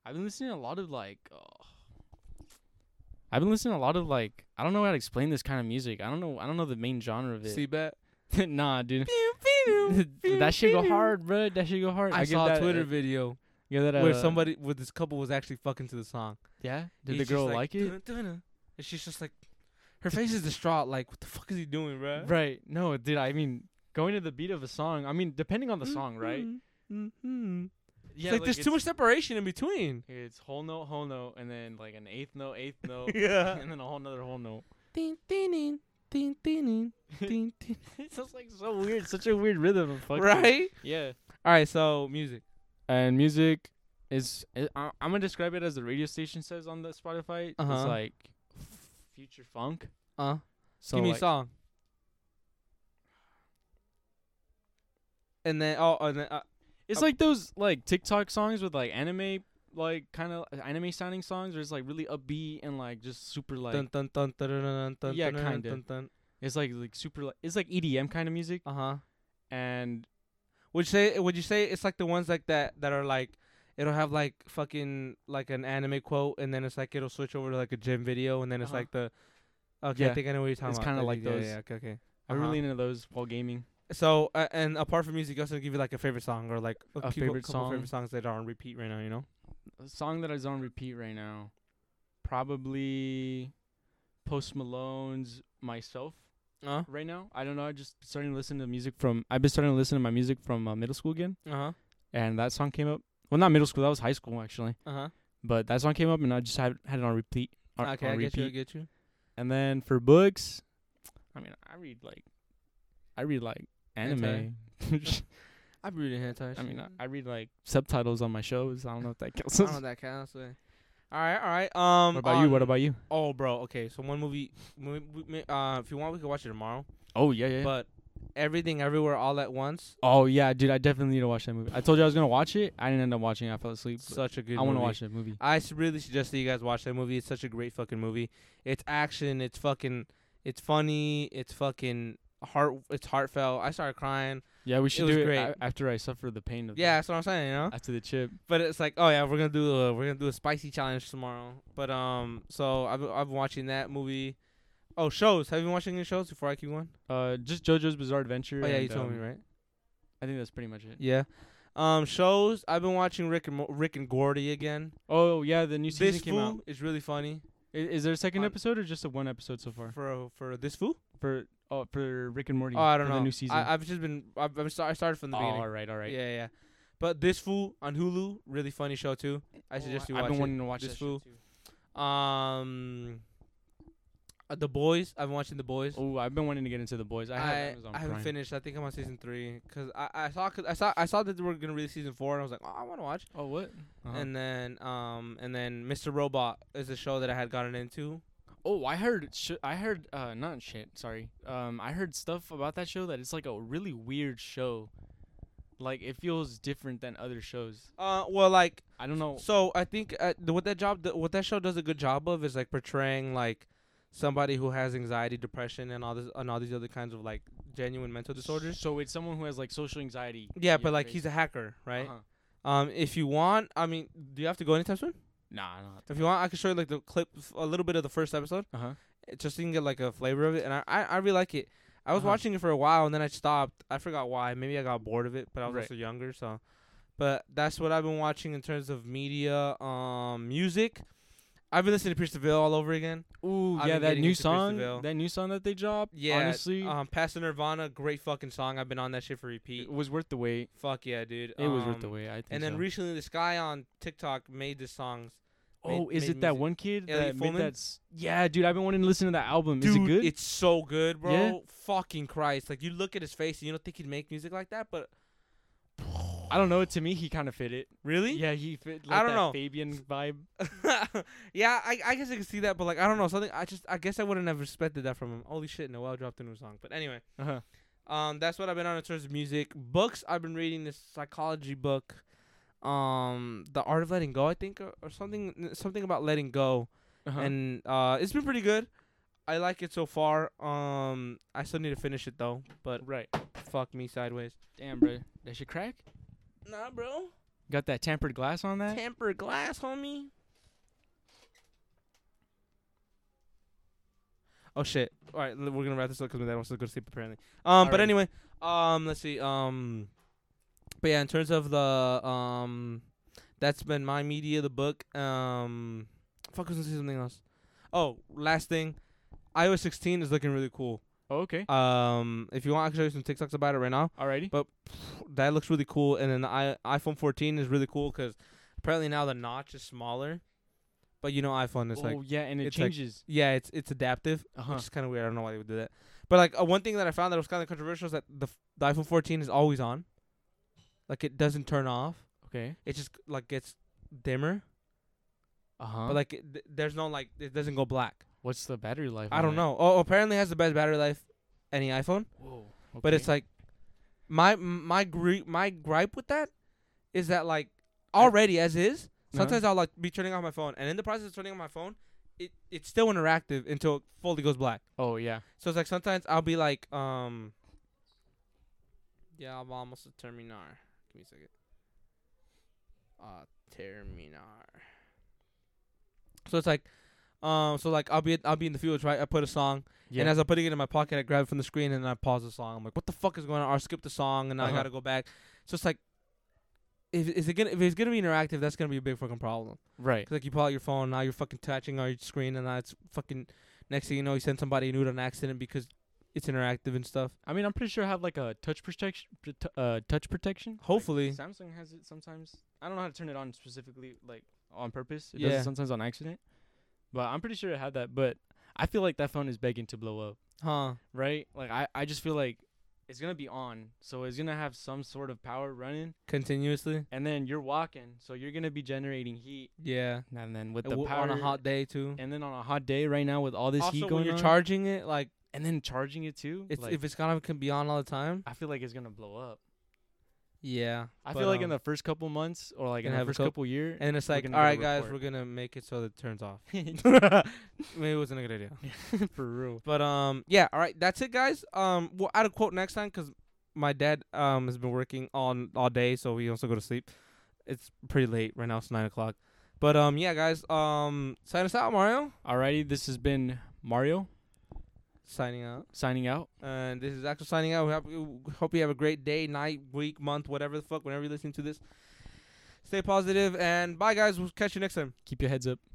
Speaker 2: I've been listening to a lot of like. uh, I've been listening to a lot of like I don't know how to explain this kind of music. I don't know I don't know the main genre of it.
Speaker 1: Seabat.
Speaker 2: [laughs]
Speaker 1: [laughs]
Speaker 2: nah, dude. [laughs] that should go hard, bro. That should go hard.
Speaker 1: I,
Speaker 2: give
Speaker 1: saw
Speaker 2: that
Speaker 1: a Twitter
Speaker 2: uh,
Speaker 1: video
Speaker 2: give that
Speaker 1: where
Speaker 2: a-
Speaker 1: somebody, where this couple was actually fucking to the song.
Speaker 2: Yeah. Did
Speaker 1: He's just
Speaker 2: the girl like, it?
Speaker 1: "Dun, dun, dun." And she's just like, her face is distraught. Like, what the fuck is he doing, bro?
Speaker 2: Right. No, dude. I mean, going to the beat of a song. I mean, depending on the song, right?
Speaker 1: Mm-hmm. it's
Speaker 2: Yeah.
Speaker 1: like, there's too much separation in between.
Speaker 2: It's whole note, whole note, and then like an eighth note, eighth note,
Speaker 1: [laughs] Yeah.
Speaker 2: and then a whole nother
Speaker 1: [laughs]
Speaker 2: whole note.
Speaker 1: Ding, ding, ding, ding, ding, [laughs] ding, ding.
Speaker 2: it's just like so weird. Such a weird rhythm. of fucking-
Speaker 1: Right?
Speaker 2: Yeah.
Speaker 1: All right, so music.
Speaker 2: and music is I, I- I'm gonna describe it as the radio station says on the Spotify.
Speaker 1: Uh-huh.
Speaker 2: It's like future funk.
Speaker 1: Uh,
Speaker 2: So
Speaker 1: give me
Speaker 2: like,
Speaker 1: a song. And then, oh, and then, uh,
Speaker 2: it's like those like TikTok songs with like anime like kind of anime sounding songs where it's like really upbeat and like just super like
Speaker 1: dun, dun, dun, dun, dun, dun, dun,
Speaker 2: Yeah,
Speaker 1: dun, dun,
Speaker 2: kinda.
Speaker 1: dun, dun.
Speaker 2: it's like like super like it's like E EDM kind of music
Speaker 1: Uh-huh.
Speaker 2: and
Speaker 1: Would you say would you say it's like the ones like that that are like it'll have like fucking like an anime quote and then it's like it'll switch over to like a gym video and then it's
Speaker 2: Uh-huh.
Speaker 1: like the Okay, I
Speaker 2: Yeah.
Speaker 1: think I know what you're talking
Speaker 2: It's
Speaker 1: about.
Speaker 2: kinda
Speaker 1: Uh,
Speaker 2: like
Speaker 1: yeah,
Speaker 2: those.
Speaker 1: Yeah, okay, okay.
Speaker 2: I'm really
Speaker 1: Uh-huh.
Speaker 2: into those while gaming.
Speaker 1: So uh, and apart from music, I also give you like a favorite song or like
Speaker 2: A
Speaker 1: few-
Speaker 2: favorite
Speaker 1: couple favorite
Speaker 2: song.
Speaker 1: songs that are on repeat right now. You know,
Speaker 2: A song that is on repeat right now, probably Post Malone's "Myself."
Speaker 1: uh
Speaker 2: right now. I don't know. I just starting to listen to music from. I've been starting to listen to my music from uh, middle school again,
Speaker 1: huh,
Speaker 2: and that song came up. Well, not middle school. That was high school actually.
Speaker 1: uh huh.
Speaker 2: But that song came up, and I just had had it on repeat. on-
Speaker 1: Okay,
Speaker 2: on
Speaker 1: I get you. I
Speaker 2: repeat.
Speaker 1: get you.
Speaker 2: And then for books, I mean, I read like, I read like
Speaker 1: [laughs]
Speaker 2: anime. [laughs]
Speaker 1: I'm reading hentai.
Speaker 2: I
Speaker 1: [laughs]
Speaker 2: mean,
Speaker 1: shit.
Speaker 2: I, I read like subtitles on my shows. I don't know if that counts.
Speaker 1: I don't know that counts. All right, all right. Um,
Speaker 2: what about you? What
Speaker 1: on-
Speaker 2: about you?
Speaker 1: Oh, bro. Okay, so one movie. mo- mo- mo- Uh, if you want, we can watch it tomorrow.
Speaker 2: Oh yeah, yeah.
Speaker 1: But Everything Everywhere All at Once.
Speaker 2: Oh yeah, dude, I definitely need to watch that movie. I told you I was gonna watch it. I didn't end up watching. it. I fell asleep. but
Speaker 1: Such a good
Speaker 2: I want to
Speaker 1: movie.
Speaker 2: watch that movie.
Speaker 1: I s- really suggest that you guys watch that movie. It's such a great fucking movie. It's action. It's fucking. It's funny. It's fucking heart. It's heartfelt. I started crying.
Speaker 2: Yeah, we should
Speaker 1: was
Speaker 2: do it
Speaker 1: great.
Speaker 2: a- after I suffer the pain of. the-
Speaker 1: Yeah, that's what I'm saying. You know.
Speaker 2: after the chip.
Speaker 1: But it's like, oh yeah, we're gonna do a we're gonna do a spicy challenge tomorrow. But um, so I've I've been watching that movie. Oh, shows. Have you been watching any shows before I keep going?
Speaker 2: Uh, just JoJo's Bizarre Adventure.
Speaker 1: Oh yeah, you
Speaker 2: and,
Speaker 1: told me
Speaker 2: um,
Speaker 1: right.
Speaker 2: I think that's pretty much it.
Speaker 1: Yeah. Um, shows. I've been watching Rick and Mo- Rick and Gordy again.
Speaker 2: Oh yeah, the new season
Speaker 1: This
Speaker 2: came out.
Speaker 1: fool is really funny
Speaker 2: I- Is, there a second
Speaker 1: on-
Speaker 2: episode or just a one episode so far
Speaker 1: for for this fool.
Speaker 2: for oh, for Rick and Morty?
Speaker 1: Oh, I don't
Speaker 2: for
Speaker 1: know.
Speaker 2: The new season.
Speaker 1: I, I've just been. I've, I'm sorry. I started from the beginning.
Speaker 2: all right, all right.
Speaker 1: Yeah, yeah. But this fool on Hulu, really funny show too. I suggest you watch
Speaker 2: Oh, I've been
Speaker 1: it.
Speaker 2: wanting to watch
Speaker 1: This
Speaker 2: this
Speaker 1: fool. Um, uh, the boys. I've been watching the boys.
Speaker 2: Oh, I've been wanting to get into the boys. I,
Speaker 1: I,
Speaker 2: have
Speaker 1: I,
Speaker 2: Amazon
Speaker 1: haven't
Speaker 2: Prime.
Speaker 1: finished. I think I'm on season three because I, I saw 'cause I saw I saw that they were gonna release season four and I was like, oh, I want to watch.
Speaker 2: Oh what? Uh-huh.
Speaker 1: And then um and then Mr. Robot is a show that I had gotten into.
Speaker 2: Oh, I heard. Sh- I heard. Uh, not shit. Sorry. Um, I heard stuff about that show that it's like a really weird show. Like it feels different than other shows.
Speaker 1: Uh, well, like
Speaker 2: I don't know.
Speaker 1: so I think uh, th- what that job th- what that show does a good job of is like portraying like somebody who has anxiety, depression, and all this and all these other kinds of like genuine mental disorders.
Speaker 2: So it's someone who has like social anxiety.
Speaker 1: Yeah, but like he's a hacker, right?
Speaker 2: Uh-huh.
Speaker 1: Um, if you want, I mean, do you have to go anytime soon?
Speaker 2: Nah, not.
Speaker 1: If you want, I can show you like the clip, f- a little bit of the first episode.
Speaker 2: Uh huh.
Speaker 1: it- just so you can get like a flavor of it. And I, I, I really like it. I was
Speaker 2: Uh-huh.
Speaker 1: watching it for a while and then I stopped. I forgot why. Maybe I got bored of it, but I was
Speaker 2: Right.
Speaker 1: also younger, so. But that's what I've been watching in terms of media, um, music. I've been listening to Pierce DeVille all over again.
Speaker 2: Ooh,
Speaker 1: I've
Speaker 2: yeah,
Speaker 1: been
Speaker 2: that
Speaker 1: getting
Speaker 2: new
Speaker 1: into Pierce
Speaker 2: song,
Speaker 1: DeVille.
Speaker 2: that new song that they dropped.
Speaker 1: Yeah,
Speaker 2: honestly,
Speaker 1: um, Past the Nirvana, great fucking song. I've been on that shit for repeat.
Speaker 2: it was worth the wait.
Speaker 1: Fuck yeah, dude.
Speaker 2: It was worth the
Speaker 1: Um,
Speaker 2: wait. I think.
Speaker 1: And then
Speaker 2: so.
Speaker 1: recently, this guy on TikTok made this songs.
Speaker 2: oh,
Speaker 1: made-
Speaker 2: is
Speaker 1: made
Speaker 2: it that
Speaker 1: music.
Speaker 2: one kid
Speaker 1: Elliot
Speaker 2: that made
Speaker 1: Fulman?
Speaker 2: that? s- Yeah, dude, I've been wanting to listen to that album.
Speaker 1: Dude,
Speaker 2: is it good?
Speaker 1: It's so good, bro.
Speaker 2: Yeah?
Speaker 1: Fucking Christ! Like you look at his face, and you don't think he'd make music like that, but
Speaker 2: I don't know. To me, he kind of fit it.
Speaker 1: really,
Speaker 2: Yeah, he fit. Like,
Speaker 1: I don't
Speaker 2: that
Speaker 1: know.
Speaker 2: Fabian vibe.
Speaker 1: [laughs] yeah, I, I guess I could see that, but like I don't know something. I just I guess I wouldn't have expected that from him. Holy shit, Noel dropped a new song. But anyway,
Speaker 2: Uh-huh.
Speaker 1: um, that's what I've been on in terms of music. Books I've been reading this psychology book, um, The Art of Letting Go, I think, or, or something something about letting go,
Speaker 2: Uh-huh.
Speaker 1: and uh, it's been pretty good. I like it so far. Um, I still need to finish it though, but
Speaker 2: right.
Speaker 1: fuck me sideways.
Speaker 2: Damn, bro. That should crack.
Speaker 1: Nah, bro,
Speaker 2: Got that tampered glass on that?
Speaker 1: tempered glass, homie. Oh shit! All right, l- we're gonna wrap this up because my dad wants to go to sleep apparently. Um, but
Speaker 2: Alrighty.
Speaker 1: anyway, um, let's see. Um, but yeah, in terms of the um, that's been my media. The book. Um, fuck, I was gonna say something else. Oh, last thing, iOS 16 is looking really cool.
Speaker 2: Oh, okay.
Speaker 1: Um, if you want, I can show you some TikToks about it right now
Speaker 2: Alrighty.
Speaker 1: but that looks really cool. And then the I- iPhone 14 is really cool because apparently now the notch is smaller. But you know, iPhone is
Speaker 2: oh
Speaker 1: like
Speaker 2: yeah, and it
Speaker 1: it's like-
Speaker 2: changes.
Speaker 1: yeah, it's it's adaptive,
Speaker 2: uh-huh.
Speaker 1: which is kind of weird. I don't know why they would do that. But like uh, one thing that I found that was kind of controversial is that the, f- the iPhone 14 is always on, like it doesn't turn off.
Speaker 2: Okay.
Speaker 1: It just like gets dimmer,
Speaker 2: Uh huh.
Speaker 1: but like it, th- there's no like it doesn't go black.
Speaker 2: what's the battery life?
Speaker 1: I
Speaker 2: on
Speaker 1: don't
Speaker 2: it?
Speaker 1: know. Oh, apparently it has the best battery life any iPhone.
Speaker 2: Whoa.
Speaker 1: But it's
Speaker 2: okay.
Speaker 1: like my my gri- my gripe with that is that like already as is,
Speaker 2: Uh-huh.
Speaker 1: sometimes I'll like be turning off my phone, and in the process of turning on my phone, it it's still interactive until it fully goes black.
Speaker 2: Oh yeah.
Speaker 1: So it's like sometimes I'll be like, um, yeah, I'm almost a terminar. Give me a second. A terminar. So it's like, um, so like I'll be I'll be in the fields, right? I put a song,
Speaker 2: Yeah.
Speaker 1: and as I'm putting it in my pocket, I grab it from the screen and I pause the song. I'm like, what the fuck is going on? Or I skip the song and now
Speaker 2: Uh-huh.
Speaker 1: I gotta go back. So it's like, if is it gonna if it's gonna be interactive, that's gonna be a big fucking problem.
Speaker 2: right.
Speaker 1: 'Cause, like you pull out your phone, now you're fucking touching on your screen, and now it's fucking. Next thing you know, you send somebody nude on accident because it's interactive and stuff.
Speaker 2: I mean, I'm pretty sure I have like a touch protection. Uh, touch protection.
Speaker 1: Hopefully,
Speaker 2: Like, Samsung has it sometimes. I don't know how to turn it on specifically, like on purpose. It does
Speaker 1: Yeah.
Speaker 2: it sometimes on accident. But I'm pretty sure it had that. But I feel like that phone is begging to blow up,
Speaker 1: huh?
Speaker 2: right? Like I, I just feel like it's gonna be on, so it's gonna have some sort of power running,
Speaker 1: Continuously,
Speaker 2: and then you're walking, so you're gonna be generating heat,
Speaker 1: yeah.
Speaker 2: and then with
Speaker 1: It
Speaker 2: the
Speaker 1: w-
Speaker 2: power
Speaker 1: on a hot day too.
Speaker 2: and then on a hot day right now with all this
Speaker 1: also,
Speaker 2: heat
Speaker 1: when
Speaker 2: going
Speaker 1: you're
Speaker 2: on,
Speaker 1: charging it, like
Speaker 9: and then charging it too.
Speaker 1: It's,
Speaker 9: like,
Speaker 1: if it's gonna can be on all the time,
Speaker 9: I feel like it's gonna blow up.
Speaker 1: yeah.
Speaker 9: I
Speaker 1: but,
Speaker 9: feel like
Speaker 1: um,
Speaker 9: in the first couple months or like
Speaker 1: gonna
Speaker 9: in the
Speaker 1: have a
Speaker 9: first
Speaker 1: couple-
Speaker 9: couple year,
Speaker 1: and it's
Speaker 9: we're
Speaker 1: like, all
Speaker 9: gonna
Speaker 1: right,
Speaker 9: get a
Speaker 1: guys,
Speaker 9: report."
Speaker 1: we're gonna make it so that it turns
Speaker 9: [laughs]
Speaker 1: off. [laughs] Maybe it wasn't a good idea.
Speaker 9: for real.
Speaker 1: But um, yeah, all right, that's it, guys. Um, we'll add a quote next time because my dad um has been working on all day, so he also go to sleep. It's pretty late right now; it's nine o'clock. But um, yeah, guys, um, sign us out, Mario.
Speaker 9: Alrighty, this has been Mario
Speaker 1: Signing out,
Speaker 9: signing out.
Speaker 1: and this is actually signing out. We hope, we hope you have a great day, night, week, month, whatever the fuck, whenever you're listening to this. Stay positive, and bye, guys. We'll catch you next time.
Speaker 9: Keep your heads up.